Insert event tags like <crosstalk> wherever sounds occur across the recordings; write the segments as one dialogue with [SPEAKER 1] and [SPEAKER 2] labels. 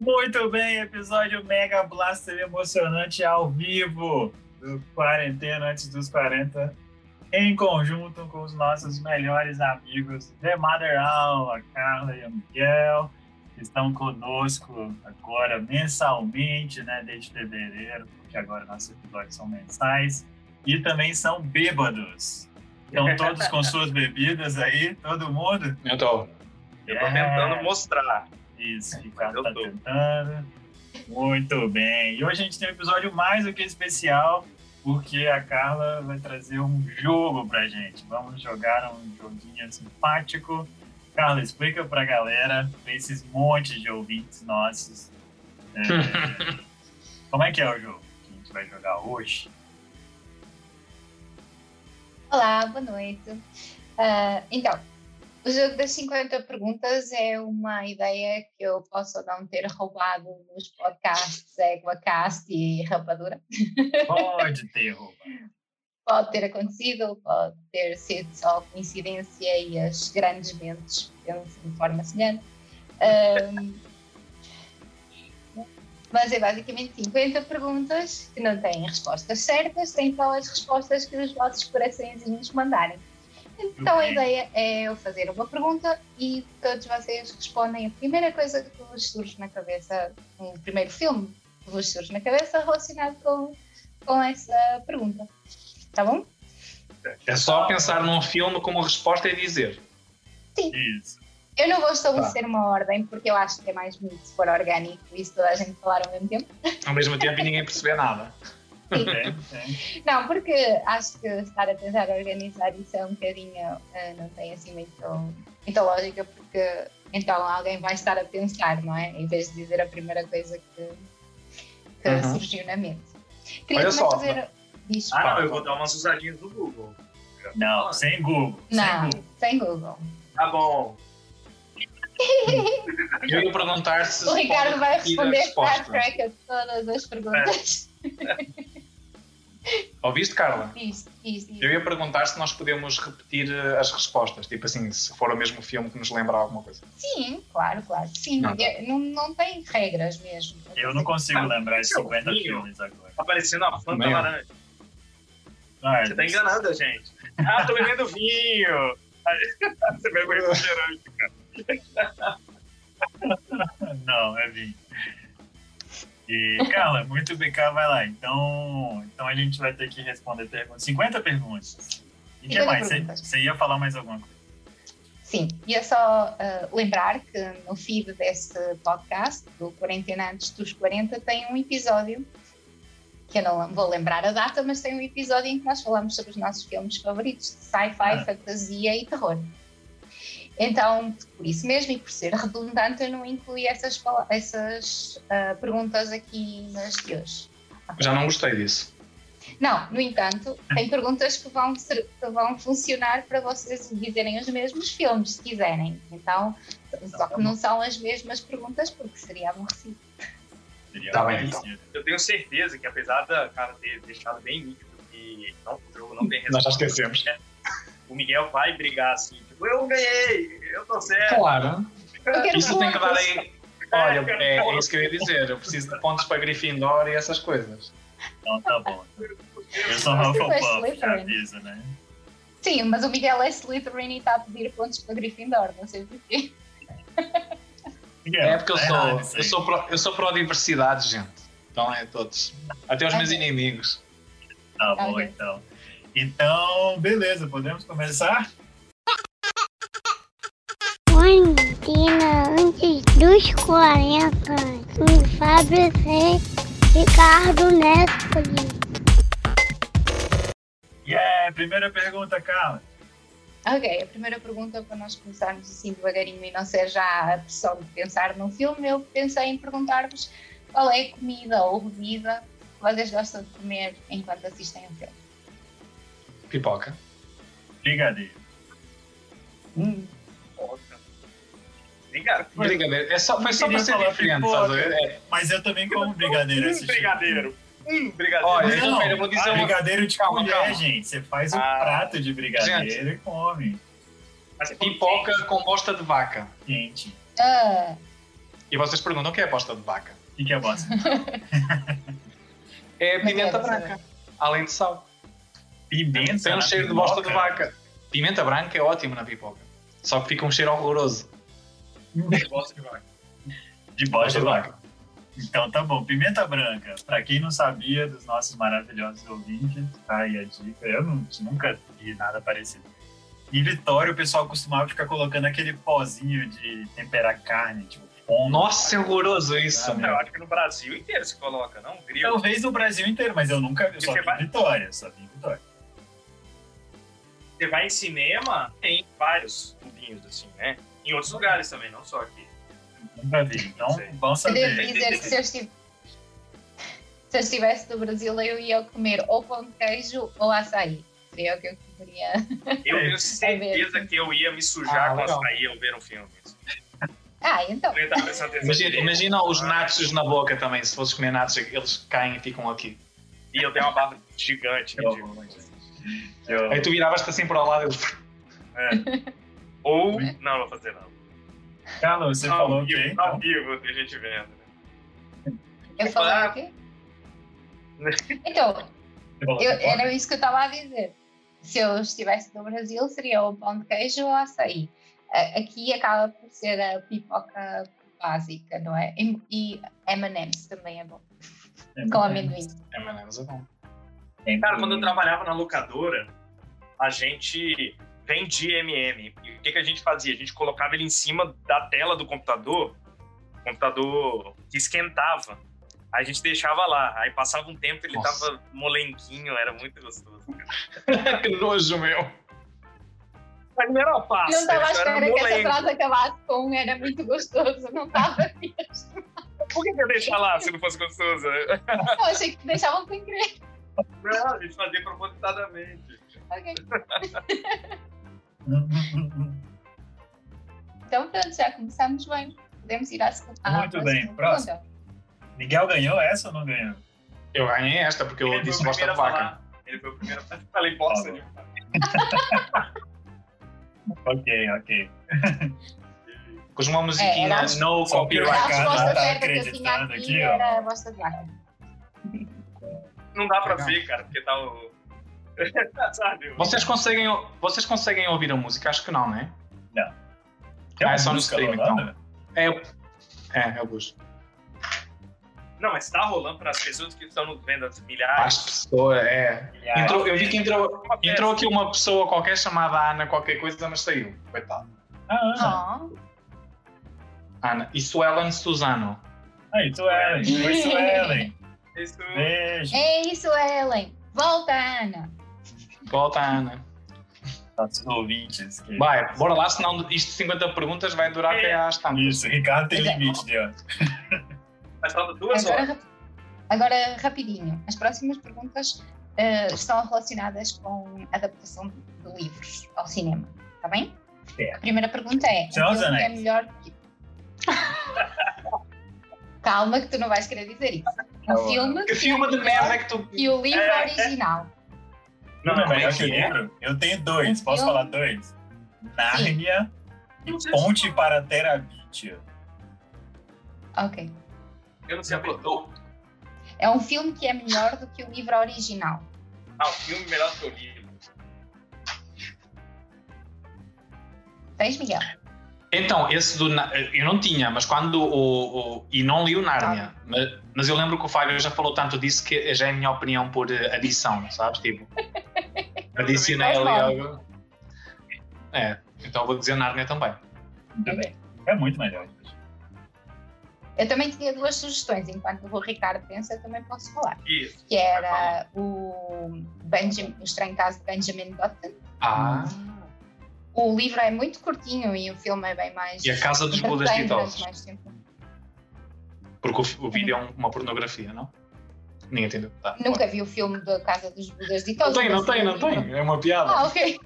[SPEAKER 1] Muito bem, episódio Mega Blaster emocionante ao vivo do Quarentena Antes dos 40, em conjunto com os nossos melhores amigos The Mother All, a Carla e o Miguel, que estão conosco agora mensalmente, né, desde fevereiro, porque agora nossos episódios são mensais, e também são bêbados. Estão todos com suas bebidas aí, todo mundo?
[SPEAKER 2] Eu tô. Eu tô tentando mostrar.
[SPEAKER 3] É,
[SPEAKER 1] Isso, Ricardo tá tentando. Muito bem. E hoje a gente tem um episódio mais do que especial, porque a Carla vai trazer um jogo pra gente. Vamos jogar um joguinho simpático. Carla, explica pra galera, pra esses montes de ouvintes nossos,
[SPEAKER 3] <laughs>
[SPEAKER 1] é, como é que é o jogo que a gente vai jogar hoje.
[SPEAKER 4] Olá, boa noite. Ah, então, o jogo das 50 perguntas é uma ideia que eu posso ou não ter roubado nos podcasts Eguacast e Rapadura.
[SPEAKER 1] Pode ter roubado.
[SPEAKER 4] Pode ter acontecido, pode ter sido só coincidência e as grandes mentes pensam de forma semelhante. Ahm, mas é basicamente 50 perguntas que não têm respostas certas, têm só as respostas que os vossos coraçõezinhos mandarem. Então a
[SPEAKER 1] Ok.
[SPEAKER 4] ideia é eu fazer uma pergunta e todos vocês respondem a primeira coisa que vos surge na cabeça, o primeiro filme que vos surge na cabeça relacionado com, com essa pergunta. Tá bom?
[SPEAKER 2] É só pensar num filme como resposta e dizer.
[SPEAKER 1] Isso.
[SPEAKER 4] Eu não vou estabelecer uma ordem porque eu acho que é mais bonito se for orgânico e se toda a gente falar ao mesmo tempo.
[SPEAKER 2] Ao mesmo tempo e ninguém perceber nada.
[SPEAKER 1] Tem, tem.
[SPEAKER 4] Não, porque acho que estar a tentar organizar isso é um bocadinho, eh, não tem assim muito, muita lógica porque então alguém vai estar a pensar, não é? Em vez de dizer a primeira coisa que, que
[SPEAKER 2] Uhum.
[SPEAKER 4] surgiu na mente.
[SPEAKER 2] Olha
[SPEAKER 4] também
[SPEAKER 2] só,
[SPEAKER 4] Diz,
[SPEAKER 1] Ah,
[SPEAKER 2] Pá, eu vou dar umas usadinhas do Google.
[SPEAKER 1] Não, sem Google.
[SPEAKER 4] não,
[SPEAKER 1] Sem Google.
[SPEAKER 4] sem Google.
[SPEAKER 2] Tá bom. Eu ia perguntar se.
[SPEAKER 4] <laughs> O Ricardo vai
[SPEAKER 2] pode pedir a
[SPEAKER 4] responder Star
[SPEAKER 2] resposta.
[SPEAKER 4] Trek a todas as perguntas.
[SPEAKER 2] Ouviste, Carla?
[SPEAKER 4] Diz, diz, diz.
[SPEAKER 2] Eu ia perguntar se nós podemos repetir eh, as respostas. Tipo assim, se for o mesmo filme que nos lembra alguma coisa.
[SPEAKER 4] Sim, claro, claro. Sim,
[SPEAKER 2] Não.
[SPEAKER 4] não, não, não tem regras mesmo.
[SPEAKER 1] Eu não consigo
[SPEAKER 2] Ah,
[SPEAKER 1] lembrar de
[SPEAKER 2] que
[SPEAKER 1] 50
[SPEAKER 2] horrível.
[SPEAKER 1] filmes agora.
[SPEAKER 3] Tá parecendo uma fanta
[SPEAKER 2] Também, ó.
[SPEAKER 3] laranja.
[SPEAKER 1] Ah,
[SPEAKER 3] Você tá enganando a gente. Ah, tô bebendo vinho. <laughs> Aí, Você bebe refrigerante.
[SPEAKER 1] Não, é vinho. E, Carla, muito bem, Carla, vai lá. Então, então a gente vai ter que responder perguntas. 50 perguntas. E o que
[SPEAKER 4] 50
[SPEAKER 1] mais? Você-
[SPEAKER 4] perguntas.
[SPEAKER 1] Você ia falar mais alguma coisa?
[SPEAKER 4] Sim, e é só ah, lembrar que no feed desse podcast, do Quarentena Antes dos 40, tem um episódio, que eu não vou lembrar a data, mas tem um episódio em que nós falamos sobre os nossos filmes favoritos, de sci-fi,
[SPEAKER 1] Ah.
[SPEAKER 4] fantasia e terror. Então, por isso mesmo e por ser redundante, eu não incluí essas, pala- essas ah, perguntas aqui nas de hoje.
[SPEAKER 2] Já não gostei disso.
[SPEAKER 4] Não, no entanto, tem perguntas que vão, ser- que vão funcionar para vocês dizerem os mesmos filmes, se quiserem. Então, só que não são as mesmas perguntas, porque seria aborrecido.
[SPEAKER 1] Seria
[SPEAKER 2] Tá
[SPEAKER 1] uma
[SPEAKER 2] bem, então.
[SPEAKER 1] conhecida.
[SPEAKER 3] Eu tenho certeza que apesar da cara ter deixado bem nítido que não, o jogo não tem
[SPEAKER 2] Nós já
[SPEAKER 3] resposta.
[SPEAKER 2] esquecemos.
[SPEAKER 3] O Miguel vai brigar assim, tipo, eu ganhei, eu tô certo.
[SPEAKER 2] Claro.
[SPEAKER 4] Eu quero
[SPEAKER 2] Isso tem que dar
[SPEAKER 4] pontos.
[SPEAKER 2] aí. Olha, é, é isso que eu ia dizer. Eu preciso de pontos para Gryffindor e essas coisas.
[SPEAKER 1] Então tá bom. Eu sou
[SPEAKER 4] Mas
[SPEAKER 1] Hufflepuff,
[SPEAKER 4] depois
[SPEAKER 1] já
[SPEAKER 4] Slytherin.
[SPEAKER 1] avisa, né?
[SPEAKER 4] Sim, mas o Miguel é Slytherin e está a pedir pontos para Gryffindor, não sei porquê.
[SPEAKER 2] É porque eu
[SPEAKER 1] tá errado isso
[SPEAKER 2] sou, eu
[SPEAKER 1] aí.
[SPEAKER 2] sou, pro, eu sou pró-diversidade, gente. Então é todos. Até os meus
[SPEAKER 4] Ok.
[SPEAKER 2] inimigos.
[SPEAKER 1] Tá bom,
[SPEAKER 4] Ok.
[SPEAKER 1] então. Então, beleza, podemos começar?
[SPEAKER 5] Quarentena antes dos 40. Com Fábio Zé, Ricardo Nespoli.
[SPEAKER 1] Yeah, É, primeira pergunta, Carla.
[SPEAKER 4] Ok, a primeira pergunta para nós começarmos assim devagarinho e não ser já a pressão de pensar num filme, eu pensei em perguntar-vos qual é a comida ou bebida que vocês gostam de comer enquanto assistem a um filme.
[SPEAKER 2] Pipoca.
[SPEAKER 1] Brigadeiro.
[SPEAKER 2] Hum.
[SPEAKER 3] Obrigado.
[SPEAKER 2] Brigadeiro. É só, foi só para
[SPEAKER 1] Queria
[SPEAKER 2] ser
[SPEAKER 1] falar
[SPEAKER 2] diferente,
[SPEAKER 1] pipoca.
[SPEAKER 2] estás a ver? É,
[SPEAKER 1] Mas eu também como
[SPEAKER 2] Hum,
[SPEAKER 1] brigadeiro.
[SPEAKER 3] Um
[SPEAKER 1] assistindo.
[SPEAKER 3] brigadeiro. Um brigadeiro.
[SPEAKER 2] Olha,
[SPEAKER 1] Não,
[SPEAKER 2] eu vou dizer uma
[SPEAKER 1] Ah, Brigadeiro de
[SPEAKER 2] Calma,
[SPEAKER 1] colher,
[SPEAKER 2] calma.
[SPEAKER 1] gente. Você faz um
[SPEAKER 3] Ah.
[SPEAKER 1] prato de brigadeiro e come.
[SPEAKER 3] Mas,
[SPEAKER 2] pipoca com bosta de vaca.
[SPEAKER 1] Gente,
[SPEAKER 4] Ah,
[SPEAKER 2] E vocês perguntam o que é bosta de vaca?
[SPEAKER 1] O que que é
[SPEAKER 2] <laughs>
[SPEAKER 1] bosta?
[SPEAKER 2] É
[SPEAKER 4] Mas
[SPEAKER 2] pimenta
[SPEAKER 4] quero
[SPEAKER 2] branca, além de sal.
[SPEAKER 1] Pimenta.
[SPEAKER 2] Tem um
[SPEAKER 1] na
[SPEAKER 2] cheiro de bosta
[SPEAKER 1] pipoca?
[SPEAKER 2] de vaca. Pimenta branca é ótimo na pipoca. Só que fica um cheiro horroroso.
[SPEAKER 1] <laughs> De bosta de vaca. De bosta de vaca. Então tá bom, pimenta branca. Pra quem não sabia dos nossos maravilhosos ouvintes, tá aí a dica. Eu não- nunca vi nada parecido. Em Vitória, o pessoal costumava ficar colocando aquele pozinho de temperar carne, tipo pombo.
[SPEAKER 2] Nossa, é horroroso isso, Então-
[SPEAKER 1] Ah,
[SPEAKER 2] meu.
[SPEAKER 3] Eu acho que no Brasil inteiro se coloca, não? Grilo.
[SPEAKER 1] Talvez no Brasil inteiro, mas eu nunca vi. Eu só
[SPEAKER 3] Você
[SPEAKER 1] vi em
[SPEAKER 3] vai-
[SPEAKER 1] Vitória, só vi em Vitória.
[SPEAKER 3] Você vai em cinema, tem vários tubinhos, assim, né? Em outros lugares também, não só aqui.
[SPEAKER 1] Nunca vi. Então,
[SPEAKER 3] Sim.
[SPEAKER 1] vão <laughs>
[SPEAKER 4] Devo
[SPEAKER 1] saber.
[SPEAKER 4] dizer que se eu estive- se eu estivesse do Brasil, eu ia comer ou pão de queijo ou açaí. Seria o que eu comeria.
[SPEAKER 3] Eu
[SPEAKER 1] É.
[SPEAKER 3] tenho certeza
[SPEAKER 4] mesmo.
[SPEAKER 3] que eu ia me sujar
[SPEAKER 2] Ah,
[SPEAKER 3] com
[SPEAKER 2] legal.
[SPEAKER 3] açaí ao ver um filme.
[SPEAKER 4] Ah, então.
[SPEAKER 3] Eu ia estar prestando atenção
[SPEAKER 2] Imagina,
[SPEAKER 3] direito.
[SPEAKER 2] imagina os nachos na boca também. Se fosses comer nachos, eles caem e ficam aqui.
[SPEAKER 3] E eu tenho uma barba gigante.
[SPEAKER 1] Eu-
[SPEAKER 3] ridícula.
[SPEAKER 1] Eu-
[SPEAKER 2] Aí tu viravas-te assim para o lado e eles...
[SPEAKER 3] Ou. Não, não vou fazer não.
[SPEAKER 1] Carlos, você
[SPEAKER 3] Ao
[SPEAKER 1] falou
[SPEAKER 3] vivo,
[SPEAKER 1] que.
[SPEAKER 3] Ao vivo, tem gente vendo. né?
[SPEAKER 4] Eu falei o quê? Então,
[SPEAKER 1] Você falou
[SPEAKER 4] eu-
[SPEAKER 1] que pode?
[SPEAKER 4] era isso que eu estava a dizer. Se eu estivesse no Brasil, seria ou pão de queijo ou açaí. A- Aqui acaba por ser a pipoca básica, não é? E- E M&M's também é bom,
[SPEAKER 1] É,
[SPEAKER 4] com amendoim.
[SPEAKER 2] É, mas é bom.
[SPEAKER 1] tem
[SPEAKER 3] Cara,
[SPEAKER 1] que-
[SPEAKER 3] Tá, quando eu trabalhava na locadora, a gente vendia MM. E o que, que a gente fazia? A gente colocava ele em cima da tela do computador, computador que esquentava. Aí a gente deixava lá. Aí passava um tempo, ele
[SPEAKER 2] Nossa.
[SPEAKER 3] tava molenquinho, era muito gostoso. cara.
[SPEAKER 2] que nojo, meu.
[SPEAKER 3] Mas não era uma
[SPEAKER 4] Eu
[SPEAKER 3] pasta,
[SPEAKER 4] não estava à
[SPEAKER 3] ele só era
[SPEAKER 4] espera que essa
[SPEAKER 3] molengo.
[SPEAKER 4] frase acabasse com um era muito gostoso, não estava mesmo.
[SPEAKER 3] Por que que eu ia deixar lá se não fosse gostoso?
[SPEAKER 4] Eu achei que deixavam sem querer.
[SPEAKER 3] Não, a gente fazia propositadamente.
[SPEAKER 4] Ok. Então pronto, já começamos bem. Podemos ir à segunda. à
[SPEAKER 1] Muito bem, próxima.
[SPEAKER 4] pergunta.
[SPEAKER 1] Miguel ganhou essa ou não ganhou?
[SPEAKER 2] Eu ganhei esta porque eu
[SPEAKER 3] Ele
[SPEAKER 2] disse
[SPEAKER 3] foi o
[SPEAKER 2] bosta de
[SPEAKER 3] primeiro a
[SPEAKER 2] vaca.
[SPEAKER 3] falar. Ele foi o primeiro a falar. Falei bosta de vaca.
[SPEAKER 1] Ok, ok.
[SPEAKER 2] Com uma musiquinha
[SPEAKER 4] É, era as-
[SPEAKER 2] no
[SPEAKER 1] só que eu
[SPEAKER 4] A
[SPEAKER 2] copyright.
[SPEAKER 1] acho-
[SPEAKER 4] resposta
[SPEAKER 1] tá
[SPEAKER 4] certa que eu tinha
[SPEAKER 1] acreditando
[SPEAKER 4] aqui,
[SPEAKER 1] aqui, ó.
[SPEAKER 4] era a vossa de vaca.
[SPEAKER 3] Não dá pra
[SPEAKER 2] Legal.
[SPEAKER 3] ver, cara, porque tá o. <laughs> Sabe? o-
[SPEAKER 2] Vocês conseguem, vocês conseguem ouvir a música? Acho que não, né?
[SPEAKER 1] Tem
[SPEAKER 2] Ah,
[SPEAKER 1] uma
[SPEAKER 2] é só no
[SPEAKER 1] música
[SPEAKER 2] stream,
[SPEAKER 1] rolando?
[SPEAKER 2] É, é, é o Bush.
[SPEAKER 3] Não, mas tá rolando pras pessoas que estão nos vendo, as milhares.
[SPEAKER 2] As pessoas, é.
[SPEAKER 1] Milhares.
[SPEAKER 2] Entrou- eu vi que entrou,
[SPEAKER 3] Uma peça.
[SPEAKER 2] entrou aqui uma pessoa qualquer chamada Ana, qualquer coisa, mas saiu. Coitado.
[SPEAKER 1] Ah, Ana.
[SPEAKER 4] Oh,
[SPEAKER 2] Ana. E Suelen Suzano.
[SPEAKER 1] Aí, é Suelen. Oi,
[SPEAKER 4] <laughs>
[SPEAKER 1] Suelen.
[SPEAKER 3] Isso
[SPEAKER 1] Beijo.
[SPEAKER 4] é isso, Ellen. Volta, Ana.
[SPEAKER 2] Volta, Ana.
[SPEAKER 1] Nossos ouvintes. Que...
[SPEAKER 2] Vai, bora lá, senão isto de 50 perguntas vai durar até às tantas.
[SPEAKER 1] Isso, Ricardo tem
[SPEAKER 4] Mas é-
[SPEAKER 1] limite de anos.
[SPEAKER 3] Mas falta duas
[SPEAKER 4] Agora,
[SPEAKER 3] horas.
[SPEAKER 4] rap- agora, rapidinho. As próximas perguntas eh, estão relacionadas com a adaptação de livros ao cinema. Está bem?
[SPEAKER 1] É.
[SPEAKER 4] A primeira pergunta é:
[SPEAKER 1] Senhor dos
[SPEAKER 4] um filme é
[SPEAKER 1] Anéis.
[SPEAKER 4] melhor que. <laughs> Calma, que tu não vais querer dizer isso.
[SPEAKER 1] Tá
[SPEAKER 4] Um
[SPEAKER 1] bom.
[SPEAKER 4] filme
[SPEAKER 2] Que filme de merda que tu.
[SPEAKER 4] e o livro original.
[SPEAKER 3] Não,
[SPEAKER 1] Não,
[SPEAKER 3] não,
[SPEAKER 1] melhor
[SPEAKER 3] mas
[SPEAKER 1] que
[SPEAKER 3] é
[SPEAKER 1] o
[SPEAKER 3] que é.
[SPEAKER 1] livro? Eu tenho dois.
[SPEAKER 4] Um
[SPEAKER 1] Posso
[SPEAKER 4] filme?
[SPEAKER 1] falar dois? Nárnia e
[SPEAKER 3] Não sei se-
[SPEAKER 1] Ponte para Terabitia.
[SPEAKER 4] Ok.
[SPEAKER 3] Eu não sei a pessoa.
[SPEAKER 4] É um filme que é melhor do que o livro original.
[SPEAKER 3] Ah, o filme melhor que o livro.
[SPEAKER 4] Tens, Miguel?
[SPEAKER 2] Então, esse do. Na- Eu não tinha, mas quando o. o- e não li o Nárnia.
[SPEAKER 4] Tá.
[SPEAKER 2] Mas, mas eu lembro que o Fábio já falou tanto disso que já é a minha opinião por eh, adição, sabes?
[SPEAKER 4] <laughs>
[SPEAKER 2] Tipo. Adicionei ali
[SPEAKER 4] gosto.
[SPEAKER 2] algo. É, então vou dizer Nárnia também.
[SPEAKER 1] Muito bem. É muito melhor.
[SPEAKER 4] Eu também tinha duas sugestões, enquanto o Ricardo pensa, eu também posso falar.
[SPEAKER 3] Isso.
[SPEAKER 4] Que era o, Benjamin, o Estranho Caso de Benjamin Button.
[SPEAKER 2] Ah.
[SPEAKER 4] Hum. O livro é muito curtinho e o filme é bem mais. tipo,
[SPEAKER 2] E a Casa dos Budas
[SPEAKER 4] entretém durante
[SPEAKER 2] Ditosos.
[SPEAKER 4] mais tempo.
[SPEAKER 2] Porque o, fi- o vídeo é um- uma pornografia, não? Ninguém entendeu. Tá,
[SPEAKER 4] Uhum. Nunca vi o filme da Casa dos Budas
[SPEAKER 2] Não
[SPEAKER 4] Ditosos.
[SPEAKER 2] tem, não
[SPEAKER 4] mas
[SPEAKER 2] tem,
[SPEAKER 4] o
[SPEAKER 2] não
[SPEAKER 4] livro-
[SPEAKER 2] tem. É uma piada.
[SPEAKER 4] Ah, ok.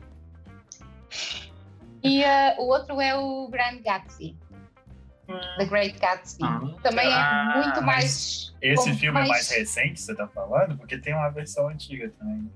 [SPEAKER 4] E eh, o outro é o Grand Gatsby. The
[SPEAKER 1] Hum.
[SPEAKER 4] Great Gatsby.
[SPEAKER 2] Ah.
[SPEAKER 4] Também
[SPEAKER 3] Ah,
[SPEAKER 4] é muito
[SPEAKER 3] mas
[SPEAKER 4] mais.
[SPEAKER 1] Esse
[SPEAKER 4] Como
[SPEAKER 1] filme é mais
[SPEAKER 4] mais-
[SPEAKER 1] recente, você tá falando? Porque tem uma versão antiga também.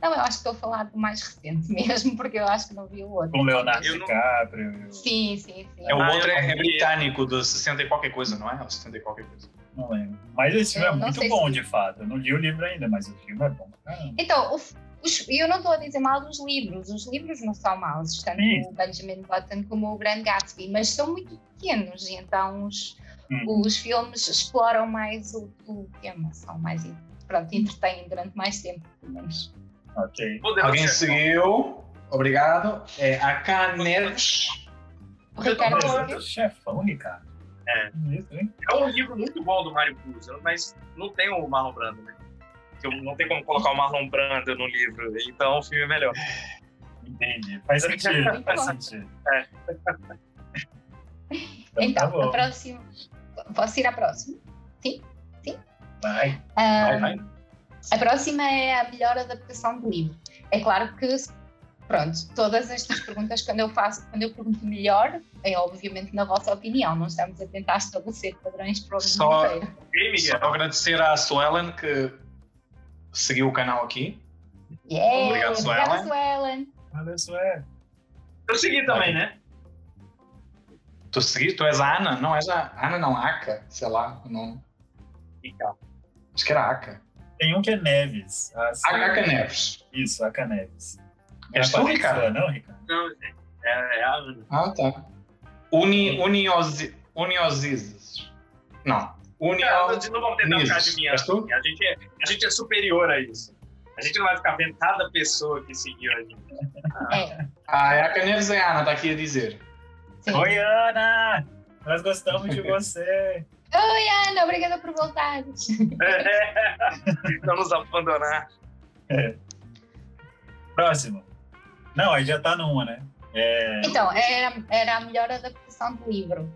[SPEAKER 4] Não, eu acho que estou a falar do mais recente <laughs> mesmo, porque eu acho que não vi o outro.
[SPEAKER 1] Com Leonardo
[SPEAKER 3] Eu não-
[SPEAKER 1] DiCaprio.
[SPEAKER 4] Sim, sim, sim.
[SPEAKER 2] É, o
[SPEAKER 3] Ah,
[SPEAKER 2] outro
[SPEAKER 3] eu
[SPEAKER 2] é,
[SPEAKER 3] não
[SPEAKER 2] é
[SPEAKER 3] vi.
[SPEAKER 2] britânico, de 60 e qualquer coisa, não é? Ou 70 e qualquer coisa.
[SPEAKER 1] Não lembro. Mas esse filme
[SPEAKER 4] Eu
[SPEAKER 1] é
[SPEAKER 4] não
[SPEAKER 1] muito
[SPEAKER 4] sei
[SPEAKER 1] bom,
[SPEAKER 4] se-
[SPEAKER 1] de fato. Eu não li o livro ainda, mas o filme é bom. pra caramba.
[SPEAKER 4] Então, o f- os- eu não estou a dizer mal dos livros, os livros não são maus, tanto
[SPEAKER 1] Sim.
[SPEAKER 4] o Benjamin Button como o Grande Gatsby, mas são muito pequenos, e então os,
[SPEAKER 1] Hum.
[SPEAKER 4] os filmes exploram mais o, o tema, são mais, en- pronto, entretêm durante mais tempo, pelo menos.
[SPEAKER 1] Ok.
[SPEAKER 3] Podemos
[SPEAKER 2] Alguém
[SPEAKER 3] ser-
[SPEAKER 2] seguiu? Obrigado. É Akan Neves.
[SPEAKER 4] O Ricardo
[SPEAKER 3] Não,
[SPEAKER 4] Silva,
[SPEAKER 1] Então, Chefão, Ricardo.
[SPEAKER 3] É.
[SPEAKER 1] Bonito, hein?
[SPEAKER 3] É um livro muito bom do Mário Cruz, mas não tem o Marlon Brando, né? Eu não tem como colocar o Marlon Brando no livro, então o filme é melhor.
[SPEAKER 1] Entendi. Faz sentido, faz sentido.
[SPEAKER 3] É.
[SPEAKER 1] Então, tá
[SPEAKER 4] então, a
[SPEAKER 1] bom.
[SPEAKER 4] próxima, posso ir à próxima?
[SPEAKER 1] Vai,
[SPEAKER 4] Ah,
[SPEAKER 1] vai, vai.
[SPEAKER 4] A próxima é a melhor adaptação do livro. É claro que, pronto, todas estas perguntas, quando eu faço, quando eu pergunto melhor, é obviamente na vossa opinião, não estamos a tentar estabelecer padrões para o mundo
[SPEAKER 2] Só-
[SPEAKER 4] inteiro.
[SPEAKER 3] Ei,
[SPEAKER 2] Só
[SPEAKER 3] Miguel,
[SPEAKER 2] agradecer à Suelen que seguiu o canal aqui.
[SPEAKER 4] Yeah,
[SPEAKER 2] Obrigado, Suelen.
[SPEAKER 4] obrigada, Suelen.
[SPEAKER 1] Olha só, é.
[SPEAKER 3] eu segui também, né?
[SPEAKER 2] Tu seguiste? Tu és a Ana? Não és a Ana, não, Aca. Sei lá o nome.
[SPEAKER 3] Então,
[SPEAKER 2] Acho que era Aca.
[SPEAKER 1] Tem um que é Neves. A-
[SPEAKER 2] Aca Aca Neves.
[SPEAKER 1] Isso, Aca Neves.
[SPEAKER 2] És
[SPEAKER 1] Não
[SPEAKER 2] tu,
[SPEAKER 1] é
[SPEAKER 2] Ricardo?
[SPEAKER 1] Patrícia, Não, Ricardo.
[SPEAKER 3] Não, gente, é, é a Ana.
[SPEAKER 2] Ah, tá. Uni, uniosi, uniosizes. Não.
[SPEAKER 3] Não,
[SPEAKER 2] Uniosizes.
[SPEAKER 3] Vocês não vão tentar ficar
[SPEAKER 2] Nisos. És tu?
[SPEAKER 3] adivinhando. A gente, é, a gente é superior a isso. A gente não vai ficar vendo cada pessoa que seguiu a <laughs> gente.
[SPEAKER 4] É,
[SPEAKER 2] Ah, é Aca Neves é a Ana, está aqui a dizer.
[SPEAKER 4] sim.
[SPEAKER 1] Oi, Ana! Nós gostamos
[SPEAKER 3] <laughs>
[SPEAKER 1] de você.
[SPEAKER 4] Oi, Ana, obrigada por voltar.
[SPEAKER 3] Então nos abandonar.
[SPEAKER 1] Próximo. Não, aí já tá numa, né? É,
[SPEAKER 4] Então, era, era a melhor adaptação do livro.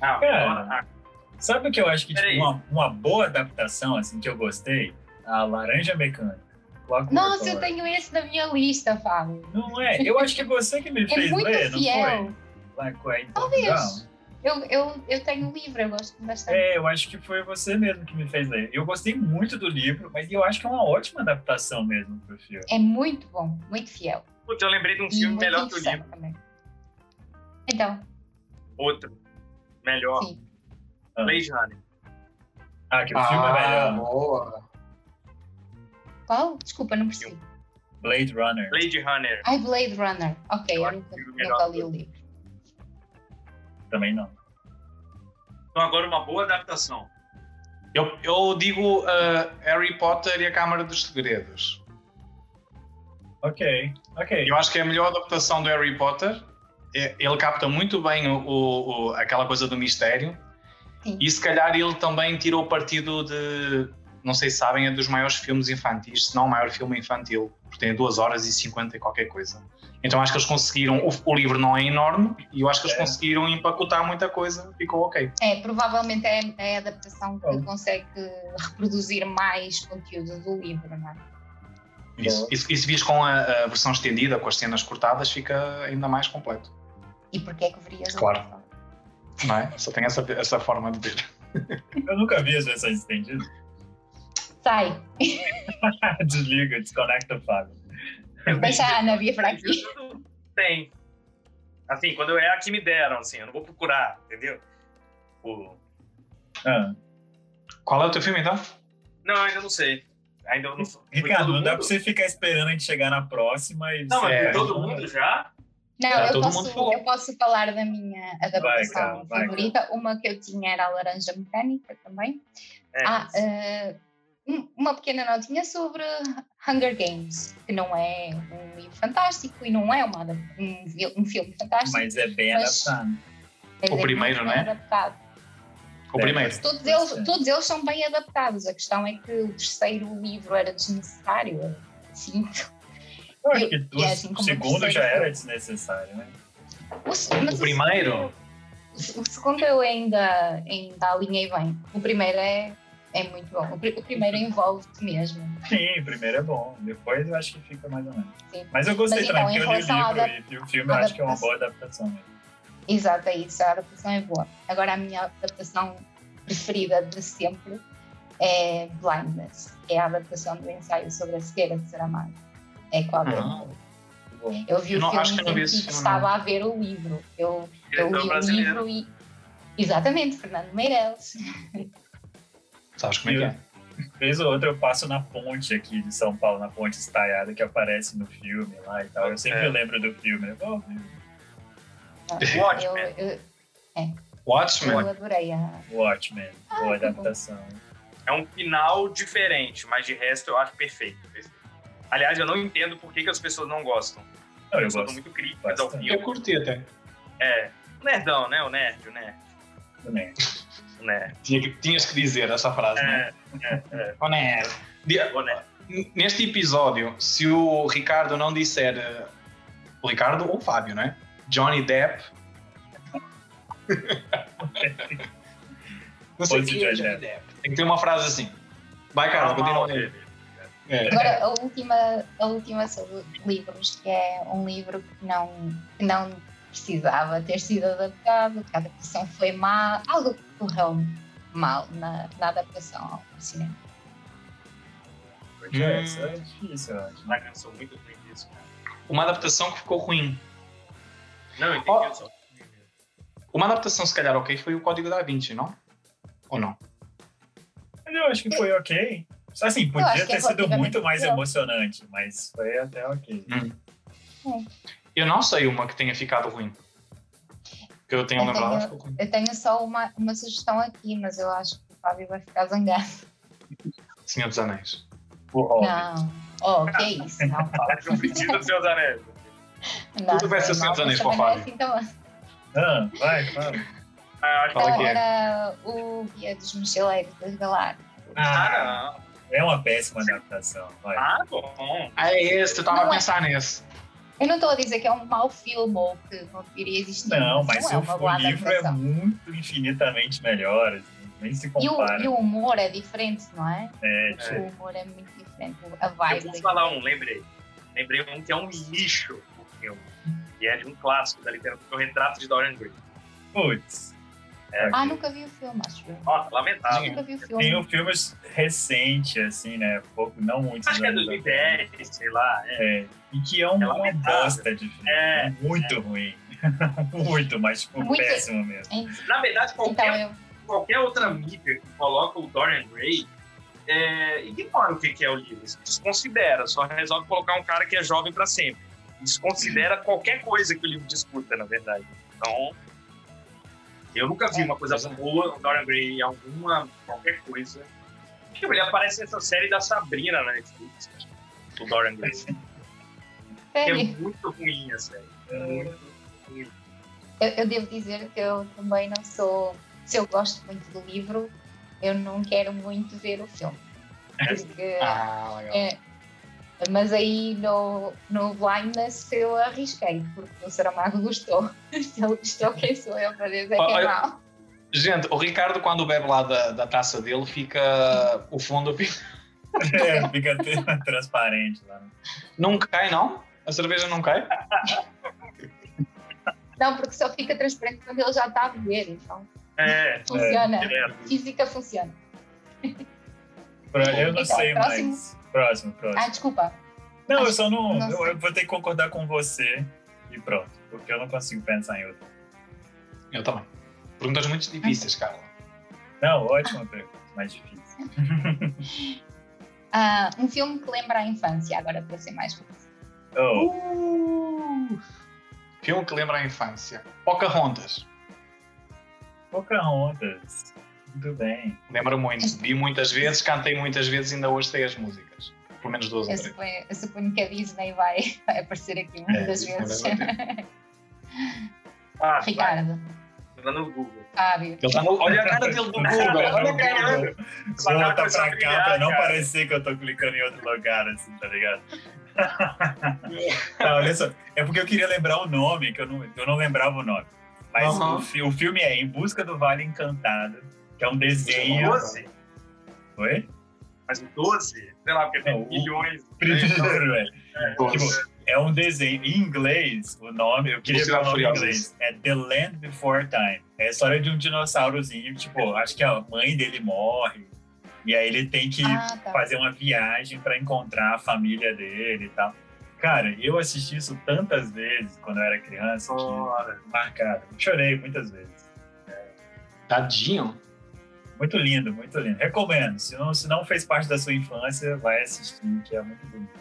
[SPEAKER 3] Ah,
[SPEAKER 1] Cara.
[SPEAKER 3] ah,
[SPEAKER 1] Sabe o que eu acho que tipo,
[SPEAKER 3] Peraí.
[SPEAKER 1] uma, uma boa adaptação, assim, que eu gostei? A Laranja Mecânica. Logo
[SPEAKER 4] Nossa, eu
[SPEAKER 1] agora.
[SPEAKER 4] tenho esse na minha lista, Fábio.
[SPEAKER 1] Não é? Eu acho que você
[SPEAKER 4] <laughs>
[SPEAKER 1] que me
[SPEAKER 4] É
[SPEAKER 1] fez
[SPEAKER 4] muito
[SPEAKER 1] ler,
[SPEAKER 4] fiel.
[SPEAKER 1] não foi? Lá com a em
[SPEAKER 4] Talvez.
[SPEAKER 1] Portugal.
[SPEAKER 4] Eu, eu, eu tenho o livro, eu gosto bastante.
[SPEAKER 1] É, eu acho que foi você mesmo que me fez ler. Eu gostei muito do livro, mas eu acho que é uma ótima adaptação mesmo pro filme.
[SPEAKER 4] É muito bom, muito fiel.
[SPEAKER 3] Putz, eu lembrei de um
[SPEAKER 4] E
[SPEAKER 3] filme
[SPEAKER 4] muito
[SPEAKER 3] melhor que o
[SPEAKER 4] interessante
[SPEAKER 3] livro.
[SPEAKER 4] também. Então,
[SPEAKER 3] Outro. Melhor.
[SPEAKER 4] sim.
[SPEAKER 3] Blade Runner.
[SPEAKER 1] Ah, que o filme é
[SPEAKER 2] ah,
[SPEAKER 1] melhor.
[SPEAKER 2] boa.
[SPEAKER 4] Qual? Desculpa, não percebi.
[SPEAKER 1] Blade Runner.
[SPEAKER 3] Blade Runner.
[SPEAKER 4] Ai, Blade Runner. Ok,
[SPEAKER 3] Eu
[SPEAKER 4] eu,
[SPEAKER 3] acho
[SPEAKER 4] nunca,
[SPEAKER 3] que é o melhor
[SPEAKER 4] nunca li o
[SPEAKER 3] filme.
[SPEAKER 4] livro.
[SPEAKER 1] Também não.
[SPEAKER 3] Então agora uma boa adaptação.
[SPEAKER 2] Eu, eu digo ah, Harry Potter e a Câmara dos Segredos.
[SPEAKER 1] Ok, ok.
[SPEAKER 2] Eu acho que é a melhor adaptação do Harry Potter. É- Ele capta muito bem o- o- o- aquela coisa do mistério.
[SPEAKER 4] Sim.
[SPEAKER 2] E se calhar ele também tirou partido de, não sei se sabem, é dos maiores filmes infantis, se não o maior filme infantil, porque tem 2 horas e 50 e qualquer coisa. Então acho que eles conseguiram, o, o livro não é enorme, e eu acho que eles
[SPEAKER 1] É.
[SPEAKER 2] conseguiram empacotar muita coisa, ficou ok.
[SPEAKER 4] É, provavelmente é, é a adaptação que
[SPEAKER 1] Bom.
[SPEAKER 4] consegue reproduzir mais conteúdo do livro, não é?
[SPEAKER 2] Isso.
[SPEAKER 1] Boa.
[SPEAKER 2] E, se- e se vis com a, a versão estendida, com as cenas cortadas, fica ainda mais completo,
[SPEAKER 4] E porquê é que verias a
[SPEAKER 2] Claro.
[SPEAKER 4] adaptação?
[SPEAKER 2] não é? Só tem essa, essa forma de ver.
[SPEAKER 1] Eu nunca vi as versões estendidas. <laughs>
[SPEAKER 4] Sai,
[SPEAKER 1] Desliga, desconecta o Fábio.
[SPEAKER 3] É
[SPEAKER 4] deixa a Ana vir para
[SPEAKER 3] <laughs>
[SPEAKER 4] aqui.
[SPEAKER 3] Isso Tem. Assim, quando eu é a que me deram, assim, eu não vou procurar, entendeu? O-
[SPEAKER 1] Ah,
[SPEAKER 2] Qual é o teu filme então?
[SPEAKER 3] Não, eu ainda não sei. Ainda eu não
[SPEAKER 1] Ricardo, não dá pra
[SPEAKER 3] mundo?
[SPEAKER 1] você ficar esperando a gente chegar na próxima e.
[SPEAKER 3] Não, mas
[SPEAKER 1] você-
[SPEAKER 2] É.
[SPEAKER 3] todo mundo já?
[SPEAKER 4] Não,
[SPEAKER 2] Já
[SPEAKER 4] eu
[SPEAKER 2] todo mundo
[SPEAKER 4] posso,
[SPEAKER 2] falou.
[SPEAKER 4] eu posso falar da minha adaptação
[SPEAKER 1] Carla, vai,
[SPEAKER 4] favorita. Uma que eu tinha era a Laranja Mecânica também.
[SPEAKER 3] É.
[SPEAKER 4] Ah, eh, um- uma pequena notinha sobre Hunger Games, que não é um livro fantástico e não é uma, adap- um, vi- um filme fantástico.
[SPEAKER 1] Mas é bem
[SPEAKER 4] Mas-
[SPEAKER 1] adaptado.
[SPEAKER 4] mas
[SPEAKER 2] o
[SPEAKER 4] é
[SPEAKER 2] primeiro,
[SPEAKER 4] muito
[SPEAKER 2] não é?
[SPEAKER 4] adaptado.
[SPEAKER 2] O
[SPEAKER 1] É.
[SPEAKER 2] primeiro.
[SPEAKER 4] Todos eles,
[SPEAKER 1] Sim.
[SPEAKER 4] todos eles são bem adaptados. A questão é que o terceiro livro era desnecessário. assim. eu Sinto.
[SPEAKER 1] Eu acho que
[SPEAKER 4] E-
[SPEAKER 1] do
[SPEAKER 4] e assim como
[SPEAKER 1] segundo
[SPEAKER 4] você
[SPEAKER 1] já
[SPEAKER 4] disse.
[SPEAKER 1] era desnecessário, né?
[SPEAKER 4] O, se- mas
[SPEAKER 2] O primeiro?
[SPEAKER 4] O segundo eu ainda, ainda alinhei bem. O primeiro é, é muito bom. O, pri- o
[SPEAKER 2] Uhum.
[SPEAKER 4] primeiro envolve-te mesmo.
[SPEAKER 1] Sim, primeiro é bom. Depois eu acho que fica mais ou menos.
[SPEAKER 4] Sim.
[SPEAKER 1] Mas eu gostei
[SPEAKER 4] Mas
[SPEAKER 1] também,
[SPEAKER 4] então, em
[SPEAKER 1] porque eu li o
[SPEAKER 4] relação à
[SPEAKER 1] livro e o filme eu acho que é uma boa adaptação. né?
[SPEAKER 4] Exato, é isso. A adaptação é boa. Agora, a minha adaptação preferida de sempre é Blindness. É a adaptação do ensaio sobre a cegueira de Saramago. É com a
[SPEAKER 2] Ah,
[SPEAKER 4] Bela. Eu vi
[SPEAKER 2] Eu
[SPEAKER 4] o
[SPEAKER 2] não-
[SPEAKER 4] filme
[SPEAKER 2] acho que eu não É,
[SPEAKER 4] em
[SPEAKER 2] vi
[SPEAKER 4] que
[SPEAKER 2] esse filme,
[SPEAKER 4] estava a ver o livro. Eu, eu
[SPEAKER 3] Diretor
[SPEAKER 4] li é o
[SPEAKER 3] brasileiro.
[SPEAKER 4] livro e. Exatamente, Fernando Meirelles.
[SPEAKER 2] Sabes como é que é?
[SPEAKER 1] Vez ou outra eu passo na ponte aqui de São Paulo, na ponte estaiada que aparece no filme lá e tal. Eu sempre
[SPEAKER 3] É.
[SPEAKER 1] lembro do filme. Eu, "Oh,
[SPEAKER 4] Eu,
[SPEAKER 3] um
[SPEAKER 2] é.
[SPEAKER 3] Watchmen.
[SPEAKER 4] eu, eu
[SPEAKER 2] Watchmen.
[SPEAKER 4] adorei a.
[SPEAKER 1] Watchmen, boa
[SPEAKER 4] que Ah, tá bom.
[SPEAKER 1] adaptação.
[SPEAKER 3] É um final diferente, mas de resto eu acho perfeito. perfeito. Aliás, eu não entendo por que, que as pessoas não gostam.
[SPEAKER 1] Não,
[SPEAKER 3] As
[SPEAKER 1] eu
[SPEAKER 3] pessoas são
[SPEAKER 1] gosto
[SPEAKER 3] muito críticas ao
[SPEAKER 1] bastante.
[SPEAKER 2] Eu
[SPEAKER 3] filme.
[SPEAKER 2] curti até.
[SPEAKER 3] É. O nerdão, né? O nerd, o nerd.
[SPEAKER 1] também.
[SPEAKER 3] O nerd.
[SPEAKER 2] Tinha que- tinhas que dizer essa frase, não é?
[SPEAKER 3] É, é,
[SPEAKER 2] Oh, não é? Di-
[SPEAKER 3] é. O nerd.
[SPEAKER 2] N- Neste episódio, se o Ricardo não disser. eh, O Ricardo ou o Fábio, não é? Johnny Depp. <laughs> não sei
[SPEAKER 1] Pode
[SPEAKER 2] quem é
[SPEAKER 1] ser Johnny
[SPEAKER 2] Johnny Depp. Tem que ter uma frase assim. Vai, Carlos, continua
[SPEAKER 3] Normal,
[SPEAKER 2] a ler. É.
[SPEAKER 4] Agora, a última, a última sobre livros, que é um livro que não, que não precisava ter sido adaptado, que a adaptação foi má, algo que correu mal na, na adaptação ao cinema.
[SPEAKER 1] Porque
[SPEAKER 2] Hum.
[SPEAKER 1] essa é difícil, eu acho.
[SPEAKER 3] Tá, eu sou muito ruim disso, cara.
[SPEAKER 2] Uma adaptação que ficou ruim.
[SPEAKER 3] Não, eu
[SPEAKER 2] Ó.
[SPEAKER 3] entendi. eu sou ruim mesmo.
[SPEAKER 2] Uma adaptação, se calhar, ok, foi o Código da Vinci, não? Ou não?
[SPEAKER 1] Mas eu acho que foi ok. Assim,
[SPEAKER 4] acho
[SPEAKER 1] podia
[SPEAKER 4] que é
[SPEAKER 1] ter sido
[SPEAKER 4] relativamente
[SPEAKER 1] muito mais
[SPEAKER 4] legal.
[SPEAKER 1] emocionante, mas foi até ok.
[SPEAKER 2] Eu não sei uma que tenha ficado ruim. Que eu tenho
[SPEAKER 4] Eu
[SPEAKER 2] lembrado,
[SPEAKER 4] tenho-
[SPEAKER 2] ficou ruim.
[SPEAKER 4] Eu tenho só uma, uma sugestão aqui, mas eu acho que o Fábio vai ficar zangado.
[SPEAKER 2] Senhor dos Anéis.
[SPEAKER 1] O Hobbit.
[SPEAKER 4] Não. Oh, que é
[SPEAKER 1] <laughs>
[SPEAKER 4] isso? Não, Fábio.
[SPEAKER 3] Não precisa dos seus anéis.
[SPEAKER 4] Não,
[SPEAKER 2] Tudo vai ser
[SPEAKER 4] não,
[SPEAKER 2] Senhor dos Anéis para o
[SPEAKER 4] também não é
[SPEAKER 2] Fábio.
[SPEAKER 4] assim tão-
[SPEAKER 1] Ah, vai, fala.
[SPEAKER 3] Ah, acho que-
[SPEAKER 2] Fala
[SPEAKER 4] Então,
[SPEAKER 2] que é.
[SPEAKER 4] era o Guia dos Mochileiros das Galáxias.
[SPEAKER 1] Ah,
[SPEAKER 3] Ah, não.
[SPEAKER 1] é uma péssima adaptação. Vai.
[SPEAKER 3] Ah, bom.
[SPEAKER 2] Ah, é esse, eu estava
[SPEAKER 4] Não
[SPEAKER 2] a
[SPEAKER 4] é.
[SPEAKER 2] pensar nesse.
[SPEAKER 4] Eu não estou a dizer que é um mau filme ou que não deveria existir.
[SPEAKER 1] Não, mas
[SPEAKER 4] é
[SPEAKER 1] o,
[SPEAKER 4] uma
[SPEAKER 1] o
[SPEAKER 4] boa
[SPEAKER 1] livro é
[SPEAKER 4] adaptação.
[SPEAKER 1] muito infinitamente melhor. assim, nem se
[SPEAKER 4] E
[SPEAKER 1] compara.
[SPEAKER 4] o, e o humor é diferente, não é?
[SPEAKER 1] É,
[SPEAKER 3] É.
[SPEAKER 4] O humor é muito diferente. A
[SPEAKER 3] Eu
[SPEAKER 4] vibe. né?
[SPEAKER 3] vou falar um, lembrei. Lembrei um que é um lixo o filme. E é de um clássico da literatura, é o retrato de Dorian Gray.
[SPEAKER 1] putz.
[SPEAKER 3] É.
[SPEAKER 4] Ah, nunca vi o filme, acho eu.
[SPEAKER 3] Nossa, lamentável.
[SPEAKER 4] Nunca vi o filme.
[SPEAKER 1] Tem um filme recente, assim, né? Pouco, não muito.
[SPEAKER 3] Acho que é 2010, sei lá. É.
[SPEAKER 1] É, e que é um-
[SPEAKER 3] É
[SPEAKER 1] uma
[SPEAKER 3] lamentável.
[SPEAKER 1] bosta de filme.
[SPEAKER 3] É,
[SPEAKER 1] muito ruim. <laughs> muito, mas tipo,
[SPEAKER 4] Muito-
[SPEAKER 1] péssimo
[SPEAKER 4] <laughs>
[SPEAKER 1] mesmo.
[SPEAKER 3] Na verdade,
[SPEAKER 4] Então,
[SPEAKER 3] qualquer,
[SPEAKER 4] eu,
[SPEAKER 3] qualquer outra mídia que coloca o Dorian Gray é, ignora o que que é o livro. Desconsidera, só resolve colocar um cara que é jovem pra sempre. Desconsidera qualquer coisa que o livro discuta, na verdade. Então, eu nunca vi uma coisa boa, o Dorian Gray, alguma, qualquer coisa. Tipo, ele aparece nessa série da Sabrina na Netflix, o Dorian Gray. É
[SPEAKER 4] sério,
[SPEAKER 3] muito ruim a série. Muito ruim.
[SPEAKER 4] eu, eu devo dizer que eu também não sou. Se eu gosto muito do livro, eu não quero muito ver o filme. Porque.
[SPEAKER 2] Ah, legal.
[SPEAKER 4] É. Mas aí no, no Blindness eu arrisquei, porque o Saramago gostou. <laughs> Se ele gostou, quem sou eu para dizer que é
[SPEAKER 2] Olha-
[SPEAKER 4] mau?
[SPEAKER 2] Gente, o Ricardo, quando bebe lá da, da taça dele, fica. O fundo fica-
[SPEAKER 1] É, fica <laughs> até transparente lá. né?
[SPEAKER 2] Não cai, não? A cerveja não cai?
[SPEAKER 4] Não, porque só fica transparente quando ele já está a beber, então
[SPEAKER 3] É,
[SPEAKER 4] funciona.
[SPEAKER 3] direto.
[SPEAKER 4] Física funciona.
[SPEAKER 1] Pra- Eu não
[SPEAKER 4] Então,
[SPEAKER 1] sei
[SPEAKER 4] próximo.
[SPEAKER 1] mais. Próximo, próximo.
[SPEAKER 4] Ah, desculpa.
[SPEAKER 1] não, eu
[SPEAKER 4] acho-
[SPEAKER 1] só não.
[SPEAKER 4] não
[SPEAKER 1] eu-
[SPEAKER 4] sei.
[SPEAKER 1] eu vou ter que concordar com você e pronto. Porque eu não consigo pensar em outro.
[SPEAKER 2] Eu também. Perguntas muito difíceis, Carla.
[SPEAKER 1] Não,
[SPEAKER 2] Ah.
[SPEAKER 1] ótima pergunta, mas difícil.
[SPEAKER 4] Ah, um filme que lembra a infância, agora para ser mais preciso.
[SPEAKER 1] Oh,
[SPEAKER 2] Uh! Filme que lembra a infância. Pocahontas.
[SPEAKER 1] Pocahontas. Muito bem.
[SPEAKER 2] Lembra muito. Vi muitas vezes, cantei muitas vezes, ainda hoje sei as músicas. Pelo menos duas ou
[SPEAKER 4] Eu
[SPEAKER 2] três.
[SPEAKER 4] suponho, eu suponho que a Disney vai, <laughs> vai aparecer aqui muitas
[SPEAKER 2] É,
[SPEAKER 4] vezes.
[SPEAKER 2] vai bater.
[SPEAKER 3] Ah, vai,
[SPEAKER 4] Ricardo,
[SPEAKER 3] tá no Google.
[SPEAKER 4] Fábio,
[SPEAKER 2] Ele tá no- Olha a cara dele do Google. Olha a cara dele.
[SPEAKER 1] Volta tá pra cá
[SPEAKER 3] brilhar,
[SPEAKER 1] pra não
[SPEAKER 3] cara.
[SPEAKER 1] parecer que eu tô clicando em outro lugar, assim, tá
[SPEAKER 2] <laughs>
[SPEAKER 1] ligado? Tá, olha só. É porque eu queria lembrar o nome, que eu não, eu não lembrava o nome. Mas
[SPEAKER 2] Aham.
[SPEAKER 1] o, fi- o filme é Em Busca do Vale Encantado, que é um
[SPEAKER 3] Tá
[SPEAKER 1] desenho.
[SPEAKER 2] Nossa.
[SPEAKER 3] 12?
[SPEAKER 1] Oi?
[SPEAKER 3] Mas o 12? Sei lá, porque tem
[SPEAKER 1] Não, o-
[SPEAKER 3] milhões.
[SPEAKER 1] Primeiro, é.
[SPEAKER 2] Doze.
[SPEAKER 1] É um desenho em inglês, o nome, eu queria ver
[SPEAKER 2] Busca
[SPEAKER 1] o nome em
[SPEAKER 2] Furiosa.
[SPEAKER 1] inglês. É The Land Before Time. É a história de um dinossaurozinho, tipo, acho que a mãe dele morre. E aí ele tem que
[SPEAKER 4] Ah, tá.
[SPEAKER 1] fazer uma viagem pra encontrar a família dele e tal. Cara, eu assisti isso tantas vezes quando eu era criança que
[SPEAKER 3] Oh.
[SPEAKER 1] marcado. Chorei muitas vezes.
[SPEAKER 2] Tadinho.
[SPEAKER 1] Muito lindo, muito lindo. Recomendo. Se não, se não fez parte da sua infância, vai assistir, que é muito bonito.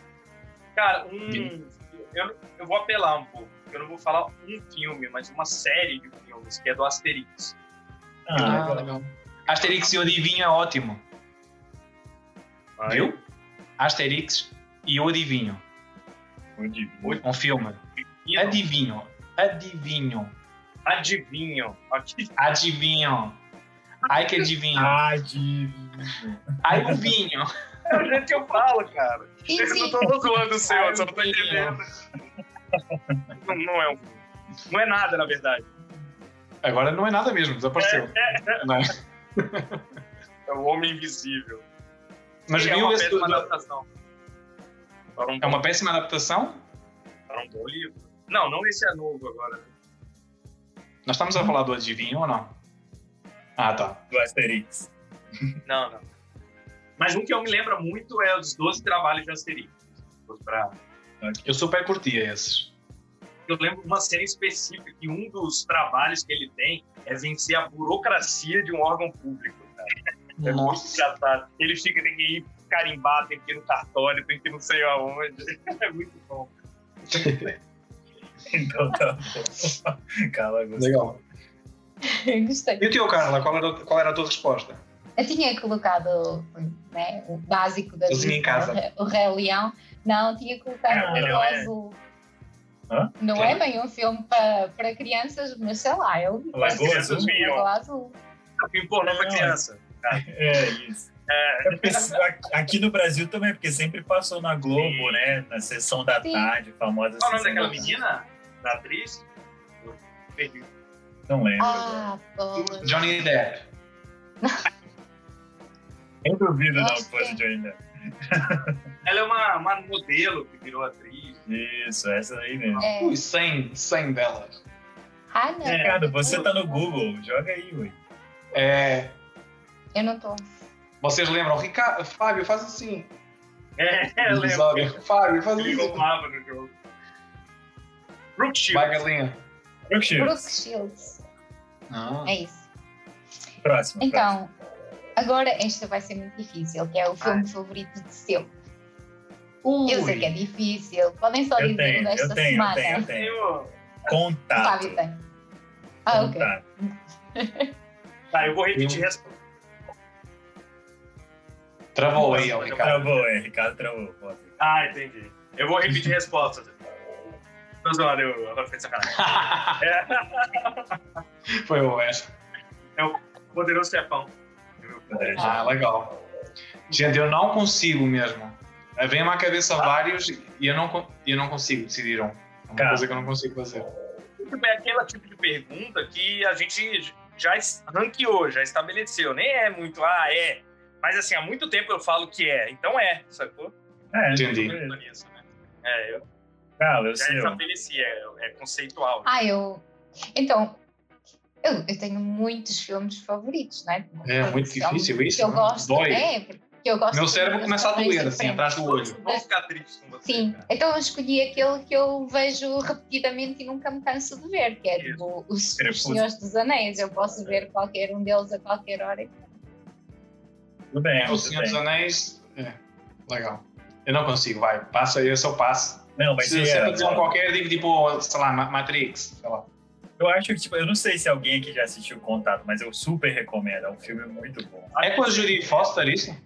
[SPEAKER 3] Cara, um. Eu, eu vou apelar um pouco. Eu não vou falar um filme, mas uma série de filmes, que é do Asterix.
[SPEAKER 2] Ah, legal. Asterix e o Adivinho é ótimo.
[SPEAKER 3] Ah,
[SPEAKER 2] Viu? Asterix e o Adivinho.
[SPEAKER 1] Muito bonito.
[SPEAKER 2] Um filme.
[SPEAKER 3] Adivinho.
[SPEAKER 2] Adivinho. Adivinho.
[SPEAKER 3] Adivinho. Aqui.
[SPEAKER 2] Adivinho. Ai que adivinho.
[SPEAKER 1] Ai, divino.
[SPEAKER 2] Ai o vinho.
[SPEAKER 3] É o jeito que eu falo, cara.
[SPEAKER 4] Sim,
[SPEAKER 3] Eu
[SPEAKER 4] sim.
[SPEAKER 3] não tô zoando o seu, você não tá
[SPEAKER 2] Ai, o
[SPEAKER 3] entendendo.
[SPEAKER 2] vinho.
[SPEAKER 3] Não, não é um Não é nada, na verdade.
[SPEAKER 2] Agora não é nada mesmo, desapareceu. Não.
[SPEAKER 3] É o Homem Invisível.
[SPEAKER 2] Mas
[SPEAKER 3] é
[SPEAKER 2] viu
[SPEAKER 3] uma
[SPEAKER 2] esse do-
[SPEAKER 3] péssima adaptação. Para um,
[SPEAKER 2] É uma péssima adaptação?
[SPEAKER 3] para um bom livro. Não, não esse é novo agora.
[SPEAKER 2] Nós estamos a falar do adivinho ou não? Ah, tá.
[SPEAKER 1] Do Asterix. <laughs>
[SPEAKER 3] Não, não. Mas um que eu me lembro muito é os 12 Trabalhos de Asterix. Pra-
[SPEAKER 2] Eu super curtia esses.
[SPEAKER 3] Eu lembro uma cena específica que um dos trabalhos que ele tem é vencer a burocracia de um órgão público. Cara. É muito
[SPEAKER 2] Nossa.
[SPEAKER 3] engraçado. Ele fica, tem que ir carimbar, tem que ir no cartório, tem que ir não sei aonde. <laughs> É muito bom.
[SPEAKER 1] Então tá bom. Cala, gostei.
[SPEAKER 2] Legal.
[SPEAKER 4] <laughs> Gostei.
[SPEAKER 2] E o teu, Carla, qual era, qual era a tua resposta?
[SPEAKER 4] Eu tinha colocado né, o básico da
[SPEAKER 2] Cozinha em casa.
[SPEAKER 4] o Rei- o Rei Leão. Não, tinha colocado
[SPEAKER 1] Ah,
[SPEAKER 4] o
[SPEAKER 1] não é.
[SPEAKER 4] Azul.
[SPEAKER 1] Hã?
[SPEAKER 4] Não
[SPEAKER 2] Claro.
[SPEAKER 4] é bem um filme para, para crianças, mas sei lá, eu
[SPEAKER 1] Lagoa
[SPEAKER 3] Azul.
[SPEAKER 4] Lagoa Azul.
[SPEAKER 3] Importante pra
[SPEAKER 1] Não.
[SPEAKER 3] criança.
[SPEAKER 1] É isso. É porque se- aqui- aqui no Brasil também, porque sempre passou na Globo,
[SPEAKER 3] Sim.
[SPEAKER 1] né? Na sessão da
[SPEAKER 4] Sim.
[SPEAKER 1] tarde, famosa
[SPEAKER 3] Qual o nome
[SPEAKER 1] sessão
[SPEAKER 3] daquela
[SPEAKER 1] da tarde.
[SPEAKER 3] menina? Da atriz? Perdi.
[SPEAKER 1] Não lembro.
[SPEAKER 4] Ah, bolas.
[SPEAKER 2] Johnny Depp.
[SPEAKER 1] Nem duvido não que
[SPEAKER 4] Nossa.
[SPEAKER 1] fosse Johnny Depp.
[SPEAKER 3] Ela é uma, uma modelo que virou atriz.
[SPEAKER 1] Isso, essa aí mesmo.
[SPEAKER 4] É. Ah,
[SPEAKER 2] Ui, 100, 100 delas.
[SPEAKER 4] Hannah.
[SPEAKER 1] É, Ricardo, você
[SPEAKER 4] tipo
[SPEAKER 1] tá no Google, joga aí, ui.
[SPEAKER 2] É,
[SPEAKER 4] Eu não estou.
[SPEAKER 2] vocês lembram? Ricardo, Fábio, faz assim.
[SPEAKER 3] É, <laughs>
[SPEAKER 2] No
[SPEAKER 3] ela é
[SPEAKER 2] episódio. Fábio, faz
[SPEAKER 3] Ele
[SPEAKER 2] assim.
[SPEAKER 3] roubava no jogo. Brooke
[SPEAKER 2] Vai,
[SPEAKER 3] Shields.
[SPEAKER 2] galinha.
[SPEAKER 1] Brooke Shields,
[SPEAKER 4] Brooke Shields.
[SPEAKER 2] Ah.
[SPEAKER 4] É isso.
[SPEAKER 1] próximo.
[SPEAKER 4] Então, agora esta vai ser muito difícil, que é o
[SPEAKER 1] Ah.
[SPEAKER 4] filme favorito de seu. Eu sei que é difícil. Podem só
[SPEAKER 1] próximo. Eu
[SPEAKER 4] dizer o
[SPEAKER 1] tenho,
[SPEAKER 4] desta
[SPEAKER 1] eu tenho, eu
[SPEAKER 4] semana.
[SPEAKER 1] tenho,
[SPEAKER 3] um
[SPEAKER 1] eu tenho.
[SPEAKER 3] Eu-
[SPEAKER 4] O
[SPEAKER 1] Contato.
[SPEAKER 4] Fábio tem. Ah, ok.
[SPEAKER 1] Contato.
[SPEAKER 3] Tá, eu vou repetir
[SPEAKER 2] Eu-
[SPEAKER 3] a resposta.
[SPEAKER 2] Travou aí, ó, Ricardo.
[SPEAKER 1] Travou, é, Ricardo travou. bota.
[SPEAKER 3] Ah, entendi. Eu vou repetir a resposta. Tô zoando, eu agora fiquei de sacanagem. É,
[SPEAKER 2] Foi boa essa.
[SPEAKER 3] poderoso chefão.
[SPEAKER 1] André,
[SPEAKER 2] Ah, legal. Gente, eu não consigo mesmo. Vem-me à cabeça
[SPEAKER 3] Ah.
[SPEAKER 2] vários e eu não, con- e eu não consigo decidir um. É uma
[SPEAKER 1] Cara.
[SPEAKER 2] coisa que eu não consigo fazer.
[SPEAKER 3] É aquele tipo de pergunta que a gente já es- ranqueou, já estabeleceu. Nem é muito, ah, é. Mas assim, há muito tempo eu falo que é. Então é, sacou?
[SPEAKER 1] É,
[SPEAKER 2] Entendi.
[SPEAKER 1] beleza.
[SPEAKER 3] Eu tô nisso, né? É, eu
[SPEAKER 1] Carla, eu
[SPEAKER 3] já
[SPEAKER 1] sei.
[SPEAKER 3] estabeleci, é, é conceitual.
[SPEAKER 4] Ah, eu. Então, eu, eu tenho muitos filmes favoritos, não é?
[SPEAKER 2] É muito
[SPEAKER 4] São
[SPEAKER 2] difícil
[SPEAKER 4] que
[SPEAKER 2] isso,
[SPEAKER 4] Eu
[SPEAKER 2] né?
[SPEAKER 4] gosto,
[SPEAKER 2] Dói.
[SPEAKER 4] É, porque eu gosto
[SPEAKER 2] Meu
[SPEAKER 4] de
[SPEAKER 2] cérebro
[SPEAKER 4] coisas
[SPEAKER 2] começa a doer,
[SPEAKER 4] diferentes.
[SPEAKER 2] assim, atrás do olho.
[SPEAKER 3] Vou ficar triste com você.
[SPEAKER 4] Sim,
[SPEAKER 3] cara.
[SPEAKER 4] então eu escolhi aquele que eu vejo repetidamente e nunca me canso de ver, que é
[SPEAKER 3] Isso.
[SPEAKER 4] tipo, os, os
[SPEAKER 1] Crepúsculo.
[SPEAKER 4] Senhores dos Anéis. Eu posso
[SPEAKER 2] É.
[SPEAKER 4] ver qualquer um deles a qualquer hora.
[SPEAKER 1] Tudo bem,
[SPEAKER 2] É, o
[SPEAKER 1] tudo
[SPEAKER 2] Senhor dos
[SPEAKER 1] bem.
[SPEAKER 2] Anéis. É, legal. Eu não consigo, vai. Passa aí, eu só passo.
[SPEAKER 1] Não, mas é,
[SPEAKER 2] Se
[SPEAKER 1] e
[SPEAKER 2] você
[SPEAKER 1] ela,
[SPEAKER 2] me dizer um
[SPEAKER 1] Paulo?
[SPEAKER 2] qualquer, eu digo tipo, sei lá, Ma- Matrix. Sei lá.
[SPEAKER 1] Eu acho que, tipo, eu não sei se alguém aqui já assistiu Contato, mas eu super recomendo. É um filme muito bom.
[SPEAKER 2] É com a Judy Foster isso?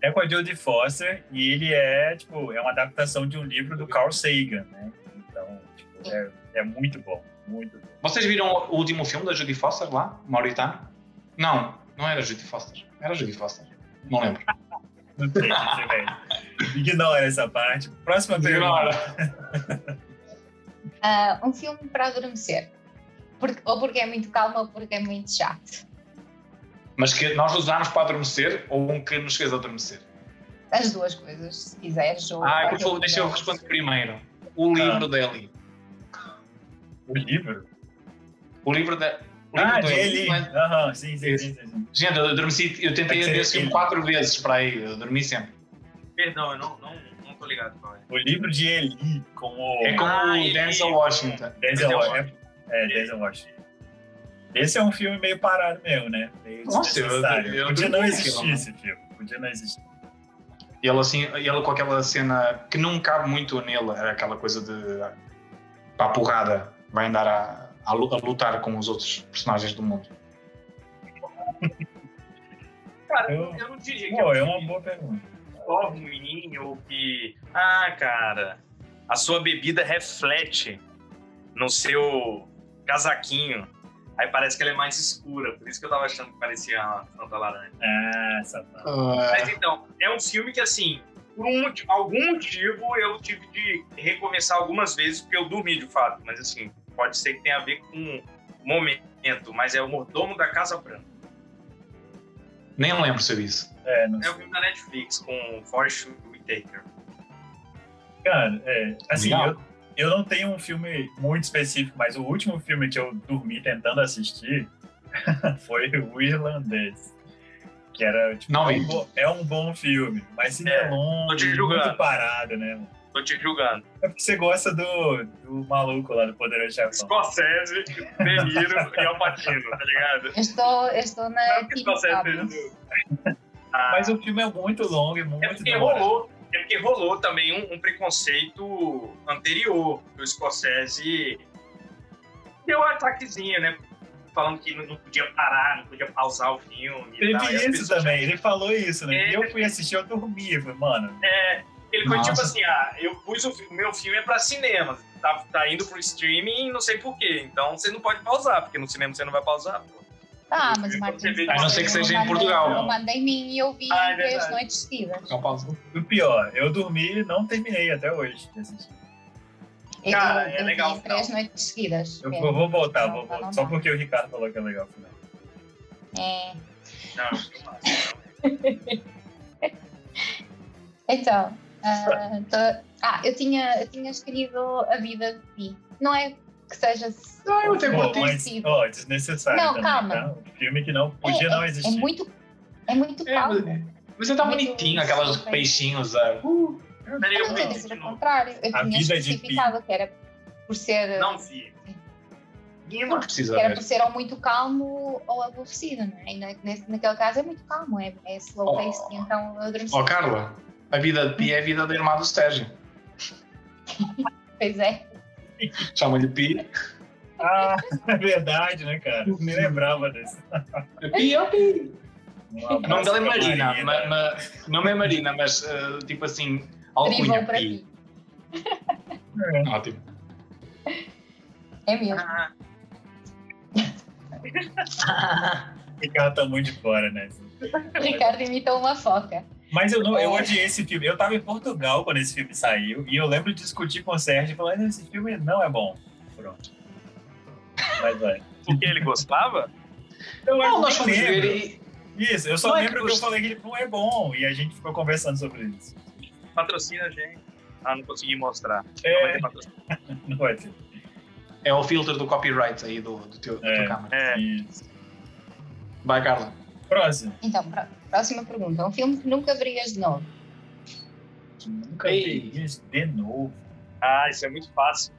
[SPEAKER 1] É com a Jodie Foster e ele é, tipo, é uma adaptação de um livro do Carl Sagan, né? Então, tipo, é, é muito bom, muito bom.
[SPEAKER 2] Vocês viram o último filme da Judy Foster lá? Mauritano? Não, não era Judy Foster. Era Judy Foster. Não lembro.
[SPEAKER 1] Não sei, não sei,
[SPEAKER 2] <laughs>
[SPEAKER 1] velho. Ignora essa parte. Próxima pergunta.
[SPEAKER 2] Ignora.
[SPEAKER 4] Ah, um filme para adormecer. Porque- ou porque é muito calmo ou porque é muito chato.
[SPEAKER 2] Mas que nós usámos para adormecer ou um que nos fez adormecer?
[SPEAKER 4] As duas coisas, se quiseres. ou
[SPEAKER 2] Ah,
[SPEAKER 4] qualquer
[SPEAKER 2] eu vou,
[SPEAKER 4] um
[SPEAKER 2] deixa eu
[SPEAKER 4] deles.
[SPEAKER 2] responder primeiro. O livro da Ellie.
[SPEAKER 1] O livro?
[SPEAKER 2] O livro da. O livro
[SPEAKER 1] Ah,
[SPEAKER 2] da
[SPEAKER 1] de
[SPEAKER 2] Ellie.
[SPEAKER 1] ele.
[SPEAKER 2] Mas,
[SPEAKER 1] Aham, sim, sim, sim, sim, sim.
[SPEAKER 2] Gente, eu adormeci, eu tentei
[SPEAKER 1] Tem que ser
[SPEAKER 2] ver esse filme
[SPEAKER 1] ele.
[SPEAKER 2] quatro vezes para aí, eu dormi sempre.
[SPEAKER 3] Perdão, eu não, não, não tô ligado qual é.
[SPEAKER 1] O livro de Eli com o.
[SPEAKER 2] É como
[SPEAKER 3] Ah,
[SPEAKER 2] o
[SPEAKER 3] ele-
[SPEAKER 2] Denzel Washington.
[SPEAKER 1] Denzel
[SPEAKER 3] Denzel
[SPEAKER 1] Washington. É, Denzel Washington. Esse é um filme meio parado mesmo, né? Meio
[SPEAKER 2] Nossa, eu-
[SPEAKER 1] desnecessário.
[SPEAKER 2] eu- eu
[SPEAKER 1] Podia
[SPEAKER 2] não
[SPEAKER 1] não
[SPEAKER 2] vi esse
[SPEAKER 1] existir
[SPEAKER 2] filme.
[SPEAKER 1] esse filme. Podia não existir.
[SPEAKER 2] E ele assim, ele com aquela cena que não cabe muito nele, era aquela coisa de para a porrada, vai andar a, a lu- a lutar com os outros personagens do mundo.
[SPEAKER 3] Cara,
[SPEAKER 1] Eu-
[SPEAKER 3] eu, não diria que
[SPEAKER 1] Pô, é
[SPEAKER 3] um
[SPEAKER 1] uma
[SPEAKER 3] filme
[SPEAKER 1] boa pergunta.
[SPEAKER 3] só ruim ou um que. Ah, cara, a sua bebida reflete no seu casaquinho. Aí parece que ela é mais escura, por isso que eu tava achando que parecia uma Santa Laranja.
[SPEAKER 1] Ah, safado.
[SPEAKER 3] Mas então, é um filme que, assim, por um moti- algum motivo eu tive de recomeçar algumas vezes, porque eu dormi de fato. Mas, assim, pode ser que tenha a ver com o momento, mas é o Mordomo da Casa Branca.
[SPEAKER 2] nem lembro se eu disse.
[SPEAKER 1] É, não
[SPEAKER 3] É o
[SPEAKER 1] sei.
[SPEAKER 3] filme da Netflix com o Forrest Whitaker.
[SPEAKER 1] Cara, é. Assim,
[SPEAKER 2] Legal.
[SPEAKER 1] eu, eu não tenho um filme muito específico, mas o último filme que eu dormi tentando assistir <laughs> foi o Irlandês. Que era, tipo,
[SPEAKER 2] Não
[SPEAKER 1] é,
[SPEAKER 2] vi.
[SPEAKER 1] um bom, é um bom filme, mas se
[SPEAKER 3] É,
[SPEAKER 1] é longo,
[SPEAKER 3] tô te
[SPEAKER 1] muito
[SPEAKER 3] julgando.
[SPEAKER 1] parado, né? mano?
[SPEAKER 3] Tô te julgando.
[SPEAKER 1] É porque você gosta do, do maluco lá do Poderoso Chefão.
[SPEAKER 3] Scorsese, De Niro e Al Pacino, tá ligado?
[SPEAKER 4] Eu estou, eu estou na
[SPEAKER 3] Sabe o que
[SPEAKER 4] Team
[SPEAKER 3] Scorsese
[SPEAKER 4] Pablo.
[SPEAKER 3] fez do... Ah,
[SPEAKER 1] Mas o filme é muito longo e muito
[SPEAKER 3] É porque
[SPEAKER 1] demorado.
[SPEAKER 3] rolou, é porque rolou também um, um preconceito anterior do Scorsese. Deu um ataquezinho, né? Falando que não não podia parar, não podia pausar o filme. e
[SPEAKER 1] Teve
[SPEAKER 3] tal, e tá? as
[SPEAKER 1] isso
[SPEAKER 3] pessoas-
[SPEAKER 1] também, ele falou isso, né?
[SPEAKER 3] É.
[SPEAKER 1] E eu fui assistir, eu dormi, eu falei, mano.
[SPEAKER 3] É, ele foi
[SPEAKER 2] Nossa.
[SPEAKER 3] tipo assim: ah, eu pus o fi- o meu filme é pra cinema, tá, tá indo pro streaming, não sei porquê. Então você não pode pausar, porque no cinema você não vai pausar. Pô.
[SPEAKER 4] Ah, mas
[SPEAKER 3] Eu
[SPEAKER 4] Martins.
[SPEAKER 3] percebi.
[SPEAKER 2] A não ser que
[SPEAKER 4] eu
[SPEAKER 2] seja em
[SPEAKER 4] mandei-
[SPEAKER 2] Portugal.
[SPEAKER 4] Eu mandei em mim e eu vi
[SPEAKER 3] Ah, é
[SPEAKER 4] em três
[SPEAKER 3] verdade.
[SPEAKER 4] noites seguidas.
[SPEAKER 2] Só pausa.
[SPEAKER 1] E O pior, eu dormi e não terminei até hoje de assistir.
[SPEAKER 4] Eu-
[SPEAKER 3] Cara,
[SPEAKER 4] eu,
[SPEAKER 3] é
[SPEAKER 4] vi
[SPEAKER 3] legal,
[SPEAKER 4] em três
[SPEAKER 2] então.
[SPEAKER 4] noites seguidas.
[SPEAKER 1] Eu
[SPEAKER 4] mesmo.
[SPEAKER 1] vou, vou voltar,
[SPEAKER 4] É. Não,
[SPEAKER 1] vou
[SPEAKER 4] não,
[SPEAKER 1] voltar.
[SPEAKER 4] não.
[SPEAKER 1] Só porque o Ricardo falou que é legal o final.
[SPEAKER 4] É.
[SPEAKER 3] Não, eu não acho.
[SPEAKER 4] Então, ah, tô- ah, eu, tinha, eu tinha escolhido a vida de Pi. Não é que seja.
[SPEAKER 2] Ah, eu tenho
[SPEAKER 1] Pô,
[SPEAKER 2] contigo.
[SPEAKER 1] mas, ó, desnecessário
[SPEAKER 4] Não,
[SPEAKER 1] também,
[SPEAKER 4] calma.
[SPEAKER 1] tá? Um filme que não podia
[SPEAKER 4] é,
[SPEAKER 1] não
[SPEAKER 4] é-
[SPEAKER 1] existir.
[SPEAKER 4] É muito, é muito
[SPEAKER 2] É, mas,
[SPEAKER 4] calmo.
[SPEAKER 2] mas é tão
[SPEAKER 4] Muito
[SPEAKER 2] bonitinho, aquelas
[SPEAKER 4] super.
[SPEAKER 2] peixinhos. ah, uh,
[SPEAKER 3] Peraí,
[SPEAKER 4] Eu
[SPEAKER 3] eu
[SPEAKER 4] tinha
[SPEAKER 3] vi de
[SPEAKER 4] dizer o
[SPEAKER 3] novo.
[SPEAKER 4] contrário. Eu
[SPEAKER 1] A
[SPEAKER 4] tinha
[SPEAKER 1] vida de Pi.
[SPEAKER 4] especificado que era por ser.
[SPEAKER 3] Não vi.
[SPEAKER 2] não
[SPEAKER 3] Guima,
[SPEAKER 2] precisa
[SPEAKER 4] que era
[SPEAKER 2] ver.
[SPEAKER 4] por ser ou muito calmo ou aborrecido, não é? E na- nesse- naquele caso é muito calmo, é, é slow
[SPEAKER 2] Oh.
[SPEAKER 4] paced, então eu adormeci.
[SPEAKER 2] Ó, Carla, a vida de Pi é a vida da irmã do Sérgio.
[SPEAKER 4] Pois é.
[SPEAKER 2] Chama-lhe Pi.
[SPEAKER 1] Ah, <laughs> é verdade, né, cara? Eu Nem lembrava desse.
[SPEAKER 2] Pi é o Pi.
[SPEAKER 1] Não
[SPEAKER 2] O nome dela é Marina. ma- ma- O nome é Marina, mas ah, tipo assim, alcunha
[SPEAKER 4] Dribble para
[SPEAKER 2] Pi.
[SPEAKER 4] ti.
[SPEAKER 2] Ótimo.
[SPEAKER 4] É meu.
[SPEAKER 1] O Ricardo tá muito de fora, né?
[SPEAKER 4] Ricardo imitou uma foca.
[SPEAKER 1] Mas eu, não,
[SPEAKER 2] É.
[SPEAKER 1] eu odiei esse filme. Eu tava em Portugal quando esse filme saiu e eu lembro de discutir com o Sérgio e falar: "Ah, esse filme não é bom. Pronto. Mas vai. Então,
[SPEAKER 3] porque ele gostava?
[SPEAKER 1] Eu acho
[SPEAKER 2] Não,
[SPEAKER 1] que
[SPEAKER 2] nós
[SPEAKER 1] nem
[SPEAKER 2] fomos ver
[SPEAKER 1] lembro.
[SPEAKER 2] e.
[SPEAKER 1] Isso, eu só
[SPEAKER 2] Não é
[SPEAKER 1] lembro que eu
[SPEAKER 2] justo.
[SPEAKER 1] falei que ele não é bom e a gente ficou conversando sobre isso.
[SPEAKER 3] Patrocina a gente. Ah, não consegui mostrar. Não vai
[SPEAKER 1] É,
[SPEAKER 3] ter patrocínio.
[SPEAKER 1] não vai ter.
[SPEAKER 2] É o filtro do copyright aí do, do teu, da
[SPEAKER 1] É.
[SPEAKER 2] tua câmera.
[SPEAKER 3] É,
[SPEAKER 1] Isso.
[SPEAKER 2] Vai, Carla.
[SPEAKER 1] Próximo.
[SPEAKER 4] Então, pró- próxima pergunta. Um filme que nunca verias de novo.
[SPEAKER 1] Nunca
[SPEAKER 2] Ei.
[SPEAKER 1] vi isso de novo.
[SPEAKER 3] Ah, isso é muito fácil.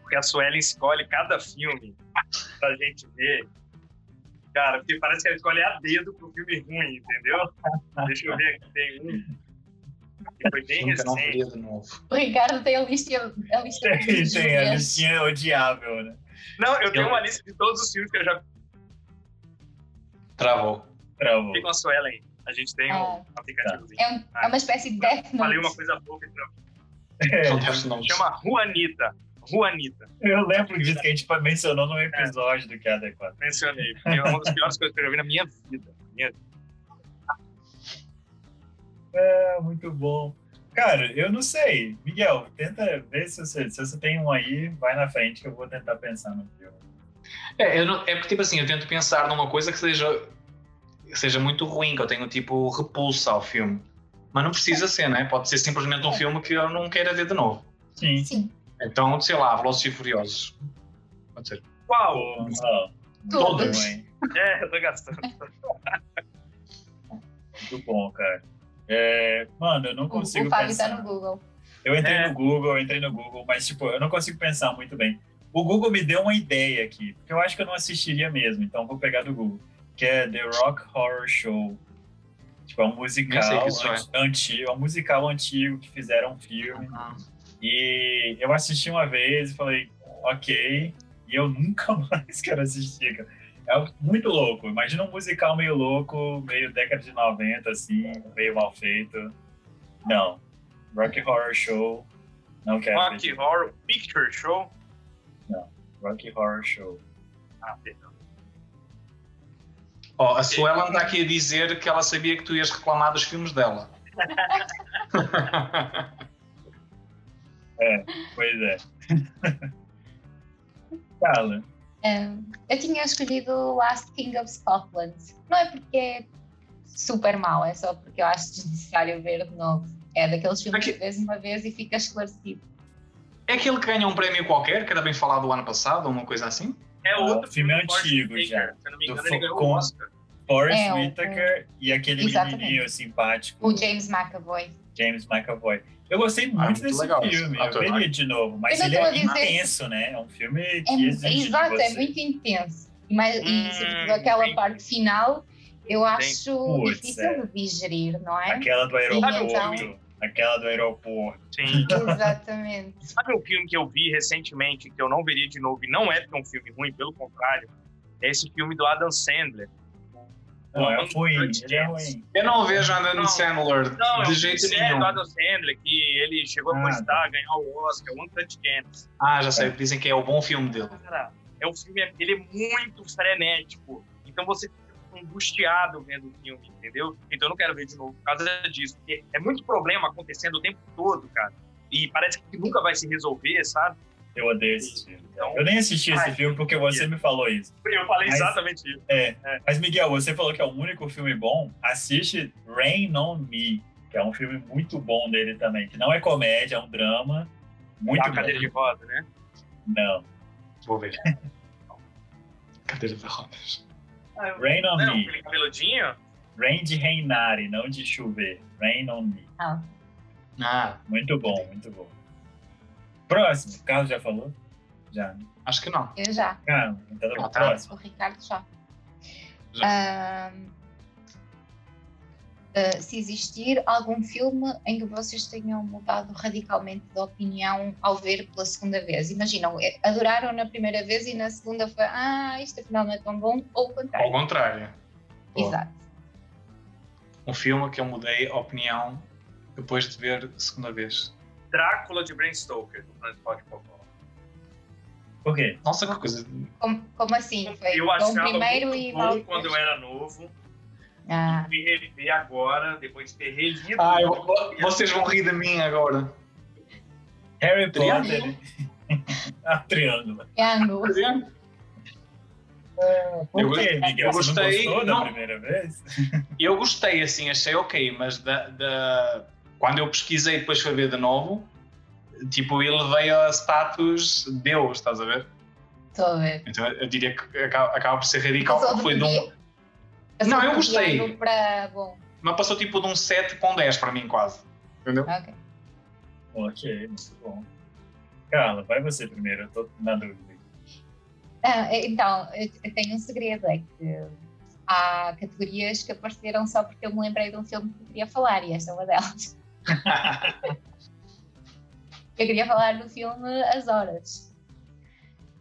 [SPEAKER 3] Porque a Suelen escolhe cada filme pra gente ver. Cara, porque parece que ela escolhe a dedo pro filme ruim, entendeu? Deixa eu ver aqui, tem um. Que foi bem
[SPEAKER 2] Nunca não
[SPEAKER 3] recente.
[SPEAKER 2] veria de novo.
[SPEAKER 4] O Ricardo tem a lista. A lista
[SPEAKER 1] <laughs> Tem,
[SPEAKER 4] de
[SPEAKER 1] tem, a
[SPEAKER 4] filmes.
[SPEAKER 1] listinha é odiável, né?
[SPEAKER 3] Não, eu tenho
[SPEAKER 2] Eu-
[SPEAKER 3] uma lista de todos os filmes que eu já
[SPEAKER 2] Travou.
[SPEAKER 1] Travou.
[SPEAKER 3] vi com a Suelen. A gente tem um
[SPEAKER 4] Ah.
[SPEAKER 3] aplicativozinho.
[SPEAKER 4] É, um- é uma espécie de
[SPEAKER 1] Ah,
[SPEAKER 4] Death
[SPEAKER 3] Falei uma
[SPEAKER 4] Note.
[SPEAKER 3] coisa boa, então.
[SPEAKER 2] São
[SPEAKER 1] É,
[SPEAKER 2] diversos nomes.
[SPEAKER 3] Chama Juanita. Juanita.
[SPEAKER 1] eu lembro disso que a gente mencionou num episódio do que é adequado.
[SPEAKER 3] Mencionei. porque É uma das piores coisas que eu já vi na minha vida. Minha
[SPEAKER 1] É, muito bom. Cara, eu não sei. Miguel, tenta ver se você, se você tem um aí, vai na frente que eu vou tentar pensar no filme.
[SPEAKER 2] É, eu não- é porque, tipo assim, eu tento pensar numa coisa que seja, que seja muito ruim, que eu tenho, tipo, repulsa ao filme. Mas não precisa ser, né? Pode ser simplesmente um filme que eu não queira ver de novo.
[SPEAKER 1] Sim.
[SPEAKER 4] Sim,
[SPEAKER 2] Então, sei lá, Velozes e Furiosos. Pode ser.
[SPEAKER 3] Qual?
[SPEAKER 1] Pô, ó,
[SPEAKER 4] Todos.
[SPEAKER 1] muito bom, hein?
[SPEAKER 3] É, eu tô gastando.
[SPEAKER 1] Muito bom, cara. É, mano, eu não
[SPEAKER 4] o, o
[SPEAKER 1] consigo
[SPEAKER 4] Fábio está
[SPEAKER 1] pensar.
[SPEAKER 4] no Google.
[SPEAKER 1] Eu entrei
[SPEAKER 3] É.
[SPEAKER 1] no Google, eu entrei no Google, mas tipo, eu não consigo pensar muito bem. O Google me deu uma ideia aqui, porque eu acho que eu não assistiria mesmo, então vou pegar do Google, que é The Rock Horror Show. Tipo, é um
[SPEAKER 2] Nem sei
[SPEAKER 1] musical
[SPEAKER 2] que isso é.
[SPEAKER 1] anti- antigo, é um musical antigo que fizeram um filme.
[SPEAKER 2] Hum.
[SPEAKER 1] E eu assisti uma vez e falei, ok. E eu nunca <laughs> mais quero assistir, cara. É muito louco. Imagina um musical meio louco, meio década de 90, assim, meio mal feito. Não. Rock Horror Show. Não quero.
[SPEAKER 3] Rock
[SPEAKER 1] ver.
[SPEAKER 3] Horror Picture Show.
[SPEAKER 1] Rock Horror Show.
[SPEAKER 3] Ah, perdão.
[SPEAKER 2] Ó, a Suela está aqui a dizer que ela sabia que tu ias reclamar dos filmes dela.
[SPEAKER 1] Pois é. <laughs> Cala.
[SPEAKER 4] Ahm, eu tinha escolhido Last King of Scotland. Não é porque é super mau, é só porque eu acho desnecessário ver de novo. É daqueles filmes
[SPEAKER 2] Aqui-
[SPEAKER 4] que vês uma vez e fica esclarecido.
[SPEAKER 2] é aquele que ganha um prémio qualquer, que era bem falado o ano passado, ou uma coisa assim?
[SPEAKER 3] É outro
[SPEAKER 1] filme
[SPEAKER 3] do Forrest
[SPEAKER 1] antigo
[SPEAKER 3] Whitaker.
[SPEAKER 1] já.
[SPEAKER 3] Se eu não me
[SPEAKER 1] Do
[SPEAKER 3] engano, ele ganhou
[SPEAKER 1] Falcon.
[SPEAKER 3] o Oscar.
[SPEAKER 1] Forrest
[SPEAKER 4] É, o-
[SPEAKER 1] Whitaker e aquele
[SPEAKER 4] Exatamente.
[SPEAKER 1] menininho simpático,
[SPEAKER 4] O James McAvoy.
[SPEAKER 1] James McAvoy. Eu gostei muito,
[SPEAKER 2] Ah, muito
[SPEAKER 1] desse
[SPEAKER 2] legal esse
[SPEAKER 1] filme. Eu
[SPEAKER 2] ator,
[SPEAKER 1] veria
[SPEAKER 2] né?
[SPEAKER 1] de novo, mas
[SPEAKER 4] Eu
[SPEAKER 1] ele
[SPEAKER 4] tô a
[SPEAKER 1] é
[SPEAKER 4] dizer-
[SPEAKER 1] intenso, né? É um filme que
[SPEAKER 4] É, mu-
[SPEAKER 1] exige de
[SPEAKER 4] exato, é
[SPEAKER 1] você.
[SPEAKER 4] muito intenso. E, mais,
[SPEAKER 3] Hum,
[SPEAKER 4] e sobretudo aquela
[SPEAKER 3] sim.
[SPEAKER 4] parte final, eu acho
[SPEAKER 1] Putz,
[SPEAKER 4] difícil
[SPEAKER 1] é.
[SPEAKER 4] de digerir, não é?
[SPEAKER 1] <laughs> Aquela do aeroporto.
[SPEAKER 4] então-
[SPEAKER 1] Aquela do aeroporto.
[SPEAKER 3] Sim.
[SPEAKER 4] Exatamente.
[SPEAKER 3] Sabe um filme que eu vi recentemente que eu não veria de novo e não é porque é um filme ruim, pelo contrário? É esse filme do Adam Sandler.
[SPEAKER 1] Não, é
[SPEAKER 3] Não,
[SPEAKER 1] ruim,
[SPEAKER 3] não,
[SPEAKER 1] ele é
[SPEAKER 3] não.
[SPEAKER 1] ruim.
[SPEAKER 2] Eu não vejo Adam
[SPEAKER 3] Não.
[SPEAKER 2] Sandler
[SPEAKER 3] Não, é
[SPEAKER 2] de
[SPEAKER 3] um
[SPEAKER 2] jeito
[SPEAKER 3] filme sério
[SPEAKER 2] nenhum.
[SPEAKER 3] do Adam Sandler que ele chegou
[SPEAKER 1] Ah,
[SPEAKER 3] a postar, ganhar o Oscar, One Touch Camps.
[SPEAKER 2] Ah, já sei, dizem que é o bom filme dele.
[SPEAKER 3] Cara, é um filme, ele é muito frenético. Então você fica angustiado vendo o filme, entendeu? Então eu não quero ver de novo por causa disso. Porque é muito problema acontecendo o tempo todo, cara. E parece que nunca vai se resolver, sabe?
[SPEAKER 1] Eu odeio esse filme.
[SPEAKER 3] Então,
[SPEAKER 1] Eu nem assisti esse
[SPEAKER 2] Ah,
[SPEAKER 3] Ai,
[SPEAKER 1] filme porque você me falou isso.
[SPEAKER 3] eu falei
[SPEAKER 1] Mas-
[SPEAKER 3] exatamente isso.
[SPEAKER 1] É.
[SPEAKER 3] É.
[SPEAKER 1] Mas, Miguel, você falou que é o único filme bom. Assiste Rain on Me, que é um filme muito bom dele também. Que não é comédia, é um drama. Muito
[SPEAKER 3] A
[SPEAKER 1] bom.
[SPEAKER 3] cadeira de roda, né?
[SPEAKER 1] Não.
[SPEAKER 2] Vou <laughs> ver. Cadeira de rodas.
[SPEAKER 3] Ah, eu-
[SPEAKER 1] Rain on
[SPEAKER 3] Não,
[SPEAKER 1] Me.
[SPEAKER 3] aquele cabeludinho?
[SPEAKER 1] Rain de reinare, não de chover. Rain on Me.
[SPEAKER 4] Ah,
[SPEAKER 2] Ah,
[SPEAKER 1] Muito bom, muito bom. Próximo. O Carlos já falou? Já. né?
[SPEAKER 2] acho que não.
[SPEAKER 4] eu já,
[SPEAKER 1] Carlos, então vamos pro
[SPEAKER 2] Ah, tá.
[SPEAKER 1] próximo.
[SPEAKER 4] o Ricardo já.
[SPEAKER 2] Já.
[SPEAKER 4] Ahm, ah, se existir algum filme em que vocês tenham mudado radicalmente de opinião ao ver pela segunda vez. Imaginam, eh, adoraram na primeira vez e na segunda foi, ah, isto afinal não é tão bom, ou o
[SPEAKER 2] Ao
[SPEAKER 4] contrário.
[SPEAKER 2] contrário. Boa.
[SPEAKER 4] Exato.
[SPEAKER 2] Um filme que eu mudei a opinião depois de ver a segunda vez.
[SPEAKER 3] Drácula de Bram Stoker, do Francis Ford Coppola.
[SPEAKER 1] Por quê?
[SPEAKER 2] Nossa, que coisa.
[SPEAKER 4] Como, como assim? Foi
[SPEAKER 3] Eu
[SPEAKER 4] bom
[SPEAKER 3] achava
[SPEAKER 4] primeiro
[SPEAKER 3] muito
[SPEAKER 4] e mal
[SPEAKER 3] bom
[SPEAKER 4] depois?
[SPEAKER 3] quando eu era novo.
[SPEAKER 4] Ah,
[SPEAKER 3] Fui rever agora, depois de ter relido.
[SPEAKER 2] Ah, eu- vocês vão rir de mim agora.
[SPEAKER 1] Harry
[SPEAKER 2] Triângulo.
[SPEAKER 1] Potter. <laughs> ah, triângulo.
[SPEAKER 4] triângulo.
[SPEAKER 2] Eu
[SPEAKER 1] Por quê,
[SPEAKER 2] gostei-
[SPEAKER 1] Miguel?
[SPEAKER 2] eu
[SPEAKER 1] Você não
[SPEAKER 2] gostei,
[SPEAKER 1] gostou da
[SPEAKER 2] não.
[SPEAKER 1] primeira vez?
[SPEAKER 2] Eu gostei, assim, achei ok, mas da, da- quando eu pesquisei e depois fui ver de novo, tipo, ele veio a status Deus, estás a ver?
[SPEAKER 4] Estou a ver.
[SPEAKER 2] Então eu diria que acaba, acaba por ser radical.
[SPEAKER 4] Passou do
[SPEAKER 2] Foi de um,
[SPEAKER 4] tri- passou
[SPEAKER 2] Não, eu
[SPEAKER 4] do
[SPEAKER 2] gostei.
[SPEAKER 4] triângulo Para... Bom,
[SPEAKER 2] mas passou tipo de um 7 para um 10 para mim, quase. Entendeu?
[SPEAKER 4] ok.
[SPEAKER 1] Ok, muito bom. Carla, vai você primeiro, eu tô na dúvida.
[SPEAKER 4] Ah, então, eu eu tenho um segredo, é que há categorias que apareceram só porque eu me lembrei de um filme que eu queria falar, e esta é
[SPEAKER 1] <laughs>
[SPEAKER 4] uma delas. Eu queria falar do filme As Horas.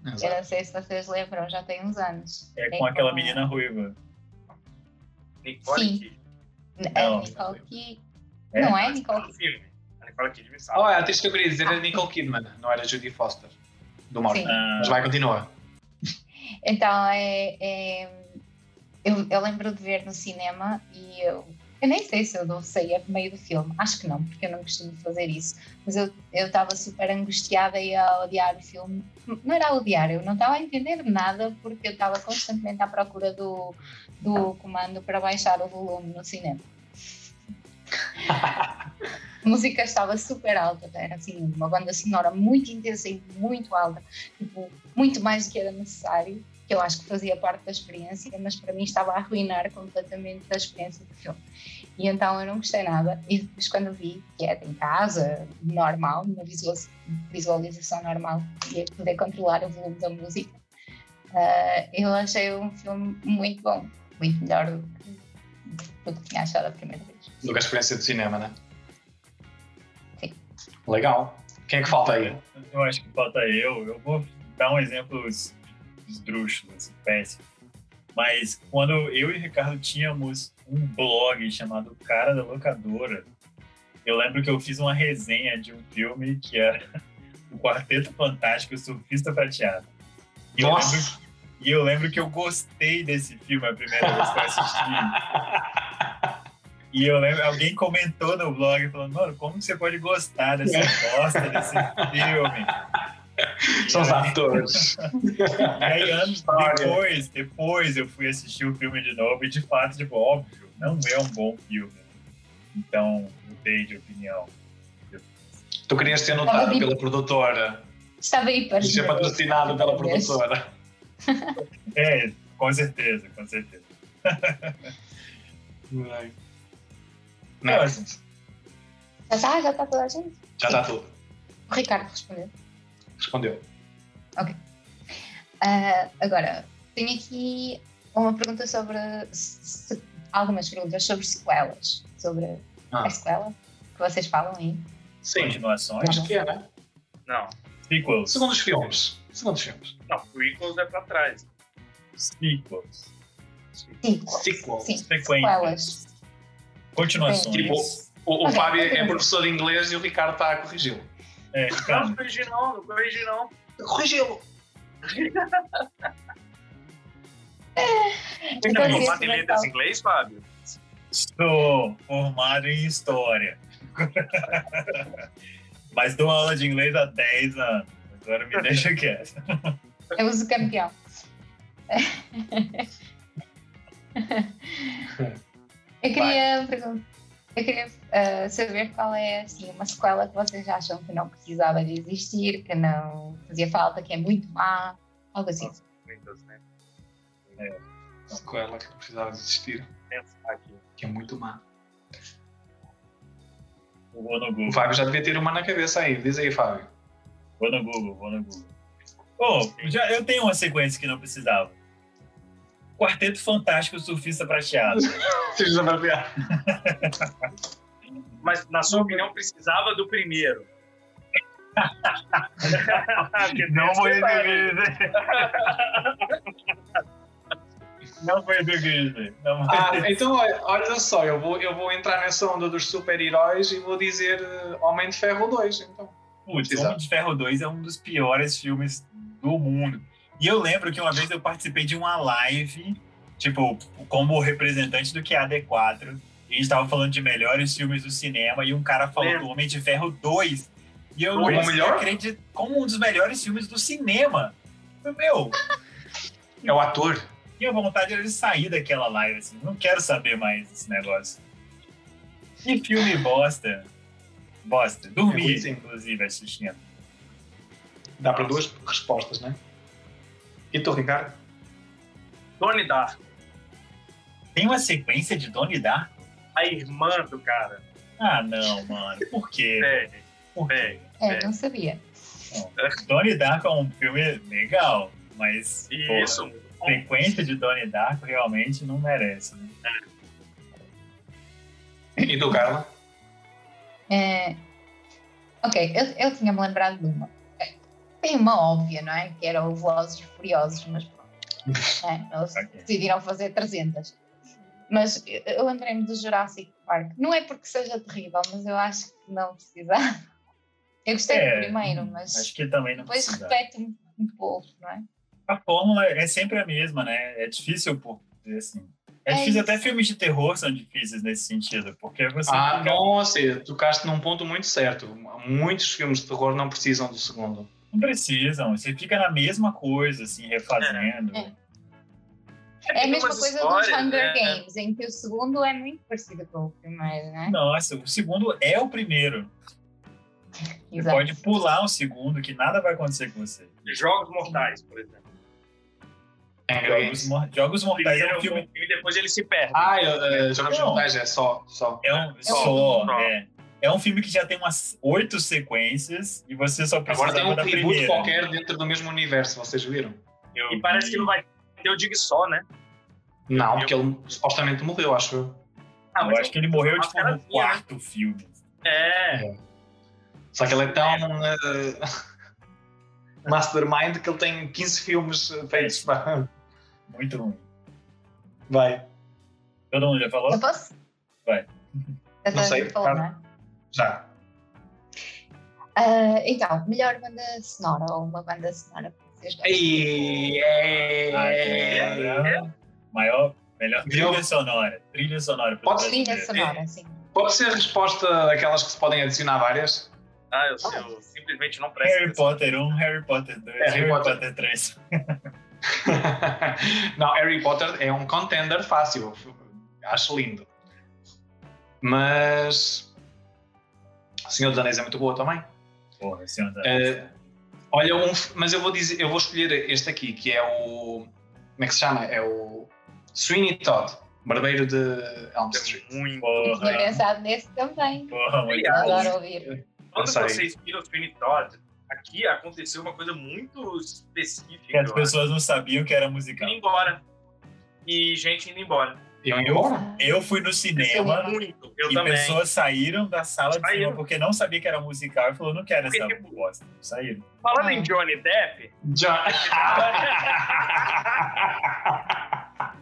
[SPEAKER 4] Eu
[SPEAKER 2] Exato.
[SPEAKER 4] não sei se vocês lembram, já tem uns anos.
[SPEAKER 1] É
[SPEAKER 4] Tem
[SPEAKER 1] com aquela
[SPEAKER 4] a-
[SPEAKER 1] menina ruiva.
[SPEAKER 3] Nicole
[SPEAKER 4] Sim.
[SPEAKER 3] Kidman.
[SPEAKER 4] A
[SPEAKER 1] Não.
[SPEAKER 4] Nicole Kidman.
[SPEAKER 1] É?
[SPEAKER 4] Não é, Nicole
[SPEAKER 3] Do filme. A Nicole Kidman sabe.
[SPEAKER 2] Oh, é, a atriz que eu queria dizer era Nicole Kidman, não era Judy Foster, do Morte.
[SPEAKER 4] Sim.
[SPEAKER 1] Ah,
[SPEAKER 2] Mas vai, continua.
[SPEAKER 4] Então, é, é- eu, eu lembro de ver no cinema e eu, eu nem sei se eu não saía do meio do filme, acho que não, porque eu não costumo fazer isso, mas eu eu estava super angustiada e a odiar o filme. Não era a odiar, eu não estava a entender nada porque eu estava constantemente à procura do, do comando para baixar o volume no cinema. A música estava super alta, era assim, uma banda sonora muito intensa e muito alta, tipo, muito mais do que era necessário, que eu acho que fazia parte da experiência, mas para mim estava a arruinar completamente a experiência do filme. E então eu não gostei nada. E depois, quando vi que era em casa, normal, uma visualiz- visualização normal, e poder controlar o volume da música, ah, eu achei um filme muito bom, muito melhor do que, do que tinha achado a primeira vez.
[SPEAKER 2] Do que a experiência do cinema, né?
[SPEAKER 4] Sim.
[SPEAKER 2] Legal. Quem é que falta aí?
[SPEAKER 1] Eu acho que falta eu. Eu vou dar um exemplo es- esdrúxulo, assim, péssimo. Mas quando eu e o Ricardo tínhamos um blog chamado Cara da Locadora, eu lembro que eu fiz uma resenha de um filme que era <laughs> O Quarteto Fantástico Surfista Prateado. E eu lembro
[SPEAKER 2] Nossa!
[SPEAKER 1] E eu lembro que eu gostei desse filme a primeira vez que eu assisti. E eu lembro, alguém comentou no blog falando, mano, como que você pode gostar dessa bosta desse filme? E
[SPEAKER 2] <laughs> São os
[SPEAKER 1] aí-
[SPEAKER 4] <laughs>
[SPEAKER 2] atores.
[SPEAKER 1] E aí, anos
[SPEAKER 2] Olha.
[SPEAKER 1] depois, depois eu fui assistir o filme de novo e de fato, tipo, óbvio, não é um bom filme. Então, mudei de opinião.
[SPEAKER 2] Tu querias ter notado
[SPEAKER 4] Tava
[SPEAKER 2] pela produtora.
[SPEAKER 4] Estava aí para.
[SPEAKER 2] E ser patrocinado pela produtora.
[SPEAKER 1] É, com certeza, com certeza.
[SPEAKER 4] é?
[SPEAKER 2] Next.
[SPEAKER 4] Já está, já está toda a gente.
[SPEAKER 2] Já está tudo.
[SPEAKER 4] O Ricardo respondeu.
[SPEAKER 2] Respondeu.
[SPEAKER 4] Ah, agora, tenho aqui uma pergunta sobre. se- se- algumas perguntas sobre sequelas. Sobre
[SPEAKER 2] Ah.
[SPEAKER 4] a sequela que vocês falam aí.
[SPEAKER 2] Sim.
[SPEAKER 1] Continuações.
[SPEAKER 2] Acho que é, né?
[SPEAKER 3] Não.
[SPEAKER 1] Sequels.
[SPEAKER 2] Segundo os filmes. Segundo os filmes.
[SPEAKER 3] Não, prequels é pra trás.
[SPEAKER 1] Sequels.
[SPEAKER 4] Sequels.
[SPEAKER 2] Sequels.
[SPEAKER 4] Sim,
[SPEAKER 1] Sequências. Continuações.
[SPEAKER 2] Tipo, O, o
[SPEAKER 4] Mas é,
[SPEAKER 2] Fábio
[SPEAKER 4] tudo
[SPEAKER 2] é
[SPEAKER 4] bem.
[SPEAKER 2] professor de inglês e o Ricardo está a corrigi-lo.
[SPEAKER 1] É,
[SPEAKER 2] Ah,
[SPEAKER 3] Não,
[SPEAKER 1] Ricardo,
[SPEAKER 3] não corrigi não, não corrigi não.
[SPEAKER 2] Corrigi-lo!
[SPEAKER 3] Você
[SPEAKER 4] Então,
[SPEAKER 3] é
[SPEAKER 4] sim,
[SPEAKER 3] formado em
[SPEAKER 4] sim,
[SPEAKER 3] letras
[SPEAKER 4] então.
[SPEAKER 3] em inglês, Fábio?
[SPEAKER 1] Sou formado em História. <laughs> Mas dou aula de inglês há 10 anos. Agora me deixa quieto.
[SPEAKER 4] Eu uso campeão. Eu queria, pergun- eu queria ah, saber qual é assim, uma sequela que vocês acham que não precisava de existir, que não fazia falta, que é muito má, algo assim.
[SPEAKER 3] Muitas, né?
[SPEAKER 2] Sequela que não precisava existir,
[SPEAKER 3] Pensar aqui.
[SPEAKER 2] que é muito má.
[SPEAKER 1] Eu Vou no
[SPEAKER 2] O
[SPEAKER 1] Google,
[SPEAKER 2] Fábio já devia ter uma na cabeça aí. Diz aí, Fábio.
[SPEAKER 1] vou no Google, vou no Google. Oh, já, eu tenho uma sequência que não precisava. Quarteto Fantástico Surfista Prateado.
[SPEAKER 2] Seja pra piar.
[SPEAKER 3] Mas, na sua opinião, precisava
[SPEAKER 1] <laughs>
[SPEAKER 3] do primeiro. Porque
[SPEAKER 1] Não
[SPEAKER 3] Deus
[SPEAKER 1] foi
[SPEAKER 3] prepara.
[SPEAKER 1] dizer. <laughs> Não foi do Grizzly. Não foi.
[SPEAKER 2] Ah, então olha, olha só, eu vou, eu vou entrar nessa onda dos super-heróis e vou dizer eh, Homem de Ferro 2, então.
[SPEAKER 1] Putz,
[SPEAKER 2] Exato.
[SPEAKER 1] Homem de Ferro 2 é um dos piores filmes do mundo. E eu lembro que uma vez eu participei de uma live, tipo, como representante do QAD4, e a gente tava falando de melhores filmes do cinema, e um cara falou
[SPEAKER 3] Lembro.
[SPEAKER 1] do Homem de Ferro 2. E eu
[SPEAKER 2] Como o
[SPEAKER 1] não consegui
[SPEAKER 2] melhor?
[SPEAKER 1] acreditar como um dos melhores filmes do cinema. Eu, Meu,
[SPEAKER 2] É o ator.
[SPEAKER 1] minha vontade era de sair daquela live, assim, não quero saber mais desse negócio. Que filme bosta. Bosta.
[SPEAKER 2] É ruim,
[SPEAKER 1] Dormi,
[SPEAKER 2] sim.
[SPEAKER 1] inclusive, assistindo.
[SPEAKER 2] Dá para duas respostas, né? E tu, Ricardo?
[SPEAKER 3] Donnie Darko,
[SPEAKER 1] Tem uma sequência de Donnie Darko?
[SPEAKER 3] a irmã do cara.
[SPEAKER 1] Ah, não, mano. Por quê?
[SPEAKER 3] É,
[SPEAKER 1] Por quê?
[SPEAKER 4] É,
[SPEAKER 3] É.
[SPEAKER 4] não sabia.
[SPEAKER 1] Donnie Darko é um filme legal, mas pô,
[SPEAKER 3] e isso. muito
[SPEAKER 1] a
[SPEAKER 3] bom.
[SPEAKER 1] sequência de Donnie Darko realmente não merece. né?
[SPEAKER 2] E tu, Carla?
[SPEAKER 4] É, ok, eu, eu tinha-me lembrado de uma. É, Tem uma óbvia, não é? Que era o Velozes e Furiosos, mas pronto. É, eles
[SPEAKER 1] Ok.
[SPEAKER 4] decidiram fazer 300. Mas eu, eu lembrei-me do Jurassic Park. Não é porque seja terrível, mas eu acho que não precisava. Eu gostei
[SPEAKER 1] É,
[SPEAKER 4] do um primeiro, mas
[SPEAKER 1] Acho que também não
[SPEAKER 4] depois
[SPEAKER 1] precisa.
[SPEAKER 4] repete um, um pouco, não é?
[SPEAKER 1] A fórmula é sempre a mesma, né? É difícil, por assim. É
[SPEAKER 4] É
[SPEAKER 1] difícil, até
[SPEAKER 4] isso.
[SPEAKER 1] filmes de terror são difíceis nesse sentido, porque você.
[SPEAKER 2] Ah,
[SPEAKER 1] fica-
[SPEAKER 2] nossa, tocaste num ponto muito certo. Muitos filmes de terror não precisam do segundo.
[SPEAKER 1] Não precisam, você fica na mesma coisa, assim, refazendo.
[SPEAKER 4] É. É a
[SPEAKER 3] tem
[SPEAKER 4] mesma
[SPEAKER 3] umas
[SPEAKER 4] coisa dos
[SPEAKER 3] histórias,
[SPEAKER 1] é,
[SPEAKER 4] Hunger
[SPEAKER 3] né?
[SPEAKER 4] Games, em que o segundo é muito parecido com o primeiro, não é?
[SPEAKER 1] Nossa, o segundo é o primeiro. Você
[SPEAKER 4] Exato.
[SPEAKER 1] pode pular um segundo que nada vai acontecer com você.
[SPEAKER 3] Jogos Mortais, por exemplo.
[SPEAKER 2] Angry
[SPEAKER 1] Jogos,
[SPEAKER 2] Games.
[SPEAKER 1] Mor- Jogos Mortais
[SPEAKER 3] Primeiro
[SPEAKER 1] é um
[SPEAKER 3] filme
[SPEAKER 1] filme.
[SPEAKER 3] e depois ele se perde.
[SPEAKER 2] Ah, eu, uh, Jogos
[SPEAKER 1] Não.
[SPEAKER 2] Mortais é só. só.
[SPEAKER 1] É um,
[SPEAKER 3] Só.
[SPEAKER 1] só,
[SPEAKER 3] Só.
[SPEAKER 1] é. É um filme que já tem umas oito sequências e você só precisa
[SPEAKER 2] Agora tem um
[SPEAKER 1] da
[SPEAKER 2] tributo
[SPEAKER 1] primeira.
[SPEAKER 2] qualquer dentro do mesmo universo, vocês viram?
[SPEAKER 3] e parece que não vai ter o Dig só, né?
[SPEAKER 2] Não,
[SPEAKER 3] Eu-
[SPEAKER 2] porque ele supostamente morreu, acho eu.
[SPEAKER 3] Ah,
[SPEAKER 1] Eu acho que ele morreu tipo,
[SPEAKER 3] Máscara
[SPEAKER 1] no
[SPEAKER 3] tinha, né?
[SPEAKER 1] quarto filme.
[SPEAKER 3] É.
[SPEAKER 2] Só que ele é tão. uh, <laughs> mastermind que ele tem 15 filmes eh, feitos. pá.
[SPEAKER 1] Muito ruim.
[SPEAKER 2] Vai,
[SPEAKER 1] Todo mundo já falou?
[SPEAKER 4] Eu posso?
[SPEAKER 1] Vai.
[SPEAKER 4] Eu
[SPEAKER 2] Não sei,
[SPEAKER 4] tô- falou,
[SPEAKER 2] tá.
[SPEAKER 4] não é?
[SPEAKER 2] já.
[SPEAKER 4] Ah, então, melhor banda sonora ou uma banda sonora que vocês gostam?
[SPEAKER 2] E...
[SPEAKER 1] Ah,
[SPEAKER 2] É...
[SPEAKER 1] é. Maior, melhor
[SPEAKER 2] Viu?
[SPEAKER 1] trilha sonora. Trilha sonora. pro
[SPEAKER 2] Pode- né?
[SPEAKER 1] brasileiro.
[SPEAKER 4] Trilha sonora, sim.
[SPEAKER 2] Pode ser resposta daquelas que se podem adicionar várias?
[SPEAKER 3] Ah, eu, sei, eu simplesmente não presto.
[SPEAKER 1] Harry
[SPEAKER 3] atenção.
[SPEAKER 1] Potter 1, Harry Potter 2,
[SPEAKER 2] É,
[SPEAKER 1] Harry
[SPEAKER 2] Harry
[SPEAKER 1] Potter,
[SPEAKER 2] Potter.
[SPEAKER 1] 3.
[SPEAKER 2] <laughs> Não, Harry Potter é um contender fácil. Acho lindo. Mas. Senhor dos Anéis é muito boa também.
[SPEAKER 1] Porra, esse é um ano da-
[SPEAKER 2] Eh, olha, um f- mas eu vou, dizer, eu vou escolher este aqui, que é o. Como é que se chama? É o Sweeney Todd, Barbeiro de Elm Street.
[SPEAKER 3] É muito.
[SPEAKER 4] Tinha
[SPEAKER 1] Porra,
[SPEAKER 4] pensado nesse também.
[SPEAKER 1] porra, muito
[SPEAKER 3] Ah,
[SPEAKER 1] bom.
[SPEAKER 4] Adoro ouvir.
[SPEAKER 3] Quando
[SPEAKER 2] Essa aí.
[SPEAKER 3] vocês viram o Sweeney Todd, aqui aconteceu uma coisa muito específica.
[SPEAKER 1] Que É, as
[SPEAKER 3] eu acho.
[SPEAKER 1] pessoas não sabiam que era
[SPEAKER 3] Indo
[SPEAKER 1] musical.
[SPEAKER 3] embora. E gente indo embora.
[SPEAKER 2] E um embora?
[SPEAKER 4] Ah,
[SPEAKER 1] Eu fui no
[SPEAKER 2] é
[SPEAKER 1] cinema
[SPEAKER 3] Muito. Eu
[SPEAKER 1] e
[SPEAKER 3] também.
[SPEAKER 1] pessoas saíram da sala de cinema
[SPEAKER 3] Saíram.
[SPEAKER 1] porque não sabia que era musical e falou, não quero
[SPEAKER 3] Porque,
[SPEAKER 1] essa
[SPEAKER 3] tipo,
[SPEAKER 1] bosta. Saíram.
[SPEAKER 3] Falando
[SPEAKER 4] Ah.
[SPEAKER 3] em Johnny Depp,
[SPEAKER 2] Já. <laughs>
[SPEAKER 1] Ah!
[SPEAKER 4] Ah,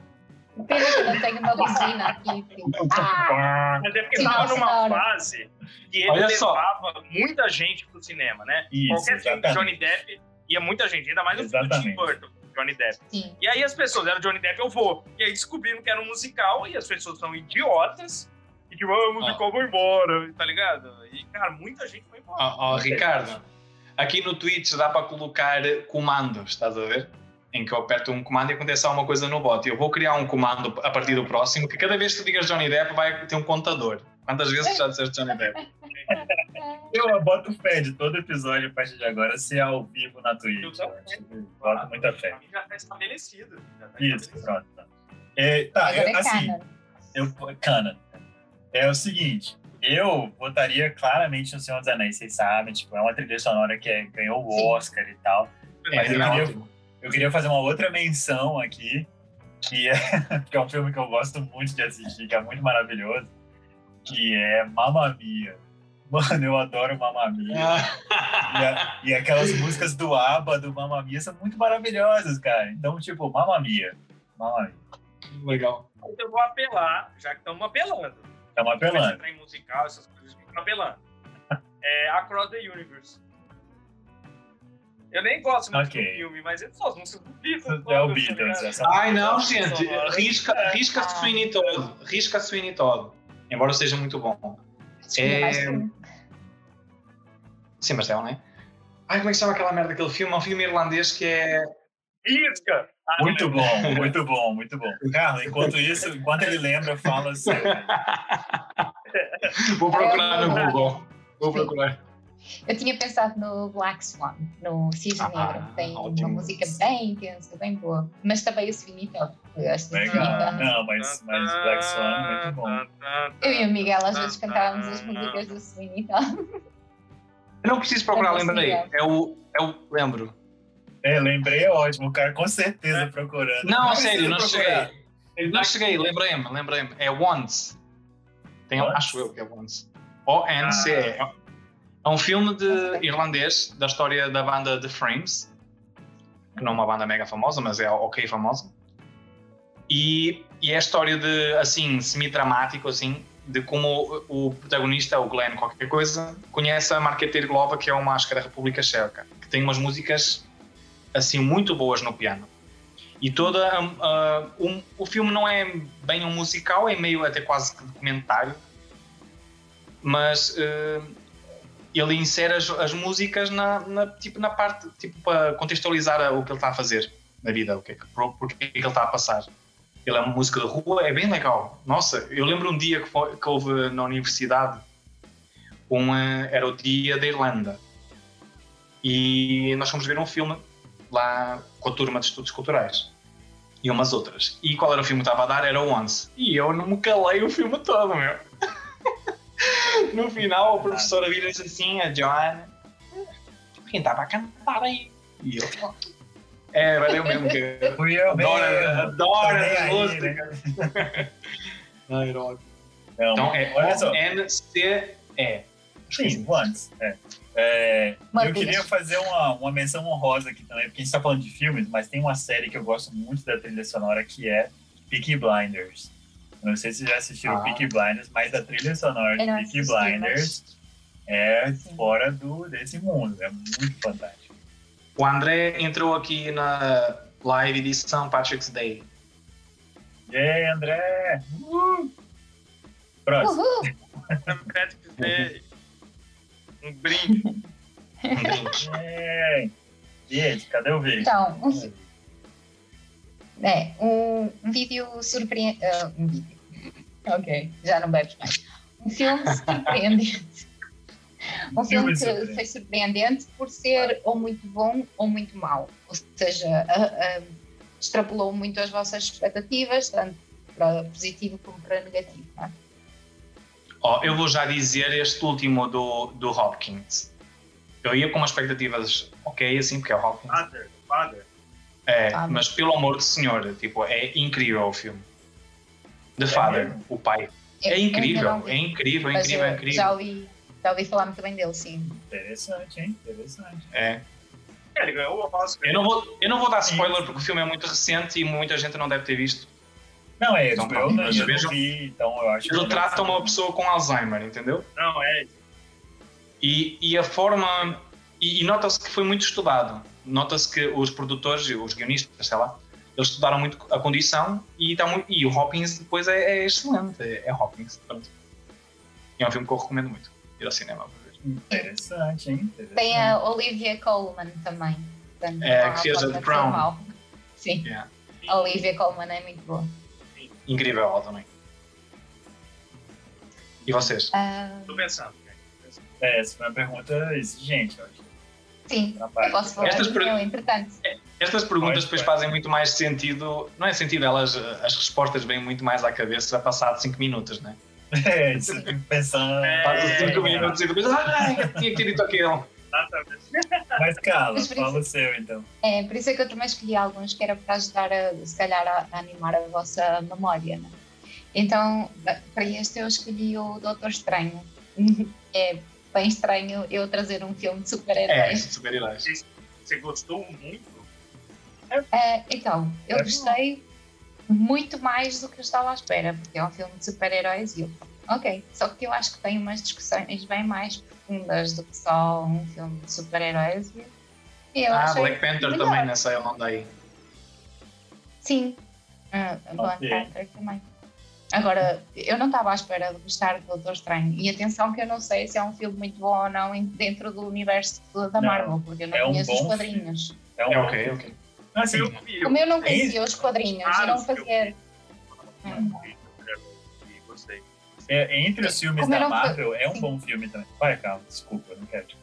[SPEAKER 4] Pena que eu não tenho uma buzina aqui. filho. Ah,
[SPEAKER 3] mas é porque
[SPEAKER 4] Sim,
[SPEAKER 3] estava numa
[SPEAKER 4] senhora.
[SPEAKER 3] fase que ele
[SPEAKER 2] Olha só.
[SPEAKER 3] levava muita gente pro cinema, né?
[SPEAKER 1] Isso,
[SPEAKER 3] Qualquer filme do Johnny
[SPEAKER 1] exatamente.
[SPEAKER 3] Depp ia muita gente, ainda mais o filme do Tim
[SPEAKER 1] Exatamente.
[SPEAKER 3] Burton, Johnny Depp.
[SPEAKER 4] sim.
[SPEAKER 3] E aí as pessoas, era o Johnny Depp, eu vou. E aí descobriram que era um musical e as pessoas são idiotas. E tipo, ah, o musical vou embora, tá ligado? E, cara, muita gente foi embora.
[SPEAKER 2] Ó, ó, Ricardo, aqui no Twitch dá para colocar comandos, estás a ver? Em que eu aperto um comando e acontece alguma coisa no bot. Eu vou criar um comando a partir do próximo, que cada vez que tu digas Johnny Depp vai ter um contador. Quantas vezes já disseste Johnny Depp?
[SPEAKER 1] Eu boto fé de todo episódio a partir de agora ser ao vivo na Twitch.
[SPEAKER 3] Eu também.
[SPEAKER 1] Eu Boto muita fé.
[SPEAKER 3] Pra mim já tá estabelecido. Já tá
[SPEAKER 1] Isso,
[SPEAKER 3] estabelecido.
[SPEAKER 1] pronto. tá. É, tá,
[SPEAKER 4] Agora
[SPEAKER 1] eu,
[SPEAKER 4] é
[SPEAKER 1] assim,
[SPEAKER 4] Canon.
[SPEAKER 1] eu, cana. É o seguinte, eu votaria claramente no Senhor dos Anéis, vocês sabem, tipo, é uma trilha sonora que é- ganhou
[SPEAKER 4] Sim.
[SPEAKER 1] o Oscar e tal.
[SPEAKER 3] É,
[SPEAKER 2] Vai ser
[SPEAKER 1] não.
[SPEAKER 2] ótimo.
[SPEAKER 1] Eu queria fazer uma outra menção aqui, que é, <laughs> que é um filme que eu gosto muito de assistir, que é muito maravilhoso, que é Mamma Mia. Mano, eu adoro Mamma Mia.
[SPEAKER 2] Ah.
[SPEAKER 1] E, a- e aquelas músicas do ABBA, do Mamma Mia, são muito maravilhosas, cara. Então, tipo, Mamma Mia. Mamma Mia.
[SPEAKER 2] Legal.
[SPEAKER 3] Então Eu vou apelar, já que estamos apelando.
[SPEAKER 1] Estamos
[SPEAKER 3] Começa a
[SPEAKER 1] apelando.
[SPEAKER 3] entrar em musical, essas coisas,
[SPEAKER 1] <laughs>
[SPEAKER 3] fica apelando. É Across the Universe. Eu nem gosto muito
[SPEAKER 1] Ok.
[SPEAKER 3] do filme, mas é só as músicas do Beatles.
[SPEAKER 1] É o
[SPEAKER 3] todas, tá
[SPEAKER 1] Beatles.
[SPEAKER 3] ligado?
[SPEAKER 1] Essa...
[SPEAKER 2] Ai não, gente, risca,
[SPEAKER 3] É.
[SPEAKER 2] risca Sweeney Todd. Risca Sweeney Todd. Embora seja muito bom.
[SPEAKER 4] Tinha mais
[SPEAKER 2] É,
[SPEAKER 4] filme.
[SPEAKER 2] Sim, mas é, não é? Ai, como é que se chama aquela merda daquele filme? É um filme irlandês que é.
[SPEAKER 3] Isca! Ah, não
[SPEAKER 1] Muito
[SPEAKER 3] lembro.
[SPEAKER 1] bom, muito bom, muito bom. Carlos, enquanto isso, enquanto ele lembra, fala assim.
[SPEAKER 2] Vou procurar no
[SPEAKER 4] Ah,
[SPEAKER 2] Google. Vou
[SPEAKER 4] Sim.
[SPEAKER 2] procurar.
[SPEAKER 4] Eu tinha pensado no Black Swan, no Cisne
[SPEAKER 2] Ah,
[SPEAKER 4] Negro, que tem uma
[SPEAKER 2] ótimo.
[SPEAKER 4] música bem intensa, bem boa. Mas também o Sweeney Todd, que eu acho muito
[SPEAKER 1] Legal.
[SPEAKER 4] bonita.
[SPEAKER 1] Não, mas, mas Black Swan, é muito bom.
[SPEAKER 4] Eu e o Miguel às vezes cantávamos as músicas do Sweeney Todd.
[SPEAKER 2] Eu não preciso procurar,
[SPEAKER 4] Não
[SPEAKER 2] lembrei.
[SPEAKER 4] consigo.
[SPEAKER 2] É o, é o. Lembro.
[SPEAKER 1] É, lembrei, é ótimo. O cara com certeza procurando.
[SPEAKER 2] Não, a
[SPEAKER 1] precisa
[SPEAKER 2] sério, não
[SPEAKER 1] procurar.
[SPEAKER 2] cheguei. Não cheguei, lembrei-me, lembrei-me. É Once. Tem,
[SPEAKER 1] Once?
[SPEAKER 2] acho eu que é Once. O-N-C. É um filme de irlandês da história da banda The Frames, que não é uma banda mega famosa, mas é ok famosa. E, e é a história de, assim, semi-dramático, assim, de como o o protagonista, o Glenn qualquer coisa, conhece a Marketeer Glova, que é uma acho que é da República Checa, que tem umas músicas, assim, muito boas no piano. E toda a- a- um- o filme não é bem um musical, é meio até quase que documentário, mas eh, ele insere as, as músicas na, na- tipo na parte tipo para contextualizar a- o que ele está a fazer na vida, o que é que, por, por que é que ele está a passar. Ele é uma música de rua, é bem legal. Nossa, eu lembro um dia que, foi- que houve na universidade, um, eh, era o dia da Irlanda, e nós fomos ver um filme lá com a turma de estudos culturais. e umas outras. E qual era o filme que estava a dar? Era o Once. E eu não me calei o filme todo, meu. No final, a professora vira-se assim, a Joana. Quem estava a cantar aí? E eu. É, valeu mesmo que.
[SPEAKER 1] Fui eu
[SPEAKER 2] Adora,
[SPEAKER 1] mesmo.
[SPEAKER 2] adora
[SPEAKER 1] Também
[SPEAKER 2] as
[SPEAKER 1] Tá aí, né?
[SPEAKER 2] músicas. Não, era ótimo.
[SPEAKER 1] Não,
[SPEAKER 2] Então é
[SPEAKER 1] olha só.
[SPEAKER 2] O-N-C-E.
[SPEAKER 1] Sim, once. É. É,
[SPEAKER 4] Uma
[SPEAKER 1] eu
[SPEAKER 4] vez.
[SPEAKER 1] queria fazer uma, uma menção honrosa aqui também, porque a gente tá falando de filmes, mas tem uma série que eu gosto muito da trilha sonora que é Peaky Blinders. Não sei se já assistiram
[SPEAKER 2] Ah.
[SPEAKER 1] Peaky Blinders, mas a trilha sonora de
[SPEAKER 4] Eu não
[SPEAKER 1] Peaky
[SPEAKER 4] assisti, mas-
[SPEAKER 1] Blinders é
[SPEAKER 4] Sim.
[SPEAKER 1] fora do, desse mundo. É muito fantástico.
[SPEAKER 2] O André entrou aqui na live de São Patrick's Day.
[SPEAKER 1] E aí, André! Uh! Próximo.
[SPEAKER 4] Uhul!
[SPEAKER 3] Patrick's Day. Um
[SPEAKER 2] <laughs>
[SPEAKER 3] brinde.
[SPEAKER 2] Um brinde.
[SPEAKER 1] Yay! É. Gente, cadê o vídeo?
[SPEAKER 4] Então, um, fi- é, um, um vídeo surpreendente. um vídeo. Ok, já não bebes mais. Um filme
[SPEAKER 2] <laughs>
[SPEAKER 4] surpreendente. um filme
[SPEAKER 1] Filme
[SPEAKER 4] que
[SPEAKER 1] surpreendente.
[SPEAKER 4] foi surpreendente por ser ou muito bom ou muito mau. Ou seja, a- a- extrapolou muito as vossas expectativas, tanto para positivo como para negativo. não é?
[SPEAKER 2] Ó, eu vou já dizer este último do, do Hopkins. Eu ia com expectativas ok, assim, porque é o Hopkins.
[SPEAKER 3] Father, father.
[SPEAKER 2] É,
[SPEAKER 4] Ah,
[SPEAKER 2] mas pelo amor do senhor, tipo, é incrível o filme.
[SPEAKER 3] É
[SPEAKER 2] The Father,
[SPEAKER 1] mesmo?
[SPEAKER 2] o pai.
[SPEAKER 4] Eu-
[SPEAKER 2] É
[SPEAKER 4] eu ainda não
[SPEAKER 2] incrível,
[SPEAKER 4] vi,
[SPEAKER 2] é incrível, é
[SPEAKER 4] mas
[SPEAKER 2] incrível, é
[SPEAKER 4] eu
[SPEAKER 2] incrível.
[SPEAKER 4] Já ouvi, já ouvi falar muito bem dele, sim.
[SPEAKER 1] Interessante, hein? Interessante.
[SPEAKER 2] É.
[SPEAKER 3] É, ele ganhou o Oscar.
[SPEAKER 2] Eu, não vou, eu não vou dar spoiler porque o filme é muito recente e muita gente não deve ter visto.
[SPEAKER 1] Não, é,
[SPEAKER 2] Então,
[SPEAKER 1] tipo, eu, não-
[SPEAKER 2] mas
[SPEAKER 1] eu não
[SPEAKER 2] vejam-
[SPEAKER 1] vi, então eu acho
[SPEAKER 2] Ele
[SPEAKER 1] melhor
[SPEAKER 2] trata
[SPEAKER 1] saber.
[SPEAKER 2] uma pessoa com Alzheimer, entendeu?
[SPEAKER 3] Não, é.
[SPEAKER 2] E, e a forma. E, e nota-se que foi muito estudado. Nota-se que os produtores, os guionistas, sei lá, eles estudaram muito a condição e, tá muito, e o Hopkins depois é, é excelente. É, é Hopkins. Pronto. E é um filme que eu recomendo muito. Ir ao cinema para ver.
[SPEAKER 1] Interessante, hein? Interessante.
[SPEAKER 4] Tem a Olivia Colman também. Portanto,
[SPEAKER 2] É,
[SPEAKER 4] não
[SPEAKER 2] que
[SPEAKER 4] há
[SPEAKER 2] fez a
[SPEAKER 4] forma
[SPEAKER 2] The
[SPEAKER 4] de
[SPEAKER 2] Crown.
[SPEAKER 4] ser mau. Sim,
[SPEAKER 2] Yeah.
[SPEAKER 4] a Olivia Colman é muito boa.
[SPEAKER 2] Incrível ela também. E vocês?
[SPEAKER 4] Ah,
[SPEAKER 3] Tô pensando. né?
[SPEAKER 1] É, essa foi uma pergunta exigente, eu acho.
[SPEAKER 4] sim, eu
[SPEAKER 1] Rapaz,
[SPEAKER 4] posso falar
[SPEAKER 2] Estas
[SPEAKER 4] do
[SPEAKER 2] per-
[SPEAKER 4] meu, entretanto.
[SPEAKER 2] Estas perguntas
[SPEAKER 1] Pois, pois.
[SPEAKER 2] depois fazem muito mais sentido. Não é sentido, elas, as respostas vêm muito mais à cabeça a passar de 5 minutos, né?
[SPEAKER 1] <laughs> É, isso eu fico pensando.
[SPEAKER 3] É,
[SPEAKER 2] Passa
[SPEAKER 1] é,
[SPEAKER 2] 5
[SPEAKER 1] é.
[SPEAKER 2] minutos e depois. Ah, eu tinha que ter dito aquilo.
[SPEAKER 3] Exatamente.
[SPEAKER 1] Mas Carla,
[SPEAKER 4] Mas por
[SPEAKER 1] fala o seu então.
[SPEAKER 4] É, por isso é que eu também escolhi alguns que era para ajudar, a, se calhar, a, a animar a vossa memória. Né? Então, para este eu escolhi o Doutor Estranho. <laughs> É bem estranho eu trazer um filme de
[SPEAKER 2] É,
[SPEAKER 4] super-heróis.
[SPEAKER 2] super-heróis.
[SPEAKER 3] Você gostou muito?
[SPEAKER 4] Ah, então, eu
[SPEAKER 1] É.
[SPEAKER 4] gostei muito mais do que eu estava à espera, porque é um filme de super-heróis e eu, ok, só que eu acho que tem umas discussões bem mais profundas do que só um filme de super-heróis e eu
[SPEAKER 2] Ah,
[SPEAKER 4] achei,
[SPEAKER 2] Black Panther
[SPEAKER 4] melhor.
[SPEAKER 2] também nessa onda aí.
[SPEAKER 4] sim, ah, a Black
[SPEAKER 1] Ok.
[SPEAKER 4] Panther também. Agora, eu não estava à espera de gostar do Doutor Estranho. E atenção que eu não sei se é um filme muito bom ou não em- dentro do universo da
[SPEAKER 1] Não,
[SPEAKER 4] Marvel, porque eu não
[SPEAKER 1] é um
[SPEAKER 4] conheço os
[SPEAKER 1] bom
[SPEAKER 4] quadrinhos.
[SPEAKER 1] Então,
[SPEAKER 2] É ok, ok.
[SPEAKER 1] Assim,
[SPEAKER 3] Eu
[SPEAKER 2] Uhum.
[SPEAKER 3] vi.
[SPEAKER 4] Como eu não
[SPEAKER 1] É isso?
[SPEAKER 4] conhecia os quadrinhos, eu
[SPEAKER 3] Claro,
[SPEAKER 4] não fazia... Hum.
[SPEAKER 3] vi, Gostei.
[SPEAKER 1] é, entre os filmes
[SPEAKER 4] Como eu
[SPEAKER 1] da
[SPEAKER 4] não fui-
[SPEAKER 1] Marvel, é um
[SPEAKER 4] Sim.
[SPEAKER 1] bom filme também. Vai, Carla, desculpa, não quero. te-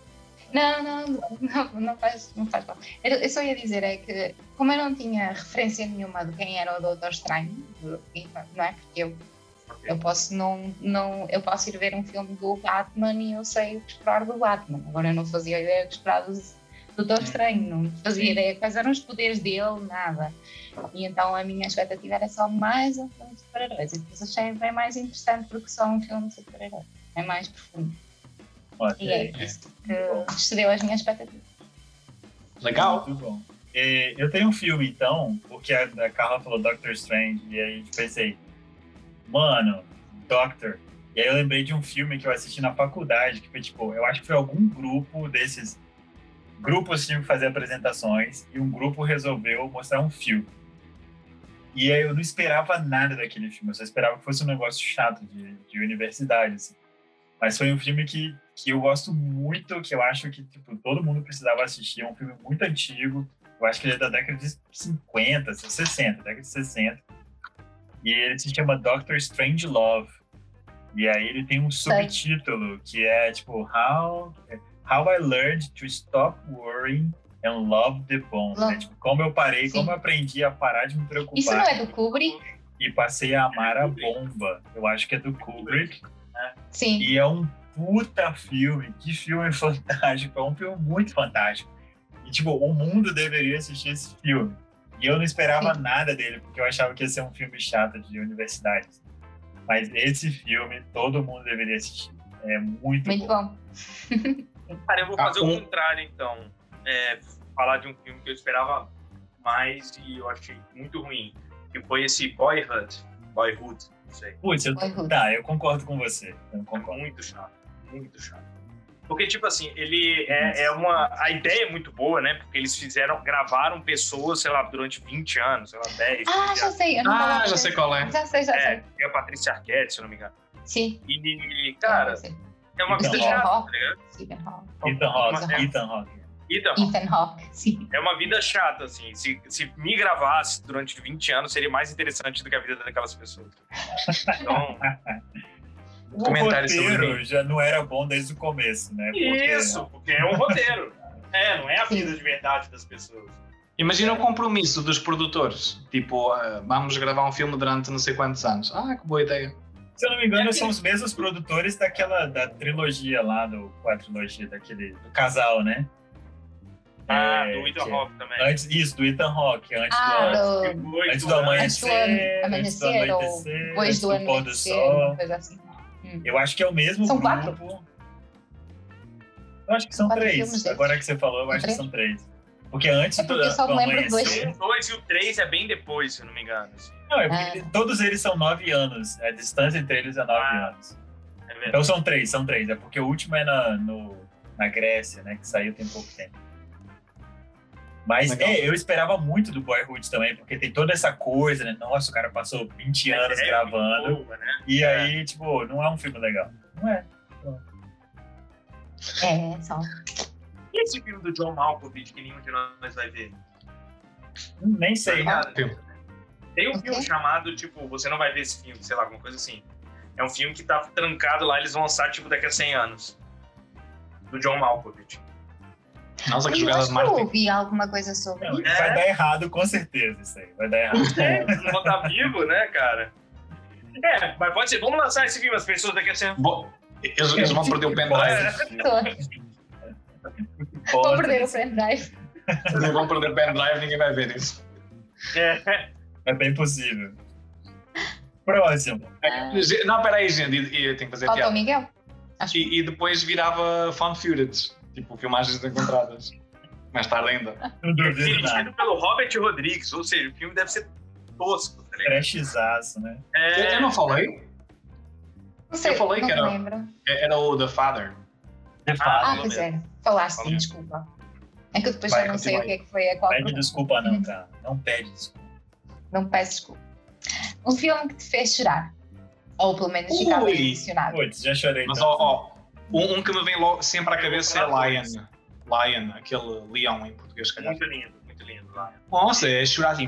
[SPEAKER 4] Não, não, não, não faz, não faz mal. Eu eu só ia dizer é que, como eu não tinha referência nenhuma de quem era o Doutor Estranho, de- não é? Porque eu, eu, posso não, não, eu posso ir ver um filme do Batman e eu sei o que esperar do Batman. Agora eu não fazia ideia do que esperar do Doutor Estranho, não fazia ideia quais eram os poderes dele, nada. E então a minha expectativa era só mais um filme de super-heróis. E depois achei bem mais interessante do que só um filme de super-heróis. É mais profundo. E é
[SPEAKER 1] Ok,
[SPEAKER 4] isso que excedeu as minhas expectativas.
[SPEAKER 2] Legal.
[SPEAKER 1] muito bom. E eu tenho um filme então, porque a, a Carla falou Doctor Strange, e aí eu tipo, pensei, mano, Doctor. E aí eu lembrei de um filme que eu assisti na faculdade, que foi tipo, eu acho que foi algum grupo desses grupos tinham que fazer apresentações e um grupo resolveu mostrar um filme. E aí eu não esperava nada daquele filme, eu só esperava que fosse um negócio chato de, de universidade, assim. Mas foi um filme que, que eu gosto muito, que eu acho que tipo, todo mundo precisava assistir. É um filme muito antigo, eu acho que ele é da década de 50, 60, década de 60. E ele se chama Doctor Strange Love. E aí ele tem um
[SPEAKER 4] Sei.
[SPEAKER 1] subtítulo que é tipo How, How I Learned to Stop Worrying And love the bomb.
[SPEAKER 4] Love.
[SPEAKER 1] Né? Tipo, como eu parei,
[SPEAKER 4] Sim.
[SPEAKER 1] como eu aprendi a parar de me preocupar.
[SPEAKER 4] Isso não é do Kubrick?
[SPEAKER 1] E passei a amar a bomba. Eu acho que é do Kubrick.
[SPEAKER 4] Sim.
[SPEAKER 1] E é um puta filme. Que filme <laughs> fantástico. É um filme muito fantástico. E, tipo, o mundo deveria assistir esse filme. E eu não esperava
[SPEAKER 4] Sim.
[SPEAKER 1] nada dele, porque eu achava que ia ser um filme chato de universidade. Mas esse filme, todo mundo deveria assistir. É muito,
[SPEAKER 4] Muito
[SPEAKER 1] bom.
[SPEAKER 4] bom.
[SPEAKER 3] Cara, eu vou fazer
[SPEAKER 2] Ah, um-
[SPEAKER 3] o contrário, então. É, falar de um filme que eu esperava mais e eu achei muito ruim. Que foi esse Boyhood. Boyhood, não sei.
[SPEAKER 1] Putz, eu tô-
[SPEAKER 4] Boyhood.
[SPEAKER 1] tá, eu concordo com você. Eu
[SPEAKER 3] É
[SPEAKER 1] concordo.
[SPEAKER 3] muito chato. Muito chato. Porque, tipo assim, ele é, é uma. A ideia é muito boa, né? Porque eles fizeram, gravaram pessoas, sei lá, durante 20 anos, sei lá, 10,
[SPEAKER 4] Ah,
[SPEAKER 3] 15
[SPEAKER 4] já
[SPEAKER 3] anos.
[SPEAKER 4] sei. Eu não
[SPEAKER 2] Ah,
[SPEAKER 4] falava
[SPEAKER 2] já sei qual é.
[SPEAKER 4] Já sei, já
[SPEAKER 3] É,
[SPEAKER 4] sei.
[SPEAKER 3] e a Patrícia Arquette, se eu não me engano.
[SPEAKER 4] Sim.
[SPEAKER 3] E, cara,
[SPEAKER 4] já sei.
[SPEAKER 3] é uma
[SPEAKER 1] Então,
[SPEAKER 3] vida
[SPEAKER 1] ó.
[SPEAKER 3] chata, tá ligado?
[SPEAKER 4] Stephen Hawking.
[SPEAKER 1] Ethan Hawke,
[SPEAKER 4] Ethan
[SPEAKER 1] Ethan Hawke.
[SPEAKER 3] Então,
[SPEAKER 4] Ethan Hawke, sim.
[SPEAKER 3] é uma vida chata, assim. Se, se me gravasse durante 20 anos, seria mais interessante do que a vida daquelas pessoas. <laughs> Então,
[SPEAKER 1] O
[SPEAKER 2] Comentário sobre
[SPEAKER 1] roteiro já não era bom desde o começo, né? Porque-
[SPEAKER 3] isso, porque é um roteiro. É, não é a vida de verdade das pessoas.
[SPEAKER 2] Imagina o compromisso dos produtores. Tipo, ah, vamos gravar um filme durante não sei quantos anos. Ah, que boa ideia.
[SPEAKER 1] Se eu não me engano,
[SPEAKER 3] É
[SPEAKER 1] são os mesmos produtores daquela da trilogia lá, do quadrilogia daquele do casal, né?
[SPEAKER 3] Ah,
[SPEAKER 1] É,
[SPEAKER 3] do Ethan
[SPEAKER 1] que-
[SPEAKER 3] Hawke também.
[SPEAKER 1] Antes, isso, do Ethan Hawke, antes,
[SPEAKER 2] é
[SPEAKER 4] Ah,
[SPEAKER 1] do,
[SPEAKER 4] do-
[SPEAKER 2] tipo
[SPEAKER 3] Depois
[SPEAKER 1] antes do
[SPEAKER 4] Antes
[SPEAKER 3] do
[SPEAKER 4] do
[SPEAKER 1] amanhecer, antes do
[SPEAKER 4] amanhecer ou
[SPEAKER 1] anoitecer,
[SPEAKER 4] depois do
[SPEAKER 2] um
[SPEAKER 1] antes do pôr do
[SPEAKER 4] anoitecer,
[SPEAKER 1] sol.
[SPEAKER 4] coisa assim.
[SPEAKER 1] Eu acho que é o mesmo
[SPEAKER 4] São
[SPEAKER 1] grupo. Eu acho que são
[SPEAKER 4] Quatro
[SPEAKER 1] três.
[SPEAKER 4] filmes deles.
[SPEAKER 1] Agora que você falou, eu
[SPEAKER 4] São
[SPEAKER 1] acho
[SPEAKER 4] três?
[SPEAKER 1] que são três. Porque antes
[SPEAKER 4] É porque eu
[SPEAKER 1] do,
[SPEAKER 4] só
[SPEAKER 1] do
[SPEAKER 4] lembro
[SPEAKER 1] amanhecer.
[SPEAKER 4] dois.
[SPEAKER 3] O 2 e o 3 é bem depois, se eu não me engano. assim.
[SPEAKER 1] Não, é porque todos eles são nove anos. A distância entre eles é nove
[SPEAKER 3] Ah.
[SPEAKER 1] anos.
[SPEAKER 3] É verdade.
[SPEAKER 1] Então são três, são três. É porque o último é na, no- na Grécia, né? Que saiu tem pouco tempo. Mas
[SPEAKER 2] Legal.
[SPEAKER 1] é, eu esperava muito do Boyhood também, porque tem toda essa coisa, né? Nossa, o cara passou 20 anos
[SPEAKER 3] É, é
[SPEAKER 1] gravando.
[SPEAKER 3] muito boa, né?
[SPEAKER 1] E
[SPEAKER 3] É.
[SPEAKER 1] aí, tipo, não é um filme legal. Não é.
[SPEAKER 4] É, só.
[SPEAKER 3] E esse filme do John Malkovich que nenhum de nós vai ver?
[SPEAKER 1] Nem sei.
[SPEAKER 3] Tá ligado?
[SPEAKER 2] filme?
[SPEAKER 3] Tem um
[SPEAKER 4] Ok.
[SPEAKER 3] filme chamado, tipo, você não vai ver esse filme, sei lá, alguma coisa assim. É um filme que tá trancado lá, eles vão lançar, tipo, daqui a 100 anos. Do John Malkovich.
[SPEAKER 2] Nossa, é que
[SPEAKER 4] Eu
[SPEAKER 2] jogada
[SPEAKER 4] acho
[SPEAKER 2] de
[SPEAKER 4] que eu
[SPEAKER 2] marketing.
[SPEAKER 4] ouvi alguma coisa sobre
[SPEAKER 1] Não,
[SPEAKER 4] isso.
[SPEAKER 1] Vai dar errado, com certeza, isso aí. Vai dar errado.
[SPEAKER 3] É, eles não vão estar vivo, né, cara? É, mas pode ser, vamos lançar esse filme, as pessoas daqui a 100
[SPEAKER 2] <laughs>
[SPEAKER 3] anos.
[SPEAKER 2] Bo- Eles, eles vão perder o pendrive.
[SPEAKER 4] Tô- Vou
[SPEAKER 1] Foda.
[SPEAKER 4] perder o pendrive.
[SPEAKER 2] Eles vão perder o pendrive, ninguém vai ver isso.
[SPEAKER 3] É,
[SPEAKER 1] É bem possível. Próximo.
[SPEAKER 4] É.
[SPEAKER 2] Ge- Não, peraí, gente, e- e eu tenho que fazer
[SPEAKER 4] Falta
[SPEAKER 2] piada.
[SPEAKER 4] o Miguel.
[SPEAKER 2] E, e depois virava found footage, tipo filmagens encontradas. Mais tarde ainda.
[SPEAKER 1] Não duvido nada.
[SPEAKER 3] dirigido pelo Robert Rodrigues, ou seja, o filme deve ser tosco, tá ligado?
[SPEAKER 1] Trashzaço, né?
[SPEAKER 2] Eu,
[SPEAKER 3] É,
[SPEAKER 2] eu não falei?
[SPEAKER 4] Não sei,
[SPEAKER 2] Eu falei
[SPEAKER 4] não
[SPEAKER 2] que era-
[SPEAKER 4] lembro.
[SPEAKER 2] É- Era o The Father.
[SPEAKER 1] De
[SPEAKER 3] Ah,
[SPEAKER 1] fato.
[SPEAKER 4] Ah,
[SPEAKER 3] Falou
[SPEAKER 4] pois é.
[SPEAKER 3] mesmo.
[SPEAKER 4] Falaste,
[SPEAKER 3] Falou.
[SPEAKER 4] desculpa. É que eu depois
[SPEAKER 2] Vai,
[SPEAKER 4] já não sei o que
[SPEAKER 2] continua
[SPEAKER 4] é que foi a qual.
[SPEAKER 1] Pede desculpa não, cara. Não pede desculpa.
[SPEAKER 4] Não peço desculpa. Um filme que te fez chorar. Ou pelo menos ficar
[SPEAKER 2] Ui.
[SPEAKER 4] bem emocionado.
[SPEAKER 1] Putz, já chorei.
[SPEAKER 2] Mas
[SPEAKER 1] tanto.
[SPEAKER 2] ó, ó, um, um que me vem logo sempre à cabeça é Lion. Lion, aquele leão em português, se calhar.
[SPEAKER 3] Muito lindo, muito lindo lá.
[SPEAKER 2] Nossa, é chorar assim.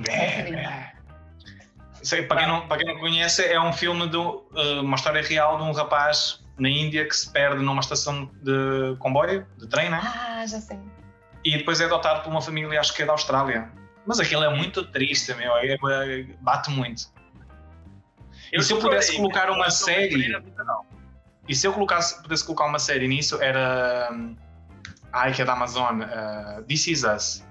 [SPEAKER 2] Isso aí, para, quem
[SPEAKER 3] Tá.
[SPEAKER 2] não, para quem não conhece, é um filme de um, eh, uma história real de um rapaz na Índia que se perde numa estação de comboio, de trem, né?
[SPEAKER 4] Ah, já sei.
[SPEAKER 2] E depois é adotado por uma família, acho que é da Austrália. Mas aquilo é muito triste, meu. é- é- bate muito. E se eu pudesse colocar uma
[SPEAKER 3] Eu chorei
[SPEAKER 2] série?
[SPEAKER 3] na vida, não.
[SPEAKER 2] E se eu colocasse, pudesse colocar uma série nisso, era. hum, Ai, que é da Amazon. eh, This Is Us.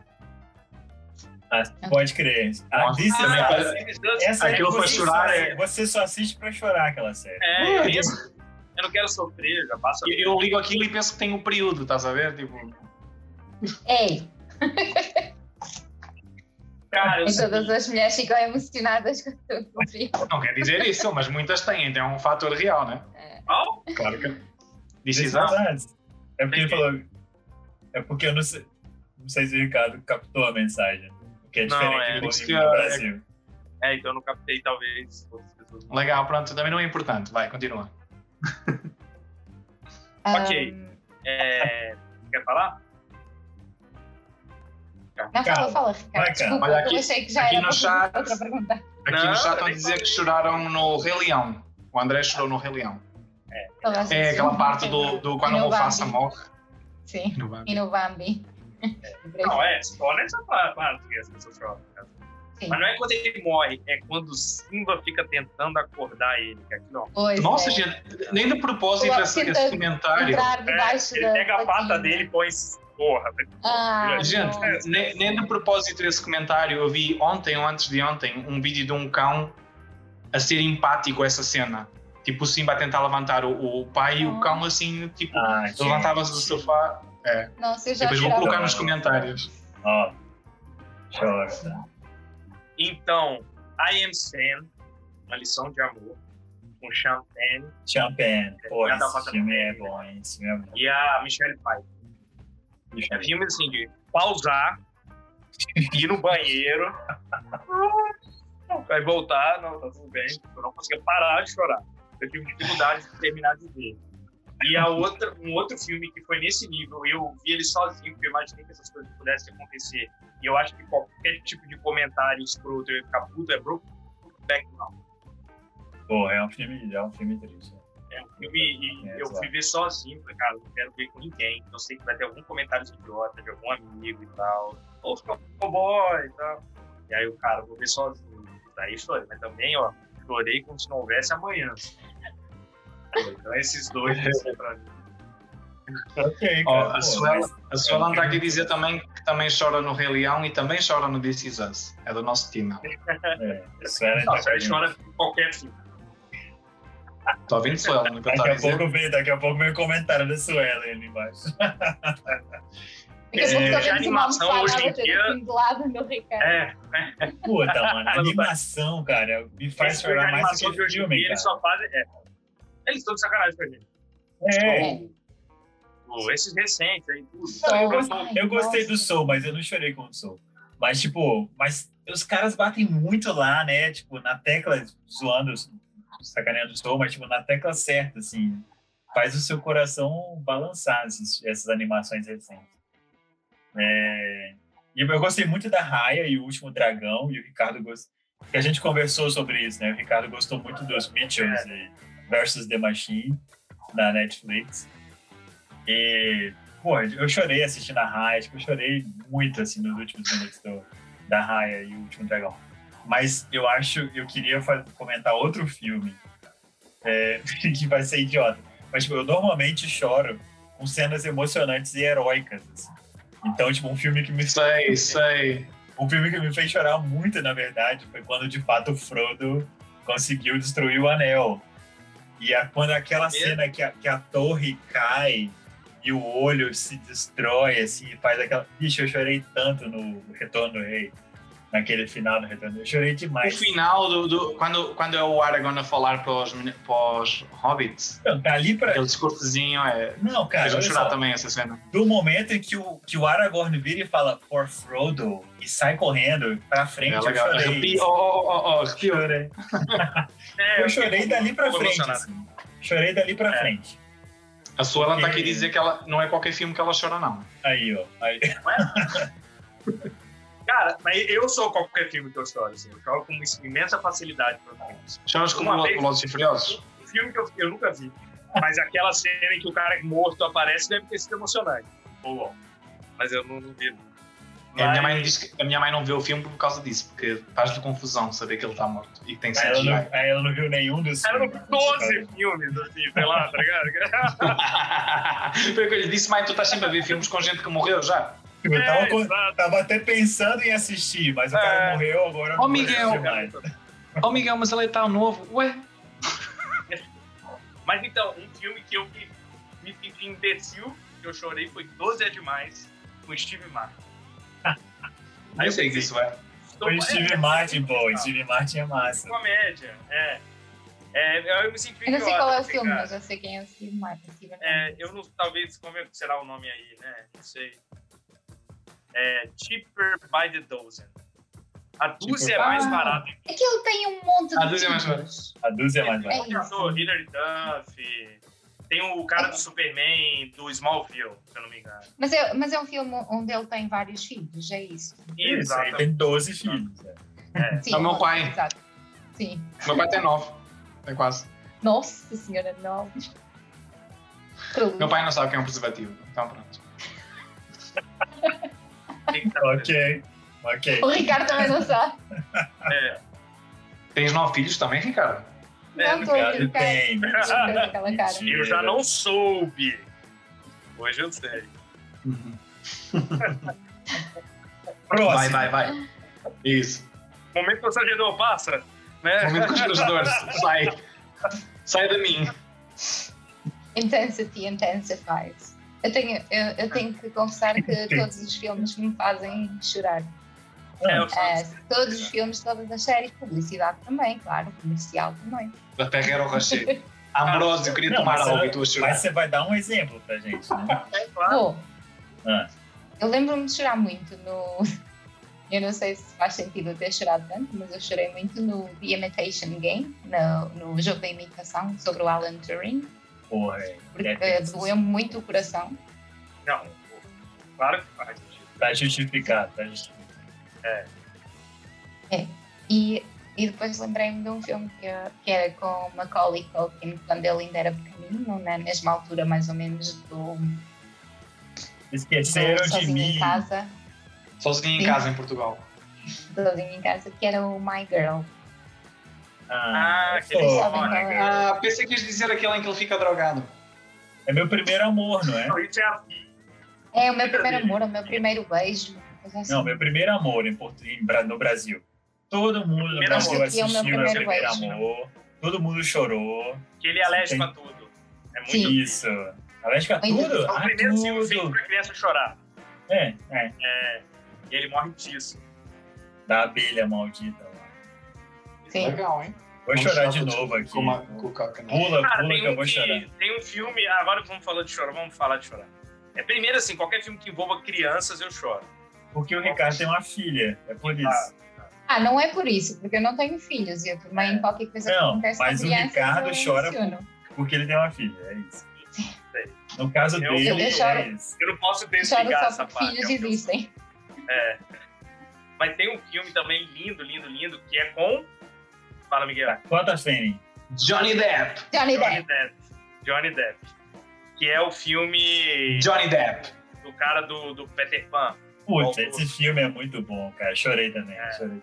[SPEAKER 1] Ah, pode crer. Ah,
[SPEAKER 2] Nossa,
[SPEAKER 1] disse
[SPEAKER 2] também
[SPEAKER 1] essa-
[SPEAKER 2] parece-
[SPEAKER 1] essa
[SPEAKER 2] Aquilo
[SPEAKER 1] você
[SPEAKER 2] foi
[SPEAKER 1] só-
[SPEAKER 2] chorar, é.
[SPEAKER 1] Você só assiste pra chorar aquela série.
[SPEAKER 3] É, é isso. Eu não quero sofrer, já passa.
[SPEAKER 2] Eu, eu ligo aquilo e penso que tem um período, estás a ver? Tipo,
[SPEAKER 4] Ei,
[SPEAKER 3] Cara, eu
[SPEAKER 4] e
[SPEAKER 3] sei.
[SPEAKER 4] todas as mulheres ficam emocionadas com o filme.
[SPEAKER 2] não quer dizer isso, mas muitas têm, então é um fator real, né?
[SPEAKER 4] É.
[SPEAKER 3] Qual?
[SPEAKER 2] Claro que. This Is Us.
[SPEAKER 1] Decisão. É porque ele falou. É porque eu não sei. Não sei se o Ricardo captou a mensagem. Porque é
[SPEAKER 3] Não,
[SPEAKER 1] diferente
[SPEAKER 3] é,
[SPEAKER 1] do
[SPEAKER 2] isso
[SPEAKER 1] Bolívia
[SPEAKER 2] que
[SPEAKER 1] e do
[SPEAKER 2] é-
[SPEAKER 1] Brasil.
[SPEAKER 3] É, então eu não captei, talvez. outras pessoas.
[SPEAKER 2] Legal, pronto, também não é importante. Vai, continua.
[SPEAKER 4] Ah,
[SPEAKER 3] Ok. É, quer falar?
[SPEAKER 4] Ah,
[SPEAKER 1] Calma.
[SPEAKER 4] Não, fala, fala, Ricardo.
[SPEAKER 1] Vai,
[SPEAKER 4] Desculpa,
[SPEAKER 2] Olha aqui-
[SPEAKER 4] eu achei que já
[SPEAKER 2] aqui
[SPEAKER 4] era
[SPEAKER 2] no
[SPEAKER 4] outra-
[SPEAKER 2] chat-
[SPEAKER 4] outra pergunta.
[SPEAKER 2] Aqui
[SPEAKER 3] Não,
[SPEAKER 2] no chat estão a
[SPEAKER 3] nem
[SPEAKER 2] dizer que
[SPEAKER 3] falei.
[SPEAKER 2] choraram no Rei Leão. O André chorou no Rei Leão.
[SPEAKER 4] Todas as
[SPEAKER 2] É aquela
[SPEAKER 4] pessoas
[SPEAKER 2] parte
[SPEAKER 4] lembram.
[SPEAKER 2] do, do quando
[SPEAKER 4] E
[SPEAKER 2] o
[SPEAKER 4] no
[SPEAKER 2] Mufasa
[SPEAKER 4] Bambi.
[SPEAKER 2] morre.
[SPEAKER 4] Sim,
[SPEAKER 2] No Bambi.
[SPEAKER 4] e no Bambi.
[SPEAKER 3] Não, é, Scorn é só pra, pra que as pessoas choram. cara.
[SPEAKER 4] Sim.
[SPEAKER 3] Mas não é quando ele morre, é quando o Simba fica tentando acordar ele, que aquilo é uma
[SPEAKER 4] Pois
[SPEAKER 2] Nossa,
[SPEAKER 4] é.
[SPEAKER 2] gente, nem de propósito
[SPEAKER 4] Olá,
[SPEAKER 2] esse,
[SPEAKER 4] tenta-
[SPEAKER 2] esse comentário.
[SPEAKER 4] Entrar debaixo
[SPEAKER 3] É,
[SPEAKER 2] É,
[SPEAKER 3] ele
[SPEAKER 4] É da
[SPEAKER 3] pega a pata
[SPEAKER 4] patinha.
[SPEAKER 3] dele e põe. Porra,
[SPEAKER 4] Ah,
[SPEAKER 2] Gente, é, né,
[SPEAKER 4] não.
[SPEAKER 2] nem, nem de propósito esse comentário. Eu vi ontem ou antes de ontem um vídeo de um cão a ser empático a essa cena. Tipo, o Simba a tentar levantar o, o pai e o
[SPEAKER 4] Ah.
[SPEAKER 2] cão assim, tipo,
[SPEAKER 1] Ah, gente.
[SPEAKER 2] levantava-se do sofá.
[SPEAKER 4] Nossa, eu já
[SPEAKER 2] Depois vou
[SPEAKER 4] tirava-
[SPEAKER 2] colocar nos comentários.
[SPEAKER 1] Ó. Chora.
[SPEAKER 3] Então, I Am Sam, uma lição de amor, com Sean Penn
[SPEAKER 1] Champagne. Pô,
[SPEAKER 3] Já dá pra
[SPEAKER 2] tá
[SPEAKER 1] esse filme é bom, hein? Esse filme é bom.
[SPEAKER 3] e a Michelle Pfeiffer. É filme assim de pausar, <laughs> ir no banheiro, vai voltar, não, tá tudo bem, eu não conseguia parar de chorar. Eu tive dificuldade de terminar de ver. E a outra, um outro filme que foi nesse nível, eu vi ele sozinho, porque eu imaginei que essas coisas pudessem acontecer. E eu acho que qualquer tipo de comentário escroto eu ia ficar puto, é Brokeback Mountain.
[SPEAKER 1] Pô, é um filme, é um filme triste.
[SPEAKER 3] É um filme e
[SPEAKER 1] É,
[SPEAKER 3] eu
[SPEAKER 1] exato.
[SPEAKER 3] fui ver sozinho, falei, cara, não quero ver com ninguém. Eu sei que vai ter algum comentário idiota de algum amigo e tal. Ou fica cowboy e tal. E aí o cara, vou ver sozinho. Daí chorei, mas também, ó, chorei como se não houvesse amanhã. Então
[SPEAKER 1] <laughs>
[SPEAKER 3] esses dois assim, pra mim.
[SPEAKER 1] Ok,
[SPEAKER 2] Ó,
[SPEAKER 1] cara.
[SPEAKER 2] a Suela, a Suela
[SPEAKER 1] é um
[SPEAKER 2] está aqui a
[SPEAKER 1] filme-
[SPEAKER 2] dizer também que também chora no Rei Leão e também chora no This Is Us. É do nosso time.
[SPEAKER 1] é, a Suela é
[SPEAKER 3] Não, você
[SPEAKER 1] diferente.
[SPEAKER 3] chora em qualquer filme.
[SPEAKER 2] Estou ouvindo Suela, não é o que eu
[SPEAKER 1] Daqui
[SPEAKER 2] estou a
[SPEAKER 1] a
[SPEAKER 2] dizer.
[SPEAKER 1] pouco vem, daqui a pouco vem o comentário da Suela aí ali embaixo.
[SPEAKER 4] Daqui a pouco
[SPEAKER 3] É,
[SPEAKER 4] só vemos
[SPEAKER 3] de
[SPEAKER 4] uma
[SPEAKER 3] animação
[SPEAKER 4] almofada,
[SPEAKER 3] hoje em
[SPEAKER 4] ela tendo
[SPEAKER 3] dia-
[SPEAKER 4] pendulada no Ricardo.
[SPEAKER 3] É,
[SPEAKER 1] Puta,
[SPEAKER 3] <laughs>
[SPEAKER 1] mano, animação, cara, me faz
[SPEAKER 3] faz
[SPEAKER 1] chorar mais
[SPEAKER 3] animação
[SPEAKER 1] do
[SPEAKER 3] de
[SPEAKER 1] que
[SPEAKER 3] hoje em
[SPEAKER 1] filme,
[SPEAKER 3] dia,
[SPEAKER 1] cara.
[SPEAKER 3] eles só fazem. É. Eles estão de sacanagem com a gente.
[SPEAKER 1] É,
[SPEAKER 4] É.
[SPEAKER 3] Pô, Esses recentes aí, tudo.
[SPEAKER 4] Não,
[SPEAKER 3] Então, Eu
[SPEAKER 4] mas-
[SPEAKER 3] tô-
[SPEAKER 4] Ai,
[SPEAKER 1] eu gostei
[SPEAKER 4] nossa.
[SPEAKER 1] do Soul, mas eu não chorei com o Soul. Mas, tipo, mas os caras batem muito lá, né? Tipo, na tecla, zoando, sacaneando do Soul, mas, tipo, na tecla certa, assim. Faz o seu coração balançar esses- essas animações recentes. É, E eu gostei muito da Raia e o Último Dragão, e o Ricardo gostou. Porque a gente conversou sobre isso, né? O Ricardo gostou muito dos Mitchells e versus The Machine, da Netflix. E Pô, eu chorei assistindo a Raya, tipo, eu chorei muito, assim, nos últimos minutos do- da Raya e o Último Dragão. Mas eu acho, eu queria fa- comentar outro filme, é, <laughs> que vai ser idiota. Mas, tipo, eu normalmente choro com cenas emocionantes e heróicas, assim. Então, tipo, um filme que me
[SPEAKER 2] Sei, sei.
[SPEAKER 1] um filme que me fez chorar muito, na verdade, foi quando de fato o Frodo conseguiu destruir o anel. E a- quando aquela
[SPEAKER 3] Mesmo?
[SPEAKER 1] cena que a, que a torre cai e o olho se destrói, assim, e faz aquela. Ixi, eu chorei tanto no Retorno do Rei, naquele final do Retorno do Rei. Eu chorei
[SPEAKER 2] O
[SPEAKER 1] demais.
[SPEAKER 2] final, do, do- quando, quando é o Aragorn a falar para os, meni- para os hobbits,
[SPEAKER 1] Então, dali pra.
[SPEAKER 2] aquele discursozinho é.
[SPEAKER 1] Não, cara,
[SPEAKER 2] Fez-me
[SPEAKER 1] olha
[SPEAKER 2] chorar
[SPEAKER 1] só,
[SPEAKER 2] também essa cena.
[SPEAKER 1] do momento em que o, que o Aragorn vira e fala For Frodo e sai correndo pra frente,
[SPEAKER 2] é
[SPEAKER 1] eu
[SPEAKER 2] legal.
[SPEAKER 1] chorei.
[SPEAKER 2] Arrepio, oh, oh, oh, oh, arrepio.
[SPEAKER 1] Chorei.
[SPEAKER 3] <laughs> É,
[SPEAKER 1] Eu chorei
[SPEAKER 3] fico-
[SPEAKER 1] dali pra
[SPEAKER 3] fico
[SPEAKER 1] frente.
[SPEAKER 3] emocionado.
[SPEAKER 1] assim. Chorei dali pra
[SPEAKER 3] É.
[SPEAKER 1] frente.
[SPEAKER 2] A Suela está aqui a
[SPEAKER 1] Porque-
[SPEAKER 2] dizer que ela, não é qualquer filme que ela chora, não.
[SPEAKER 1] Aí, ó. Aí.
[SPEAKER 3] Cara, mas eu sou qualquer filme que eu choro, assim. Eu choro com imensa facilidade pra filmes.
[SPEAKER 2] Choras como
[SPEAKER 3] Uma vez-
[SPEAKER 2] Velozes e Furiosos.
[SPEAKER 3] Um filme que eu, eu nunca vi. Mas aquela cena em que o cara é morto aparece deve ter sido emocionante. Ou bom. Mas eu não, não vi.
[SPEAKER 2] É, A minha,
[SPEAKER 3] Mas-
[SPEAKER 2] mãe diz que, a minha mãe não vê o filme por causa disso, porque faz-lhe confusão saber que ele está morto e que tem
[SPEAKER 1] Aí ela,
[SPEAKER 2] CGI.
[SPEAKER 1] não, aí ela não viu nenhum dos.
[SPEAKER 3] Cara, eu vi
[SPEAKER 1] filmes.
[SPEAKER 3] 12 filmes, assim, sei lá, tá ligado?
[SPEAKER 2] <laughs> Foi o que eu lhe disse, mãe, tu estás sempre a ver filmes com gente que morreu já.
[SPEAKER 1] Tipo, <laughs> eu tava,
[SPEAKER 3] É,
[SPEAKER 1] co-
[SPEAKER 3] exato.
[SPEAKER 1] tava até pensando em assistir, mas o cara
[SPEAKER 3] É.
[SPEAKER 1] morreu agora. não
[SPEAKER 2] Ó,
[SPEAKER 1] vou
[SPEAKER 2] Miguel.
[SPEAKER 1] assistir mais.
[SPEAKER 2] Oh, Miguel, mas ele está novo. Ué?
[SPEAKER 3] Mas então, um filme que eu me, me senti imbecil, que eu chorei, foi 12 é Demais, com Steve Martin.
[SPEAKER 2] Aí eu sei que isso é. vai.
[SPEAKER 3] Estou-
[SPEAKER 1] Foi Steve
[SPEAKER 3] é,
[SPEAKER 1] Martin, pô.
[SPEAKER 3] é,
[SPEAKER 1] Steve Martin é massa.
[SPEAKER 3] Comédia, é. É, eu me senti
[SPEAKER 4] Eu não sei
[SPEAKER 3] idiota,
[SPEAKER 4] qual é o
[SPEAKER 3] assim,
[SPEAKER 4] filme,
[SPEAKER 3] cara.
[SPEAKER 4] mas eu sei quem é o Steve Martin. Steve
[SPEAKER 3] É,
[SPEAKER 4] Martin.
[SPEAKER 3] eu não, talvez, como é que será o nome aí, né? Não sei. É, cheaper by the dozen. A dúzia é mais
[SPEAKER 2] Ah.
[SPEAKER 3] barata.
[SPEAKER 4] É que ele tem um monte de.
[SPEAKER 2] A dúzia é mais
[SPEAKER 4] títulos.
[SPEAKER 2] barata.
[SPEAKER 1] A dúzia é mais
[SPEAKER 4] É
[SPEAKER 1] massa.
[SPEAKER 4] isso.
[SPEAKER 3] Professor, Hilary Duff. Tem o cara do Superman, do Smallville, se eu não me engano.
[SPEAKER 4] Mas é, mas é um filme onde ele tem vários filhos, é isso.
[SPEAKER 1] Isso, aí
[SPEAKER 3] Exatamente.
[SPEAKER 1] tem 12 filhos. é.
[SPEAKER 4] Sim,
[SPEAKER 2] É o meu pai.
[SPEAKER 4] Exato. Sim.
[SPEAKER 2] Meu pai tem nove. Tem quase.
[SPEAKER 4] Nossa senhora, não.
[SPEAKER 2] Meu pai não sabe o que é um preservativo. Então pronto.
[SPEAKER 3] tá
[SPEAKER 1] Ok, ok.
[SPEAKER 4] O Ricardo também não sabe.
[SPEAKER 3] É,
[SPEAKER 2] Tens nove filhos também, Ricardo?
[SPEAKER 3] É,
[SPEAKER 4] não estou a
[SPEAKER 1] Obrigado,
[SPEAKER 4] brincar.
[SPEAKER 1] tem.
[SPEAKER 4] Não tô aquela cara.
[SPEAKER 3] eu já não soube. Hoje eu
[SPEAKER 2] Vai,
[SPEAKER 3] sei.
[SPEAKER 1] Próximo.
[SPEAKER 2] vai, vai. Isso.
[SPEAKER 3] Momento que o sargento passa,
[SPEAKER 2] No
[SPEAKER 3] né?
[SPEAKER 2] Momento que os jogadores sai. Sai de mim.
[SPEAKER 4] Intensity intensifies. Eu tenho, eu, eu tenho que confessar que todos os filmes me fazem chorar.
[SPEAKER 3] É, eu sou-
[SPEAKER 4] Ah, todos os filmes, todas as séries, publicidade também, claro, comercial também.
[SPEAKER 2] Da terra era o rochedo. Ambrósio, eu queria
[SPEAKER 1] Não,
[SPEAKER 2] tomar
[SPEAKER 1] mas
[SPEAKER 2] algo
[SPEAKER 1] era-
[SPEAKER 2] e tu a chorar.
[SPEAKER 1] Mas você vai dar um exemplo pra gente, né?
[SPEAKER 3] <laughs> claro.
[SPEAKER 4] Bom,
[SPEAKER 1] Ah,
[SPEAKER 4] eu lembro-me de chorar muito no. <laughs> Eu não sei se faz sentido eu ter chorado tanto, mas eu chorei muito no The Imitation Game, no, no jogo da imitação sobre o Alan Turing,
[SPEAKER 1] porra, é.
[SPEAKER 4] porque
[SPEAKER 1] É,
[SPEAKER 4] doeu muito o coração.
[SPEAKER 3] Não, claro que faz.
[SPEAKER 1] Tá justificado, tá justificado.
[SPEAKER 4] E, e depois lembrei-me de um filme que, que era com Macaulay Culkin, quando ele ainda era pequenino, né? na mesma altura mais ou menos do, do
[SPEAKER 1] Esqueceram de
[SPEAKER 4] Sozinho
[SPEAKER 1] mim.
[SPEAKER 4] em Casa,
[SPEAKER 2] Sozinho em
[SPEAKER 4] Sim.
[SPEAKER 2] casa em Portugal.
[SPEAKER 4] Sozinho em Casa, que era o My Girl.
[SPEAKER 3] Ah, que
[SPEAKER 4] Vocês
[SPEAKER 1] pô,
[SPEAKER 4] sabem qual é?
[SPEAKER 2] Ah, pensei que ias dizer aquele em que ele fica drogado.
[SPEAKER 1] é meu primeiro amor, não é?
[SPEAKER 3] Não, isso é a
[SPEAKER 4] É o meu primeiro amor, o meu primeiro beijo. coisa assim.
[SPEAKER 1] Não, meu primeiro amor em Portu- em Bra- no Brasil. Todo mundo no
[SPEAKER 3] Primeiro
[SPEAKER 1] Brasil
[SPEAKER 3] amor.
[SPEAKER 4] Aqui é o meu
[SPEAKER 1] assistiu meu
[SPEAKER 3] primeiro
[SPEAKER 1] primeiro
[SPEAKER 3] beijo.
[SPEAKER 1] amor. Todo mundo chorou.
[SPEAKER 3] que ele é alérgico
[SPEAKER 1] Sim.
[SPEAKER 3] a tudo. É muito.
[SPEAKER 4] Sim.
[SPEAKER 1] Isso. Alérgico a
[SPEAKER 4] Muito
[SPEAKER 1] tudo?
[SPEAKER 3] É o
[SPEAKER 1] A
[SPEAKER 3] primeiro filme feito
[SPEAKER 1] tudo.
[SPEAKER 3] pra criança chorar.
[SPEAKER 1] É, é.
[SPEAKER 3] E ele morre disso.
[SPEAKER 1] Da abelha maldita. lá.
[SPEAKER 4] Sim.
[SPEAKER 2] Legal, hein?
[SPEAKER 1] Vou
[SPEAKER 2] Vamos
[SPEAKER 1] chorar de
[SPEAKER 2] tudo
[SPEAKER 1] novo aqui.
[SPEAKER 2] Com uma, com
[SPEAKER 1] Pula,
[SPEAKER 2] o Coca, né?
[SPEAKER 1] pula
[SPEAKER 3] Cara, tem
[SPEAKER 1] que eu
[SPEAKER 3] um,
[SPEAKER 1] vou chorar.
[SPEAKER 3] que, tem um filme. ah, Agora que vamos falar de chorar, vamos falar de chorar. É primeiro assim, qualquer filme que envolva crianças, eu choro.
[SPEAKER 1] Porque o Ricardo tem uma filha, é por isso.
[SPEAKER 4] Ah, não é por isso, porque eu não tenho filhos e eu também qualquer coisa
[SPEAKER 1] É. Não,
[SPEAKER 4] que acontece
[SPEAKER 1] mas
[SPEAKER 4] com
[SPEAKER 1] o
[SPEAKER 4] crianças,
[SPEAKER 1] Ricardo
[SPEAKER 4] eu
[SPEAKER 1] chora
[SPEAKER 4] emociono.
[SPEAKER 1] Porque ele tem uma filha, é isso. No caso
[SPEAKER 3] Eu-
[SPEAKER 1] dele,
[SPEAKER 3] eu
[SPEAKER 4] deixava-
[SPEAKER 1] é isso.
[SPEAKER 3] Eu não posso
[SPEAKER 4] Choro
[SPEAKER 3] desligar
[SPEAKER 4] só
[SPEAKER 3] essa
[SPEAKER 4] porque
[SPEAKER 3] parte.
[SPEAKER 4] filhos
[SPEAKER 3] é
[SPEAKER 1] um
[SPEAKER 3] o que eu
[SPEAKER 4] existem.
[SPEAKER 3] Mas tem um filme também lindo, lindo, lindo, que é com. Fala, Miguel.
[SPEAKER 1] Conta a Fanny.
[SPEAKER 2] Johnny Depp.
[SPEAKER 4] Johnny
[SPEAKER 3] Johnny
[SPEAKER 4] Depp.
[SPEAKER 3] Depp. Johnny Depp. Que é o filme
[SPEAKER 2] Johnny Depp.
[SPEAKER 3] do cara do, do Peter Pan.
[SPEAKER 1] Putz,
[SPEAKER 3] Bom,
[SPEAKER 1] esse filme é muito bom, cara. Chorei também.
[SPEAKER 3] É.
[SPEAKER 1] Chorei.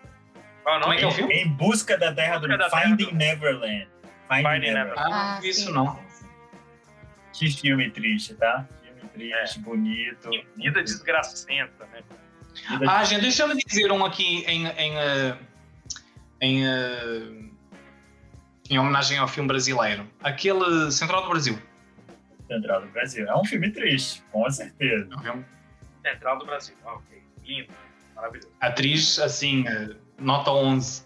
[SPEAKER 3] Qual é o
[SPEAKER 2] Como é
[SPEAKER 3] nome?
[SPEAKER 2] que é o filme?
[SPEAKER 1] Em busca da terra do
[SPEAKER 3] Busca da Terra
[SPEAKER 1] Finding
[SPEAKER 3] do-
[SPEAKER 1] Neverland. Finding
[SPEAKER 3] Finding
[SPEAKER 1] Neverland.
[SPEAKER 3] Neverland.
[SPEAKER 2] Ah, não vi isso não.
[SPEAKER 4] sim, sim.
[SPEAKER 1] Que filme triste, tá? Filme triste, bonito.
[SPEAKER 3] Que É. Vida desgracenta, né?
[SPEAKER 1] Vida
[SPEAKER 2] Ah, gente, deixa eu dizer um aqui em. em, eh, em, eh, em homenagem ao filme brasileiro. Aquele Central do Brasil.
[SPEAKER 1] Central do Brasil. É um filme triste, com certeza.
[SPEAKER 2] É um filme.
[SPEAKER 3] Central do Brasil. Ah, ok. Lindo. Maravilhoso.
[SPEAKER 2] Atriz, assim,
[SPEAKER 3] É.
[SPEAKER 2] eh, nota 11.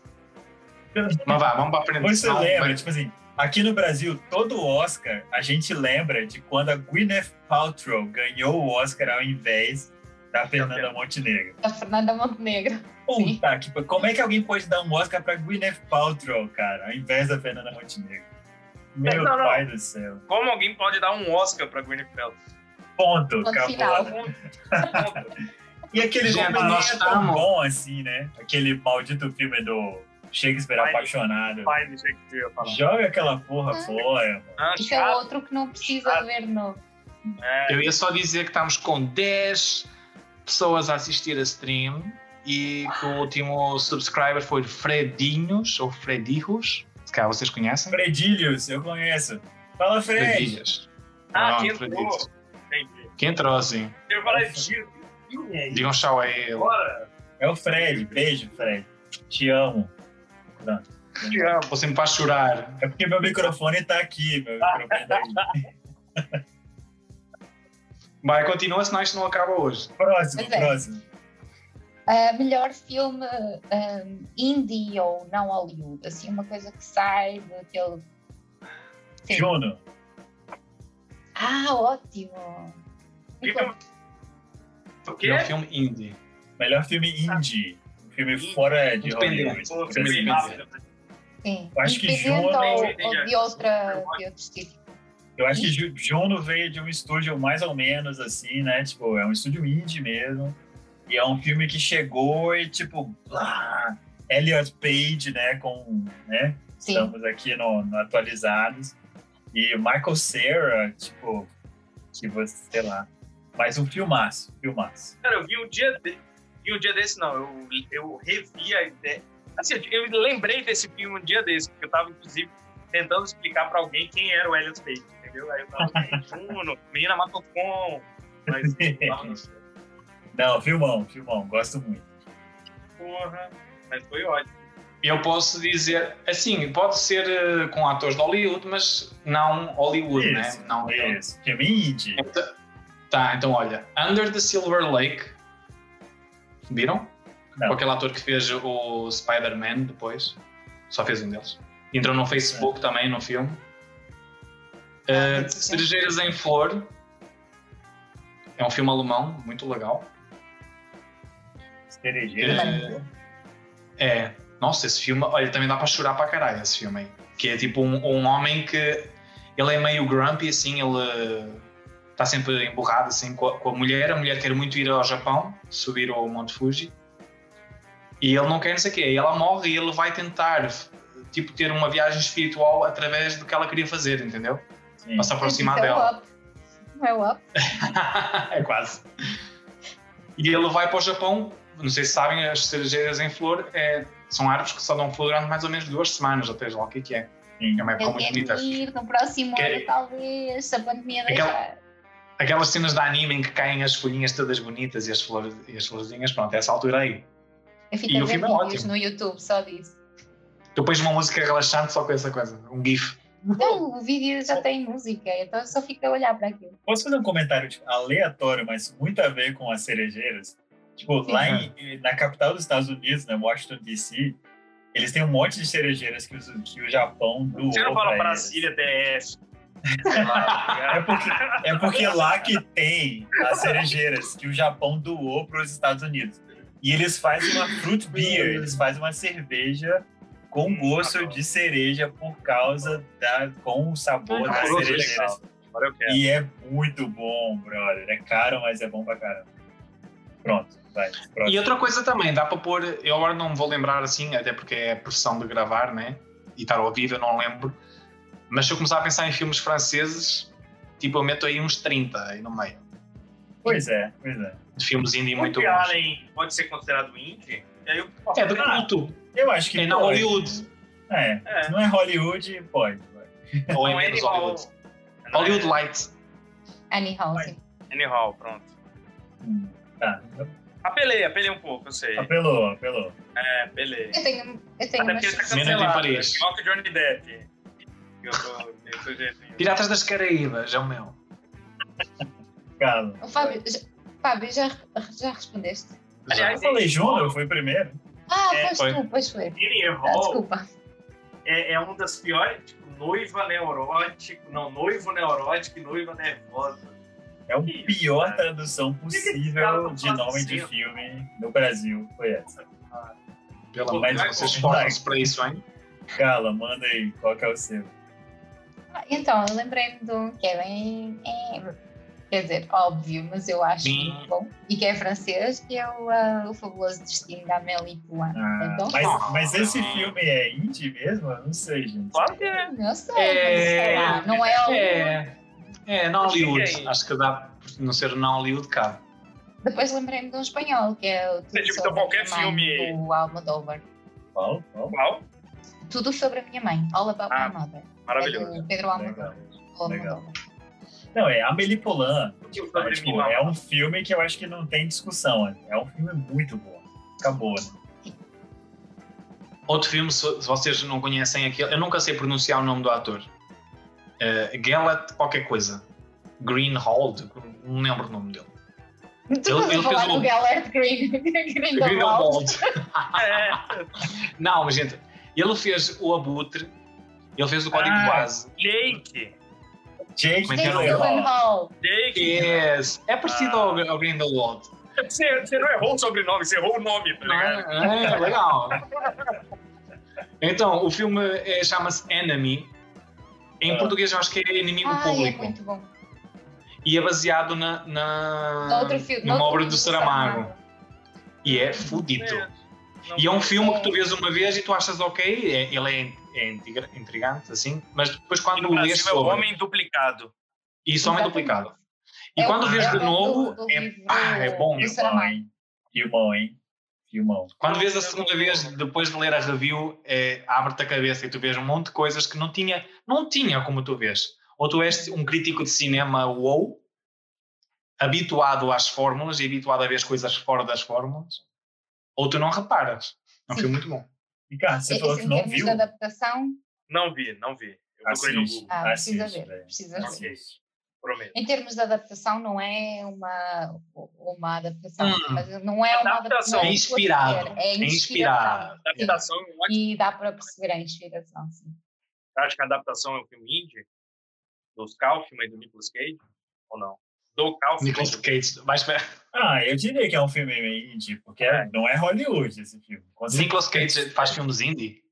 [SPEAKER 2] Mas vá, vamos para a frente.
[SPEAKER 1] Você
[SPEAKER 2] senão
[SPEAKER 1] lembra,
[SPEAKER 2] vai-
[SPEAKER 1] tipo assim, aqui no Brasil, todo Oscar, a gente lembra de quando a Gwyneth Paltrow ganhou o Oscar ao invés
[SPEAKER 2] Tá
[SPEAKER 1] da Fernanda Montenegro.
[SPEAKER 4] Da Fernanda Montenegro.
[SPEAKER 1] Puta, que, pa- como é que alguém pode dar um Oscar pra Gwyneth Paltrow, cara, ao invés da Fernanda Montenegro? Meu
[SPEAKER 3] Não, não.
[SPEAKER 1] pai do céu.
[SPEAKER 3] Como alguém pode dar um Oscar pra Gwyneth Paltrow?
[SPEAKER 1] Ponto,
[SPEAKER 4] Ponto
[SPEAKER 1] acabou.
[SPEAKER 4] final.
[SPEAKER 1] né?
[SPEAKER 3] Ponto.
[SPEAKER 1] E aquele
[SPEAKER 2] Gente,
[SPEAKER 1] filme nem
[SPEAKER 2] nós
[SPEAKER 1] é tão
[SPEAKER 2] estamos-
[SPEAKER 1] bom assim, né? Aquele maldito filme do Shakespeare
[SPEAKER 3] Vai,
[SPEAKER 1] apaixonado.
[SPEAKER 3] Pai de Shakespeare, eu falo.
[SPEAKER 1] Joga aquela porra
[SPEAKER 4] Ah.
[SPEAKER 1] fora, mano.
[SPEAKER 3] Ah,
[SPEAKER 4] Isso é
[SPEAKER 3] chato,
[SPEAKER 4] outro que não precisa
[SPEAKER 3] Chato.
[SPEAKER 4] ver novo.
[SPEAKER 3] né?
[SPEAKER 2] Eu ia só dizer que estamos com 10 pessoas a assistir a stream e que o último subscriber foi Fredinhos ou Fredirros, se calhar vocês conhecem.
[SPEAKER 1] Fredilhos, eu conheço. Fala, Fred.
[SPEAKER 2] Fredilhas.
[SPEAKER 3] Ah,
[SPEAKER 2] Pronto,
[SPEAKER 3] que entrou.
[SPEAKER 2] Fredilhos.
[SPEAKER 3] Entendi.
[SPEAKER 2] Quem trouxe? hein?
[SPEAKER 3] Eu falei, Gil, que é isso?
[SPEAKER 2] Digam tchau a ele.
[SPEAKER 3] Bora.
[SPEAKER 1] É o Fred. Beijo, Fred. Te amo.
[SPEAKER 3] Te amo.
[SPEAKER 2] Você me faz chorar.
[SPEAKER 1] É porque meu microfone tá aqui, meu microfone tá aqui.
[SPEAKER 2] Vai, continua, senão isto não acaba hoje.
[SPEAKER 1] Próximo,
[SPEAKER 4] Pois é.
[SPEAKER 1] próximo.
[SPEAKER 4] Ah, melhor filme ah, indie ou não Hollywood. Assim, uma coisa que sai daquele. Sim.
[SPEAKER 1] Juno.
[SPEAKER 4] Ah, ótimo!
[SPEAKER 2] Então,
[SPEAKER 3] O
[SPEAKER 2] Que é um
[SPEAKER 3] quê?
[SPEAKER 2] filme indie.
[SPEAKER 1] Melhor filme indie. Um filme
[SPEAKER 3] Indie.
[SPEAKER 1] fora de Hollywood.
[SPEAKER 2] Independente.
[SPEAKER 3] Pô,
[SPEAKER 1] por
[SPEAKER 3] filme
[SPEAKER 1] assim
[SPEAKER 2] Independente.
[SPEAKER 1] dizer.
[SPEAKER 3] rápido.
[SPEAKER 4] Sim.
[SPEAKER 1] Eu acho que
[SPEAKER 4] Independente
[SPEAKER 1] Juno-
[SPEAKER 4] ou, ou
[SPEAKER 2] é
[SPEAKER 4] de, outra, de outro estilo.
[SPEAKER 1] Eu acho que Ju- Juno veio de um estúdio mais ou menos assim, né? Tipo, é um estúdio indie mesmo. E é um filme que chegou e, tipo, blá, Elliot Page, né? Com, né?
[SPEAKER 4] Sim.
[SPEAKER 2] então,
[SPEAKER 1] Estamos aqui no, no Atualizados. E Michael Cera, tipo, que você, sei lá. Mas um filmaço, filmaço.
[SPEAKER 3] Cara, eu vi um dia, de... vi um dia desse, não, eu, eu revi a ideia. Assim, eu lembrei desse filme um dia desse, porque eu tava, inclusive, tentando explicar pra alguém quem era o Elliot Page, entendeu? Aí eu tava, <laughs> Juno, menina matou com... <laughs> Mas, nossa,
[SPEAKER 1] Não, filmão, filmão, gosto muito.
[SPEAKER 3] porra, mas foi ótimo.
[SPEAKER 2] Eu posso dizer, assim, pode ser eh, com atores de Hollywood, mas não Hollywood,
[SPEAKER 1] Isso, é.
[SPEAKER 2] né? Não
[SPEAKER 1] Isso, filme indie.
[SPEAKER 2] Então- Tá, então olha, Under the Silver Lake. Viram?
[SPEAKER 1] Não.
[SPEAKER 2] Com aquele ator que fez o Spider-Man depois. Só fez um deles. Entrou no Facebook também, no filme.
[SPEAKER 4] Ah,
[SPEAKER 2] Uh,
[SPEAKER 4] sim.
[SPEAKER 2] Cerejeiras em Flor. É um filme alemão, muito legal.
[SPEAKER 4] é
[SPEAKER 1] Cerejeira.
[SPEAKER 2] Eh, É. Nossa, esse filme, olha, também dá para chorar para caralho esse filme aí. Que é tipo um, um homem que ele é meio grumpy, assim, ele está sempre emburrado assim com a, com a mulher. A mulher quer muito ir ao Japão, subir ao Monte Fuji. E ele não quer não sei o quê. E ela morre e ele vai tentar tipo ter uma viagem espiritual através do que ela queria fazer, entendeu?
[SPEAKER 1] Sim.
[SPEAKER 2] Para se aproximar
[SPEAKER 4] Isso é o
[SPEAKER 2] dela.
[SPEAKER 4] Up. Não é o Up?
[SPEAKER 2] <laughs> é quase. E ele vai para o Japão. Não sei se sabem, as cerejeiras em flor é- são árvores que só dão flor durante mais ou menos duas semanas, ou três lá, o que, que é?
[SPEAKER 1] Sim.
[SPEAKER 2] É uma época
[SPEAKER 4] Eu
[SPEAKER 2] muito
[SPEAKER 4] quero
[SPEAKER 2] bonita.
[SPEAKER 4] ir no próximo
[SPEAKER 2] Que- é
[SPEAKER 4] ano, talvez, se a pandemia
[SPEAKER 2] Aquela-
[SPEAKER 4] deixar.
[SPEAKER 2] Aquelas cenas de anime em que caem as folhinhas todas bonitas e as, flores, e as florzinhas, pronto, é essa altura aí.
[SPEAKER 4] Eu fico
[SPEAKER 2] E
[SPEAKER 4] a
[SPEAKER 2] o
[SPEAKER 4] ver
[SPEAKER 2] filme é
[SPEAKER 4] vídeos
[SPEAKER 2] ótimo.
[SPEAKER 4] no YouTube só disso.
[SPEAKER 2] Depois uma música relaxante só com essa coisa, um gif.
[SPEAKER 4] Não, Então, o vídeo já tem música, então eu só fico a olhar para aquilo.
[SPEAKER 1] Posso fazer um comentário tipo, aleatório, mas muito a ver com as cerejeiras? Tipo,
[SPEAKER 4] Sim.
[SPEAKER 1] lá em- na capital dos Estados Unidos, né, Washington DC, eles têm um monte de cerejeiras que, os- que o Japão doou.
[SPEAKER 3] Você não fala
[SPEAKER 1] pra
[SPEAKER 3] Brasília, tá DF.
[SPEAKER 1] <laughs> É porque, é porque lá que tem as cerejeiras que o Japão doou para os Estados Unidos. E eles fazem uma fruit beer, eles fazem uma cerveja com
[SPEAKER 3] Hum,
[SPEAKER 1] gosto
[SPEAKER 3] adoro.
[SPEAKER 1] de cereja por causa da com o sabor
[SPEAKER 3] Ah,
[SPEAKER 1] das
[SPEAKER 3] gosto
[SPEAKER 1] cerejeiras.
[SPEAKER 3] Agora eu quero.
[SPEAKER 1] E é muito bom, brother. É caro, mas é bom pra caramba. Pronto, vai. Próximo.
[SPEAKER 2] E outra coisa também, dá para pôr, eu agora não me vou lembrar assim, até porque é a pressão de gravar, né? E estar ao vivo, eu não lembro. Mas se eu começar a pensar em filmes franceses, tipo, eu meto aí uns 30 aí no meio.
[SPEAKER 1] Pois é, pois é.
[SPEAKER 2] de filmes indie muito
[SPEAKER 3] Muito
[SPEAKER 2] bons.
[SPEAKER 3] Allen pode ser considerado indie? E aí eu
[SPEAKER 2] É do
[SPEAKER 3] Ah,
[SPEAKER 2] culto,
[SPEAKER 1] Eu acho que
[SPEAKER 2] é na
[SPEAKER 1] pode.
[SPEAKER 2] Hollywood.
[SPEAKER 1] É.
[SPEAKER 3] é.
[SPEAKER 1] Se não é Hollywood, pode. vai.
[SPEAKER 2] Ou é
[SPEAKER 3] Não,
[SPEAKER 2] menos
[SPEAKER 3] Annie Hall.
[SPEAKER 2] Hollywood.
[SPEAKER 3] Não,
[SPEAKER 2] Hollywood Lights.
[SPEAKER 4] Annie Hall,
[SPEAKER 1] Mas-
[SPEAKER 4] sim.
[SPEAKER 3] Annie Hall, pronto.
[SPEAKER 1] Hum, Tá.
[SPEAKER 3] Apelei, apelei um pouco, eu sei.
[SPEAKER 1] Apelou, apelou.
[SPEAKER 3] É, apelei.
[SPEAKER 4] Eu tenho, eu tenho
[SPEAKER 3] Até
[SPEAKER 4] uma
[SPEAKER 3] porque ele tá
[SPEAKER 2] Menos em
[SPEAKER 3] cancelado. né?
[SPEAKER 2] Paris.
[SPEAKER 3] Igual que o Johnny Depp. Eu tô, eu tô jeitinho.
[SPEAKER 2] Piratas das Caraíbas, é o meu.
[SPEAKER 1] Calo.
[SPEAKER 4] O Fábio, já, Fábio, já, já respondeste?
[SPEAKER 1] Eu falei junto, eu fui primeiro.
[SPEAKER 4] Ah,
[SPEAKER 3] É, Oh.
[SPEAKER 4] pois
[SPEAKER 2] foi.
[SPEAKER 4] tu, pois foi.
[SPEAKER 3] Annie
[SPEAKER 4] Ah,
[SPEAKER 3] Hall
[SPEAKER 4] desculpa.
[SPEAKER 3] é, é um das piores, tipo, noiva neurótico, não, noivo neurótico e noiva nervosa.
[SPEAKER 1] É a
[SPEAKER 3] Isso,
[SPEAKER 1] pior
[SPEAKER 3] cara.
[SPEAKER 1] tradução
[SPEAKER 3] esse cara
[SPEAKER 1] possível
[SPEAKER 3] não
[SPEAKER 1] de
[SPEAKER 3] faz
[SPEAKER 1] nome de
[SPEAKER 3] assim?
[SPEAKER 1] filme no Brasil. Foi essa.
[SPEAKER 2] Pelo amor de
[SPEAKER 1] Mas-
[SPEAKER 2] Deus, vocês esforçam-se para isso, hein?
[SPEAKER 1] Cala, manda aí, qual que é o seu?
[SPEAKER 4] Ah, Então, eu lembrei-me de um que é bem. é, quer dizer, óbvio, mas eu acho
[SPEAKER 2] Sim.
[SPEAKER 4] muito bom. E que é francês, que é o, ah, o fabuloso destino da Amélie Poulain.
[SPEAKER 1] Ah,
[SPEAKER 4] Então,
[SPEAKER 1] mas, mas esse filme é indie mesmo? Eu não sei, gente.
[SPEAKER 3] Claro que é.
[SPEAKER 4] não sei, mas sei
[SPEAKER 2] É-
[SPEAKER 4] lá, não é o.
[SPEAKER 2] É, é na
[SPEAKER 3] Acho que
[SPEAKER 2] Hollywood.
[SPEAKER 3] é isso.
[SPEAKER 2] Acho que dá por não ser na Hollywood, cabe.
[SPEAKER 4] Depois lembrei-me de um espanhol, que é o Tudo
[SPEAKER 3] tipo,
[SPEAKER 4] sobre
[SPEAKER 3] qualquer
[SPEAKER 4] a minha mãe,
[SPEAKER 3] filme-
[SPEAKER 4] do Almodóvar.
[SPEAKER 1] Qual? Qual?
[SPEAKER 3] Qual?
[SPEAKER 4] Tudo sobre a minha mãe, All About
[SPEAKER 3] Ah,
[SPEAKER 4] My Mother.
[SPEAKER 3] Maravilhoso.
[SPEAKER 4] É do Pedro Almodóvar.
[SPEAKER 1] Legal.
[SPEAKER 4] Almodóvar.
[SPEAKER 1] Não, é Amélie Poulain.
[SPEAKER 3] Tipo,
[SPEAKER 1] Tá?
[SPEAKER 3] sobre
[SPEAKER 1] Tipo,
[SPEAKER 3] mim,
[SPEAKER 1] é um filme que eu acho que não tem discussão. né? É um filme muito bom. Acabou, né?
[SPEAKER 2] Outro filme, se se vocês não conhecem aquele, eu nunca sei pronunciar o nome do ator. Uh, Gallat qualquer coisa. Greenhold, não lembro o nome dele.
[SPEAKER 4] Tu
[SPEAKER 2] Ele-
[SPEAKER 4] estás
[SPEAKER 2] ele
[SPEAKER 4] a Então falar
[SPEAKER 2] fez um-
[SPEAKER 4] do Gellert Green, <laughs>
[SPEAKER 2] Greenhold.
[SPEAKER 4] Grindelwald.
[SPEAKER 3] É,
[SPEAKER 2] Não, mas gente, ele fez o Abutre, ele fez o Código
[SPEAKER 3] Ah.
[SPEAKER 2] Base.
[SPEAKER 3] Jake.
[SPEAKER 1] Jake
[SPEAKER 2] Como é que é o nome?
[SPEAKER 1] Gyllenhaal.
[SPEAKER 4] Gyllenhaal.
[SPEAKER 3] Jake.
[SPEAKER 2] Yes. É parecido
[SPEAKER 3] Ah.
[SPEAKER 2] ao, ao Grindelwald.
[SPEAKER 3] Você, você não errou o sobrenome, você errou o nome, tá
[SPEAKER 2] Não
[SPEAKER 3] ligado?
[SPEAKER 2] é? É, legal. Então, o filme é- chama-se Enemy. Em
[SPEAKER 1] Ah.
[SPEAKER 2] português eu acho que é Inimigo
[SPEAKER 4] Ah, é
[SPEAKER 2] Público.
[SPEAKER 4] muito bom.
[SPEAKER 2] E é baseado na, na-
[SPEAKER 4] No outro filme.
[SPEAKER 2] Ah, numa
[SPEAKER 4] no outro
[SPEAKER 2] obra
[SPEAKER 4] filme
[SPEAKER 2] do Saramago. E é fudido.
[SPEAKER 3] então Não,
[SPEAKER 2] E é um filme que tu vês uma vez e tu achas ok, é- ele é, é intriga- intrigante, assim, mas depois
[SPEAKER 3] E
[SPEAKER 2] quando
[SPEAKER 3] no
[SPEAKER 2] lês
[SPEAKER 3] Brasil é o
[SPEAKER 2] sobre,
[SPEAKER 3] homem duplicado.
[SPEAKER 2] e somente
[SPEAKER 4] Exatamente.
[SPEAKER 2] duplicado. E
[SPEAKER 4] É o-
[SPEAKER 2] quando vês
[SPEAKER 4] é
[SPEAKER 2] de
[SPEAKER 4] o
[SPEAKER 2] novo,
[SPEAKER 4] do- do
[SPEAKER 2] é,
[SPEAKER 4] livro
[SPEAKER 2] pá, é bom.
[SPEAKER 4] do
[SPEAKER 2] isso.
[SPEAKER 1] Filmão,
[SPEAKER 4] Saramago.
[SPEAKER 1] hein? Filmão, hein? Filmão.
[SPEAKER 2] Quando vês a segunda vez, depois de ler a review, é, abre-te a cabeça e tu vês um monte de coisas que não tinha, não tinha como tu vês. Ou tu és um crítico de cinema wow, habituado às fórmulas e habituado a ver as coisas fora das fórmulas, ou tu não reparas. É um
[SPEAKER 4] Sim.
[SPEAKER 2] filme muito bom.
[SPEAKER 1] Ricardo,
[SPEAKER 4] É
[SPEAKER 1] você falou
[SPEAKER 4] isso
[SPEAKER 1] que
[SPEAKER 4] em
[SPEAKER 1] não
[SPEAKER 4] termos
[SPEAKER 1] viu.
[SPEAKER 4] de adaptação,
[SPEAKER 3] Não vi, não vi. Eu procurei no
[SPEAKER 1] Assiste.
[SPEAKER 3] Google.
[SPEAKER 4] ah, precisa
[SPEAKER 1] Assiste,
[SPEAKER 4] ver,
[SPEAKER 1] velho.
[SPEAKER 4] precisa ver.
[SPEAKER 3] Ok, prometo.
[SPEAKER 4] em termos de adaptação, não é uma, uma adaptação,
[SPEAKER 2] Hum.
[SPEAKER 4] mas não é uma
[SPEAKER 3] Adaptação.
[SPEAKER 4] adaptação.
[SPEAKER 2] É inspirado.
[SPEAKER 4] É
[SPEAKER 2] É inspirado.
[SPEAKER 4] inspirado.
[SPEAKER 3] Adaptação, eu acho,
[SPEAKER 4] E dá para perceber a inspiração, sim.
[SPEAKER 3] acho que a adaptação é um filme indie dos Kaufman e do Nicolas Cage, ou não? Do Kaufman.
[SPEAKER 2] Nicolas Cage, vais ver.
[SPEAKER 1] Ah, eu diria que é um filme meio indie, porque não é Hollywood esse filme. Com certeza,
[SPEAKER 2] Nicolas Cage faz filmes indie?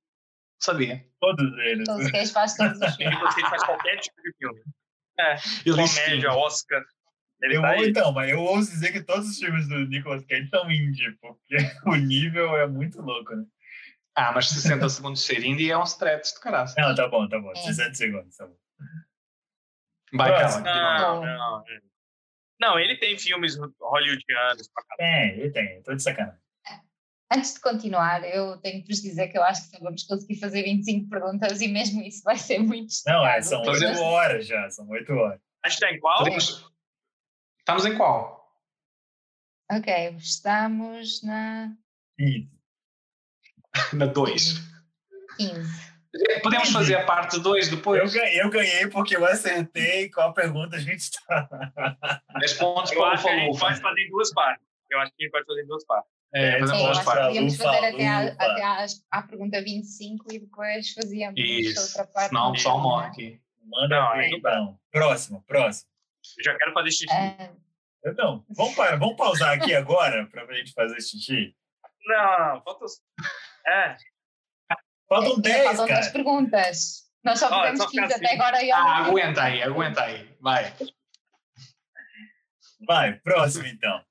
[SPEAKER 2] Sabia.
[SPEAKER 1] Todos eles.
[SPEAKER 4] Todos que eles fazem todos os
[SPEAKER 3] O
[SPEAKER 4] filmes.
[SPEAKER 3] Nicolas Cage faz qualquer tipo de filme.
[SPEAKER 2] Ele disse
[SPEAKER 3] Comédia,
[SPEAKER 2] sim.
[SPEAKER 3] Oscar. Ele
[SPEAKER 1] Eu,
[SPEAKER 3] tá
[SPEAKER 1] ou
[SPEAKER 3] aí.
[SPEAKER 1] então, mas eu ouso dizer que todos os filmes do Nicolas Cage são indie, porque <laughs> o nível é muito louco, né?
[SPEAKER 2] Ah, mas 60 segundos de ser indie é um stretch de caralho.
[SPEAKER 1] Não, tá bom, tá bom.
[SPEAKER 4] É.
[SPEAKER 1] 60 segundos, tá bom.
[SPEAKER 4] Ah,
[SPEAKER 2] Vai,
[SPEAKER 1] Próximo.
[SPEAKER 2] calma.
[SPEAKER 3] Não, não. é. Não, ele tem filmes hollywoodianos pra caralho.
[SPEAKER 1] É, eu tenho, tô de sacanagem.
[SPEAKER 4] Antes de continuar, eu tenho que vos dizer que eu acho que só vamos conseguir fazer 25 perguntas e mesmo isso vai ser muito
[SPEAKER 1] Não, é, são
[SPEAKER 4] esticado.
[SPEAKER 2] Fazer-
[SPEAKER 1] 8 horas já, são 8 horas.
[SPEAKER 3] A gente tá em qual?
[SPEAKER 2] Podemos- Estamos em qual?
[SPEAKER 4] Ok, estamos na
[SPEAKER 1] Ih,
[SPEAKER 2] Na 2.
[SPEAKER 4] 15.
[SPEAKER 2] Podemos fazer a parte 2
[SPEAKER 1] Eu,
[SPEAKER 2] depois?
[SPEAKER 1] ga- eu ganhei porque eu acertei qual pergunta a gente tá. <laughs>
[SPEAKER 2] 10 pontos
[SPEAKER 3] Eu
[SPEAKER 2] para o
[SPEAKER 3] acho que é a gente
[SPEAKER 2] Falufa.
[SPEAKER 3] pode fazer em duas partes. Eu acho que a gente pode fazer em duas partes.
[SPEAKER 2] É, fazer
[SPEAKER 4] Sim, eu
[SPEAKER 2] duas
[SPEAKER 4] acho que
[SPEAKER 2] partes.
[SPEAKER 4] podíamos
[SPEAKER 1] Lufa,
[SPEAKER 4] fazer até, à-
[SPEAKER 1] lufa.
[SPEAKER 4] até às- à pergunta 25 e depois fazíamos
[SPEAKER 2] Isso.
[SPEAKER 4] é outra parte.
[SPEAKER 2] Senão o
[SPEAKER 4] mas
[SPEAKER 2] pessoal
[SPEAKER 4] não.
[SPEAKER 2] morre aqui.
[SPEAKER 1] Manda
[SPEAKER 3] Não,
[SPEAKER 1] aí,
[SPEAKER 3] aí não
[SPEAKER 1] então. Próximo, próximo.
[SPEAKER 3] Eu já quero fazer xixi.
[SPEAKER 4] Ah,
[SPEAKER 1] Eu não. Vamos, parar, vamos pausar aqui <laughs> agora pra gente fazer xixi?
[SPEAKER 3] Não, falta. os- É,
[SPEAKER 1] Faltam
[SPEAKER 4] ainda
[SPEAKER 1] 10,
[SPEAKER 4] É, faltam
[SPEAKER 1] cara.
[SPEAKER 4] dez perguntas. Nós só
[SPEAKER 3] Olha,
[SPEAKER 4] fizemos
[SPEAKER 3] só
[SPEAKER 4] 15
[SPEAKER 3] fica
[SPEAKER 4] até
[SPEAKER 3] assim.
[SPEAKER 4] agora e é
[SPEAKER 2] Ah,
[SPEAKER 4] olha,
[SPEAKER 2] aguenta aí, aguenta aí. Vai.
[SPEAKER 1] Vai, próximo então.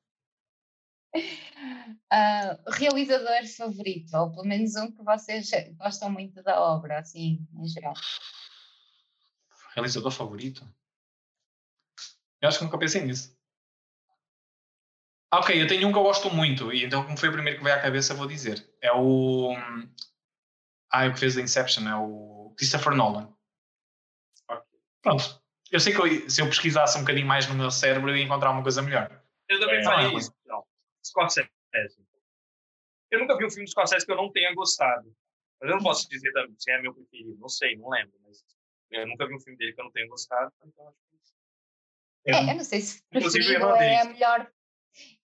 [SPEAKER 4] ah, realizador favorito, ou pelo menos um que vocês gostam muito da obra, assim, em geral.
[SPEAKER 2] Realizador favorito? Eu acho que nunca pensei nisso. Ah, Ok, eu tenho um que eu gosto muito, e então como foi o primeiro que veio à cabeça, eu vou dizer. É o. Ah, é o que fez a Inception, é o Christopher Nolan. Pronto. Eu sei que eu- se eu pesquisasse um bocadinho mais no meu cérebro, eu ia encontrar uma coisa melhor.
[SPEAKER 3] eu também
[SPEAKER 1] É.
[SPEAKER 3] falei isso. Não. Scorsese. Eu nunca vi um filme de Scorsese que eu não tenha gostado. Mas eu não posso dizer também se é meu preferido. Não sei, não lembro. Mas eu nunca vi um filme dele que eu não tenha gostado. Então acho que
[SPEAKER 1] Eu-
[SPEAKER 4] É, eu não sei se
[SPEAKER 3] Inclusive,
[SPEAKER 4] preferido é
[SPEAKER 3] irlandês.
[SPEAKER 4] a melhor.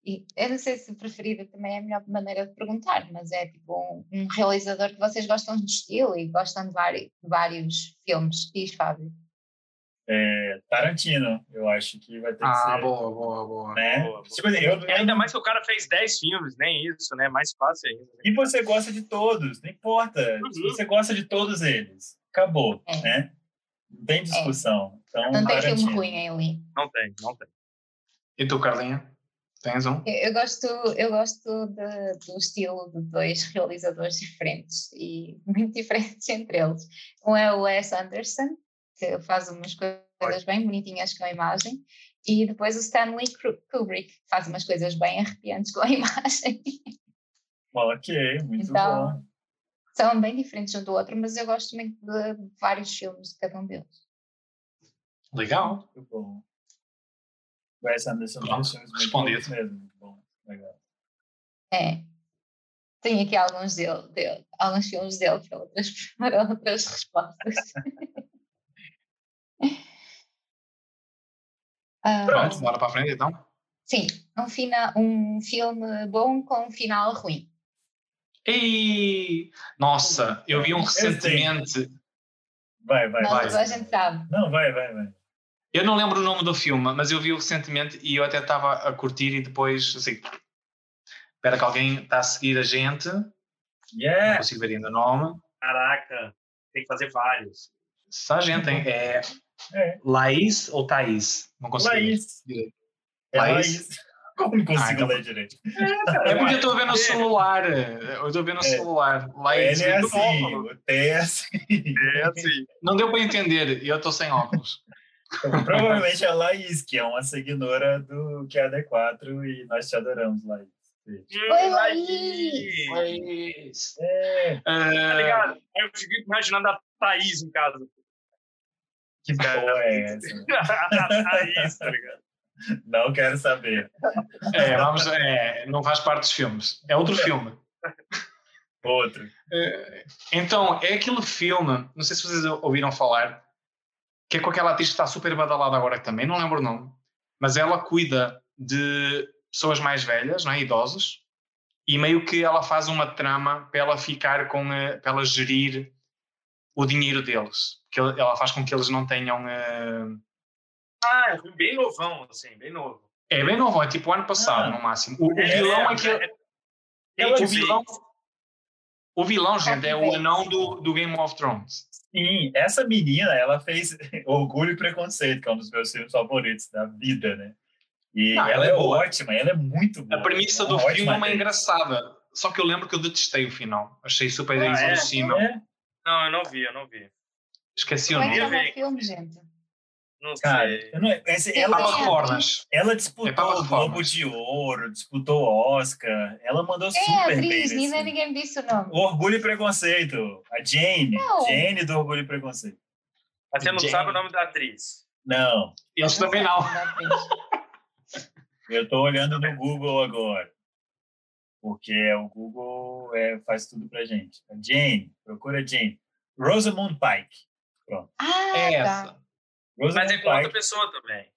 [SPEAKER 4] e Eu não sei se preferido também é a melhor maneira de perguntar, mas é tipo um, um realizador que vocês gostam do estilo e gostam de vários, de vários filmes. Diz, Fábio.
[SPEAKER 1] É, Tarantino, eu acho que vai ter que
[SPEAKER 2] Ah,
[SPEAKER 1] ser.
[SPEAKER 2] boa, boa, boa.
[SPEAKER 1] Né?
[SPEAKER 3] Boa, boa.
[SPEAKER 1] Tipo assim, eu,
[SPEAKER 3] E ainda mais que o cara fez 10 filmes, nem isso, né? Mais fácil ainda.
[SPEAKER 1] E você gosta de todos, não importa.
[SPEAKER 3] Uhum.
[SPEAKER 1] Se Você gosta de todos eles. Acabou,
[SPEAKER 4] É.
[SPEAKER 1] né? Não tem discussão. Então,
[SPEAKER 4] Não tem
[SPEAKER 1] Tarantino.
[SPEAKER 4] filme ruim ali.
[SPEAKER 3] Não tem, não tem.
[SPEAKER 2] E tu, Carlinha? Tens um?
[SPEAKER 4] Eu, eu gosto, eu gosto de- do estilo de dois realizadores diferentes e <laughs> muito diferentes entre eles. Um é o Wes Anderson, que faz umas coisas bem bonitinhas com a imagem, e depois o Stanley Kru- Kubrick, que faz umas coisas bem arrepiantes com a <laughs> imagem.
[SPEAKER 1] Bom, ok, é, muito
[SPEAKER 4] Então-
[SPEAKER 1] bom.
[SPEAKER 4] são bem diferentes um do outro, mas eu gosto muito de vários filmes de cada um deles.
[SPEAKER 2] Legal.
[SPEAKER 1] Muito bom. Wes Anderson
[SPEAKER 2] Pronto,
[SPEAKER 1] dois filmes muito
[SPEAKER 2] respondido.
[SPEAKER 1] bons mesmo. Muito bom. Legal.
[SPEAKER 4] É. Tenho aqui alguns, dele, dele- alguns filmes dele para outras, <laughs> para outras respostas. <laughs> Ah,
[SPEAKER 2] Pronto, bora para a frente então.
[SPEAKER 4] sim, um, fina, um filme bom com um final ruim.
[SPEAKER 2] Ei! Nossa, eu vi um
[SPEAKER 1] sei.
[SPEAKER 2] recentemente.
[SPEAKER 1] Vai, vai,
[SPEAKER 4] Não,
[SPEAKER 1] vai.
[SPEAKER 4] toda a gente sabe.
[SPEAKER 1] Não, vai, vai, vai.
[SPEAKER 2] Eu não lembro o nome do filme, mas eu vi-o recentemente e eu até estava a curtir e depois, assim, espera que alguém está a seguir a gente, não
[SPEAKER 1] Yeah!
[SPEAKER 2] consigo ver ainda o nome.
[SPEAKER 3] Caraca, tem que fazer vários.
[SPEAKER 2] Só a gente, hein? É
[SPEAKER 1] É.
[SPEAKER 2] Laís ou Thaís? Não consigo ver.
[SPEAKER 1] Laís.
[SPEAKER 2] direito.
[SPEAKER 1] É
[SPEAKER 2] Laís?
[SPEAKER 1] Laís. <laughs> Como não consigo
[SPEAKER 2] Ah, então-
[SPEAKER 1] ler direito?
[SPEAKER 2] É porque eu estou a ver no celular. Eu estou a ver no
[SPEAKER 1] É.
[SPEAKER 2] celular. Laís.
[SPEAKER 1] Ele é
[SPEAKER 2] muito bom.
[SPEAKER 1] assim, o T é assim.
[SPEAKER 3] É, assim.
[SPEAKER 1] <laughs>
[SPEAKER 2] Não deu para entender. e Eu estou sem óculos.
[SPEAKER 1] Então, provavelmente é a Laís, que é uma seguidora do QAD4 e nós te adoramos, Laís.
[SPEAKER 4] Oi, Laís!
[SPEAKER 2] Mas,
[SPEAKER 1] É,
[SPEAKER 3] Tá
[SPEAKER 2] ah,
[SPEAKER 3] ligado? Aí Eu fico imaginando a Thaís em casa. <laughs>
[SPEAKER 1] que boa é essa?
[SPEAKER 3] a Thaís, tá ligado?
[SPEAKER 1] Não quero saber.
[SPEAKER 2] é, vamos, é, não faz parte dos filmes. É outro filme.
[SPEAKER 1] Outro.
[SPEAKER 2] Eh, Então, é aquele filme, não sei se vocês ouviram falar, que é com aquela atriz que está super badalada agora que também, não lembro o nome, mas ela cuida de pessoas mais velhas, não é? idosos, e meio que ela faz uma trama para ela ficar com, eh, para ela gerir o dinheiro deles, que ela ela faz com que eles não tenham... eh,
[SPEAKER 3] Ah, eu fui bem novão, assim, bem novo.
[SPEAKER 2] É bem novo, é tipo o ano passado,
[SPEAKER 1] Ah.
[SPEAKER 2] no máximo. O, o vilão é, aquele...
[SPEAKER 3] Kate
[SPEAKER 2] o
[SPEAKER 3] Bates.
[SPEAKER 2] vilão... O vilão, gente, é o
[SPEAKER 4] Bates.
[SPEAKER 2] anão do, do Game of Thrones.
[SPEAKER 1] Sim, essa menina, ela fez <laughs> Orgulho e Preconceito, que é um dos meus filmes favoritos da vida, né? E
[SPEAKER 2] Não,
[SPEAKER 1] ela
[SPEAKER 2] ela é
[SPEAKER 1] é
[SPEAKER 2] boa.
[SPEAKER 1] ótima, ela é muito boa.
[SPEAKER 2] A premissa
[SPEAKER 1] Uma
[SPEAKER 2] do
[SPEAKER 1] ótima
[SPEAKER 2] filme é uma
[SPEAKER 1] atriz.
[SPEAKER 2] engraçada. Só que eu lembro que eu detestei o final. Achei super
[SPEAKER 3] Ah, é?
[SPEAKER 2] inverossímil.
[SPEAKER 1] É?
[SPEAKER 3] Não, eu não vi, eu não vi.
[SPEAKER 2] Esqueci o
[SPEAKER 4] Como é que
[SPEAKER 2] nome.
[SPEAKER 3] eu
[SPEAKER 4] chama
[SPEAKER 3] vi.
[SPEAKER 4] o filme, gente?
[SPEAKER 3] Não
[SPEAKER 1] Cara,
[SPEAKER 3] sei.
[SPEAKER 1] eu não- esse-
[SPEAKER 4] Sim,
[SPEAKER 1] ela,
[SPEAKER 4] mas-
[SPEAKER 2] Papa Cornas.
[SPEAKER 1] ela
[SPEAKER 2] É Paula
[SPEAKER 1] disputou o
[SPEAKER 2] Formas.
[SPEAKER 1] Globo de Ouro, disputou o Oscar, ela mandou
[SPEAKER 4] É a
[SPEAKER 1] super bem.
[SPEAKER 4] atriz,
[SPEAKER 1] nesse
[SPEAKER 2] assim.
[SPEAKER 4] ainda
[SPEAKER 1] filme.
[SPEAKER 4] ninguém me disse o nome.
[SPEAKER 1] Orgulho e Preconceito, a Jane,
[SPEAKER 4] Não.
[SPEAKER 1] Jane do Orgulho e Preconceito.
[SPEAKER 3] Mas você não
[SPEAKER 2] Jane.
[SPEAKER 3] sabe o nome da atriz.
[SPEAKER 1] Não,
[SPEAKER 2] Eles
[SPEAKER 3] é.
[SPEAKER 2] também não.
[SPEAKER 4] é
[SPEAKER 1] eu tô olhando no Google agora, porque é o Google é, faz tudo pra gente. A Jane, procura a Jane. Rosamund Pike.
[SPEAKER 2] <laughs>
[SPEAKER 4] Ah,
[SPEAKER 2] É
[SPEAKER 4] tá.
[SPEAKER 2] essa.
[SPEAKER 1] Rosamund
[SPEAKER 3] Mas é com outra
[SPEAKER 1] Pike.
[SPEAKER 3] pessoa também.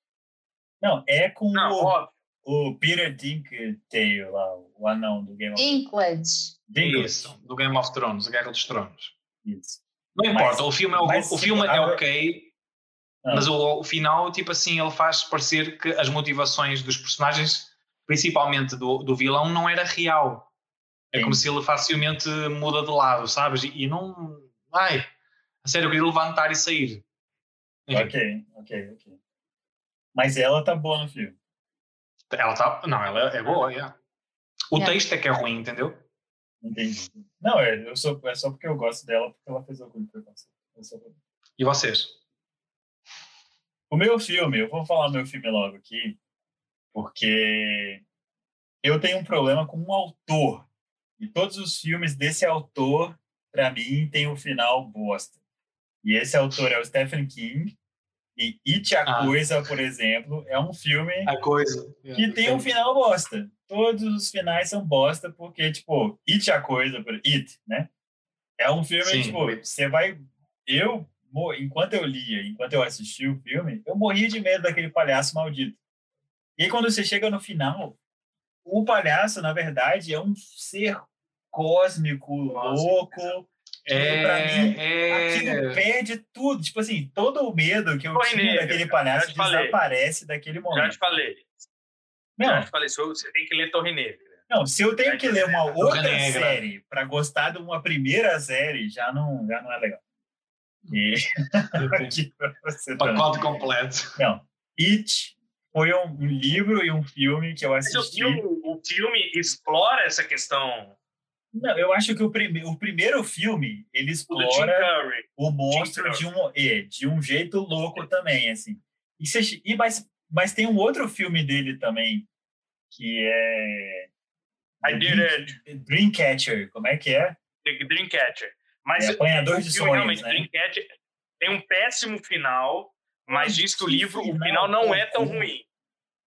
[SPEAKER 1] Não, é com
[SPEAKER 3] Não,
[SPEAKER 1] o-
[SPEAKER 3] óbvio.
[SPEAKER 1] o, Peter Dinklage lá, o anão do
[SPEAKER 4] tá.
[SPEAKER 1] Game of
[SPEAKER 4] Dinklage.
[SPEAKER 1] Dinklage.
[SPEAKER 2] É Isso. Do Game of Thrones, Guerra dos Tronos.
[SPEAKER 1] Isso.
[SPEAKER 2] Não
[SPEAKER 1] Mas-
[SPEAKER 2] importa, o filme é, o,
[SPEAKER 1] mas
[SPEAKER 2] o filme é
[SPEAKER 1] agora-
[SPEAKER 2] ok,
[SPEAKER 1] Ah.
[SPEAKER 2] mas o, o final, tipo assim, ele faz parecer que as motivações dos personagens, principalmente do, do vilão, não era real. É
[SPEAKER 1] Sim.
[SPEAKER 2] como se ele facilmente muda de lado, sabes? E, e não. Ai, a sério, eu queria levantar e sair.
[SPEAKER 3] Uhum.
[SPEAKER 2] Enfim.
[SPEAKER 1] Ok, ok, ok. Mas ela tá boa no filme.
[SPEAKER 2] Ela tá. Não, ela é boa, é. O
[SPEAKER 4] Yeah.
[SPEAKER 2] texto é que é ruim, entendeu?
[SPEAKER 1] Entendi. Não, é, eu sou, é só porque eu gosto dela, porque ela fez orgulho e preconceito. Eu sou-
[SPEAKER 2] E vocês?
[SPEAKER 1] O meu filme, eu vou falar meu filme logo aqui, porque eu tenho um problema com um autor. E todos os filmes desse autor, para mim, tem um final bosta. E esse autor é o Stephen King. E It a
[SPEAKER 2] Ah.
[SPEAKER 1] Coisa, por exemplo, é um filme
[SPEAKER 2] A coisa.
[SPEAKER 1] que tem um final bosta. Todos os finais são bosta, porque, tipo, It a Coisa, por- It, né? É um filme,
[SPEAKER 2] Sim.
[SPEAKER 1] tipo, você vai. Eu, mo- enquanto eu lia, enquanto eu assisti o filme, eu morria de medo daquele palhaço maldito. E aí, quando você chega no final, o palhaço, na verdade, é um ser cósmico,
[SPEAKER 3] Nossa,
[SPEAKER 1] louco.
[SPEAKER 2] É,
[SPEAKER 1] Pra mim,
[SPEAKER 2] é...
[SPEAKER 1] Aquilo perde tudo. Tipo assim, todo o medo que eu
[SPEAKER 3] Foi
[SPEAKER 1] tinha
[SPEAKER 3] nele,
[SPEAKER 1] daquele
[SPEAKER 3] cara.
[SPEAKER 1] palhaço
[SPEAKER 3] Já te falei.
[SPEAKER 1] desaparece daquele
[SPEAKER 3] Já te
[SPEAKER 1] momento.
[SPEAKER 3] falei. Já
[SPEAKER 1] Não,
[SPEAKER 3] te falei. sou- Você tem que ler Torre Negra.
[SPEAKER 1] Não, se eu tenho que ler uma
[SPEAKER 2] Do
[SPEAKER 1] outra
[SPEAKER 3] é
[SPEAKER 2] Renegra.
[SPEAKER 1] série para gostar de uma primeira série, já não, já não é legal. E
[SPEAKER 3] Hum.
[SPEAKER 1] aqui pra <laughs> você também.
[SPEAKER 2] é. Pacote completo.
[SPEAKER 1] Não. It foi um, um livro e um filme que eu
[SPEAKER 3] Mas o
[SPEAKER 1] assisti.
[SPEAKER 3] filme, o filme explora essa questão
[SPEAKER 1] Não, eu acho que o, prime... o primeiro filme ele
[SPEAKER 3] do Jim
[SPEAKER 1] explora
[SPEAKER 3] Curry.
[SPEAKER 1] o monstro de um é, de um jeito louco também, assim. E, você- e mas, mas tem um outro filme dele também que é
[SPEAKER 3] I did it.
[SPEAKER 1] Dreamcatcher, como é que é?
[SPEAKER 3] The Dreamcatcher. Mas
[SPEAKER 1] É, apanhador de
[SPEAKER 3] o filme,
[SPEAKER 1] sonhos,
[SPEAKER 3] realmente,
[SPEAKER 1] né?
[SPEAKER 3] Dreamcatcher tem um péssimo final, mas
[SPEAKER 1] Ai,
[SPEAKER 3] diz que o
[SPEAKER 1] que
[SPEAKER 3] livro, o
[SPEAKER 1] final
[SPEAKER 3] final não é tão
[SPEAKER 1] horroroso.
[SPEAKER 3] ruim.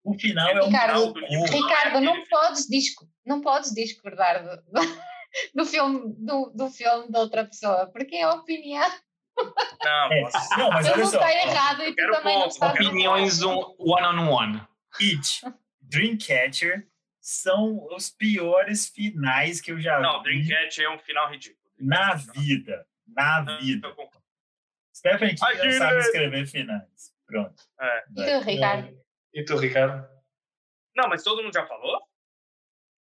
[SPEAKER 1] O final é um
[SPEAKER 4] Ricardo,
[SPEAKER 1] cocô.
[SPEAKER 4] Ricardo, não podes, disco, não podes discordar do, do, <laughs> do filme, do, do filme da outra pessoa, porque é a opinião.
[SPEAKER 3] Não,
[SPEAKER 1] É,
[SPEAKER 3] nossa,
[SPEAKER 1] Não, mas
[SPEAKER 4] eu
[SPEAKER 1] olha
[SPEAKER 4] não
[SPEAKER 1] só.
[SPEAKER 4] estou
[SPEAKER 1] ó,
[SPEAKER 4] errado e tu
[SPEAKER 3] quero
[SPEAKER 4] também não
[SPEAKER 3] ponto,
[SPEAKER 4] estás errado.
[SPEAKER 2] Opiniões um, one on one.
[SPEAKER 1] It, Dreamcatcher são os piores finais que eu já
[SPEAKER 3] não, é
[SPEAKER 1] vi
[SPEAKER 3] Dreamcatcher é um final ridículo.
[SPEAKER 1] na vida. Na
[SPEAKER 3] Não,
[SPEAKER 1] vida.
[SPEAKER 3] eu concordo.
[SPEAKER 1] Stephen King não
[SPEAKER 3] Ah, então. Imagina.
[SPEAKER 1] sabe escrever finais. Pronto.
[SPEAKER 3] É.
[SPEAKER 4] E tu, Ricardo?
[SPEAKER 2] E tu, Ricardo?
[SPEAKER 3] Não, mas todo mundo já falou?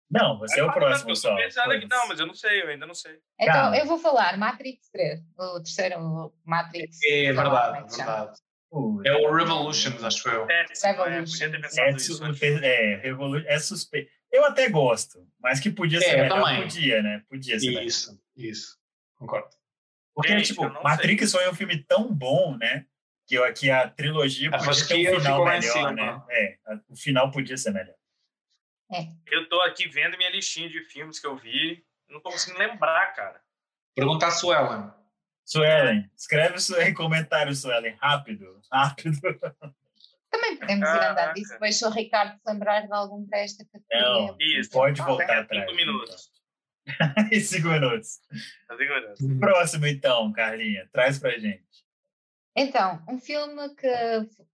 [SPEAKER 1] Não, você é o
[SPEAKER 3] Ah,
[SPEAKER 1] próximo
[SPEAKER 3] eu tô
[SPEAKER 1] só.
[SPEAKER 3] pensando aqui, não,
[SPEAKER 1] Foda-se.
[SPEAKER 3] mas eu não sei, eu ainda não sei.
[SPEAKER 4] Então,
[SPEAKER 1] Calma.
[SPEAKER 4] eu vou falar Matrix 3, o terceiro Matrix.
[SPEAKER 2] É
[SPEAKER 4] sei lá
[SPEAKER 2] verdade,
[SPEAKER 4] como que chama.
[SPEAKER 2] verdade.
[SPEAKER 1] Pô,
[SPEAKER 2] É o Revolutions, acho eu.
[SPEAKER 3] Péssimo,
[SPEAKER 4] Revolution.
[SPEAKER 3] é, podia ter pensado
[SPEAKER 1] É,
[SPEAKER 3] nisso.
[SPEAKER 1] su-
[SPEAKER 3] antes.
[SPEAKER 1] é, revolu- é suspeito. Eu até gosto, mas que podia ser
[SPEAKER 2] É, eu
[SPEAKER 1] melhor.
[SPEAKER 2] também.
[SPEAKER 1] Podia, né? Podia ser melhor.
[SPEAKER 2] Isso, isso. Concordo.
[SPEAKER 1] Porque,
[SPEAKER 3] Gente,
[SPEAKER 1] tipo,
[SPEAKER 3] eu não
[SPEAKER 1] Matrix foi um filme tão bom, né? Que, eu- que a trilogia
[SPEAKER 2] A
[SPEAKER 1] podia ter
[SPEAKER 2] fasquia
[SPEAKER 1] um final
[SPEAKER 2] ficou lá em
[SPEAKER 1] melhor,
[SPEAKER 2] cima.
[SPEAKER 1] né? É, a- o final podia ser melhor.
[SPEAKER 3] Eu tô aqui vendo minha listinha de filmes que eu vi. Não tô conseguindo lembrar, cara.
[SPEAKER 2] Pergunta à Suelen.
[SPEAKER 1] Suelen, escreve isso aí em comentário, Suelen. Rápido, rápido.
[SPEAKER 4] Também podemos ir andar
[SPEAKER 3] Caraca.
[SPEAKER 4] disso. Depois, se o Ricardo se lembrar de algum desta categoria.
[SPEAKER 1] Não.
[SPEAKER 3] Isso.
[SPEAKER 1] Pode
[SPEAKER 4] Ah,
[SPEAKER 1] voltar
[SPEAKER 3] é,
[SPEAKER 1] atrás.
[SPEAKER 3] cinco minutos.
[SPEAKER 1] então. <laughs> em cinco minutos.
[SPEAKER 3] Tá vendo?
[SPEAKER 1] Próximo, então, Carlinha. Traz pra gente.
[SPEAKER 4] Então, um filme que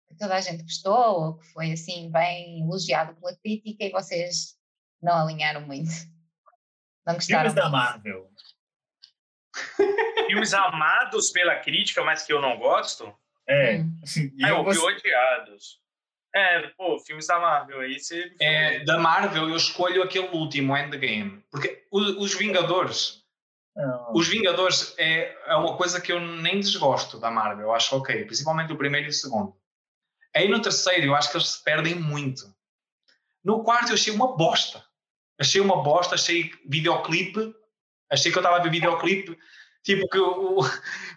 [SPEAKER 4] que toda a gente gostou, ou que foi assim bem elogiado pela crítica e vocês não alinharam muito. Não gostaram.
[SPEAKER 1] Filmes da
[SPEAKER 4] muito.
[SPEAKER 1] Marvel.
[SPEAKER 3] Filmes amados pela crítica, mas que eu não gosto.
[SPEAKER 1] É.
[SPEAKER 4] Hum.
[SPEAKER 1] E
[SPEAKER 3] é,
[SPEAKER 1] eu
[SPEAKER 3] eu vi
[SPEAKER 1] gost-
[SPEAKER 3] odiados. É, pô, filmes da Marvel aí, você. me
[SPEAKER 2] É, da Marvel, eu escolho aquele último, Endgame. Porque o- os Vingadores,
[SPEAKER 1] Não.
[SPEAKER 2] Os Vingadores é, é uma coisa que eu nem desgosto da Marvel, eu acho ok, principalmente o primeiro e o segundo. Aí no terceiro eu acho que eles se perdem muito. No quarto eu achei uma bosta. Achei uma bosta, achei videoclipe, achei que eu estava a ver videoclipe, tipo que o- o-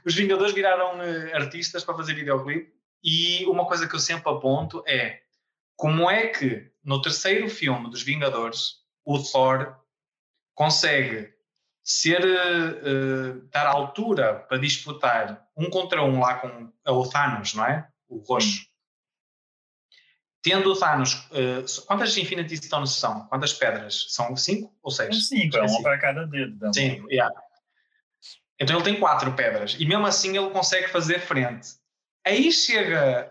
[SPEAKER 2] os Vingadores viraram eh, artistas para fazer videoclipe. E uma coisa que eu sempre aponto é como é que no terceiro filme dos Vingadores o Thor consegue ser eh, eh, estar à altura para disputar um contra um lá com o Thanos, não é? O roxo. Tendo o Thanos, eh, quantas Infinity Stones são? Quantas pedras? São cinco ou
[SPEAKER 1] São
[SPEAKER 2] seis?
[SPEAKER 1] cinco, é
[SPEAKER 2] Esqueci.
[SPEAKER 1] uma para cada dedo. Da
[SPEAKER 2] Sim, yeah. Então ele tem quatro pedras e mesmo assim ele consegue fazer frente. Aí chega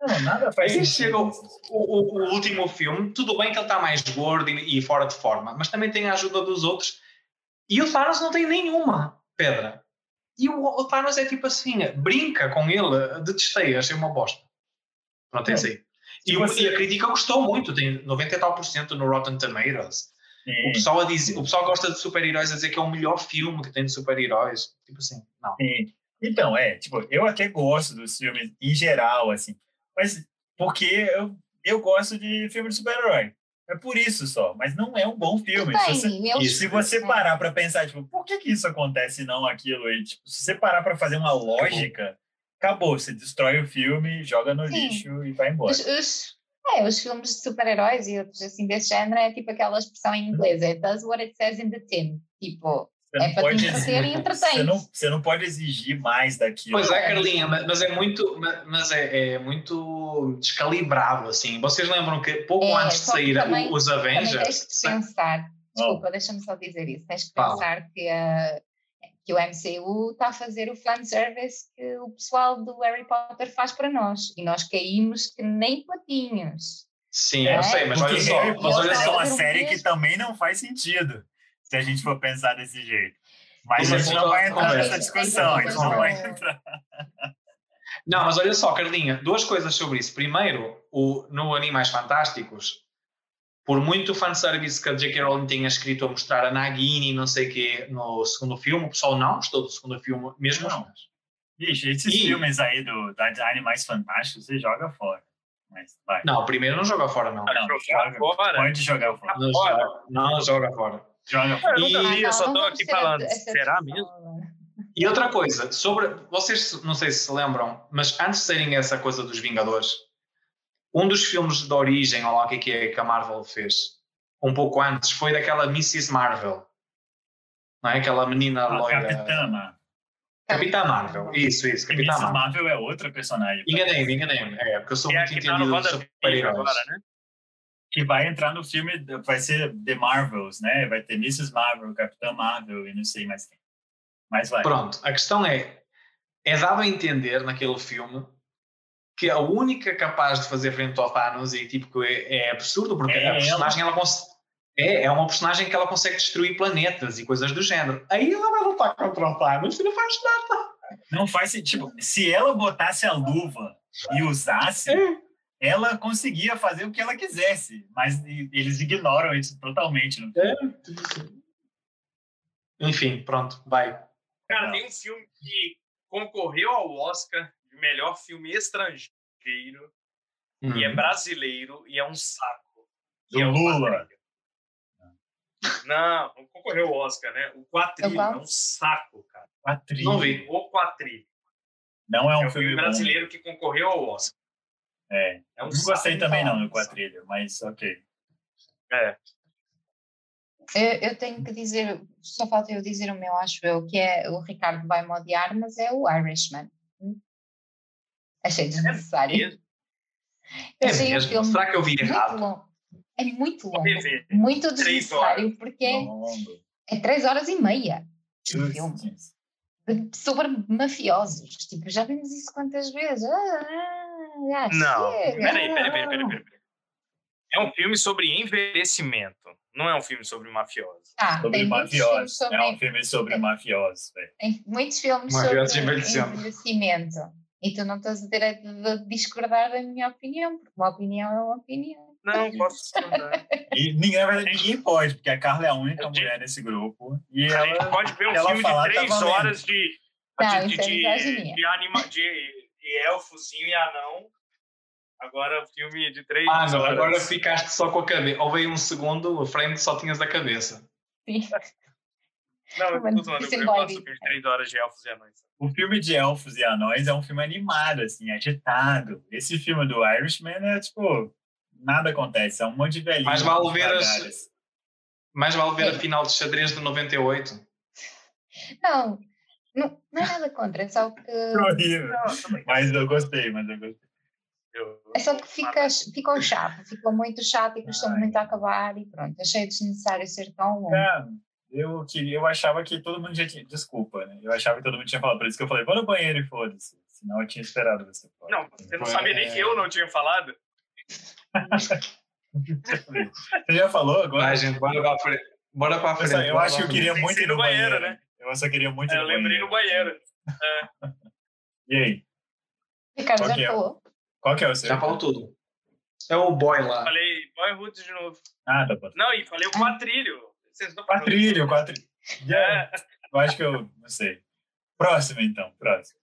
[SPEAKER 1] Não, nada faz
[SPEAKER 2] Aí
[SPEAKER 1] sentido.
[SPEAKER 2] o, o- o último filme, tudo bem que ele está mais gordo e, e fora de forma, mas também tem a ajuda dos outros. E o Thanos não tem nenhuma pedra. E o, o Thanos é tipo assim, brinca com ele, detestei, achei uma bosta. Pronto, é isso aí. E,
[SPEAKER 1] Tipo
[SPEAKER 2] o-
[SPEAKER 1] assim-
[SPEAKER 2] e a crítica gostou muito, tem 90 e tal por cento no Rotten Tomatoes. O
[SPEAKER 1] Sim,
[SPEAKER 2] pessoal, a dizer, o pessoal gosta de super-heróis a dizer que é o melhor filme que tem de super-heróis. Tipo assim, não.
[SPEAKER 1] sim. Então, é, tipo, eu até gosto dos filmes em geral, assim. Mas porque eu, eu gosto de filme de super-herói. É por isso só. Mas não é um bom filme. Se
[SPEAKER 4] Tudo
[SPEAKER 1] você-
[SPEAKER 4] bem, eles-
[SPEAKER 1] Se você parar pra pensar, tipo, por que, que isso acontece e não aquilo? E, tipo, se você parar pra fazer uma lógica, acabou. Você destrói o filme, joga no
[SPEAKER 4] Sim.
[SPEAKER 1] lixo e vai embora.
[SPEAKER 4] Os, os- é, os filmes de super-heróis e outros assim desse género é tipo aquela expressão em inglês, é does what it says in the tin. Tipo,
[SPEAKER 1] Você
[SPEAKER 4] é para te entreter e
[SPEAKER 1] você,
[SPEAKER 4] entretém.
[SPEAKER 1] não, você não pode exigir mais daquilo.
[SPEAKER 2] Pois é, Carlinha, ma- mas é muito, ma- mas é, é muito descalibrado, assim. Vocês lembram que pouco
[SPEAKER 4] É,
[SPEAKER 2] antes de
[SPEAKER 4] só que
[SPEAKER 2] sair
[SPEAKER 4] também-
[SPEAKER 2] o- os
[SPEAKER 4] Também
[SPEAKER 2] Avengers,
[SPEAKER 4] tens que pensar, desculpa, deixa-me só dizer isso, tens que
[SPEAKER 2] Fala.
[SPEAKER 4] pensar que, a- que o MCU está a fazer o fanservice que o pessoal do Harry Potter faz para nós. E nós caímos que nem patinhos.
[SPEAKER 2] sim,
[SPEAKER 1] É,
[SPEAKER 2] eu sei, mas olha
[SPEAKER 1] Porque <laughs>
[SPEAKER 2] só,
[SPEAKER 1] Harry
[SPEAKER 2] mas
[SPEAKER 1] Potter
[SPEAKER 2] olha
[SPEAKER 1] é
[SPEAKER 2] só.
[SPEAKER 1] uma
[SPEAKER 4] Fazer o
[SPEAKER 1] série que
[SPEAKER 4] mesmo.
[SPEAKER 1] também não faz sentido, se a gente for pensar desse jeito. Mas
[SPEAKER 2] Isso
[SPEAKER 1] a
[SPEAKER 2] é
[SPEAKER 1] gente
[SPEAKER 2] outra
[SPEAKER 1] não vai entrar
[SPEAKER 2] conversa.
[SPEAKER 1] nessa discussão, a gente não é. vai
[SPEAKER 4] Ah,
[SPEAKER 1] <laughs> entrar.
[SPEAKER 2] Não, mas olha só, Carlinha, duas coisas sobre isso. Primeiro, o, no Animais Fantásticos, por muito fanservice que a J.K. Rowling tenha escrito a mostrar a Nagini e não sei o quê no segundo filme, o pessoal não gostou do segundo filme, mesmo
[SPEAKER 1] Não.
[SPEAKER 2] os fãs.
[SPEAKER 1] Bicho, esses
[SPEAKER 2] E-
[SPEAKER 1] filmes aí do, da de Animais Fantásticos, você joga fora. Mas vai.
[SPEAKER 2] Não, o primeiro não joga fora, não.
[SPEAKER 1] Não,
[SPEAKER 3] jogar
[SPEAKER 1] joga.
[SPEAKER 3] fora.
[SPEAKER 1] Pode jogar fora.
[SPEAKER 2] Não
[SPEAKER 3] Fora.
[SPEAKER 2] joga, não joga fora.
[SPEAKER 1] Joga
[SPEAKER 3] Eu
[SPEAKER 1] fora.
[SPEAKER 2] E-
[SPEAKER 3] nunca vi, eu só
[SPEAKER 4] não
[SPEAKER 3] tô
[SPEAKER 4] vamos
[SPEAKER 3] aqui
[SPEAKER 4] ter essa-
[SPEAKER 3] falando.
[SPEAKER 4] essa
[SPEAKER 3] Será
[SPEAKER 4] discussão
[SPEAKER 3] mesmo?
[SPEAKER 4] agora.
[SPEAKER 2] E outra coisa, sobre. Vocês se- não sei se se lembram, mas antes de serem essa coisa dos Vingadores, um dos filmes de origem, ou lá o que é que é que a Marvel fez, um pouco antes, foi daquela Mrs. Marvel. Não é? Aquela menina
[SPEAKER 3] Ah,
[SPEAKER 1] A
[SPEAKER 2] loira.
[SPEAKER 1] Capitã Marvel.
[SPEAKER 2] Capitã Marvel. Isso, isso,
[SPEAKER 1] Capitã
[SPEAKER 2] Capitã
[SPEAKER 1] Marvel.
[SPEAKER 2] Marvel.
[SPEAKER 1] é outra personagem.
[SPEAKER 2] Enganei-me, enganei-me. É, porque eu sou
[SPEAKER 3] Que é a
[SPEAKER 2] muito
[SPEAKER 3] que tá no
[SPEAKER 2] entendido dos
[SPEAKER 3] WandaVision
[SPEAKER 2] super-heróis.
[SPEAKER 3] agora, né?
[SPEAKER 1] Que vai entrar no filme, vai ser The Marvels, né? Vai ter Mrs. Marvel, Capitã Marvel e não sei mais quem. Mas vai.
[SPEAKER 2] Pronto, a questão é: é dado a entender naquele filme que a única capaz de fazer frente ao Thanos e tipo que é, é absurdo, porque
[SPEAKER 1] É
[SPEAKER 2] a personagem ela cons- é, é uma personagem que ela consegue destruir planetas e coisas do género. Aí ela vai lutar contra o Thanos e não faz nada.
[SPEAKER 1] Não faz sentido. Tipo, se ela botasse a luva e usasse,
[SPEAKER 4] É.
[SPEAKER 1] ela conseguia fazer o que ela quisesse. Mas e- eles ignoram isso totalmente. no filme.
[SPEAKER 2] Enfim, pronto, vai.
[SPEAKER 3] Cara, tem um filme que concorreu ao Oscar de melhor filme estrangeiro
[SPEAKER 2] Hum.
[SPEAKER 3] e é brasileiro e é um saco. E
[SPEAKER 1] Do
[SPEAKER 3] é o
[SPEAKER 1] Lula.
[SPEAKER 3] Quadrilha. Não, não concorreu ao Oscar, né? O Quatrilho
[SPEAKER 4] É o qual?
[SPEAKER 3] é um saco, cara.
[SPEAKER 1] Quatrilho.
[SPEAKER 2] Não vi.
[SPEAKER 3] O Quatrilho.
[SPEAKER 1] Não é um
[SPEAKER 3] É um
[SPEAKER 1] filme,
[SPEAKER 3] filme
[SPEAKER 1] bom.
[SPEAKER 3] brasileiro que concorreu ao Oscar.
[SPEAKER 1] É.
[SPEAKER 3] É
[SPEAKER 1] Não
[SPEAKER 3] um
[SPEAKER 1] gostei
[SPEAKER 3] saco.
[SPEAKER 1] também não
[SPEAKER 4] falar
[SPEAKER 1] do Quatrilho, mas ok.
[SPEAKER 3] É.
[SPEAKER 4] Eu, eu tenho que dizer, só falta eu dizer o meu, acho eu, que é o Ricardo vai-me odiar, mas é o Irishman. Hum? Achei desnecessário.
[SPEAKER 3] mesmo?
[SPEAKER 2] É
[SPEAKER 4] Achei o
[SPEAKER 2] mesmo?
[SPEAKER 4] um filme
[SPEAKER 2] Será que eu vi
[SPEAKER 4] muito
[SPEAKER 2] errado?
[SPEAKER 4] longo. É muito
[SPEAKER 3] Vou
[SPEAKER 4] longo.
[SPEAKER 3] rever.
[SPEAKER 4] Muito
[SPEAKER 3] Três
[SPEAKER 4] desnecessário, porque é-
[SPEAKER 1] Longo.
[SPEAKER 4] é três horas e meia de filme.
[SPEAKER 1] Justo.
[SPEAKER 4] de- sobre mafiosos. Tipo, já vimos isso quantas vezes. Ah, ah, ah,
[SPEAKER 3] Não.
[SPEAKER 4] chega.
[SPEAKER 3] Peraí, peraí, peraí, peraí, peraí. É um filme sobre envelhecimento. Não é um filme sobre mafiosos.
[SPEAKER 4] Ah,
[SPEAKER 1] Sobre
[SPEAKER 4] tem muitos filmes
[SPEAKER 1] mafiosos.
[SPEAKER 4] sobre,
[SPEAKER 1] É um filme sobre mafiosos, velho.
[SPEAKER 4] tem muitos filmes
[SPEAKER 2] Mafiosos
[SPEAKER 4] sobre
[SPEAKER 2] envelhecendo.
[SPEAKER 4] envelhecimento. E tu não tens o direito de discordar da minha opinião, porque uma opinião é uma opinião.
[SPEAKER 3] Não, posso discordar.
[SPEAKER 1] E ninguém, na verdade, ninguém pode, porque a Carla é a única
[SPEAKER 3] Entendi.
[SPEAKER 1] mulher nesse grupo. E
[SPEAKER 3] A gente
[SPEAKER 1] ela.
[SPEAKER 3] pode ver um
[SPEAKER 1] ela
[SPEAKER 3] filme
[SPEAKER 1] falar,
[SPEAKER 3] de
[SPEAKER 1] tá
[SPEAKER 3] três
[SPEAKER 1] valendo.
[SPEAKER 3] horas de,
[SPEAKER 4] Não,
[SPEAKER 3] de,
[SPEAKER 4] isso é
[SPEAKER 3] de,
[SPEAKER 4] misoginia.
[SPEAKER 3] de anima- de- de elfozinho e anão. Agora filme é de três
[SPEAKER 2] Ah,
[SPEAKER 3] horas.
[SPEAKER 2] não, agora ficaste só com a cabeça. Houve aí um segundo, o frame só tinhas da cabeça.
[SPEAKER 3] Não, eu tô zoando,
[SPEAKER 4] Isso
[SPEAKER 3] eu gosto do
[SPEAKER 4] envolve.
[SPEAKER 3] filme de três horas de elfos e anões.
[SPEAKER 1] O Um filme de Elfos e Anões é um filme animado, assim, agitado. Esse filme do Irishman é tipo. Nada acontece, é um monte de velhinho.
[SPEAKER 2] Mas vale ver as-
[SPEAKER 1] devagar.
[SPEAKER 2] Mais vale ver
[SPEAKER 4] Sim.
[SPEAKER 2] a final de xadrez de 98.
[SPEAKER 4] Não, não, não é nada contra, é só que,
[SPEAKER 1] É horrível.
[SPEAKER 3] Não, tudo bem.
[SPEAKER 1] Mas eu gostei, mas eu gostei.
[SPEAKER 3] Eu-
[SPEAKER 4] é só que fica, ficou chato, ficou muito chato e custou
[SPEAKER 1] Ai.
[SPEAKER 4] muito a acabar e pronto, achei desnecessário ser tão
[SPEAKER 3] É.
[SPEAKER 4] longo.
[SPEAKER 1] Cara, Ah, eu, queria, eu achava que todo mundo já tinha. Desculpa, né? Eu achava que todo mundo tinha falado. Por isso que eu falei, vou no banheiro e foda-se. Senão eu tinha esperado você falar.
[SPEAKER 3] Não, você não sabia nem
[SPEAKER 2] É.
[SPEAKER 3] que eu não tinha falado.
[SPEAKER 1] Você já falou agora?
[SPEAKER 2] Vai, gente, bora para a frente. Bora para a
[SPEAKER 1] Eu,
[SPEAKER 2] frente.
[SPEAKER 1] só- eu
[SPEAKER 2] bora
[SPEAKER 1] acho
[SPEAKER 2] pra
[SPEAKER 1] que eu
[SPEAKER 2] frente.
[SPEAKER 1] queria
[SPEAKER 3] Tem que
[SPEAKER 1] muito
[SPEAKER 3] ser
[SPEAKER 1] ir no
[SPEAKER 3] no
[SPEAKER 1] banheiro,
[SPEAKER 3] banheiro, É,
[SPEAKER 1] né? Eu só queria muito ir
[SPEAKER 3] Eu
[SPEAKER 1] no
[SPEAKER 3] lembrei no
[SPEAKER 1] banheiro.
[SPEAKER 3] banheiro.
[SPEAKER 1] E aí?
[SPEAKER 4] Ricardo
[SPEAKER 1] qual que é?
[SPEAKER 4] já falou.
[SPEAKER 1] Qual que é o seu?
[SPEAKER 2] Já falou Tá tudo. É o boy lá.
[SPEAKER 3] Falei Boyhood de novo.
[SPEAKER 1] Ah, tá bom.
[SPEAKER 3] Não, e falei o quatrilho. Vocês não
[SPEAKER 1] Quatrilho, quatrilho. Já-
[SPEAKER 3] É,
[SPEAKER 1] Eu acho que eu não sei. Próximo, então. Próximo.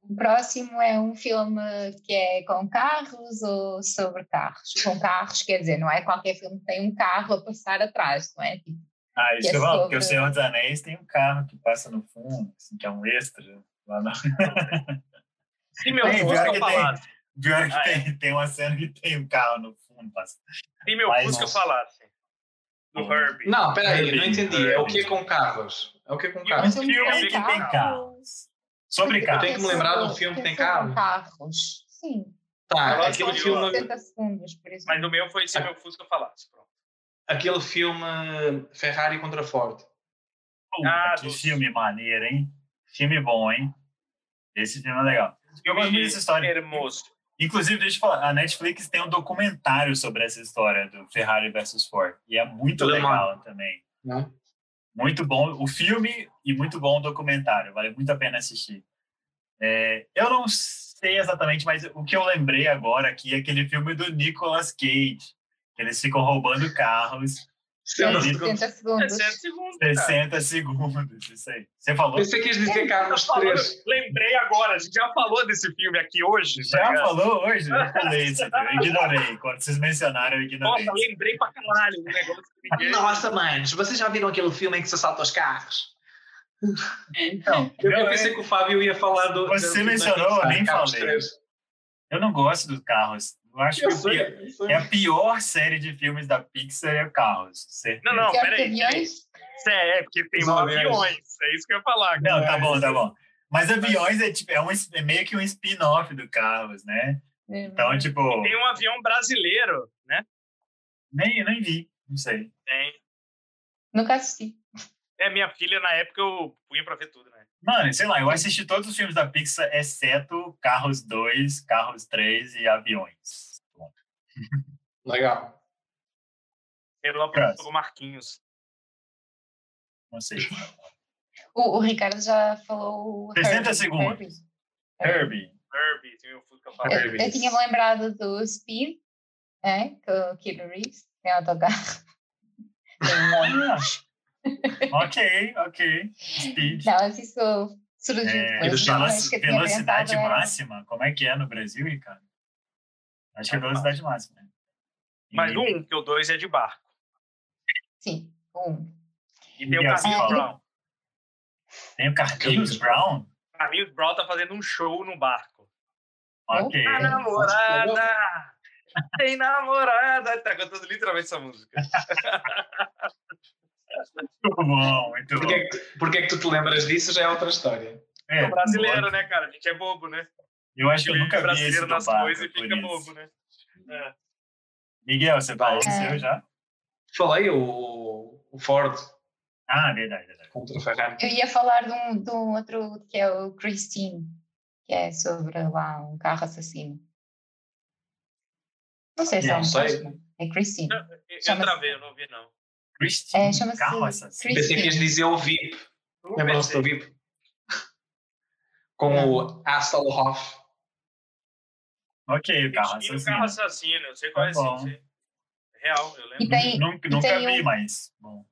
[SPEAKER 4] O próximo é um filme que é com carros ou sobre carros? Com carros, quer dizer, não é qualquer filme que tem um carro a passar atrás, não é? Tipo,
[SPEAKER 1] Ah, isso
[SPEAKER 4] Que
[SPEAKER 1] que eu
[SPEAKER 4] é
[SPEAKER 1] falo, porque o
[SPEAKER 4] sobre-
[SPEAKER 1] Senhor dos Anéis tem um carro que passa no fundo, assim, que é um extra. Lá na...
[SPEAKER 3] se meu
[SPEAKER 1] Tem, pior
[SPEAKER 3] Fusca
[SPEAKER 1] que tem.
[SPEAKER 3] falasse.
[SPEAKER 1] <laughs> Pior que
[SPEAKER 3] Ah, é?
[SPEAKER 1] tem, tem uma cena que tem um carro no fundo. passa.
[SPEAKER 3] Se meu
[SPEAKER 1] Mas,
[SPEAKER 3] Fusca
[SPEAKER 1] nossa.
[SPEAKER 3] falasse. Do
[SPEAKER 1] Hum.
[SPEAKER 3] Herbie.
[SPEAKER 2] Não, peraí, não
[SPEAKER 1] Herbie,
[SPEAKER 2] entendi. É o que
[SPEAKER 1] Herbie.
[SPEAKER 2] com carros? É o que com
[SPEAKER 3] E o-
[SPEAKER 2] carros?
[SPEAKER 4] um
[SPEAKER 3] filme
[SPEAKER 4] filme
[SPEAKER 3] que
[SPEAKER 4] com
[SPEAKER 3] tem
[SPEAKER 1] carros. Sobre carro.
[SPEAKER 2] tenho que me lembrar de um filme que tem
[SPEAKER 4] sobre
[SPEAKER 2] carros.
[SPEAKER 4] carros. Sim.
[SPEAKER 2] Tá,
[SPEAKER 3] Agora
[SPEAKER 2] aquele
[SPEAKER 3] são
[SPEAKER 2] filme,
[SPEAKER 4] 70 segundos, por exemplo.
[SPEAKER 3] Mas o meu foi se meu Fusca falasse. Pronto.
[SPEAKER 2] aquele filme Ferrari contra Ford.
[SPEAKER 1] Puta,
[SPEAKER 3] Ah,
[SPEAKER 1] que
[SPEAKER 3] dos-
[SPEAKER 1] filme maneiro, hein? Filme bom, hein? Esse filme é legal. Eu gosto muito dessa história.
[SPEAKER 3] Hermoso.
[SPEAKER 1] Inclusive, deixa eu falar, a Netflix tem um documentário sobre essa história do Ferrari versus Ford. E é muito
[SPEAKER 2] Le
[SPEAKER 1] legal também.
[SPEAKER 2] Né?
[SPEAKER 1] Muito bom o filme e muito bom o documentário. Vale muito a pena assistir. É, eu não sei exatamente, mas o que eu lembrei agora aqui é aquele filme do Nicolas Cage. que Eles ficam roubando carros
[SPEAKER 2] Eu não-
[SPEAKER 1] Sim.
[SPEAKER 4] 70
[SPEAKER 3] É
[SPEAKER 4] segundos.
[SPEAKER 3] certo segundo. cara.
[SPEAKER 1] 60 segundos. Isso aí. Você falou?
[SPEAKER 2] É. Pensei que ias dizer
[SPEAKER 3] Tá
[SPEAKER 2] carros
[SPEAKER 3] falando-
[SPEAKER 2] 3.
[SPEAKER 3] Lembrei agora, a gente já falou desse filme aqui hoje. tá
[SPEAKER 1] Já
[SPEAKER 3] ligado?
[SPEAKER 1] falou hoje? Eu falei isso, eu
[SPEAKER 2] <laughs>
[SPEAKER 1] ignorei. Quando vocês mencionaram, eu ignorei.
[SPEAKER 3] Nossa, lembrei pra caralho um negócio que ninguém.
[SPEAKER 2] Nossa, manos, vocês já viram aquele filme em que se assalta os carros?
[SPEAKER 1] Então,
[SPEAKER 2] Eu, é-
[SPEAKER 1] eu-
[SPEAKER 2] pensei que o Fábio ia falar do.
[SPEAKER 1] Você
[SPEAKER 2] do-
[SPEAKER 1] mencionou,
[SPEAKER 2] do-
[SPEAKER 1] eu nem
[SPEAKER 2] Carros
[SPEAKER 1] falei.
[SPEAKER 2] 3.
[SPEAKER 1] eu não gosto dos carros. Eu acho
[SPEAKER 2] Eu
[SPEAKER 1] que o
[SPEAKER 2] sei,
[SPEAKER 1] pior-
[SPEAKER 2] eu sei.
[SPEAKER 1] é a pior série de filmes da Pixar é Carros. certeza.
[SPEAKER 3] Não, não,
[SPEAKER 4] Pior que
[SPEAKER 3] peraí. peraí.
[SPEAKER 4] aviões.
[SPEAKER 3] É, é, porque tem
[SPEAKER 2] Os aviões.
[SPEAKER 3] aviões. É isso que eu ia falar.
[SPEAKER 1] Não, tá bom, tá bom. Mas aviões é, tipo, é, um, es- é meio que um spin-off do Carros, né? Então, tipo,
[SPEAKER 3] Tem um avião brasileiro, né?
[SPEAKER 1] nem, nem vi, não sei.
[SPEAKER 3] Tem.
[SPEAKER 4] Nunca assisti.
[SPEAKER 3] É, minha filha, na época, eu punha pra ver tudo, né?
[SPEAKER 1] Mano, sei lá, eu assisti todos os filmes da Pixar, exceto Carros 2, Carros 3 e Aviões. Bom,
[SPEAKER 2] Legal.
[SPEAKER 3] Eu lá
[SPEAKER 1] Graças.
[SPEAKER 3] pro Marquinhos.
[SPEAKER 1] não
[SPEAKER 3] <laughs>
[SPEAKER 1] sei.
[SPEAKER 4] O, o Ricardo já falou. o
[SPEAKER 1] 60
[SPEAKER 4] Herbie,
[SPEAKER 1] segundos.
[SPEAKER 4] Herbie. É.
[SPEAKER 1] Herbie.
[SPEAKER 3] Herbie, tem o Fusca
[SPEAKER 2] É.
[SPEAKER 3] falando.
[SPEAKER 4] Eu, eu tinha me lembrado do Speed, né? Com o Keanu Reeves, tem
[SPEAKER 1] <laughs>
[SPEAKER 4] autocarro. Tem um monte.
[SPEAKER 1] Ah, ok, ok. Speed.
[SPEAKER 4] Não, mas isso surgiu
[SPEAKER 1] É,
[SPEAKER 4] depois.
[SPEAKER 2] velo-
[SPEAKER 4] mas que eu tinha
[SPEAKER 1] velocidade
[SPEAKER 4] pensado era-
[SPEAKER 1] máxima? Como é que é no Brasil, Ricardo? Acho que é
[SPEAKER 3] Ah,
[SPEAKER 1] velocidade máxima. né?
[SPEAKER 3] Mas
[SPEAKER 1] E-
[SPEAKER 3] um, que o dois é de barco.
[SPEAKER 4] Sim, um.
[SPEAKER 3] E tem o
[SPEAKER 1] e assim,
[SPEAKER 3] Carlinhos
[SPEAKER 1] ó,
[SPEAKER 3] Brown.
[SPEAKER 1] Tem o Carlinhos
[SPEAKER 2] Carlinhos
[SPEAKER 1] Brown?
[SPEAKER 3] Carlinhos Brown tá fazendo um show no barco.
[SPEAKER 4] Um
[SPEAKER 1] Ok.
[SPEAKER 3] A namorada! Tem namorada! Ele Tá cantando literalmente essa música.
[SPEAKER 1] Muito bom, muito
[SPEAKER 2] Porque
[SPEAKER 1] bom.
[SPEAKER 2] é, que tu, porque é que tu te lembras disso já é outra história.
[SPEAKER 1] É,
[SPEAKER 3] É brasileiro, né, cara? A gente é bobo, né?
[SPEAKER 1] Eu acho que eu nunca vi esse
[SPEAKER 3] brasileiro
[SPEAKER 1] do
[SPEAKER 3] nas
[SPEAKER 1] Barca,
[SPEAKER 3] coisas e
[SPEAKER 1] por
[SPEAKER 3] fica
[SPEAKER 1] isso.
[SPEAKER 3] bobo, né? É.
[SPEAKER 1] Miguel, você falou o
[SPEAKER 4] É.
[SPEAKER 1] seu já?
[SPEAKER 2] Falei o, o Ford
[SPEAKER 1] Ah, verdade, verdade.
[SPEAKER 2] contra o Ferrari.
[SPEAKER 4] Eu ia falar de um, de um outro que é o Christine, que é sobre lá um carro assassino. Não sei se é
[SPEAKER 2] Não
[SPEAKER 4] um
[SPEAKER 2] sei.
[SPEAKER 4] carro, É Christine.
[SPEAKER 3] Eu- Eu
[SPEAKER 4] Chama-se-
[SPEAKER 3] travei, eu não ouvi, não.
[SPEAKER 1] Christine,
[SPEAKER 4] É, chama-se
[SPEAKER 1] carro assassino.
[SPEAKER 2] Pensei que ias
[SPEAKER 4] Christine.
[SPEAKER 2] dizer o VIP. Não é mesmo se o VIP? Com o Hasselhoff.
[SPEAKER 1] Ok, o carro
[SPEAKER 3] Cristina, o
[SPEAKER 1] assassino.
[SPEAKER 3] carro assassino, eu sei qual
[SPEAKER 1] Tá
[SPEAKER 3] é
[SPEAKER 1] bom.
[SPEAKER 3] esse. Real, eu
[SPEAKER 4] E
[SPEAKER 3] lembro.
[SPEAKER 4] tem,
[SPEAKER 1] Nunca,
[SPEAKER 4] e
[SPEAKER 1] nunca
[SPEAKER 4] tem
[SPEAKER 1] vi,
[SPEAKER 4] um-
[SPEAKER 1] mas. Bom,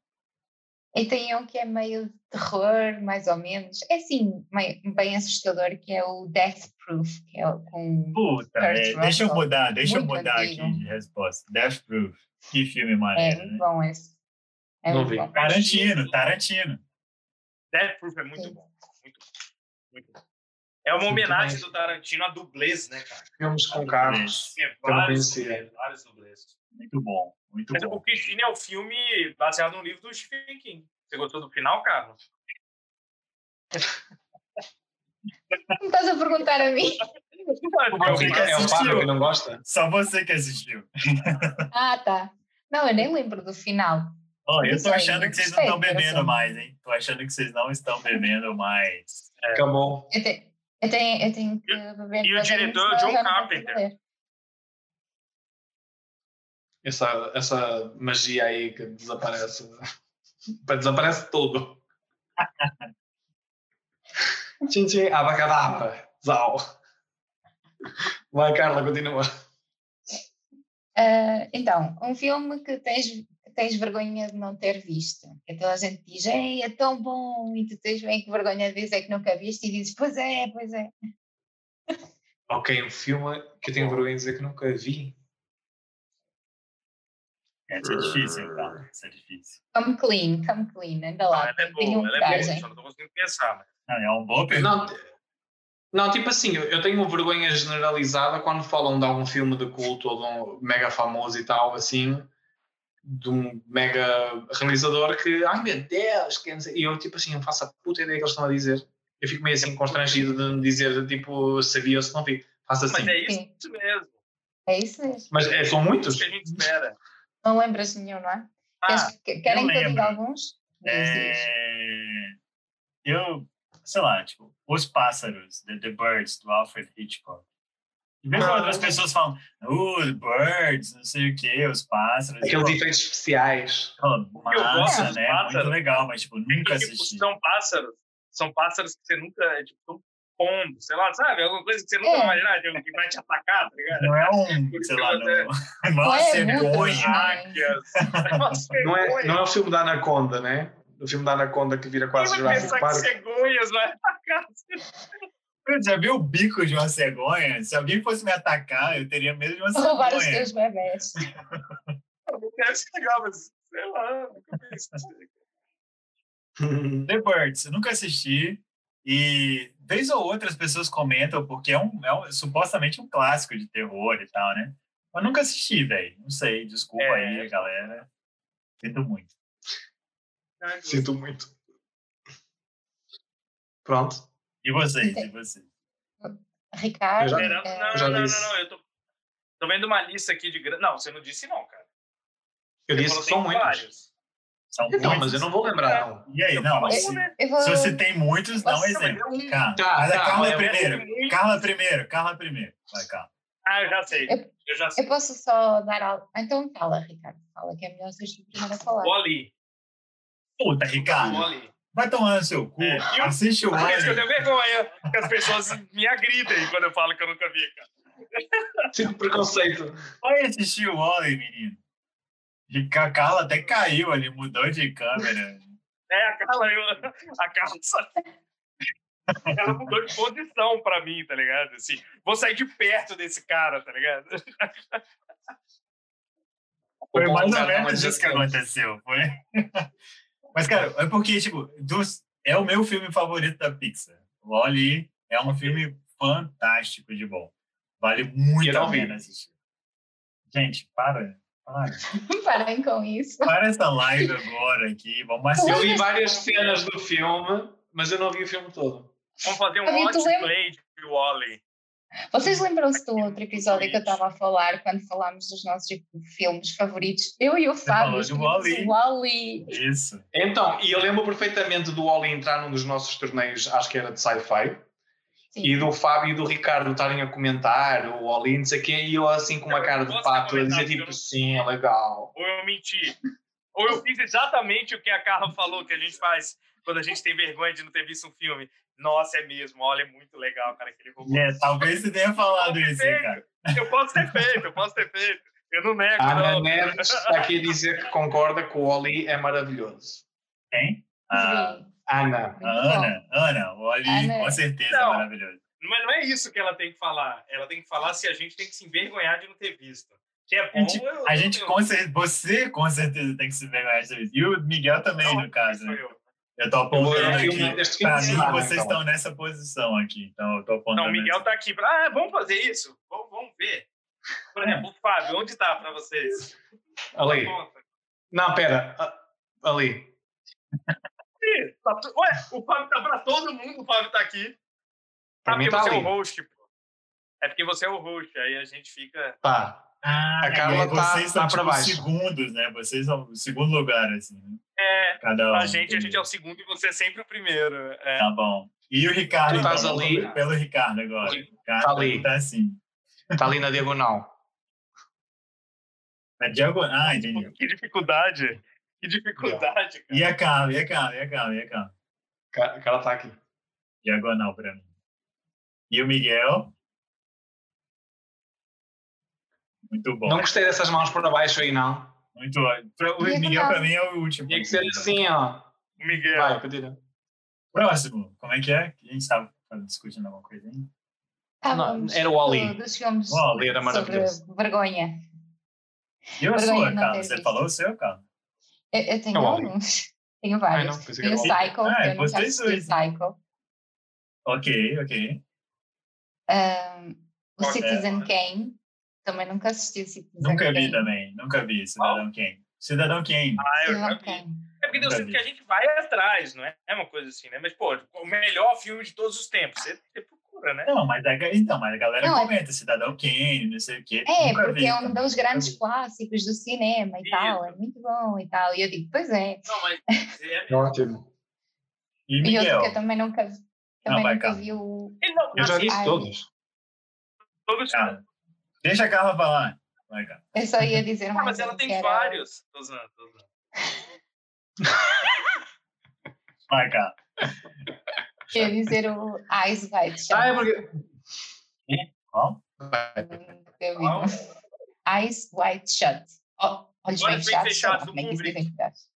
[SPEAKER 4] e tem um que é meio de terror, mais ou menos. É assim, meio- bem assustador, que é o Death Proof, que é o- com
[SPEAKER 1] puta,
[SPEAKER 4] Kurt
[SPEAKER 1] é, deixa eu
[SPEAKER 4] Russell,
[SPEAKER 1] mudar, deixa eu
[SPEAKER 4] muito
[SPEAKER 1] mudar aqui
[SPEAKER 4] antigo.
[SPEAKER 1] de resposta. Death Proof. Que filme
[SPEAKER 3] Ah,
[SPEAKER 4] É
[SPEAKER 1] maneiro.
[SPEAKER 4] muito
[SPEAKER 1] né?
[SPEAKER 4] bom esse. É
[SPEAKER 2] Não
[SPEAKER 4] muito
[SPEAKER 2] vi.
[SPEAKER 4] bom.
[SPEAKER 1] Tarantino, Tarantino.
[SPEAKER 3] Death Proof é muito
[SPEAKER 4] Sim.
[SPEAKER 3] bom. Muito bom. Muito bom. É uma
[SPEAKER 2] Muito
[SPEAKER 3] homenagem
[SPEAKER 2] bem.
[SPEAKER 3] do Tarantino a dublês, né, cara?
[SPEAKER 2] Filmes com carros.
[SPEAKER 3] Tem
[SPEAKER 2] Eu não
[SPEAKER 3] vários,
[SPEAKER 2] conhecia.
[SPEAKER 3] dublês, vários dublês.
[SPEAKER 1] Muito bom, muito
[SPEAKER 3] Mas
[SPEAKER 1] bom.
[SPEAKER 3] o Christine é o filme baseado no livro do Stephen King. Você gostou do final, Carlos?
[SPEAKER 4] Não estás a perguntar a mim?
[SPEAKER 1] O
[SPEAKER 4] <laughs>
[SPEAKER 1] meu
[SPEAKER 2] Ricardo
[SPEAKER 1] Ricardo
[SPEAKER 2] é o Pablo
[SPEAKER 1] assistiu.
[SPEAKER 2] que não gosta.
[SPEAKER 1] Só você que assistiu.
[SPEAKER 4] Ah, tá. Não, eu nem lembro do final.
[SPEAKER 1] Ó, eu
[SPEAKER 4] Isso
[SPEAKER 1] tô
[SPEAKER 4] aí,
[SPEAKER 1] achando
[SPEAKER 4] eu
[SPEAKER 1] que vocês não
[SPEAKER 4] gostei,
[SPEAKER 1] estão bebendo
[SPEAKER 4] interessante.
[SPEAKER 1] mais, hein? Tô achando que vocês não estão bebendo mais.
[SPEAKER 2] É. Acabou.
[SPEAKER 4] Eu, te- eu tenho, eu tenho que beber.
[SPEAKER 3] e o
[SPEAKER 4] mais
[SPEAKER 3] diretor
[SPEAKER 4] algum,
[SPEAKER 3] é
[SPEAKER 4] senão
[SPEAKER 3] o John
[SPEAKER 4] eu já não consigo
[SPEAKER 3] Carpenter.
[SPEAKER 4] ler.
[SPEAKER 2] Essa, essa magia aí que desaparece. <laughs> desaparece <laughs> tudo. Tchim, tchim, abacadabra. Zau. Vai, Carla, continua.
[SPEAKER 4] Ah, então, um filme que tens, que tens vergonha de não ter visto. Que toda a gente diz, Ei, é tão bom, e tu tens bem que vergonha de dizer que nunca viste, e dizes, pois é, pois é.
[SPEAKER 2] Ok, um filme que eu tenho vergonha de dizer que nunca vi.
[SPEAKER 1] Essa é difícil, então. Essa é difícil.
[SPEAKER 4] Come clean, come clean, anda lá.
[SPEAKER 3] Ah, ela é
[SPEAKER 4] tenho
[SPEAKER 3] boa, ela é boa,
[SPEAKER 4] coragem.
[SPEAKER 3] só não tô conseguindo pensar. Mas...
[SPEAKER 1] Não, é um bom pergunta.
[SPEAKER 2] Não, não, tipo assim, eu- eu tenho vergonha generalizada quando falam de algum filme de culto ou de um mega famoso e tal, assim, de um mega realizador que, ai meu Deus, que não sei", e eu, tipo assim, não faço a puta ideia que eles estão a dizer. Eu fico meio assim
[SPEAKER 3] É
[SPEAKER 2] constrangido de me dizer, tipo, sabia ou se não vi. Faço assim.
[SPEAKER 3] mas é isso mesmo.
[SPEAKER 4] É isso mesmo.
[SPEAKER 2] Mas é, são
[SPEAKER 3] É
[SPEAKER 2] muitos.
[SPEAKER 3] isso que a gente espera.
[SPEAKER 4] Não lembras de nenhum, não é?
[SPEAKER 3] Ah,
[SPEAKER 4] Queres- que- querem que eu
[SPEAKER 1] lembro.
[SPEAKER 4] diga alguns? Diz, diz.
[SPEAKER 1] É, Eu, sei lá, tipo, Os Pássaros, The, The Birds, do Alfred Hitchcock. De vez em
[SPEAKER 3] Ah.
[SPEAKER 1] quando as pessoas falam, uh, The Birds, não sei o quê, Os Pássaros.
[SPEAKER 3] É
[SPEAKER 2] Aqueles
[SPEAKER 1] eu,
[SPEAKER 2] efeitos especiais.
[SPEAKER 1] falo,
[SPEAKER 3] Eu gosto
[SPEAKER 1] massa,
[SPEAKER 3] dos
[SPEAKER 1] né? Muito
[SPEAKER 3] pássaros.
[SPEAKER 1] legal, mas, tipo, nunca
[SPEAKER 3] e, tipo,
[SPEAKER 1] assisti.
[SPEAKER 3] são pássaros. São pássaros que você nunca. é, Tipo, são pombo, sei lá, sabe? Alguma coisa que você nunca
[SPEAKER 4] É.
[SPEAKER 3] vai imaginar tipo, que vai te atacar, tá ligado?
[SPEAKER 1] Não é
[SPEAKER 3] <laughs>
[SPEAKER 1] um, sei lá, não,
[SPEAKER 3] né?
[SPEAKER 1] não é <laughs> uma
[SPEAKER 4] Ué,
[SPEAKER 1] cegonha.
[SPEAKER 4] muito.
[SPEAKER 3] Águias.
[SPEAKER 2] Não é, não é o filme da Anaconda, né? O filme da Anaconda que vira quase
[SPEAKER 3] Quem vai
[SPEAKER 2] Jurassic
[SPEAKER 3] pensar que
[SPEAKER 2] Park.
[SPEAKER 3] cegonhas né? vai atacar?
[SPEAKER 1] Eu já vi o bico de uma cegonha. Se alguém fosse me atacar, eu teria medo de
[SPEAKER 4] <laughs>
[SPEAKER 1] uma
[SPEAKER 4] Roubar os
[SPEAKER 1] cegonha.
[SPEAKER 4] teus bebés.
[SPEAKER 3] Deve ser legal, mas sei lá. nunca pensei.
[SPEAKER 1] The Birds, eu nunca assisti. E vez ou outra as pessoas comentam, porque é, um, é um- supostamente um clássico de terror e tal, né? Mas nunca assisti, velho. Não sei, desculpa
[SPEAKER 3] É.
[SPEAKER 1] aí, galera. Sinto muito.
[SPEAKER 2] Sinto muito. Pronto.
[SPEAKER 1] E vocês? E vocês?
[SPEAKER 4] Ricardo.
[SPEAKER 2] Eu
[SPEAKER 3] Esperando-
[SPEAKER 4] eh,
[SPEAKER 3] Não,
[SPEAKER 2] já
[SPEAKER 3] não, não,
[SPEAKER 2] disse.
[SPEAKER 3] não, não, Eu tô, tô vendo uma lista aqui de grana. Não, você não disse, não, cara.
[SPEAKER 2] Eu
[SPEAKER 3] Você
[SPEAKER 2] disse
[SPEAKER 3] falou
[SPEAKER 2] que são
[SPEAKER 3] tem
[SPEAKER 2] muitos.
[SPEAKER 3] vários.
[SPEAKER 1] São
[SPEAKER 2] Então,
[SPEAKER 1] muitos.
[SPEAKER 2] mas eu não vou lembrar, não.
[SPEAKER 1] E aí, não, mas
[SPEAKER 3] Eu- um, né?
[SPEAKER 1] se,
[SPEAKER 4] eu vou-
[SPEAKER 1] se você tem muitos, dá um
[SPEAKER 4] Nossa,
[SPEAKER 1] exemplo.
[SPEAKER 3] mas é um-
[SPEAKER 1] Carla,
[SPEAKER 2] Tá,
[SPEAKER 1] Mas é
[SPEAKER 2] tá,
[SPEAKER 1] Carla
[SPEAKER 2] mas é
[SPEAKER 1] primeiro.
[SPEAKER 3] muito.
[SPEAKER 1] Carla primeiro, Carla primeiro. Vai, Carla.
[SPEAKER 3] Ah, eu já sei.
[SPEAKER 4] Eu-
[SPEAKER 3] Eu já sei.
[SPEAKER 4] Eu posso só dar algo. Então fala, Ricardo. Fala que é melhor vocês primeiro a falar.
[SPEAKER 3] O Oli.
[SPEAKER 1] Puta,
[SPEAKER 3] O
[SPEAKER 1] Ricardo,
[SPEAKER 3] Oli.
[SPEAKER 1] vai tomar no seu cu.
[SPEAKER 3] É, eu-
[SPEAKER 1] Assiste o
[SPEAKER 3] Por isso que eu
[SPEAKER 1] Wally.
[SPEAKER 3] tenho vergonha que as pessoas me agridem quando eu falo que eu nunca vi, cara.
[SPEAKER 2] Sinto preconceito.
[SPEAKER 1] Vai assistir o Wally, menino. E a Carla até caiu ali, mudou de câmera.
[SPEAKER 3] É, a Carla, eu, a Carla só... Ela mudou de posição pra mim, tá ligado? Assim, vou sair de perto desse cara, tá ligado?
[SPEAKER 1] Foi
[SPEAKER 2] O bom
[SPEAKER 1] mais ou
[SPEAKER 2] lugar não
[SPEAKER 1] menos
[SPEAKER 2] existe.
[SPEAKER 1] isso que aconteceu. Foi... <laughs> Mas, cara, é porque, tipo, dos... é o meu filme favorito da Pixar. Olhe, é um filme fantástico de bom. Vale muito
[SPEAKER 2] Quero
[SPEAKER 1] a
[SPEAKER 2] ouvir.
[SPEAKER 1] pena assistir. Gente, para. Para,
[SPEAKER 4] Parem com isso.
[SPEAKER 1] para essa live agora aqui. Vamos
[SPEAKER 2] Eu
[SPEAKER 1] assistir.
[SPEAKER 2] vi várias cenas do filme, mas eu não vi o filme todo.
[SPEAKER 3] Vamos fazer um
[SPEAKER 4] Amigo, tu
[SPEAKER 3] watch
[SPEAKER 4] lembra-
[SPEAKER 3] play de Wally.
[SPEAKER 4] Vocês lembram-se do outro episódio que eu estava a falar quando falámos dos nossos tipo, filmes favoritos? Eu e o Fábio.
[SPEAKER 1] falou de Wall-E.
[SPEAKER 4] Wally.
[SPEAKER 1] Isso.
[SPEAKER 2] Então, e eu lembro perfeitamente do Oli entrar num dos nossos torneios, acho que era de sci-fi, e
[SPEAKER 4] Sim.
[SPEAKER 2] do Fábio e do Ricardo estarem a comentar, o Oli, não sei o quê, e eu assim com uma
[SPEAKER 3] Eu
[SPEAKER 2] cara de
[SPEAKER 3] gosto de
[SPEAKER 2] pato a
[SPEAKER 3] comentar
[SPEAKER 2] dizer
[SPEAKER 3] filme.
[SPEAKER 2] tipo, sim, é legal.
[SPEAKER 3] Ou eu menti. Ou eu fiz exatamente o que a Carla falou que a gente faz quando a gente tem vergonha de não ter visto um filme. Nossa, é mesmo. Olha, é muito legal, cara, aquele robô.
[SPEAKER 1] É, talvez você tenha falado isso, hein, cara.
[SPEAKER 3] Eu posso ter feito, eu posso ter feito. Eu não nego,
[SPEAKER 1] Ah,
[SPEAKER 2] A Ana
[SPEAKER 3] É não.
[SPEAKER 2] Neves está aqui a dizer que concorda que o Oli é maravilhoso.
[SPEAKER 1] Quem?
[SPEAKER 4] Ah,
[SPEAKER 1] A,
[SPEAKER 2] Ana,
[SPEAKER 1] a Ana. Ana, o Oli,
[SPEAKER 4] Ana.
[SPEAKER 1] com certeza,
[SPEAKER 3] Não.
[SPEAKER 1] é maravilhoso.
[SPEAKER 3] Mas não é isso que ela tem que falar. Ela tem que falar se a gente tem que se envergonhar de não ter visto. Se é bom,
[SPEAKER 1] A gente-
[SPEAKER 3] eu,
[SPEAKER 1] A gente,
[SPEAKER 3] eu,
[SPEAKER 1] com certeza, você com certeza tem que se vergonhar disso. E o Miguel também,
[SPEAKER 3] Não,
[SPEAKER 1] no caso.
[SPEAKER 3] sou
[SPEAKER 1] Né?
[SPEAKER 3] eu.
[SPEAKER 1] Eu tô
[SPEAKER 2] eu vou
[SPEAKER 1] apontando
[SPEAKER 2] ver o
[SPEAKER 1] aqui.
[SPEAKER 2] filme deste fim
[SPEAKER 1] Pra
[SPEAKER 2] de
[SPEAKER 1] mim,
[SPEAKER 2] semana.
[SPEAKER 1] vocês
[SPEAKER 2] então.
[SPEAKER 1] estão nessa posição aqui. Então, eu tô apontando.
[SPEAKER 3] Não, o Miguel tá aqui. pra- Ah, vamos fazer isso? Vamos, vamos ver. Por exemplo, o Fábio, onde tá pra vocês?
[SPEAKER 2] Ali.
[SPEAKER 3] Conta.
[SPEAKER 2] Não, pera. Ah, Ali.
[SPEAKER 3] Ih, tá tu- Ué, o Fábio tá pra todo mundo, o Fábio tá aqui. Tá
[SPEAKER 2] Pra mim
[SPEAKER 3] porque
[SPEAKER 2] tá
[SPEAKER 3] você é o
[SPEAKER 2] ali.
[SPEAKER 3] host, pô. É porque você é o host, aí a gente fica.
[SPEAKER 2] Tá.
[SPEAKER 1] Ah,
[SPEAKER 2] A Carla
[SPEAKER 1] e vocês são
[SPEAKER 2] tá- tá pra
[SPEAKER 1] tipo,
[SPEAKER 2] baixo.
[SPEAKER 1] segundos, né? Vocês são o segundo lugar, assim. né?
[SPEAKER 3] É,
[SPEAKER 1] Cada um.
[SPEAKER 3] a gente, a gente é o segundo e você é sempre o primeiro. É.
[SPEAKER 1] Tá bom. E o Ricardo,
[SPEAKER 2] Tu
[SPEAKER 1] então,
[SPEAKER 2] estás
[SPEAKER 1] vamos
[SPEAKER 2] ali.
[SPEAKER 1] ver pelo Ricardo agora.
[SPEAKER 2] Oi.
[SPEAKER 1] Ricardo
[SPEAKER 2] Tá ali.
[SPEAKER 1] tá assim.
[SPEAKER 2] Está Tá ali na diagonal.
[SPEAKER 1] Na diagonal. Ah,
[SPEAKER 2] Tá
[SPEAKER 1] entendi.
[SPEAKER 3] Que dificuldade. Que dificuldade, cara.
[SPEAKER 1] E a Carla, e a Carla, e a Carla, e a Carla.
[SPEAKER 2] Ca- Ela está aqui.
[SPEAKER 1] Diagonal pra mim. E o Miguel? Muito bom.
[SPEAKER 2] Não gostei dessas mãos para baixo aí, não.
[SPEAKER 1] Muito ótimo. Pra- O
[SPEAKER 4] Diagonal.
[SPEAKER 1] Miguel, pra mim, é o último.
[SPEAKER 2] Tinha que ser assim, ó.
[SPEAKER 3] Miguel.
[SPEAKER 2] Vai, continua.
[SPEAKER 1] Próximo. Como é que é? A gente estava discutindo alguma coisa, hein?
[SPEAKER 4] Estávamos
[SPEAKER 2] Não, era o Ali.
[SPEAKER 4] do- Dos filmes
[SPEAKER 1] Ó,
[SPEAKER 2] Ali era
[SPEAKER 4] sobre
[SPEAKER 2] maravilhoso.
[SPEAKER 4] vergonha.
[SPEAKER 1] E a
[SPEAKER 4] Vergonha
[SPEAKER 1] sua,
[SPEAKER 4] de não
[SPEAKER 1] Carla?
[SPEAKER 4] ter
[SPEAKER 1] Você
[SPEAKER 4] visto.
[SPEAKER 1] falou o seu, Carla?
[SPEAKER 4] Eu, eu tenho
[SPEAKER 2] É o Ali.
[SPEAKER 4] alguns. Tenho
[SPEAKER 2] Ai,
[SPEAKER 4] vários.
[SPEAKER 2] não, pensei que
[SPEAKER 4] Tenho
[SPEAKER 2] era
[SPEAKER 4] o
[SPEAKER 2] o
[SPEAKER 1] Ali.
[SPEAKER 4] Psycho,
[SPEAKER 1] Ah,
[SPEAKER 4] que eu nunca
[SPEAKER 1] vocês
[SPEAKER 4] assisti
[SPEAKER 1] dois.
[SPEAKER 4] Psycho.
[SPEAKER 1] Ok, ok.
[SPEAKER 4] Ahm, o
[SPEAKER 3] Ok.
[SPEAKER 4] Citizen Kane. Também nunca assisti o Citizen
[SPEAKER 1] Nunca vi
[SPEAKER 4] Kane.
[SPEAKER 1] também. Nunca vi Cidadão Kane. Cidadão Kane.
[SPEAKER 3] Ah, eu já
[SPEAKER 4] Cidadão
[SPEAKER 3] vi.
[SPEAKER 4] Kane.
[SPEAKER 3] É porque eu
[SPEAKER 1] Nunca
[SPEAKER 3] sinto
[SPEAKER 1] vi.
[SPEAKER 3] que a gente vai atrás, não é? É uma coisa assim, né? Mas, pô, o melhor filme de todos os tempos. Você, você procura, né?
[SPEAKER 1] Não, mas a, ga- então, mas a galera
[SPEAKER 4] Não, é-
[SPEAKER 1] comenta Cidadão Kane, não sei o quê.
[SPEAKER 4] É,
[SPEAKER 1] Nunca
[SPEAKER 4] porque
[SPEAKER 1] vi, então.
[SPEAKER 4] é um
[SPEAKER 1] também.
[SPEAKER 4] dos grandes clássicos do cinema e
[SPEAKER 3] Isso.
[SPEAKER 4] tal. É muito bom e tal. E eu digo, pois é.
[SPEAKER 3] Não, mas é-
[SPEAKER 2] Ótimo.
[SPEAKER 1] E
[SPEAKER 4] E outro
[SPEAKER 1] Miguel?
[SPEAKER 4] que eu também nunca, também
[SPEAKER 1] vai,
[SPEAKER 4] nunca
[SPEAKER 1] Carla.
[SPEAKER 4] vi o...
[SPEAKER 3] ele não,
[SPEAKER 2] Eu já
[SPEAKER 3] assim,
[SPEAKER 2] disse
[SPEAKER 4] Ai.
[SPEAKER 2] todos.
[SPEAKER 3] todos
[SPEAKER 1] Carla. Deixa a Carla falar. Vai, Carla.
[SPEAKER 4] Eu só ia dizer
[SPEAKER 3] Ah,
[SPEAKER 4] mais
[SPEAKER 3] mas
[SPEAKER 4] um,
[SPEAKER 3] ela
[SPEAKER 4] que
[SPEAKER 3] tem
[SPEAKER 4] era-
[SPEAKER 3] vários. Tosana, Tosana.
[SPEAKER 1] Vai, Carla.
[SPEAKER 4] Eu ia dizer o Eyes Wide Shut.
[SPEAKER 2] Ah, é porque.
[SPEAKER 1] Qual?
[SPEAKER 2] Vai.
[SPEAKER 4] Eu
[SPEAKER 3] Qual?
[SPEAKER 4] vi. Eyes Wide Shut. Ó, Olhos bem
[SPEAKER 3] Olhos bem
[SPEAKER 4] fechados. sei lá
[SPEAKER 3] fechados,
[SPEAKER 4] Como é que
[SPEAKER 3] um
[SPEAKER 4] isso
[SPEAKER 3] brinde.
[SPEAKER 4] dizem em português?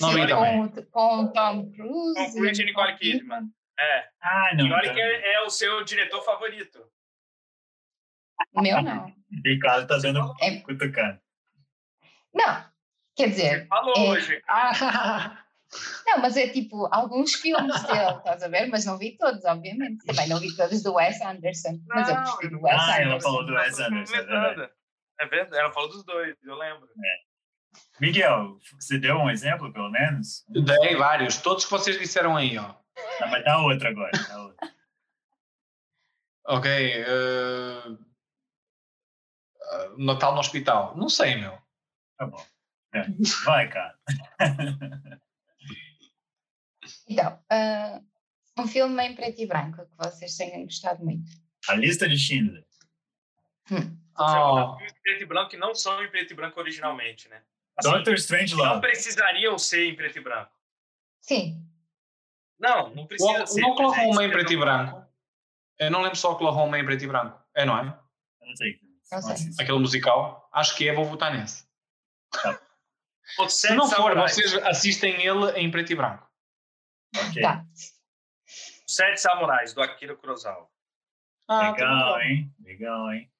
[SPEAKER 2] Não
[SPEAKER 4] Sim,
[SPEAKER 2] vi
[SPEAKER 1] também.
[SPEAKER 4] com, o- com o Tom Cruise.
[SPEAKER 3] Com o Cruise e Nicole Kidman. É.
[SPEAKER 1] Ah, não.
[SPEAKER 3] E olha
[SPEAKER 2] tá.
[SPEAKER 1] então-
[SPEAKER 3] que é, é o seu diretor favorito.
[SPEAKER 4] Meu não.
[SPEAKER 1] E Carla tá dando
[SPEAKER 4] É.
[SPEAKER 1] cutucada.
[SPEAKER 4] Não, quer
[SPEAKER 3] Você
[SPEAKER 4] dizer,
[SPEAKER 3] falou
[SPEAKER 4] É.
[SPEAKER 3] hoje.
[SPEAKER 2] Ah,
[SPEAKER 4] não, mas é tipo alguns filmes dele, estás a ver? Mas não vi todos, obviamente. Também não vi todos do Wes Anderson. Mas eu
[SPEAKER 3] Não,
[SPEAKER 4] gostei do
[SPEAKER 3] eu-
[SPEAKER 4] Wes
[SPEAKER 1] Ah, ela
[SPEAKER 4] Anderson.
[SPEAKER 1] falou do Wes Anderson, é verdade.
[SPEAKER 3] É verdade. Ela falou dos dois, eu lembro.
[SPEAKER 1] Miguel, você deu um exemplo, pelo menos?
[SPEAKER 2] Dei vários. Todos que vocês disseram aí, ó.
[SPEAKER 1] Ah, mas dá outro agora. Dá outro.
[SPEAKER 2] Ok. eh, ah, Natal no hospital. Não sei, meu.
[SPEAKER 1] Tá bom. É. Vai, cara.
[SPEAKER 4] Então, ah, um filme em preto e branco que vocês tenham gostado muito.
[SPEAKER 1] A lista de Schindler.
[SPEAKER 2] Ah,
[SPEAKER 3] Filmes em preto e branco que não são em preto e branco originalmente, né? Assim,
[SPEAKER 2] Então,
[SPEAKER 1] Doctor Strange
[SPEAKER 3] que não
[SPEAKER 1] Love.
[SPEAKER 3] precisariam ser em preto e branco.
[SPEAKER 4] Sim,
[SPEAKER 3] Não, não precisa
[SPEAKER 2] o,
[SPEAKER 3] ser.
[SPEAKER 2] não
[SPEAKER 3] mas é
[SPEAKER 2] Oklahoma em
[SPEAKER 3] isso,
[SPEAKER 2] preto e
[SPEAKER 3] não-
[SPEAKER 2] branco. Eu não lembro só Oklahoma em preto e branco. É, não é?
[SPEAKER 1] Não sei.
[SPEAKER 4] Não sei.
[SPEAKER 1] Nossa, é
[SPEAKER 2] Aquele musical. Acho que é, vou votar nesse.
[SPEAKER 3] Os
[SPEAKER 2] Se
[SPEAKER 3] Sete
[SPEAKER 2] não for,
[SPEAKER 3] Samurais.
[SPEAKER 2] vocês assistem ele em preto e branco.
[SPEAKER 1] ok.
[SPEAKER 4] tá.
[SPEAKER 3] Os Sete Samurais, do Akira Kurosawa.
[SPEAKER 2] Ah, tá muito
[SPEAKER 1] Legal,
[SPEAKER 2] bom.
[SPEAKER 1] hein? Legal, hein?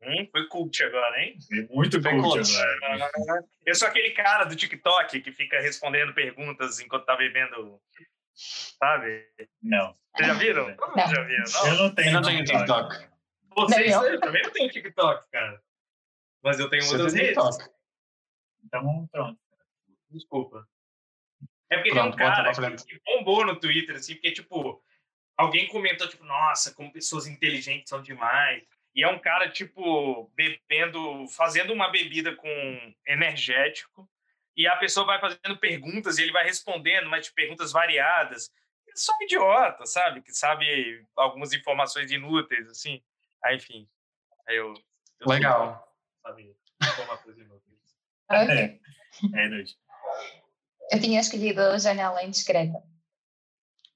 [SPEAKER 3] Hum, foi cult
[SPEAKER 2] <laughs>
[SPEAKER 3] agora, hein?
[SPEAKER 1] É muito
[SPEAKER 2] Bem
[SPEAKER 1] cult
[SPEAKER 2] cult.
[SPEAKER 1] agora.
[SPEAKER 3] Eu sou aquele cara do TikTok que fica respondendo perguntas enquanto tá bebendo sabe?
[SPEAKER 1] Não.
[SPEAKER 3] Vocês já viram? Todo mundo
[SPEAKER 4] Não.
[SPEAKER 3] já viu, não?
[SPEAKER 1] Eu não tenho.
[SPEAKER 2] Eu não tenho
[SPEAKER 1] TikTok.
[SPEAKER 2] TikTok.
[SPEAKER 3] Vocês,
[SPEAKER 4] Não, eu-
[SPEAKER 3] eu também não tenho TikTok, cara. Mas eu tenho
[SPEAKER 2] Você
[SPEAKER 3] outras
[SPEAKER 2] tem
[SPEAKER 3] redes.
[SPEAKER 2] TikTok.
[SPEAKER 1] Então, pronto.
[SPEAKER 3] Desculpa. É porque
[SPEAKER 2] Pronto,
[SPEAKER 3] tem um
[SPEAKER 2] bota
[SPEAKER 3] cara
[SPEAKER 2] pra frente.
[SPEAKER 3] que bombou no Twitter, assim, porque, tipo, alguém comentou, tipo, nossa, como pessoas inteligentes são demais. E é um cara, tipo, bebendo, fazendo uma bebida com energético, e a pessoa vai fazendo perguntas e ele vai respondendo, mas de perguntas variadas. Ele só um idiota, sabe? Que sabe algumas informações inúteis, assim. Aí, enfim. Aí eu. eu
[SPEAKER 2] Legal.
[SPEAKER 3] Sabe, informações inúteis.
[SPEAKER 4] Ok.
[SPEAKER 1] É, doido.
[SPEAKER 4] Eu tinha escolhido a janela indiscreta.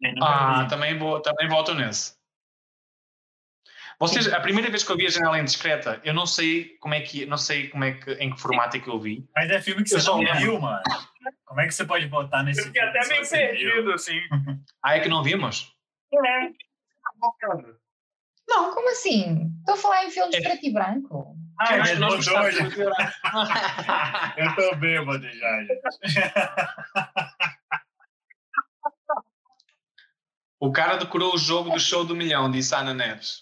[SPEAKER 1] Eu
[SPEAKER 3] um
[SPEAKER 1] nunca
[SPEAKER 2] Ah,
[SPEAKER 1] vi.
[SPEAKER 2] também, vou, também voto nesse. Vocês, a primeira vez que eu vi a janela indiscreta, eu não sei como é que, não sei como é que, em que formato é que eu vi.
[SPEAKER 1] Mas é filme que
[SPEAKER 2] Eu
[SPEAKER 1] você
[SPEAKER 2] só
[SPEAKER 1] não
[SPEAKER 2] lembro.
[SPEAKER 1] viu, mano. Como é que você pode botar nesse
[SPEAKER 3] Eu fiquei
[SPEAKER 1] filme
[SPEAKER 3] até
[SPEAKER 1] se
[SPEAKER 3] meio
[SPEAKER 1] você viu?
[SPEAKER 3] perdido, assim.
[SPEAKER 2] Ah, é que não vimos?
[SPEAKER 1] Ah, é
[SPEAKER 4] Não, como assim? Estou a falar em filmes
[SPEAKER 2] É.
[SPEAKER 4] preto e branco.
[SPEAKER 1] Ah,
[SPEAKER 2] Ah,
[SPEAKER 1] mas
[SPEAKER 2] mas nós
[SPEAKER 1] mudou
[SPEAKER 2] gostamos
[SPEAKER 1] já.
[SPEAKER 2] de fazer-
[SPEAKER 1] Eu tô bêbado já, gente.
[SPEAKER 2] O cara decorou o jogo do show do milhão, disse a Ana Neves.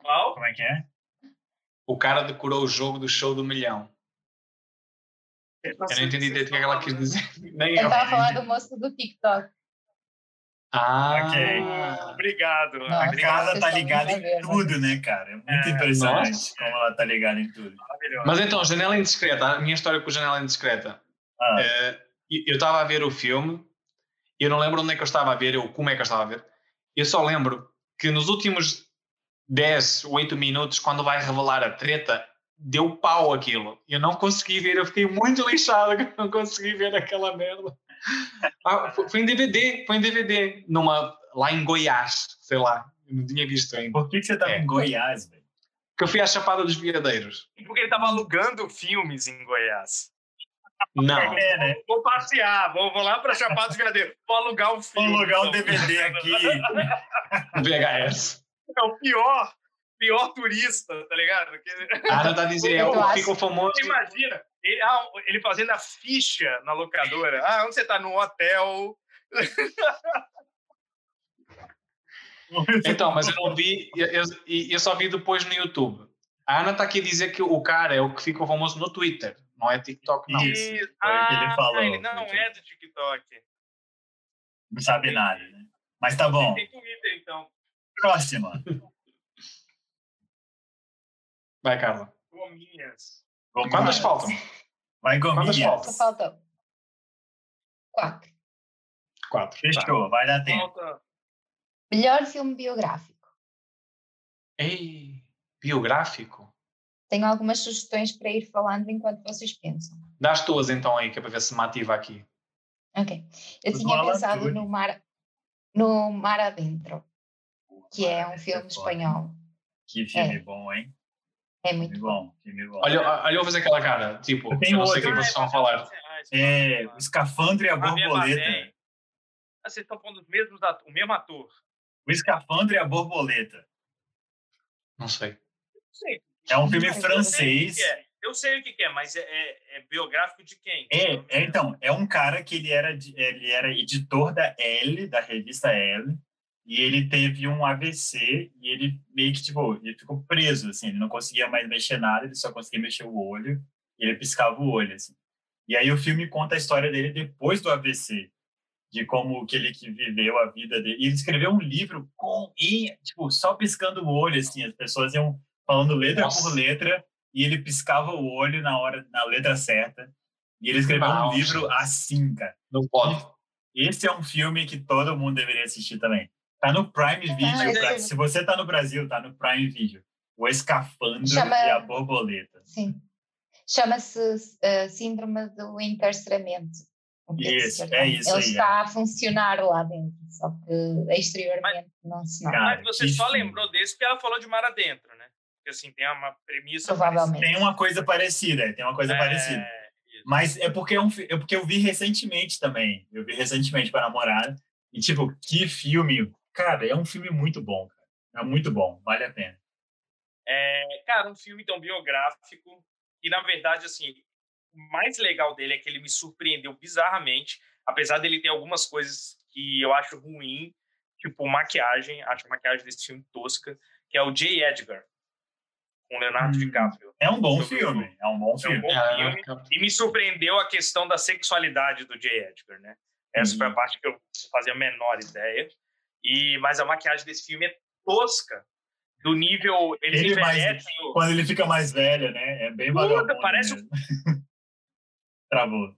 [SPEAKER 3] Qual?
[SPEAKER 1] Como é que é?
[SPEAKER 2] O cara decorou o jogo do show do milhão. Eu não entendi direito o que é que ela quis dizer. Nem
[SPEAKER 4] Eu
[SPEAKER 2] eu.
[SPEAKER 4] estava a falar do moço do TikTok.
[SPEAKER 2] Ah,
[SPEAKER 1] Ok.
[SPEAKER 3] Obrigado.
[SPEAKER 4] Nossa.
[SPEAKER 1] A
[SPEAKER 3] Obrigado.
[SPEAKER 1] Carla
[SPEAKER 4] vocês
[SPEAKER 1] tá
[SPEAKER 4] são
[SPEAKER 1] ligada
[SPEAKER 4] muito
[SPEAKER 1] em
[SPEAKER 4] bêbados.
[SPEAKER 1] tudo, né, cara? É muito
[SPEAKER 3] É,
[SPEAKER 1] impressionante
[SPEAKER 2] nossa.
[SPEAKER 1] como ela tá ligada em tudo.
[SPEAKER 3] Maravilhoso.
[SPEAKER 2] Mas então, Janela Indiscreta, a minha história com Janela Indiscreta.
[SPEAKER 1] Ah,
[SPEAKER 2] Eh, eu estava a ver o filme, eu não lembro onde é que eu estava a ver, ou como é que eu estava a ver. Eu só lembro que nos últimos 10, 8 minutos, quando vai revelar a treta, deu pau aquilo. Eu não consegui ver, eu fiquei muito lixado <laughs> que eu não consegui ver aquela merda. Ah, foi, foi em DVD, foi em DVD, numa, lá em Goiás, sei lá, eu não tinha visto ainda.
[SPEAKER 1] Por que, que você tá tava
[SPEAKER 2] É.
[SPEAKER 1] em Goiás, velho?
[SPEAKER 2] Que eu fui à Chapada dos Veadeiros.
[SPEAKER 3] Porque ele tava alugando filmes em Goiás.
[SPEAKER 2] <laughs> Não.
[SPEAKER 1] É, né?
[SPEAKER 3] Vou passear, vou, vou lá pra Chapada dos Veadeiros. Vou alugar um
[SPEAKER 1] Vou
[SPEAKER 3] filme.
[SPEAKER 1] alugar um DVD aqui.
[SPEAKER 2] VHS.
[SPEAKER 3] É o pior, pior turista, tá ligado? Que-
[SPEAKER 2] A Ana está a dizer, é
[SPEAKER 4] Eu
[SPEAKER 2] o
[SPEAKER 4] acho.
[SPEAKER 2] que ficou famoso.
[SPEAKER 3] Você imagina, ele, ah, ele fazendo a ficha na locadora. Ah, onde você tá? No hotel.
[SPEAKER 2] Então, mas eu não vi, eu, eu- eu só vi depois no YouTube. A Ana está aqui a dizer que o cara é o que ficou famoso no Twitter, não é TikTok, não.
[SPEAKER 1] Isso, foi o que ele falou.
[SPEAKER 3] ele ah, não é do TikTok.
[SPEAKER 1] Não sabe nada, né? Mas tá bom.
[SPEAKER 3] Tem Twitter, então.
[SPEAKER 1] Próxima.
[SPEAKER 2] Vai, Carla.
[SPEAKER 3] Gominhas.
[SPEAKER 2] Quantas faltam?
[SPEAKER 1] Vai,
[SPEAKER 2] Quantas
[SPEAKER 1] Gominha.
[SPEAKER 2] faltam?
[SPEAKER 4] Só faltou. Quatro.
[SPEAKER 2] Quatro. Tá.
[SPEAKER 1] Fechou, vai dar tempo.
[SPEAKER 3] Falta
[SPEAKER 4] Melhor filme biográfico.
[SPEAKER 2] Ei, biográfico?
[SPEAKER 4] Tenho algumas sugestões para ir falando enquanto vocês pensam.
[SPEAKER 2] Dá as tuas então aí, que é para ver se me ativa aqui.
[SPEAKER 4] Ok. Eu
[SPEAKER 1] Mas
[SPEAKER 4] tinha
[SPEAKER 1] não há
[SPEAKER 4] pensado
[SPEAKER 1] lanterna.
[SPEAKER 4] no Mar, no Mar Adentro, que
[SPEAKER 1] Ah,
[SPEAKER 4] é um filme espanhol.
[SPEAKER 1] Que filme bom, hein?
[SPEAKER 4] É muito
[SPEAKER 1] Filme bom, filme bom.
[SPEAKER 2] Olha, olha eu fazer aquela cara, tipo,
[SPEAKER 1] Eu
[SPEAKER 2] eu
[SPEAKER 1] tenho
[SPEAKER 2] não sei o que
[SPEAKER 3] Ah,
[SPEAKER 1] outra.
[SPEAKER 2] vocês
[SPEAKER 3] é,
[SPEAKER 2] estão a falar.
[SPEAKER 3] né?
[SPEAKER 1] É, o Escafandro e a
[SPEAKER 3] Javier Bardem.
[SPEAKER 1] Borboleta.
[SPEAKER 3] Ah, Vocês estão falando dos mesmos ato- o mesmo ator.
[SPEAKER 1] O Escafandro e a Borboleta.
[SPEAKER 2] Não sei.
[SPEAKER 3] Não sei.
[SPEAKER 1] É um filme
[SPEAKER 4] Não, eu sei
[SPEAKER 3] Eu sei o
[SPEAKER 1] francês.
[SPEAKER 3] que é. Eu sei o que que é, mas é, é- é biográfico de quem?
[SPEAKER 1] É, é, então, é um cara que ele era, de- ele era editor da L, da revista L, e ele teve um AVC e ele meio que, tipo, ele ficou preso, assim, ele não conseguia mais mexer nada, ele só conseguia mexer o olho, e ele piscava o olho, assim. E aí o filme conta a história dele depois do AVC, de como que ele que viveu a vida dele. E ele escreveu um livro com, e, tipo, só piscando o olho, assim, as pessoas iam falando letra por
[SPEAKER 2] Nossa.
[SPEAKER 1] letra, e ele piscava o olho na hora, na letra certa. E ele escreveu um
[SPEAKER 2] Nossa.
[SPEAKER 1] livro assim, cara.
[SPEAKER 2] Não pode.
[SPEAKER 1] Esse é um filme que todo mundo deveria assistir também. Tá no Prime Video.
[SPEAKER 4] mas
[SPEAKER 1] pra-
[SPEAKER 4] eu-
[SPEAKER 1] Se você tá no Brasil, tá no Prime Video. O Escafandro
[SPEAKER 4] Chama-
[SPEAKER 1] e a Borboleta.
[SPEAKER 4] Sim. Chama-se eh, Síndrome do Encarceramento. O que é que se
[SPEAKER 1] Isso,
[SPEAKER 4] chama?
[SPEAKER 1] é isso
[SPEAKER 4] Ele
[SPEAKER 1] aí,
[SPEAKER 4] está a funcionar lá dentro, só que exteriormente não se nota.
[SPEAKER 1] Cara,
[SPEAKER 3] Mas você
[SPEAKER 1] que
[SPEAKER 3] só
[SPEAKER 1] filme.
[SPEAKER 3] lembrou desse porque ela falou de Mara Dentro, né? Porque assim, tem uma
[SPEAKER 1] é um
[SPEAKER 3] premissa.
[SPEAKER 4] Provavelmente.
[SPEAKER 1] Tem uma coisa parecida, é, tem uma coisa
[SPEAKER 3] É,
[SPEAKER 1] parecida. Mas é porque, é, um, fi- é porque eu vi recentemente também. Eu vi recentemente para namorada. E, tipo, que filme. Cara, é um filme muito bom. Cara. É muito bom, vale a pena.
[SPEAKER 3] é, cara, um filme tão biográfico. E na verdade, assim, o mais legal dele é que ele me surpreendeu bizarramente. Apesar dele ter algumas coisas que eu acho ruim, tipo maquiagem, acho a maquiagem desse filme tosca, que é o J. Edgar, com Leonardo
[SPEAKER 1] Hum.
[SPEAKER 3] DiCaprio.
[SPEAKER 1] É um bom
[SPEAKER 3] Sobre
[SPEAKER 1] filme. É um bom
[SPEAKER 3] É um
[SPEAKER 1] filme.
[SPEAKER 3] bom filme. E me surpreendeu a questão da sexualidade do J. Edgar, né? Essa
[SPEAKER 2] Uhum.
[SPEAKER 3] foi a parte que eu fazia a menor ideia. E, mas a maquiagem desse filme é tosca. Do nível. Eles
[SPEAKER 1] Ele é mais-
[SPEAKER 3] envelhecem. o-
[SPEAKER 1] Quando ele fica mais velho, né? É bem
[SPEAKER 3] Puta,
[SPEAKER 1] vagabundo.
[SPEAKER 3] parece
[SPEAKER 1] mesmo. <laughs> Travou.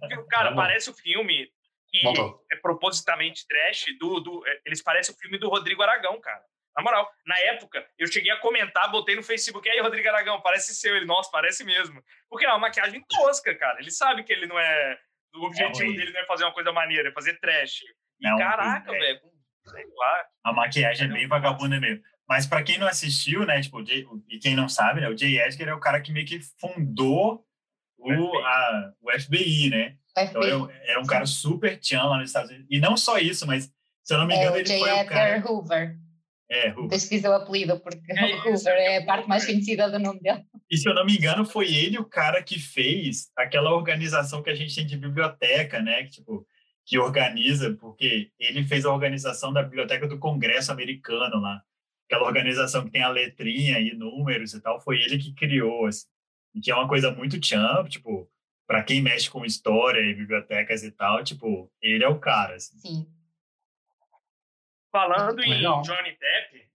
[SPEAKER 3] Porque, cara,
[SPEAKER 2] Tá bom.
[SPEAKER 3] parece o filme que
[SPEAKER 2] Voltou.
[SPEAKER 3] é propositamente trash do. do é, eles parecem o filme do Rodrigo Aragão, cara. Na moral, na época, eu cheguei a comentar, botei no Facebook, e aí, Rodrigo Aragão, parece seu. Ele, nossa, parece mesmo. Porque é uma maquiagem tosca, cara. Ele sabe que ele não é. O objetivo
[SPEAKER 1] ruim.
[SPEAKER 3] dele não é fazer uma coisa maneira, é fazer trash. E
[SPEAKER 1] É um
[SPEAKER 3] caraca,
[SPEAKER 1] filme,
[SPEAKER 3] velho, sei lá.
[SPEAKER 1] A maquiagem é bem vagabunda mesmo. Mas pra quem não assistiu, né, tipo, o Jay- e quem não sabe, né, o Jay Edgar é o cara que meio que fundou o,
[SPEAKER 3] FBI.
[SPEAKER 1] a, o FBI, né?
[SPEAKER 4] Vai
[SPEAKER 1] Então
[SPEAKER 4] ver.
[SPEAKER 1] era um- era um cara super tchan lá nos Estados Unidos. E não só isso, mas se eu não me
[SPEAKER 4] É
[SPEAKER 1] engano,
[SPEAKER 4] o
[SPEAKER 1] ele
[SPEAKER 4] J.
[SPEAKER 1] foi o
[SPEAKER 4] Edgar
[SPEAKER 1] cara.
[SPEAKER 4] Hoover.
[SPEAKER 1] É, Ru.
[SPEAKER 4] Pesquisa o apelido, porque
[SPEAKER 3] É
[SPEAKER 4] <laughs> o
[SPEAKER 3] isso,
[SPEAKER 4] Hoover é
[SPEAKER 3] é
[SPEAKER 4] a parte mais
[SPEAKER 3] Hoover.
[SPEAKER 4] conhecida do nome dele.
[SPEAKER 1] E se eu não me engano, foi ele o cara que fez aquela organização que a gente tem de biblioteca, né? Que, tipo, que organiza, porque ele fez a organização da Biblioteca do Congresso Americano lá. Aquela organização que tem a letrinha e números e tal, foi ele que criou, assim. E que é uma coisa muito tchan, tipo, para quem mexe com história e bibliotecas e tal, tipo, ele é o cara, assim.
[SPEAKER 4] Sim.
[SPEAKER 3] Falando em
[SPEAKER 2] Legal.
[SPEAKER 3] Johnny Depp,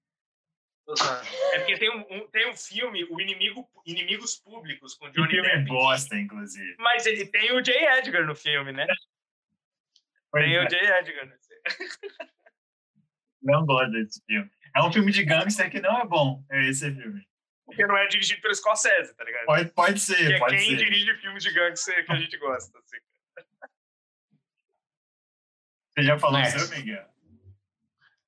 [SPEAKER 3] é porque tem um, um- tem um filme, o Inimigo, Inimigos Públicos, com
[SPEAKER 1] E
[SPEAKER 3] Johnny
[SPEAKER 1] filme é
[SPEAKER 3] Depp.
[SPEAKER 1] bosta, inclusive.
[SPEAKER 3] Mas ele tem o J. Edgar no filme, né?
[SPEAKER 2] É.
[SPEAKER 3] Tem
[SPEAKER 1] é,
[SPEAKER 3] o J. Edgar. né?
[SPEAKER 1] Não gosto desse filme. É um filme de gangster que não é bom, é esse filme.
[SPEAKER 3] Porque não é dirigido pelo Scorsese, tá ligado?
[SPEAKER 1] Pode, pode ser,
[SPEAKER 3] que é
[SPEAKER 1] pode
[SPEAKER 3] quem
[SPEAKER 1] ser.
[SPEAKER 3] dirige filmes de gangster
[SPEAKER 2] Ah.
[SPEAKER 3] que a gente gosta. assim.
[SPEAKER 1] Você já falou
[SPEAKER 2] Next.
[SPEAKER 1] seu, Miguel?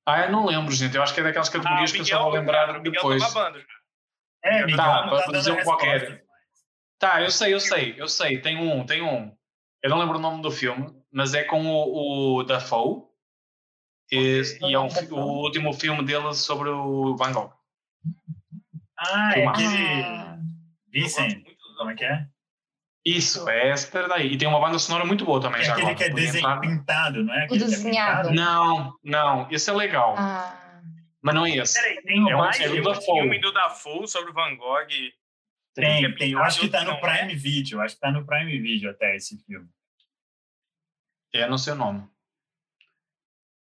[SPEAKER 2] Ah, eu não lembro, gente. Eu acho que é daquelas
[SPEAKER 3] Ah,
[SPEAKER 2] categorias
[SPEAKER 3] o
[SPEAKER 2] que eu só vou lembrar
[SPEAKER 3] o Miguel
[SPEAKER 2] depois.
[SPEAKER 3] tá babando. já.
[SPEAKER 1] É, Miguel
[SPEAKER 2] Tá,
[SPEAKER 1] não
[SPEAKER 2] pra
[SPEAKER 1] tá dando
[SPEAKER 2] dizer um
[SPEAKER 1] resposta.
[SPEAKER 2] qualquer. Tá, eu sei, eu sei, eu sei. Tem um, tem um. Eu não lembro o nome do filme, mas é com o, o Dafoe. E, e é um fi- o último filme dele sobre o Van Gogh.
[SPEAKER 1] Ah, é
[SPEAKER 2] Filmaço.
[SPEAKER 1] aquele...
[SPEAKER 4] Ah,
[SPEAKER 3] Eu gosto
[SPEAKER 1] Vincent,
[SPEAKER 3] muito do-
[SPEAKER 1] como é que é?
[SPEAKER 2] Isso, é esse daí. E tem uma banda sonora muito boa também,
[SPEAKER 1] É
[SPEAKER 2] já
[SPEAKER 1] aquele
[SPEAKER 2] agora. tá
[SPEAKER 1] que é
[SPEAKER 2] Podia
[SPEAKER 1] desenho
[SPEAKER 2] entrar.
[SPEAKER 1] pintado, não é? Aquele que é
[SPEAKER 4] desenhado.
[SPEAKER 1] pintado?
[SPEAKER 2] Não, não, esse é legal,
[SPEAKER 4] ah.
[SPEAKER 2] mas não é esse.
[SPEAKER 3] Peraí, tem
[SPEAKER 2] É um-
[SPEAKER 3] mais
[SPEAKER 2] é do
[SPEAKER 3] um
[SPEAKER 2] Dafoe.
[SPEAKER 3] filme do Dafoe sobre o Van Gogh.
[SPEAKER 1] Tem, tem. Eu acho que tá
[SPEAKER 3] Não,
[SPEAKER 1] no
[SPEAKER 3] né?
[SPEAKER 1] Prime Video. Acho que tá no Prime Video até esse filme.
[SPEAKER 2] É, não sei o nome.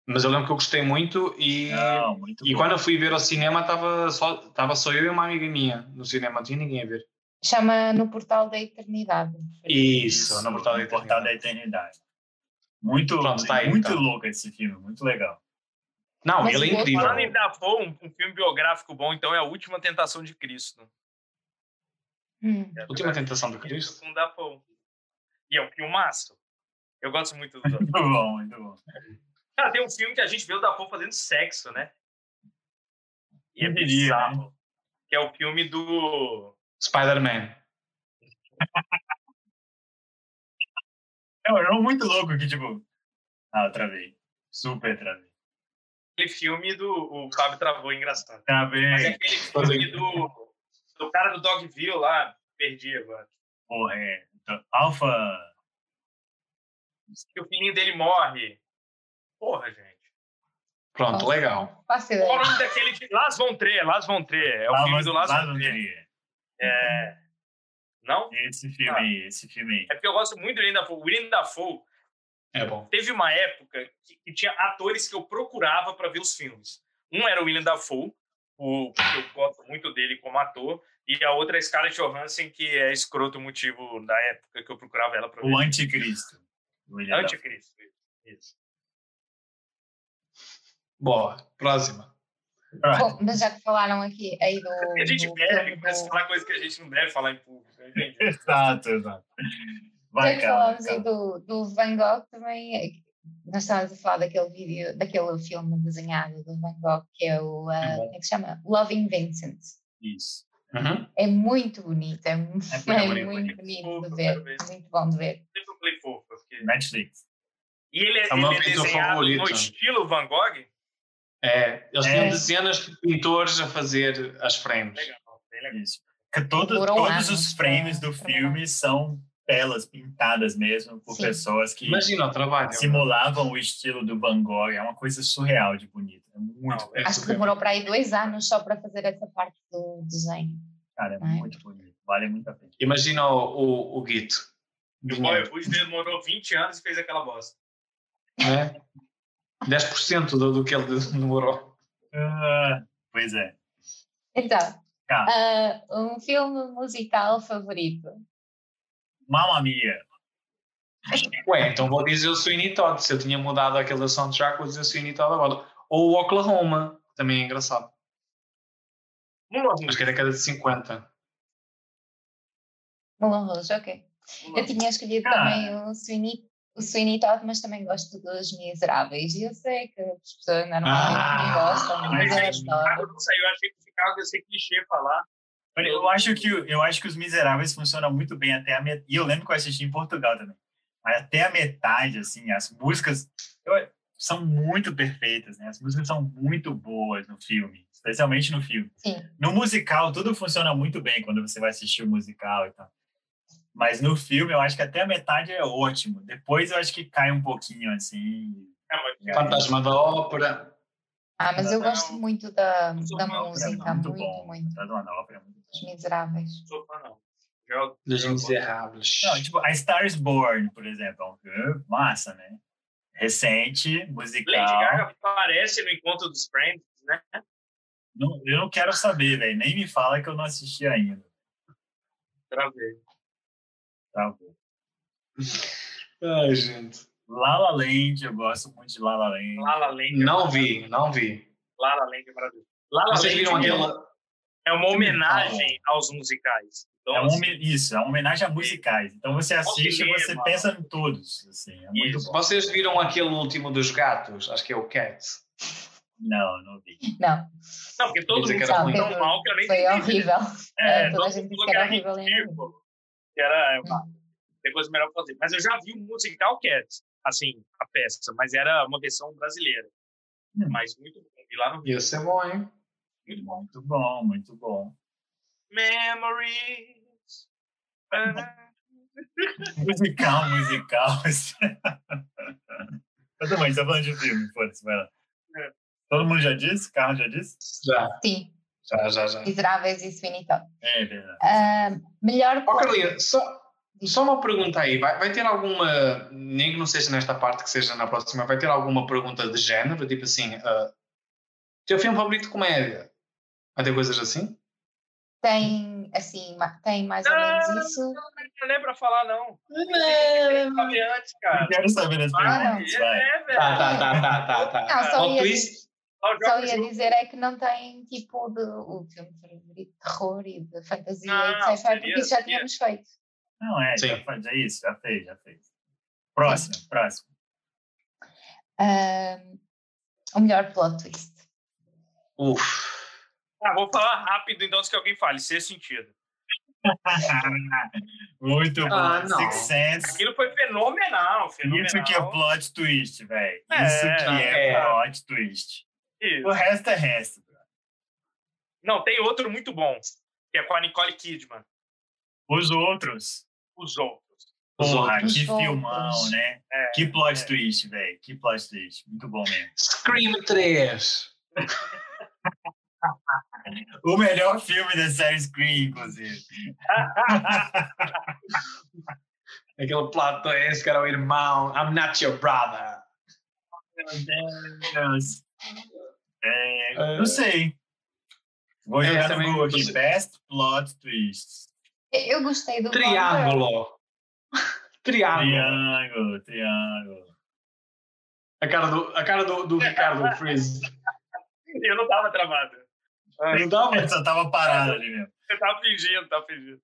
[SPEAKER 2] Mas eu lembro que eu gostei muito e,
[SPEAKER 1] Não, Ah, muito
[SPEAKER 2] e
[SPEAKER 1] bom.
[SPEAKER 2] quando eu fui ver ao cinema estava só, tava só eu e uma amiga minha no cinema, não tinha ninguém a ver.
[SPEAKER 4] Chama no Portal da Eternidade.
[SPEAKER 2] Isso, no Portal da
[SPEAKER 1] no Portal da
[SPEAKER 2] Eternidade.
[SPEAKER 1] Eternidade. Muito,
[SPEAKER 2] Pronto, tá aí,
[SPEAKER 1] muito
[SPEAKER 2] então.
[SPEAKER 1] louco esse filme, muito legal. <laughs>
[SPEAKER 2] Não,
[SPEAKER 4] Mas
[SPEAKER 2] ele é
[SPEAKER 4] eu-
[SPEAKER 2] incrível.
[SPEAKER 3] Falando em Dafoe, um, um filme biográfico bom, então é A Última Tentação de Cristo.
[SPEAKER 4] Hum.
[SPEAKER 3] É
[SPEAKER 2] Última Tentação do Cristo?
[SPEAKER 3] Com Dafoe. E é um filmaço. Eu gosto muito do Dafoe.
[SPEAKER 1] Muito bom, muito bom.
[SPEAKER 3] Cara, tem um filme que a gente vê o Dafoe fazendo sexo, né? E é
[SPEAKER 1] Eu diria,
[SPEAKER 3] bizarro.
[SPEAKER 2] né?
[SPEAKER 3] Que é o filme do.
[SPEAKER 2] Spider-Man.
[SPEAKER 1] É um jogo muito louco que, tipo... Ah, eu travei. Super travei.
[SPEAKER 3] Aquele filme do. O Fábio travou, é engraçado. Mas é
[SPEAKER 1] Travei.
[SPEAKER 3] aquele filme do. Do cara do Dogville lá. Perdi agora.
[SPEAKER 1] Porra, é... Então, Alpha...
[SPEAKER 3] Que o filhinho dele morre. Porra, gente.
[SPEAKER 2] Pronto,
[SPEAKER 4] Nossa.
[SPEAKER 2] legal.
[SPEAKER 4] Faço
[SPEAKER 3] Qual o
[SPEAKER 4] ideia.
[SPEAKER 3] nome daquele. de- Las Von Trier, Las Von Trier. É o
[SPEAKER 1] Lá
[SPEAKER 3] filme
[SPEAKER 1] vai-
[SPEAKER 3] do Las
[SPEAKER 1] lá
[SPEAKER 3] Von
[SPEAKER 1] vai
[SPEAKER 3] Trier.
[SPEAKER 1] ter.
[SPEAKER 3] É. Não?
[SPEAKER 1] é, Esse filme
[SPEAKER 3] Ah.
[SPEAKER 1] aí, esse filme aí.
[SPEAKER 3] É porque eu gosto muito do William Dafoe. O William Dafoe
[SPEAKER 2] É bom.
[SPEAKER 3] teve uma época que, que tinha atores que eu procurava para ver os filmes. Um era o William Dafoe, o, que eu gosto muito dele como ator, e a outra é a Scarlett Johansson, que é escroto o motivo da época que eu procurava ela para ver.
[SPEAKER 1] O Anticristo. do William Dafoe.
[SPEAKER 3] É Anticristo. Isso.
[SPEAKER 2] Boa. Próxima.
[SPEAKER 4] Bom, mas já que falaram aqui aí do.
[SPEAKER 3] E <laughs> a gente
[SPEAKER 4] do filme
[SPEAKER 3] bebe,
[SPEAKER 4] do-
[SPEAKER 3] começa a falar coisa que a gente não deve falar em público. né, eu entendi.
[SPEAKER 1] Exato, exato.
[SPEAKER 4] Já
[SPEAKER 1] Vai,
[SPEAKER 4] que
[SPEAKER 1] cara.
[SPEAKER 4] falámos aí do, do Van Gogh também, é que nós estávamos a falar daquele vídeo, daquele filme desenhado do Van Gogh, que é o, ah,
[SPEAKER 3] Uhum.
[SPEAKER 2] bom.
[SPEAKER 4] como é que se chama? Loving Vincent.
[SPEAKER 1] Isso.
[SPEAKER 2] Uhum.
[SPEAKER 4] É muito bonito, é, mu-
[SPEAKER 1] É
[SPEAKER 4] <laughs> é
[SPEAKER 1] bonito,
[SPEAKER 4] muito
[SPEAKER 3] bonito.
[SPEAKER 4] bonito
[SPEAKER 3] Desculpa,
[SPEAKER 4] de
[SPEAKER 3] quero
[SPEAKER 4] ver, é
[SPEAKER 3] ver.
[SPEAKER 4] muito bom de ver.
[SPEAKER 3] Sempre eu falei fofo. eu fiquei-
[SPEAKER 1] Netflix.
[SPEAKER 3] E ele, é-
[SPEAKER 2] o meu
[SPEAKER 3] ele é
[SPEAKER 2] pintor
[SPEAKER 3] desenhado no
[SPEAKER 2] favorito. né?
[SPEAKER 3] estilo Van Gogh?
[SPEAKER 2] É, eles
[SPEAKER 1] É.
[SPEAKER 2] tinham dezenas de pintores a fazer as frames.
[SPEAKER 1] é
[SPEAKER 3] Legal, bem legal.
[SPEAKER 1] Isso. Que todo-
[SPEAKER 4] Demorou
[SPEAKER 1] todos
[SPEAKER 4] anos
[SPEAKER 1] os frames
[SPEAKER 4] pra-
[SPEAKER 1] do
[SPEAKER 4] pra
[SPEAKER 1] filme são telas pintadas mesmo por
[SPEAKER 4] um Sim.
[SPEAKER 1] pessoas que
[SPEAKER 2] Imagina o trabalho.
[SPEAKER 1] simulavam o estilo do Van Gogh. É uma coisa surreal de bonita. É muito,
[SPEAKER 2] é
[SPEAKER 4] Acho que demorou para aí dois anos só para fazer essa parte do desenho.
[SPEAKER 1] cara, é
[SPEAKER 4] Ai.
[SPEAKER 1] muito bonito. Vale muito a pena.
[SPEAKER 2] Imagina o, o, o Guito.
[SPEAKER 3] O Boyhood demorou 20 anos e fez aquela bosta.
[SPEAKER 2] Né? 10% do, do que ele demorou.
[SPEAKER 1] Ah, pois é.
[SPEAKER 4] Então,
[SPEAKER 1] Tá.
[SPEAKER 4] ah, um filme musical favorito.
[SPEAKER 1] Mamma Mia.
[SPEAKER 2] Ué, então vou dizer o Sweeney Todd. Se eu tinha mudado aquele da soundtrack, vou dizer o Sweeney Todd agora. Ou o Oklahoma, que também é engraçado.
[SPEAKER 3] Mulan
[SPEAKER 2] Acho
[SPEAKER 3] Rouge.
[SPEAKER 2] que é década de 50.
[SPEAKER 4] Mulan Rouge, ok.
[SPEAKER 3] Mulan
[SPEAKER 4] Eu tinha escolhido
[SPEAKER 1] Ah.
[SPEAKER 4] também o Sweeney, o Sweeney Todd, mas também gosto dos Miseráveis. E eu sei que as pessoas normalmente
[SPEAKER 2] Ah.
[SPEAKER 4] não gostam, mas eu
[SPEAKER 3] Mas, gente,
[SPEAKER 4] adoro.
[SPEAKER 3] Chicago não saiu. Ah, Eu achei que Chicago ia ser clichê falar.
[SPEAKER 1] Olha, eu acho que o- eu acho que os Miseráveis funcionam muito bem até a metade. E eu lembro que eu assisti em Portugal também. Mas até a metade, assim, as músicas eu- são muito perfeitas, né? As músicas são muito boas no filme, especialmente no filme.
[SPEAKER 4] Sim.
[SPEAKER 1] No musical, tudo funciona muito bem quando você vai assistir o musical e tal. Mas no filme, eu acho que até a metade é ótimo. Depois, eu acho que cai um pouquinho, assim.
[SPEAKER 3] É, mas
[SPEAKER 1] É.
[SPEAKER 2] Fantasma da Ópera.
[SPEAKER 4] Ah, mas eu
[SPEAKER 3] Não,
[SPEAKER 4] gosto muito da,
[SPEAKER 3] sou
[SPEAKER 4] da
[SPEAKER 3] uma obra
[SPEAKER 4] música, tá muito, muito.
[SPEAKER 1] é bom. Traz uma nova, é muito bom.
[SPEAKER 4] Os Miseráveis.
[SPEAKER 3] não sou fã, não. Eu-
[SPEAKER 2] Dos
[SPEAKER 3] eu-
[SPEAKER 2] Miseráveis.
[SPEAKER 1] Não, tipo, a Star is Born, por exemplo, é um filme massa, né? Recente,
[SPEAKER 3] Lady
[SPEAKER 1] musical.
[SPEAKER 3] Gaga aparece no encontro dos Friends, né?
[SPEAKER 1] Não, eu não quero saber, velho. Nem me fala que eu não assisti ainda.
[SPEAKER 3] Pra ver.
[SPEAKER 1] Tá bom.
[SPEAKER 2] Ai, gente.
[SPEAKER 1] La La Land, eu gosto muito de La La Land.
[SPEAKER 3] La La Land.
[SPEAKER 2] Não vi, não vi.
[SPEAKER 3] La La Land é maravilhoso. La La
[SPEAKER 2] Vocês viram
[SPEAKER 3] Land
[SPEAKER 2] aquela. tá
[SPEAKER 3] é uma homenagem aos musicais. Então,
[SPEAKER 1] É um,
[SPEAKER 3] assim,
[SPEAKER 1] homen- isso, é uma homenagem a musicais. Então você assiste e
[SPEAKER 3] cinema.
[SPEAKER 1] você pensa em todos. Assim, é muito
[SPEAKER 3] Isso.
[SPEAKER 1] bom.
[SPEAKER 2] Vocês viram aquele último dos gatos? Acho que é o Cat.
[SPEAKER 1] Não, não vi.
[SPEAKER 4] Não,
[SPEAKER 3] Não, porque
[SPEAKER 2] Quer
[SPEAKER 3] todo mundo
[SPEAKER 2] dizer que era
[SPEAKER 3] sabe
[SPEAKER 2] ruim.
[SPEAKER 3] tão mal que eu nem
[SPEAKER 4] foi
[SPEAKER 3] entendi.
[SPEAKER 4] horrível. <laughs>
[SPEAKER 3] É,
[SPEAKER 4] É, toda
[SPEAKER 3] todo
[SPEAKER 4] a gente
[SPEAKER 3] mundo
[SPEAKER 4] disse
[SPEAKER 3] falou
[SPEAKER 4] que
[SPEAKER 3] que
[SPEAKER 4] era
[SPEAKER 3] era
[SPEAKER 4] horrível. né?
[SPEAKER 3] ridículo. Que era
[SPEAKER 4] Não.
[SPEAKER 3] tem coisa melhor pra fazer. Mas eu já vi um musical Cats, assim, a peça, mas era uma versão brasileira.
[SPEAKER 1] Hum.
[SPEAKER 3] Mas muito bom. E lá no
[SPEAKER 2] Ia ser bom, hein?
[SPEAKER 3] Muito bom.
[SPEAKER 1] Muito bom, muito bom.
[SPEAKER 3] Memories. Ah,
[SPEAKER 1] Musical, musical. <laughs> assim. Eu também, você tá falando de filme, foda-se, vai lá.
[SPEAKER 3] É.
[SPEAKER 1] Todo mundo já disse? Carlos já disse?
[SPEAKER 2] Já,
[SPEAKER 4] Sim,
[SPEAKER 2] já, já. já.
[SPEAKER 4] Miseráveis e Sweeney Todd.
[SPEAKER 1] É verdade.
[SPEAKER 4] Ah, melhor
[SPEAKER 2] Ó,
[SPEAKER 4] plot.
[SPEAKER 2] Carolina, só, só uma pergunta aí. Vai, vai ter alguma, nem que não seja nesta parte, que seja na próxima, vai ter alguma pergunta de género? Tipo assim, ah, teu filme favorito de comédia? Vai ter coisas assim?
[SPEAKER 4] Tem, assim, ma- tem mais ou
[SPEAKER 3] Ah,
[SPEAKER 4] menos isso.
[SPEAKER 3] Não é pra falar, não. Tem que saber antes,
[SPEAKER 1] Eu
[SPEAKER 3] cara.
[SPEAKER 1] quero saber das
[SPEAKER 3] Vai,
[SPEAKER 1] perguntas, vai.
[SPEAKER 3] é, velho.
[SPEAKER 2] Tá, tá, tá, tá, tá. tá.
[SPEAKER 4] Não, só
[SPEAKER 2] Plot
[SPEAKER 4] ia-
[SPEAKER 2] twist?
[SPEAKER 3] Ó, joga
[SPEAKER 4] Só
[SPEAKER 3] o
[SPEAKER 4] ia
[SPEAKER 3] jogo.
[SPEAKER 4] dizer é que não tem tipo de, o filme favorito de terror e de fantasia e de sci-fi,
[SPEAKER 3] Não,
[SPEAKER 4] porque
[SPEAKER 3] seria-
[SPEAKER 4] isso já
[SPEAKER 3] seria-
[SPEAKER 4] tínhamos feito.
[SPEAKER 1] Não, é, já
[SPEAKER 2] Sim.
[SPEAKER 1] faz, é isso, já fez, já fez. Próximo, próximo.
[SPEAKER 4] Ah, o melhor plot twist.
[SPEAKER 2] Uf.
[SPEAKER 3] Ah, vou falar rápido, então, antes que alguém fale. Sexto sentido.
[SPEAKER 1] Muito bom.
[SPEAKER 2] Ah, não.
[SPEAKER 1] Six Sense.
[SPEAKER 3] Aquilo foi fenomenal, fenomenal.
[SPEAKER 1] Isso que é plot twist, velho.
[SPEAKER 3] É,
[SPEAKER 1] Isso que é,
[SPEAKER 2] é.
[SPEAKER 1] plot twist.
[SPEAKER 3] Isso.
[SPEAKER 1] O resto é resto. bro.
[SPEAKER 3] Não, tem outro muito bom, que é com a Nicole Kidman,
[SPEAKER 1] Os outros.
[SPEAKER 3] Os Outros.
[SPEAKER 2] Os
[SPEAKER 1] Porra,
[SPEAKER 2] outros.
[SPEAKER 1] que
[SPEAKER 4] Os outros.
[SPEAKER 1] filmão, né?
[SPEAKER 3] É,
[SPEAKER 1] Que plot
[SPEAKER 3] é.
[SPEAKER 1] twist, velho. Que plot twist. Muito bom mesmo.
[SPEAKER 2] Scream 3.
[SPEAKER 1] O melhor filme da série Scream, inclusive.
[SPEAKER 2] Aquele plot twist que era o irmão. I'm not your brother.
[SPEAKER 1] Meu Deus. É,
[SPEAKER 2] É.
[SPEAKER 1] Não sei. Vou
[SPEAKER 2] É,
[SPEAKER 1] jogar no
[SPEAKER 2] também
[SPEAKER 1] Google aqui.
[SPEAKER 2] não sei.
[SPEAKER 1] Best plot twists.
[SPEAKER 4] Eu eu gostei do Gone Girl.
[SPEAKER 2] Triângulo. Triângulo.
[SPEAKER 1] Triângulo, triângulo.
[SPEAKER 2] A cara do, a cara do, do Ricardo Freeze.
[SPEAKER 3] Eu não tava travado.
[SPEAKER 2] Não dá,
[SPEAKER 1] Eu
[SPEAKER 2] Ah, mas...
[SPEAKER 1] só tava parado ali mesmo.
[SPEAKER 3] Você tava fingindo, tava fingindo.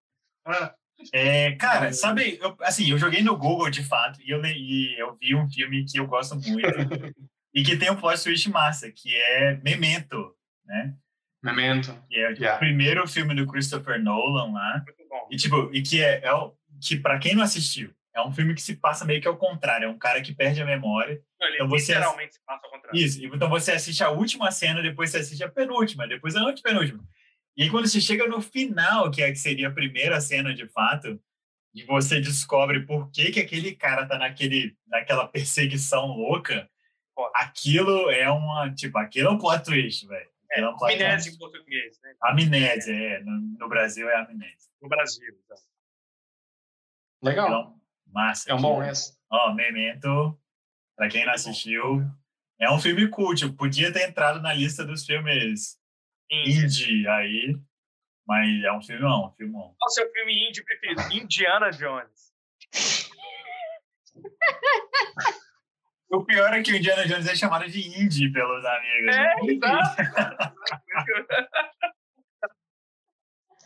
[SPEAKER 1] É, cara, sabe, eu- assim, eu joguei no Google de fato e eu, le- e eu vi um filme que eu gosto muito <laughs> e que tem um plot twist massa, que é Memento, né?
[SPEAKER 2] Memento.
[SPEAKER 1] Que é o
[SPEAKER 2] Yeah.
[SPEAKER 1] primeiro filme do Christopher Nolan lá.
[SPEAKER 3] Muito bom.
[SPEAKER 1] E tipo, e que é, é o- que para quem não assistiu, é um filme que se passa meio que ao contrário, é um cara que perde a memória.
[SPEAKER 3] Não, Ele
[SPEAKER 1] Então você-
[SPEAKER 3] literalmente se passa ao contrário.
[SPEAKER 1] Isso, e então você assiste a última cena, depois você assiste a penúltima, depois a antepenúltima. E aí quando você chega no final, que é que seria a primeira cena de fato, e você descobre por que, que aquele cara tá naquele, naquela perseguição louca,
[SPEAKER 3] Foda.
[SPEAKER 1] aquilo é uma. Tipo, aquilo é um plot twist, velho.
[SPEAKER 3] É,
[SPEAKER 1] Aquilo um plot twist.
[SPEAKER 3] amnésia em português, né?
[SPEAKER 1] Amnésia, é. No, no Brasil é amnésia.
[SPEAKER 3] No Brasil. então.
[SPEAKER 2] Legal.
[SPEAKER 1] Então, massa.
[SPEAKER 2] É um bom
[SPEAKER 1] aqui.
[SPEAKER 2] esse.
[SPEAKER 1] Ó, Memento, pra quem não assistiu, é um filme cult. Podia ter entrado na lista dos filmes
[SPEAKER 3] Índia.
[SPEAKER 1] indie aí, mas é um filmão, um filmão.
[SPEAKER 3] Qual o seu filme indie preferido? Indiana Jones.
[SPEAKER 1] O pior é que o Indiana Jones é chamado de indie pelos amigos. né?
[SPEAKER 3] É, exato.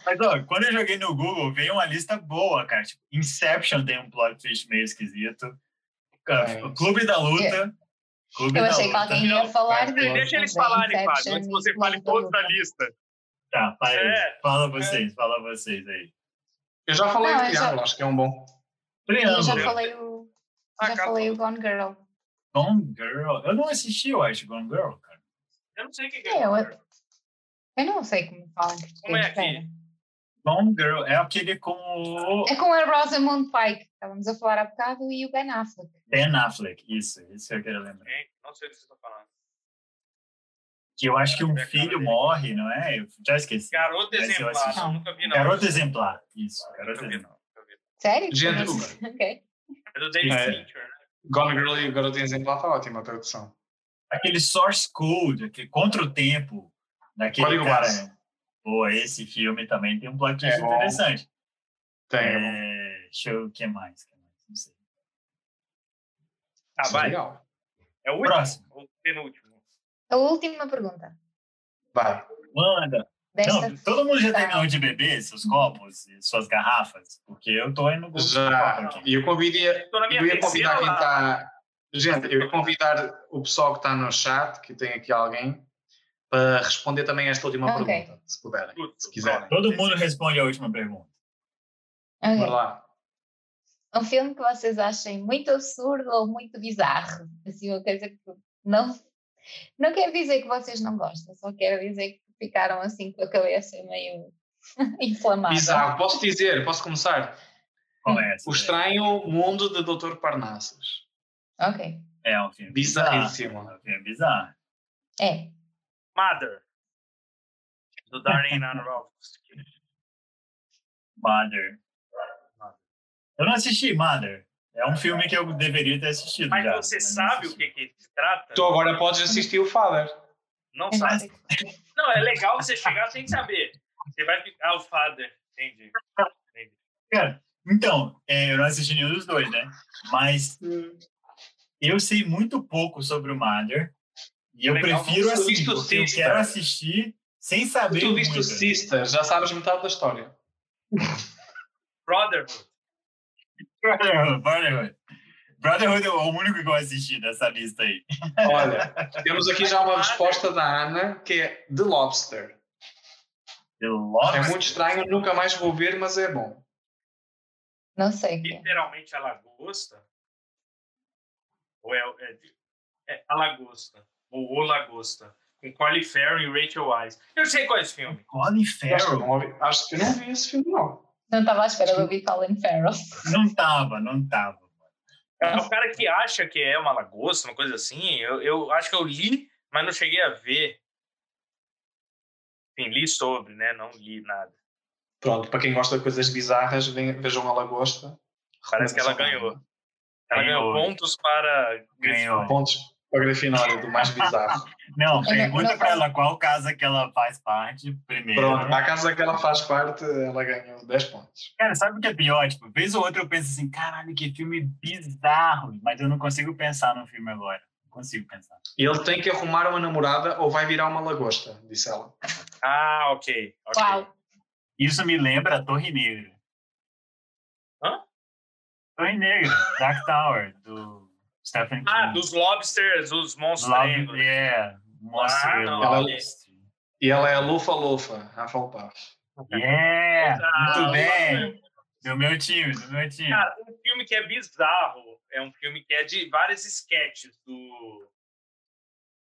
[SPEAKER 1] Mas, ó, quando eu joguei no Google, veio uma lista boa, cara. Tipo, Inception tem um plot twist meio esquisito. Cara,
[SPEAKER 2] É.
[SPEAKER 1] Clube da Luta. Clube
[SPEAKER 4] Eu
[SPEAKER 1] da
[SPEAKER 4] achei que
[SPEAKER 1] Luta.
[SPEAKER 4] alguém ia
[SPEAKER 2] Não,
[SPEAKER 4] falar
[SPEAKER 2] cara,
[SPEAKER 4] disso.
[SPEAKER 3] Tá? Deixa eles
[SPEAKER 4] mas é
[SPEAKER 3] falarem, Fábio,
[SPEAKER 4] Inception
[SPEAKER 3] antes que você
[SPEAKER 4] e
[SPEAKER 3] fale
[SPEAKER 4] Clube
[SPEAKER 3] todos
[SPEAKER 4] da
[SPEAKER 3] da
[SPEAKER 4] Luta.
[SPEAKER 3] lista.
[SPEAKER 1] Tá, fala aí.
[SPEAKER 3] É.
[SPEAKER 1] Fala vocês, fala vocês aí.
[SPEAKER 2] Eu já falei
[SPEAKER 4] Não,
[SPEAKER 2] de
[SPEAKER 4] eu
[SPEAKER 2] Triângulo, acho que é um bom.
[SPEAKER 4] Eu já
[SPEAKER 1] Triângulo.
[SPEAKER 4] falei o,
[SPEAKER 3] Ah,
[SPEAKER 4] já
[SPEAKER 3] calma.
[SPEAKER 4] falei o Gone Girl.
[SPEAKER 1] Gone Girl. Eu não assisti, eu acho, Gone Girl, cara.
[SPEAKER 3] Eu não sei o que que é.
[SPEAKER 4] É, eu, eu não sei como fala em português.
[SPEAKER 3] Como é aqui?
[SPEAKER 4] espera.
[SPEAKER 1] Gone Girl é aquele com o
[SPEAKER 4] É com a Rosamund Pike, que estávamos a falar há bocado, e o Ben Affleck.
[SPEAKER 1] Ben Affleck. Isso, isso que eu quero lembrar.
[SPEAKER 3] Gente, Não sei o que vocês estão falando.
[SPEAKER 1] Que eu acho que um
[SPEAKER 3] É, cara,
[SPEAKER 1] filho
[SPEAKER 3] dele.
[SPEAKER 1] morre, não é? Eu já esqueci.
[SPEAKER 3] Garoto
[SPEAKER 1] Mas eu
[SPEAKER 3] exemplar.
[SPEAKER 1] assisti.
[SPEAKER 3] eu Nunca vi, não.
[SPEAKER 1] Garoto exemplar. Isso, garoto
[SPEAKER 3] Nunca vi,
[SPEAKER 1] exemplar.
[SPEAKER 3] não. Nunca vi.
[SPEAKER 4] Sério?
[SPEAKER 2] Gente,
[SPEAKER 4] Mas- <laughs> ok.
[SPEAKER 3] É do David
[SPEAKER 2] É.
[SPEAKER 3] Fincher, né?
[SPEAKER 2] Gone Girl e o Garoto Exemplar tá ótima a tradução.
[SPEAKER 1] Aquele source code, aquele contra o tempo, daquele
[SPEAKER 2] Código
[SPEAKER 1] cara. né?
[SPEAKER 2] Morse.
[SPEAKER 1] Pô, esse filme também tem um plot twist
[SPEAKER 2] É bom.
[SPEAKER 1] interessante.
[SPEAKER 2] Tem, é bom.
[SPEAKER 1] É, deixa eu o que mais? que mais? Não sei.
[SPEAKER 2] Isso
[SPEAKER 3] Ah,
[SPEAKER 2] é
[SPEAKER 3] Tá, vai.
[SPEAKER 2] Legal.
[SPEAKER 3] É o último.
[SPEAKER 1] Próximo.
[SPEAKER 3] Ou penúltimo.
[SPEAKER 4] A última pergunta.
[SPEAKER 2] Vai.
[SPEAKER 1] Manda.
[SPEAKER 4] Desta
[SPEAKER 1] Não, todo mundo já
[SPEAKER 4] tá.
[SPEAKER 1] terminou de beber seus copos e suas garrafas? Porque eu tô indo no
[SPEAKER 2] Já.
[SPEAKER 1] então.
[SPEAKER 2] E eu convidaria,
[SPEAKER 3] Estou na minha
[SPEAKER 2] eu ia convidar quem
[SPEAKER 3] terceira lá.
[SPEAKER 2] está. Gente, eu ia convidar o pessoal que está no chat, que tem aqui alguém, para responder também esta última
[SPEAKER 4] Ok.
[SPEAKER 2] pergunta, se puderem.
[SPEAKER 3] Tudo,
[SPEAKER 2] Se quiserem.
[SPEAKER 1] Todo mundo responde a última pergunta.
[SPEAKER 4] Ok.
[SPEAKER 2] Bora lá.
[SPEAKER 4] Um filme que vocês achem muito absurdo ou muito bizarro. Assim, uma coisa que não, não quero dizer que vocês não gostam, só quero dizer que ficaram assim com a cabeça meio <laughs> inflamada.
[SPEAKER 2] Bizarro. Posso dizer, posso começar?
[SPEAKER 1] Qual é essa?
[SPEAKER 2] O Estranho Mundo de Dr. Parnassus.
[SPEAKER 4] Ok.
[SPEAKER 1] É um filme bizarro. É
[SPEAKER 2] Bizarríssimo.
[SPEAKER 1] um filme bizarro.
[SPEAKER 4] É.
[SPEAKER 3] Mother.
[SPEAKER 1] <laughs>
[SPEAKER 3] Do Darren Aronofsky.
[SPEAKER 1] Mother. Eu não assisti Mother. É um filme que eu deveria ter assistido
[SPEAKER 3] Mas
[SPEAKER 1] já.
[SPEAKER 3] você
[SPEAKER 1] não
[SPEAKER 3] sabe o
[SPEAKER 1] assisti.
[SPEAKER 3] que, que se trata?
[SPEAKER 2] Tu agora podes assistir o Father.
[SPEAKER 3] Não
[SPEAKER 4] Eu não
[SPEAKER 3] sabe.
[SPEAKER 4] sei.
[SPEAKER 3] Não, é legal você chegar sem saber. Você vai ficar o father. Entendi.
[SPEAKER 1] Cara, então, é, eu não assisti nenhum dos dois, né? Mas
[SPEAKER 3] Hum.
[SPEAKER 1] eu sei muito pouco sobre o Mother. E eu
[SPEAKER 3] Legal,
[SPEAKER 1] prefiro
[SPEAKER 2] não sei.
[SPEAKER 1] assistir,
[SPEAKER 2] Visto
[SPEAKER 1] porque eu
[SPEAKER 2] Sister.
[SPEAKER 1] quero assistir sem saber
[SPEAKER 2] Tu viste o
[SPEAKER 1] muito.
[SPEAKER 2] Sister, já sabes metade da história.
[SPEAKER 3] Brotherhood.
[SPEAKER 1] Brotherhood, Brotherhood. Brotherhood é o único que eu assisti dessa lista aí.
[SPEAKER 2] Olha, temos aqui já uma resposta da Ana, que é The Lobster.
[SPEAKER 1] The
[SPEAKER 2] É
[SPEAKER 1] Lobster.
[SPEAKER 2] muito estranho, nunca mais vou ver, mas é bom.
[SPEAKER 4] Não sei. o que é.
[SPEAKER 3] Literalmente a lagosta. Ou é, é, de- é a lagosta. Ou o lagosta. Com Colin Farrell e Rachel Wise. Eu sei qual é esse filme.
[SPEAKER 1] Colin
[SPEAKER 3] É,
[SPEAKER 2] Acho que, eu
[SPEAKER 1] Farrell.
[SPEAKER 2] não ouvi- acho que eu não vi esse filme, não.
[SPEAKER 4] Não estava à espera de ouvir Colin Farrell.
[SPEAKER 2] é
[SPEAKER 1] Não tava, não tava.
[SPEAKER 3] É o cara que acha que é uma lagosta, uma coisa assim. Eu, eu acho que eu li, mas não cheguei a ver. Enfim, li sobre, né? Não li nada.
[SPEAKER 2] Pronto, para quem gosta de coisas bizarras, venham- vejam a Lagosta.
[SPEAKER 3] Parece que ela ganhou. Ela ganhou
[SPEAKER 1] Ganhou.
[SPEAKER 3] pontos para.
[SPEAKER 1] Ganhou.
[SPEAKER 2] Pontos para a Grafinória, do mais bizarro.
[SPEAKER 1] Não,
[SPEAKER 4] É, né, não
[SPEAKER 1] pergunta
[SPEAKER 4] faz-
[SPEAKER 1] pra ela qual casa que ela faz parte primeiro.
[SPEAKER 2] Pronto, na casa que ela faz parte, ela ganhou 10 pontos.
[SPEAKER 1] Cara, sabe o que é pior? Tipo, vez ou outra eu penso assim, caralho, que filme bizarro. Mas eu não consigo pensar no filme agora. Não consigo pensar.
[SPEAKER 2] Ele tem que arrumar uma namorada ou vai virar uma lagosta, disse ela.
[SPEAKER 3] Ah, ok. ok.
[SPEAKER 4] Uau.
[SPEAKER 1] Isso me lembra a Torre Negra.
[SPEAKER 3] Hã?
[SPEAKER 1] Torre Negra, Dark Tower, do Stephen King.
[SPEAKER 3] Ah, dos lobsters, os monstros.
[SPEAKER 1] Love, yeah, Monster
[SPEAKER 3] Ah, não,
[SPEAKER 1] Lobster.
[SPEAKER 2] E ela é lufa-lufa, a faltar. é,
[SPEAKER 1] Yeah,
[SPEAKER 3] Ah,
[SPEAKER 1] muito bem. Do meu time, do meu time.
[SPEAKER 3] Cara, um filme que é bizarro é um filme que é de vários sketches do.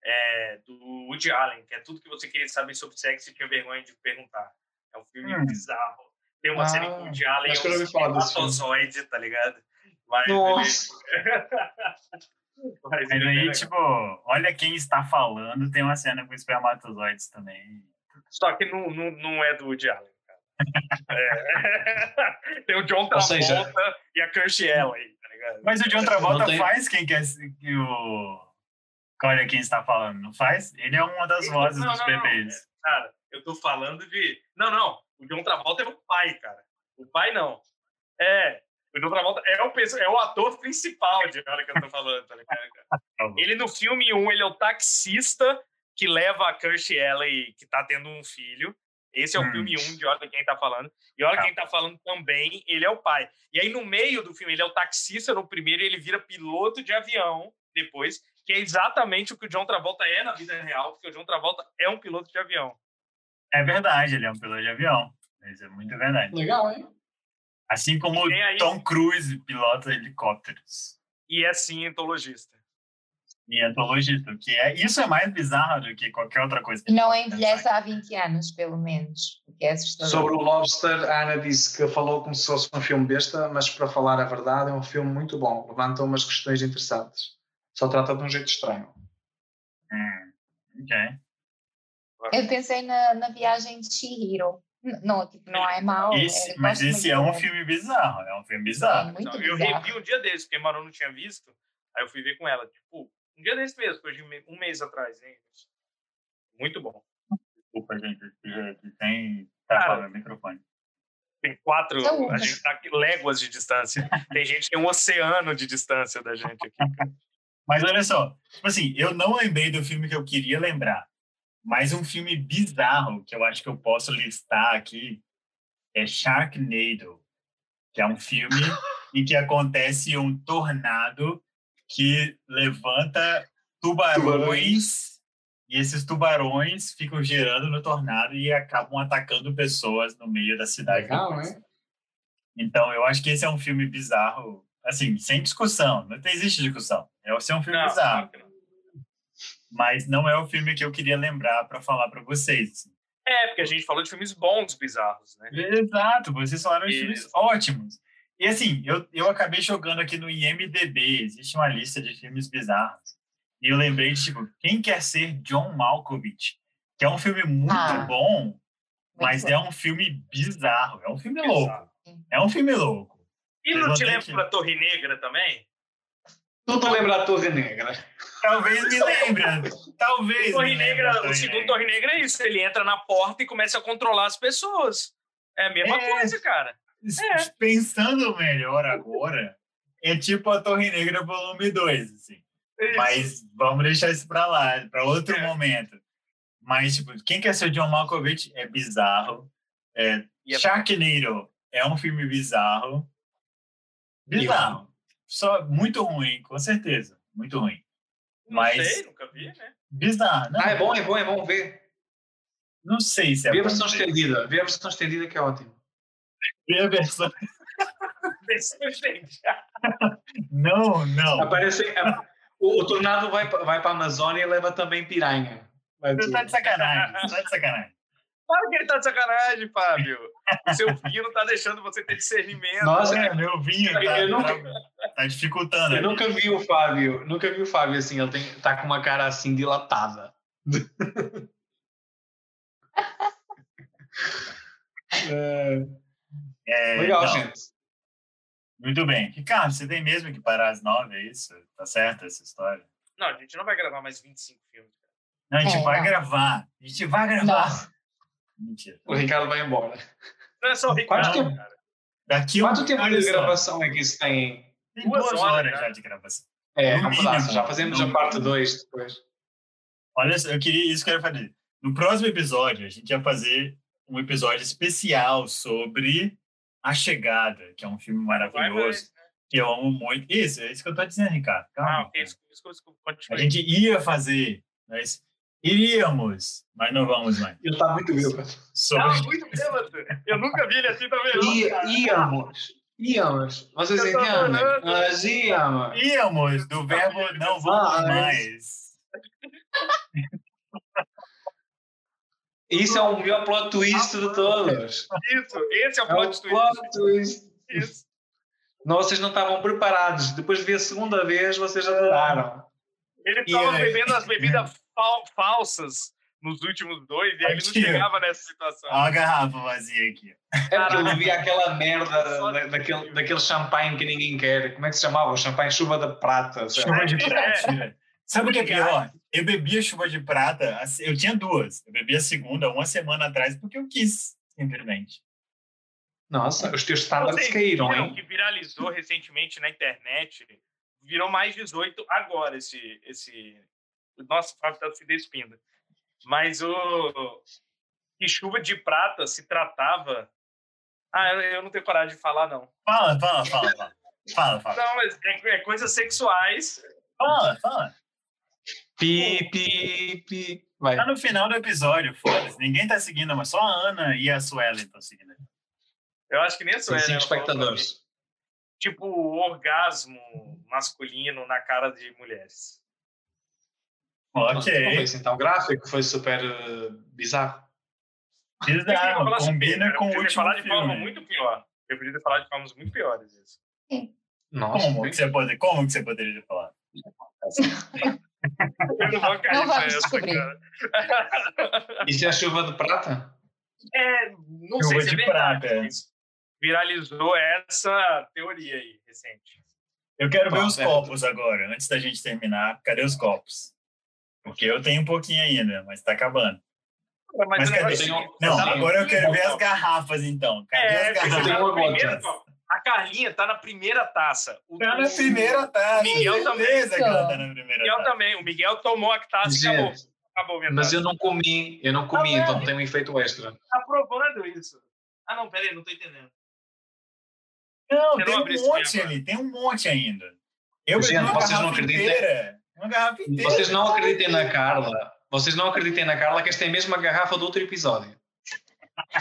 [SPEAKER 3] É, do Woody Allen, que é tudo que você queria saber sobre sexo e tinha vergonha de perguntar. É um filme
[SPEAKER 1] Hum.
[SPEAKER 3] bizarro. Tem uma
[SPEAKER 2] Ah,
[SPEAKER 3] cena que o Woody Allen
[SPEAKER 2] acho que
[SPEAKER 3] é
[SPEAKER 2] eu
[SPEAKER 3] um
[SPEAKER 2] já ouvi falar desse filme.
[SPEAKER 3] espermatozoide, tá ligado? Mas
[SPEAKER 2] Nossa.
[SPEAKER 3] ele- mas
[SPEAKER 1] Mas
[SPEAKER 3] ele é
[SPEAKER 1] aí,
[SPEAKER 3] bem legal.
[SPEAKER 1] tipo, olha quem está falando, tem uma cena com espermatozoides também.
[SPEAKER 3] Só que não, não, não é do Woody Allen, cara. É. <laughs> Tem o John
[SPEAKER 2] Ou
[SPEAKER 3] Travolta
[SPEAKER 2] seja-
[SPEAKER 3] e a Kirstie Alley, tá ligado?
[SPEAKER 1] Mas o John Travolta
[SPEAKER 2] Não tem-
[SPEAKER 1] faz quem quer se- que o. Olha quem está falando, não faz? Ele é uma das
[SPEAKER 3] Ele-
[SPEAKER 1] vozes
[SPEAKER 3] não,
[SPEAKER 1] dos
[SPEAKER 3] não, não.
[SPEAKER 1] bebês.
[SPEAKER 3] Cara, eu tô falando de. Não, não. O John Travolta é o pai, cara. O pai não. É. O John Travolta é o, perso- é o ator principal de hora que eu tô falando, tá ligado? cara?
[SPEAKER 1] <laughs> Tá bom.
[SPEAKER 3] Ele no filme 1, ele é o taxista que leva a Kirstie Alley, que tá tendo um filho. Esse é o
[SPEAKER 1] Hum.
[SPEAKER 3] filme 1 de Hora de Quem Tá Falando. E Hora
[SPEAKER 1] Tá.
[SPEAKER 3] de Quem Tá Falando também, ele é o pai. E aí, no meio do filme, ele é o taxista no primeiro e ele vira piloto de avião depois, que é exatamente o que o John Travolta é na vida real, porque o John Travolta é um piloto de avião.
[SPEAKER 1] É verdade, ele é um piloto de avião. Isso é muito verdade.
[SPEAKER 2] Legal, hein?
[SPEAKER 1] Assim como
[SPEAKER 3] E aí-
[SPEAKER 1] Tom Cruise pilota helicópteros.
[SPEAKER 3] E é sim antologista.
[SPEAKER 1] E antologista, que é. Isso é mais bizarro do que qualquer outra coisa. que
[SPEAKER 4] E não
[SPEAKER 1] a gente pode
[SPEAKER 4] envelhece
[SPEAKER 1] pensar.
[SPEAKER 4] há 20 anos, pelo menos. O que é assustador.
[SPEAKER 2] Sobre o Lobster, a Ana disse que falou como se fosse um filme besta, mas para falar a verdade, é um filme muito bom. Levanta umas questões interessantes. Só trata de um jeito estranho.
[SPEAKER 1] Hum, ok.
[SPEAKER 4] Eu pensei na, na viagem de Chihiro. N- Não, tipo, não é mau.
[SPEAKER 1] Esse-
[SPEAKER 4] eu
[SPEAKER 1] mas
[SPEAKER 4] gosto
[SPEAKER 1] esse
[SPEAKER 4] muito
[SPEAKER 1] é um
[SPEAKER 4] dele.
[SPEAKER 1] filme bizarro. É um filme
[SPEAKER 4] É
[SPEAKER 1] bizarro.
[SPEAKER 4] muito
[SPEAKER 3] Então, eu
[SPEAKER 4] bizarro.
[SPEAKER 3] revi um dia desse, porque Maru não tinha visto. Aí eu fui ver com ela. Tipo, um dia desse mesmo, foi de um me- um mês atrás, hein? Muito bom.
[SPEAKER 1] Desculpa, gente. que- que Tem. Tá
[SPEAKER 3] Cara,
[SPEAKER 1] falando no microfone.
[SPEAKER 3] Tem quatro.
[SPEAKER 4] Então,
[SPEAKER 3] A gente tá aqui léguas de distância. Tem gente que tem um oceano de distância da gente aqui.
[SPEAKER 1] Mas olha só, tipo assim, eu não lembrei do filme que eu queria lembrar, mas um filme bizarro que eu acho que eu posso listar aqui é Sharknado, que é um filme em que acontece um tornado que levanta tubarões
[SPEAKER 2] Tubarões.
[SPEAKER 1] e esses tubarões ficam girando no tornado e acabam atacando pessoas no meio da cidade. depois.
[SPEAKER 2] hein?
[SPEAKER 1] Então, eu acho que esse é um filme bizarro, assim, sem discussão, não tem- existe discussão. É esse é um filme
[SPEAKER 3] Não,
[SPEAKER 1] bizarro,
[SPEAKER 3] claro que não.
[SPEAKER 1] mas não é o filme que eu queria lembrar para falar para vocês. assim.
[SPEAKER 3] É, porque a gente falou de filmes bons, bizarros, né?
[SPEAKER 1] Exato, vocês falaram de
[SPEAKER 3] Isso.
[SPEAKER 1] filmes ótimos. E assim, eu, eu acabei jogando aqui no IMDB, existe uma lista de filmes bizarros. E eu lembrei de, tipo, Quem Quer Ser John Malkovich, que é um filme muito
[SPEAKER 4] Ah.
[SPEAKER 1] bom, mas
[SPEAKER 4] Muito
[SPEAKER 1] é um filme bizarro, é um filme louco,
[SPEAKER 3] Bizarro.
[SPEAKER 1] é um filme louco.
[SPEAKER 3] E não te
[SPEAKER 1] Levantei
[SPEAKER 3] lembro da Torre Negra também?
[SPEAKER 2] Não estou a lembrar de Torre Negra.
[SPEAKER 1] Talvez me lembre. Talvez.
[SPEAKER 3] Torre
[SPEAKER 1] me lembre
[SPEAKER 3] Negra,
[SPEAKER 1] da
[SPEAKER 3] o segundo
[SPEAKER 1] Negra.
[SPEAKER 3] Torre Negra é isso. Ele entra na porta e começa a controlar as pessoas. É a mesma
[SPEAKER 1] É.
[SPEAKER 3] coisa, cara.
[SPEAKER 1] S-
[SPEAKER 3] É.
[SPEAKER 1] Pensando melhor agora, é tipo a Torre Negra volume 2, assim. Mas vamos deixar isso pra lá, pra outro
[SPEAKER 3] É.
[SPEAKER 1] momento. Mas, tipo, quem quer ser o John Malkovich é bizarro. É,
[SPEAKER 3] E é-
[SPEAKER 1] Sharknado é um filme bizarro. Bizarro. Só muito ruim, com certeza. Muito ruim.
[SPEAKER 3] Não
[SPEAKER 1] mas-
[SPEAKER 3] sei, nunca vi, né?
[SPEAKER 1] Bizarro, né?
[SPEAKER 2] Ah, é bom, é bom, é bom ver.
[SPEAKER 1] Não sei se é
[SPEAKER 2] Vê a
[SPEAKER 1] bom.
[SPEAKER 2] versão estendida. Vê a versão estendida que é ótimo.
[SPEAKER 1] Vê a versão-
[SPEAKER 3] Versão estendida.
[SPEAKER 1] Não, não.
[SPEAKER 2] Aparece, a- o, o tornado vai, pa- vai para a Amazônia e leva também piranha. Vai
[SPEAKER 1] Você
[SPEAKER 2] tudo.
[SPEAKER 1] tá de sacanagem, você tá de sacanagem.
[SPEAKER 3] Claro que ele tá de sacanagem, Fábio. O seu filho não tá deixando você ter discernimento.
[SPEAKER 2] Nossa,
[SPEAKER 1] Olha, meu vinho tá,
[SPEAKER 2] Eu nunca-
[SPEAKER 1] tá- tá dificultando.
[SPEAKER 2] eu nunca vi o Fábio, nunca vi o Fábio assim, ele tem, tá com uma cara assim dilatada.
[SPEAKER 3] <laughs>
[SPEAKER 2] É,
[SPEAKER 1] É,
[SPEAKER 2] legal,
[SPEAKER 1] não,
[SPEAKER 2] gente.
[SPEAKER 1] Muito bem. Ricardo, você tem mesmo que parar às nove, é isso? Tá certo essa história?
[SPEAKER 3] Não, a gente não vai gravar mais 25 filmes.
[SPEAKER 1] Não, a gente
[SPEAKER 4] É,
[SPEAKER 1] vai
[SPEAKER 4] não.
[SPEAKER 1] gravar. A gente vai gravar.
[SPEAKER 4] Nossa.
[SPEAKER 1] Mentira.
[SPEAKER 2] O Ricardo vai embora.
[SPEAKER 3] Não é só o Ricardo,
[SPEAKER 2] Quanto tempo?
[SPEAKER 3] cara.
[SPEAKER 1] Daqui um-
[SPEAKER 2] Quanto tempo
[SPEAKER 1] olha
[SPEAKER 2] de
[SPEAKER 1] só,
[SPEAKER 2] gravação é que isso tem?
[SPEAKER 1] Tem
[SPEAKER 3] Duas
[SPEAKER 1] duas horas,
[SPEAKER 3] horas,
[SPEAKER 1] já
[SPEAKER 3] cara.
[SPEAKER 1] de gravação.
[SPEAKER 2] É,
[SPEAKER 1] No
[SPEAKER 2] um pedaço,
[SPEAKER 1] mínimo.
[SPEAKER 2] já fazemos a parte 2 depois.
[SPEAKER 1] Olha só, eu queria isso que eu ia fazer. No próximo episódio, a gente ia fazer um episódio especial sobre A Chegada, que é um filme
[SPEAKER 3] Vai, vai.
[SPEAKER 1] maravilhoso, que eu amo muito. Isso, é isso que eu tô dizendo, Ricardo. Calma.
[SPEAKER 3] Ah, ok. Desculpa, desculpa, desculpa.
[SPEAKER 1] A
[SPEAKER 3] Continue.
[SPEAKER 1] gente ia fazer, nós iríamos, mas não vamos mais.
[SPEAKER 2] Ele está muito bêbado.
[SPEAKER 1] Sobre...
[SPEAKER 3] Ah, muito bêbado. Eu nunca vi ele assim também. não, cara.
[SPEAKER 2] I- Íamos. Íamos. Vocês Ah,
[SPEAKER 3] Eu tô
[SPEAKER 2] entendem?
[SPEAKER 3] falando.
[SPEAKER 2] Nós íamos.
[SPEAKER 1] Íamos, do verbo não vamos
[SPEAKER 2] Mas-
[SPEAKER 1] mais.
[SPEAKER 2] Isso é o melhor plot twist de todos.
[SPEAKER 3] Isso, esse é o
[SPEAKER 2] É o
[SPEAKER 3] plot twist.
[SPEAKER 2] plot twist.
[SPEAKER 3] Isso.
[SPEAKER 2] Não, vocês não estavam preparados. Depois de ver a segunda vez, vocês adoraram.
[SPEAKER 3] Ele tava
[SPEAKER 1] E, é,
[SPEAKER 3] bebendo as bebidas fal- falsas nos últimos dois e aí ele não
[SPEAKER 1] Mentira.
[SPEAKER 3] chegava nessa situação.
[SPEAKER 1] Olha a garrafa vazia aqui.
[SPEAKER 2] É porque eu bebia aquela merda da- daquele, daquele champanhe que ninguém quer. Como é que se chamava? O champanhe chuva da prata. sei
[SPEAKER 1] Chuva
[SPEAKER 2] lá.
[SPEAKER 1] de
[SPEAKER 3] É.
[SPEAKER 1] prata. Sabe o que é pior? Eu bebia chuva de prata, assim, eu tinha duas. Eu bebi a segunda uma semana atrás porque eu quis, simplesmente.
[SPEAKER 2] Nossa, os teus
[SPEAKER 3] Vocês
[SPEAKER 2] standards caíram,
[SPEAKER 3] viram
[SPEAKER 2] hein?
[SPEAKER 3] que viralizou recentemente na internet. Virou mais 18 agora esse. esse... Nossa, o Fábio tá se despindo. Mas o. Que chuva de prata se tratava. Ah, eu- eu não tenho coragem de falar, não.
[SPEAKER 1] Fala, fala, fala, fala. Fala, fala.
[SPEAKER 3] Não, mas é, é coisas sexuais.
[SPEAKER 1] Fala, fala.
[SPEAKER 2] Pi, pi, pi. Vai.
[SPEAKER 1] Tá no final do episódio, foda-se. Ninguém tá seguindo, mas só a Ana e a Suelen estão seguindo.
[SPEAKER 3] Eu acho que nem sou
[SPEAKER 2] Tem cinco espectadores.
[SPEAKER 3] Tipo, orgasmo masculino na cara de mulheres.
[SPEAKER 2] Pronto, não foi
[SPEAKER 1] Ok.
[SPEAKER 2] assim tão gráfico, foi super eh, bizarro.
[SPEAKER 1] Bizarro. Combina com o
[SPEAKER 3] assim, Eu podia
[SPEAKER 1] último
[SPEAKER 3] né? falar de forma
[SPEAKER 1] filme.
[SPEAKER 3] muito pior. Eu podia falar de formas muito piores isso.
[SPEAKER 2] Nossa,
[SPEAKER 1] Como que, você pode, como que você poderia falar?
[SPEAKER 3] Eu <laughs> não vou cair
[SPEAKER 4] Não vamos
[SPEAKER 3] nessa,
[SPEAKER 4] descobrir.
[SPEAKER 3] cara.
[SPEAKER 2] isso é a chuva de prata?
[SPEAKER 3] É, não
[SPEAKER 1] Eu
[SPEAKER 3] sei
[SPEAKER 1] vou
[SPEAKER 3] se é
[SPEAKER 1] de
[SPEAKER 3] verdade.
[SPEAKER 1] prata.
[SPEAKER 3] mas Viralizou essa teoria aí, recente.
[SPEAKER 1] Eu quero ver
[SPEAKER 2] Tá,
[SPEAKER 1] os
[SPEAKER 2] certo.
[SPEAKER 1] copos agora, antes da gente terminar. Cadê os copos? Porque eu tenho um pouquinho ainda, mas tá acabando. Mas
[SPEAKER 3] o
[SPEAKER 1] cadê?
[SPEAKER 3] negócio-
[SPEAKER 2] Tenho-
[SPEAKER 1] Não,
[SPEAKER 2] Tá.
[SPEAKER 1] agora eu quero ver as garrafas, então. Cadê
[SPEAKER 3] um É,
[SPEAKER 1] as
[SPEAKER 3] porque
[SPEAKER 1] garrafas?
[SPEAKER 3] tá
[SPEAKER 2] Tem
[SPEAKER 3] na
[SPEAKER 2] uma gota.
[SPEAKER 3] primeira, ó, a Carlinha tá na primeira taça. O,
[SPEAKER 1] Tá na primeira taça.
[SPEAKER 3] Miguel também.
[SPEAKER 1] Certeza que ela tá na primeira
[SPEAKER 3] Miguel
[SPEAKER 1] taça.
[SPEAKER 3] também. O Miguel tomou a taça e
[SPEAKER 2] Gente,
[SPEAKER 3] Ah, acabou. Acabou a
[SPEAKER 2] mas eu não comi, eu não comi,
[SPEAKER 3] Ah,
[SPEAKER 2] então
[SPEAKER 3] é?
[SPEAKER 2] tem um efeito extra.
[SPEAKER 3] tá provando isso. Ah, não, peraí, não tô entendendo.
[SPEAKER 1] Não,
[SPEAKER 3] Quero
[SPEAKER 1] tem
[SPEAKER 3] abrir
[SPEAKER 1] um
[SPEAKER 3] esse
[SPEAKER 1] monte
[SPEAKER 3] agora.
[SPEAKER 1] ali, tem um monte ainda. Eu bebi
[SPEAKER 2] Gente,
[SPEAKER 1] uma
[SPEAKER 2] vocês não
[SPEAKER 1] garrafa
[SPEAKER 2] acreditam?
[SPEAKER 1] inteira. Uma garrafa inteira.
[SPEAKER 2] Vocês não acreditem na Carla. Vocês não acreditem na Carla que esta é a mesma garrafa do outro episódio.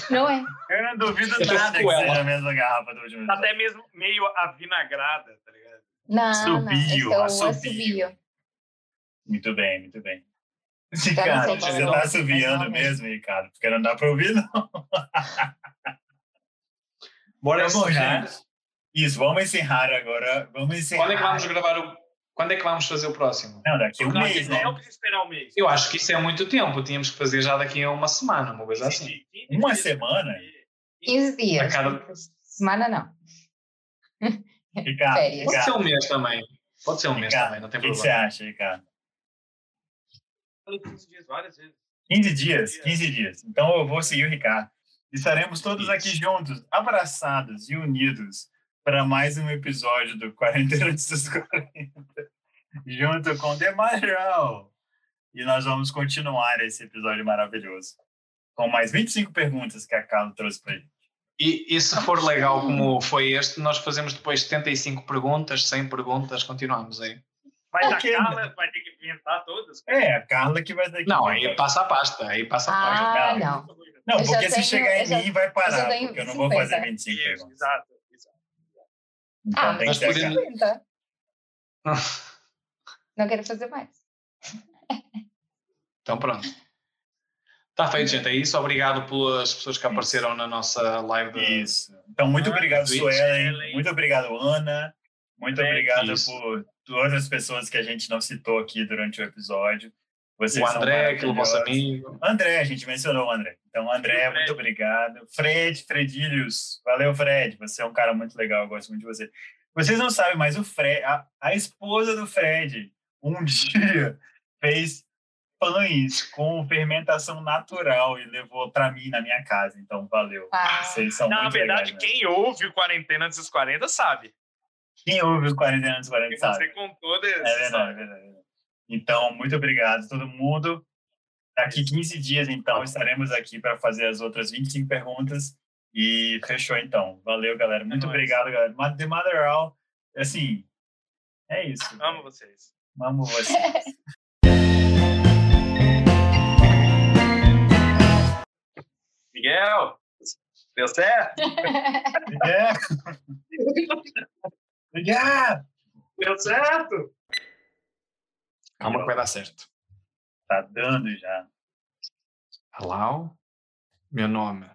[SPEAKER 4] Não é?
[SPEAKER 1] Eu não duvido
[SPEAKER 2] Eu tô
[SPEAKER 1] nada que
[SPEAKER 2] com ela.
[SPEAKER 1] seja a mesma garrafa do último episódio.
[SPEAKER 3] Tá até mesmo meio avinagrada, tá ligado?
[SPEAKER 4] Não, não.
[SPEAKER 1] Assobio,
[SPEAKER 4] Esse é o
[SPEAKER 1] assobio.
[SPEAKER 4] assobio.
[SPEAKER 1] Muito bem, muito bem.
[SPEAKER 4] Já não
[SPEAKER 1] Ricardo,
[SPEAKER 4] sei
[SPEAKER 1] você
[SPEAKER 4] qual é o
[SPEAKER 1] tá
[SPEAKER 4] nome,
[SPEAKER 1] assoviando
[SPEAKER 4] mas não, mas-
[SPEAKER 1] mesmo, Ricardo, porque não dá pra ouvir, não.
[SPEAKER 2] <laughs> Bora
[SPEAKER 1] Tá bom,
[SPEAKER 2] encerrar.
[SPEAKER 1] Isso, vamos encerrar agora. Vamos encerrar.
[SPEAKER 2] Quando é que vamos gravar o. Quando é que vamos fazer o próximo?
[SPEAKER 1] Não, daqui a um
[SPEAKER 3] não,
[SPEAKER 1] mês, né?
[SPEAKER 3] não precisa esperar um mês.
[SPEAKER 2] Eu acho que isso é muito tempo. Tínhamos que fazer já daqui a uma semana, uma coisa assim.
[SPEAKER 1] Uma semana?
[SPEAKER 4] 15 dias.
[SPEAKER 2] A cada-
[SPEAKER 4] Semana não.
[SPEAKER 1] Ricardo,
[SPEAKER 4] Férias.
[SPEAKER 2] Pode ser
[SPEAKER 1] Ricardo,
[SPEAKER 2] um mês também. Pode ser um mês
[SPEAKER 1] Obrigado.
[SPEAKER 2] também, não tem
[SPEAKER 1] o que que
[SPEAKER 2] problema.
[SPEAKER 1] você acha, Ricardo?
[SPEAKER 3] Eu falei 15 dias várias vezes.
[SPEAKER 1] 15 dias, 15 dias. Então eu vou seguir o Ricardo. Estaremos todos aqui juntos, abraçados e unidos para mais um episódio do Quarentena dos 40, junto com The Major. E nós vamos continuar esse episódio maravilhoso com mais 25 perguntas que a Carla trouxe para gente.
[SPEAKER 2] E, e se for legal como foi este, nós fazemos depois 75 perguntas, 100 perguntas, continuamos aí.
[SPEAKER 3] Mas
[SPEAKER 1] Ok,
[SPEAKER 3] a Carla vai ter que inventar todas.
[SPEAKER 1] É, a Carla que vai daqui.
[SPEAKER 2] Não, aí passa a pasta, aí passa a pasta.
[SPEAKER 4] Ah,
[SPEAKER 1] Não.
[SPEAKER 4] não.
[SPEAKER 1] Não,
[SPEAKER 4] eu já
[SPEAKER 1] porque se
[SPEAKER 4] tenho-
[SPEAKER 1] chegar
[SPEAKER 4] eu
[SPEAKER 1] em
[SPEAKER 4] já-
[SPEAKER 1] mim vai parar,
[SPEAKER 4] tenho
[SPEAKER 1] porque eu não vou
[SPEAKER 4] 50.
[SPEAKER 1] fazer 25
[SPEAKER 3] Isso,
[SPEAKER 1] perguntas.
[SPEAKER 3] exato. exato.
[SPEAKER 1] Então
[SPEAKER 4] Ah,
[SPEAKER 1] tem que
[SPEAKER 2] mas
[SPEAKER 1] ser a
[SPEAKER 2] podemos-
[SPEAKER 1] Carla.
[SPEAKER 4] Aguenta.
[SPEAKER 1] <laughs>
[SPEAKER 4] Não quero fazer mais.
[SPEAKER 2] Então pronto. Está feito, gente. É isso. Obrigado pelas pessoas que apareceram na nossa live. De...
[SPEAKER 1] Isso. Então, muito
[SPEAKER 3] Ah,
[SPEAKER 1] obrigado,
[SPEAKER 2] Twitch,
[SPEAKER 1] Suelen.
[SPEAKER 3] Ellen.
[SPEAKER 1] Muito obrigado, Ana. Muito
[SPEAKER 3] Alex.
[SPEAKER 1] obrigado
[SPEAKER 2] Né, Isso.
[SPEAKER 1] por todas as pessoas que a gente não citou aqui durante o episódio. Vocês
[SPEAKER 2] O
[SPEAKER 1] são
[SPEAKER 2] André, aquele vosso
[SPEAKER 1] maravilhosos.
[SPEAKER 2] amigo.
[SPEAKER 1] André, a gente mencionou o André. Então, André,
[SPEAKER 3] E o Fred.
[SPEAKER 1] muito obrigado. Fred, Fredilhos. Valeu, Fred. Você é um cara muito legal. Eu gosto muito de você. Vocês não sabem, mas o Fred, a, a esposa do Fred, um <laughs> dia fez pães com fermentação natural e levou para mim na minha casa. Então, valeu.
[SPEAKER 4] Ah. <laughs>
[SPEAKER 1] Vocês são
[SPEAKER 3] Na
[SPEAKER 1] muito
[SPEAKER 3] verdade,
[SPEAKER 1] legais, né?
[SPEAKER 3] quem ouve o Quarentena antes dos 40 sabe.
[SPEAKER 1] Quem ouve os 40 anos, 40
[SPEAKER 3] Porque
[SPEAKER 1] sabe.
[SPEAKER 3] você contou desse.
[SPEAKER 1] É verdade, é
[SPEAKER 3] sabe?
[SPEAKER 1] verdade. é verdade. Então, muito obrigado a todo mundo. Daqui 15 dias, então, estaremos aqui para fazer as outras 25 perguntas. E fechou, então. Valeu, galera. Muito
[SPEAKER 3] É nóis.
[SPEAKER 1] obrigado, galera. Ma- The Mother All, assim, é isso.
[SPEAKER 3] Amo vocês.
[SPEAKER 1] Amo
[SPEAKER 3] <laughs>
[SPEAKER 1] você.
[SPEAKER 3] Miguel, deu certo?
[SPEAKER 1] é. Obrigado.
[SPEAKER 3] Deu certo?
[SPEAKER 1] É
[SPEAKER 2] Calma que vai dar certo.
[SPEAKER 1] Tá dando já.
[SPEAKER 2] Hello? Meu nome.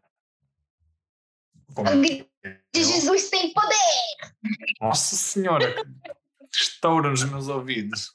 [SPEAKER 2] Como- é
[SPEAKER 4] Sangue de Jesus tem poder!
[SPEAKER 2] Nossa Senhora, que estoura nos meus ouvidos.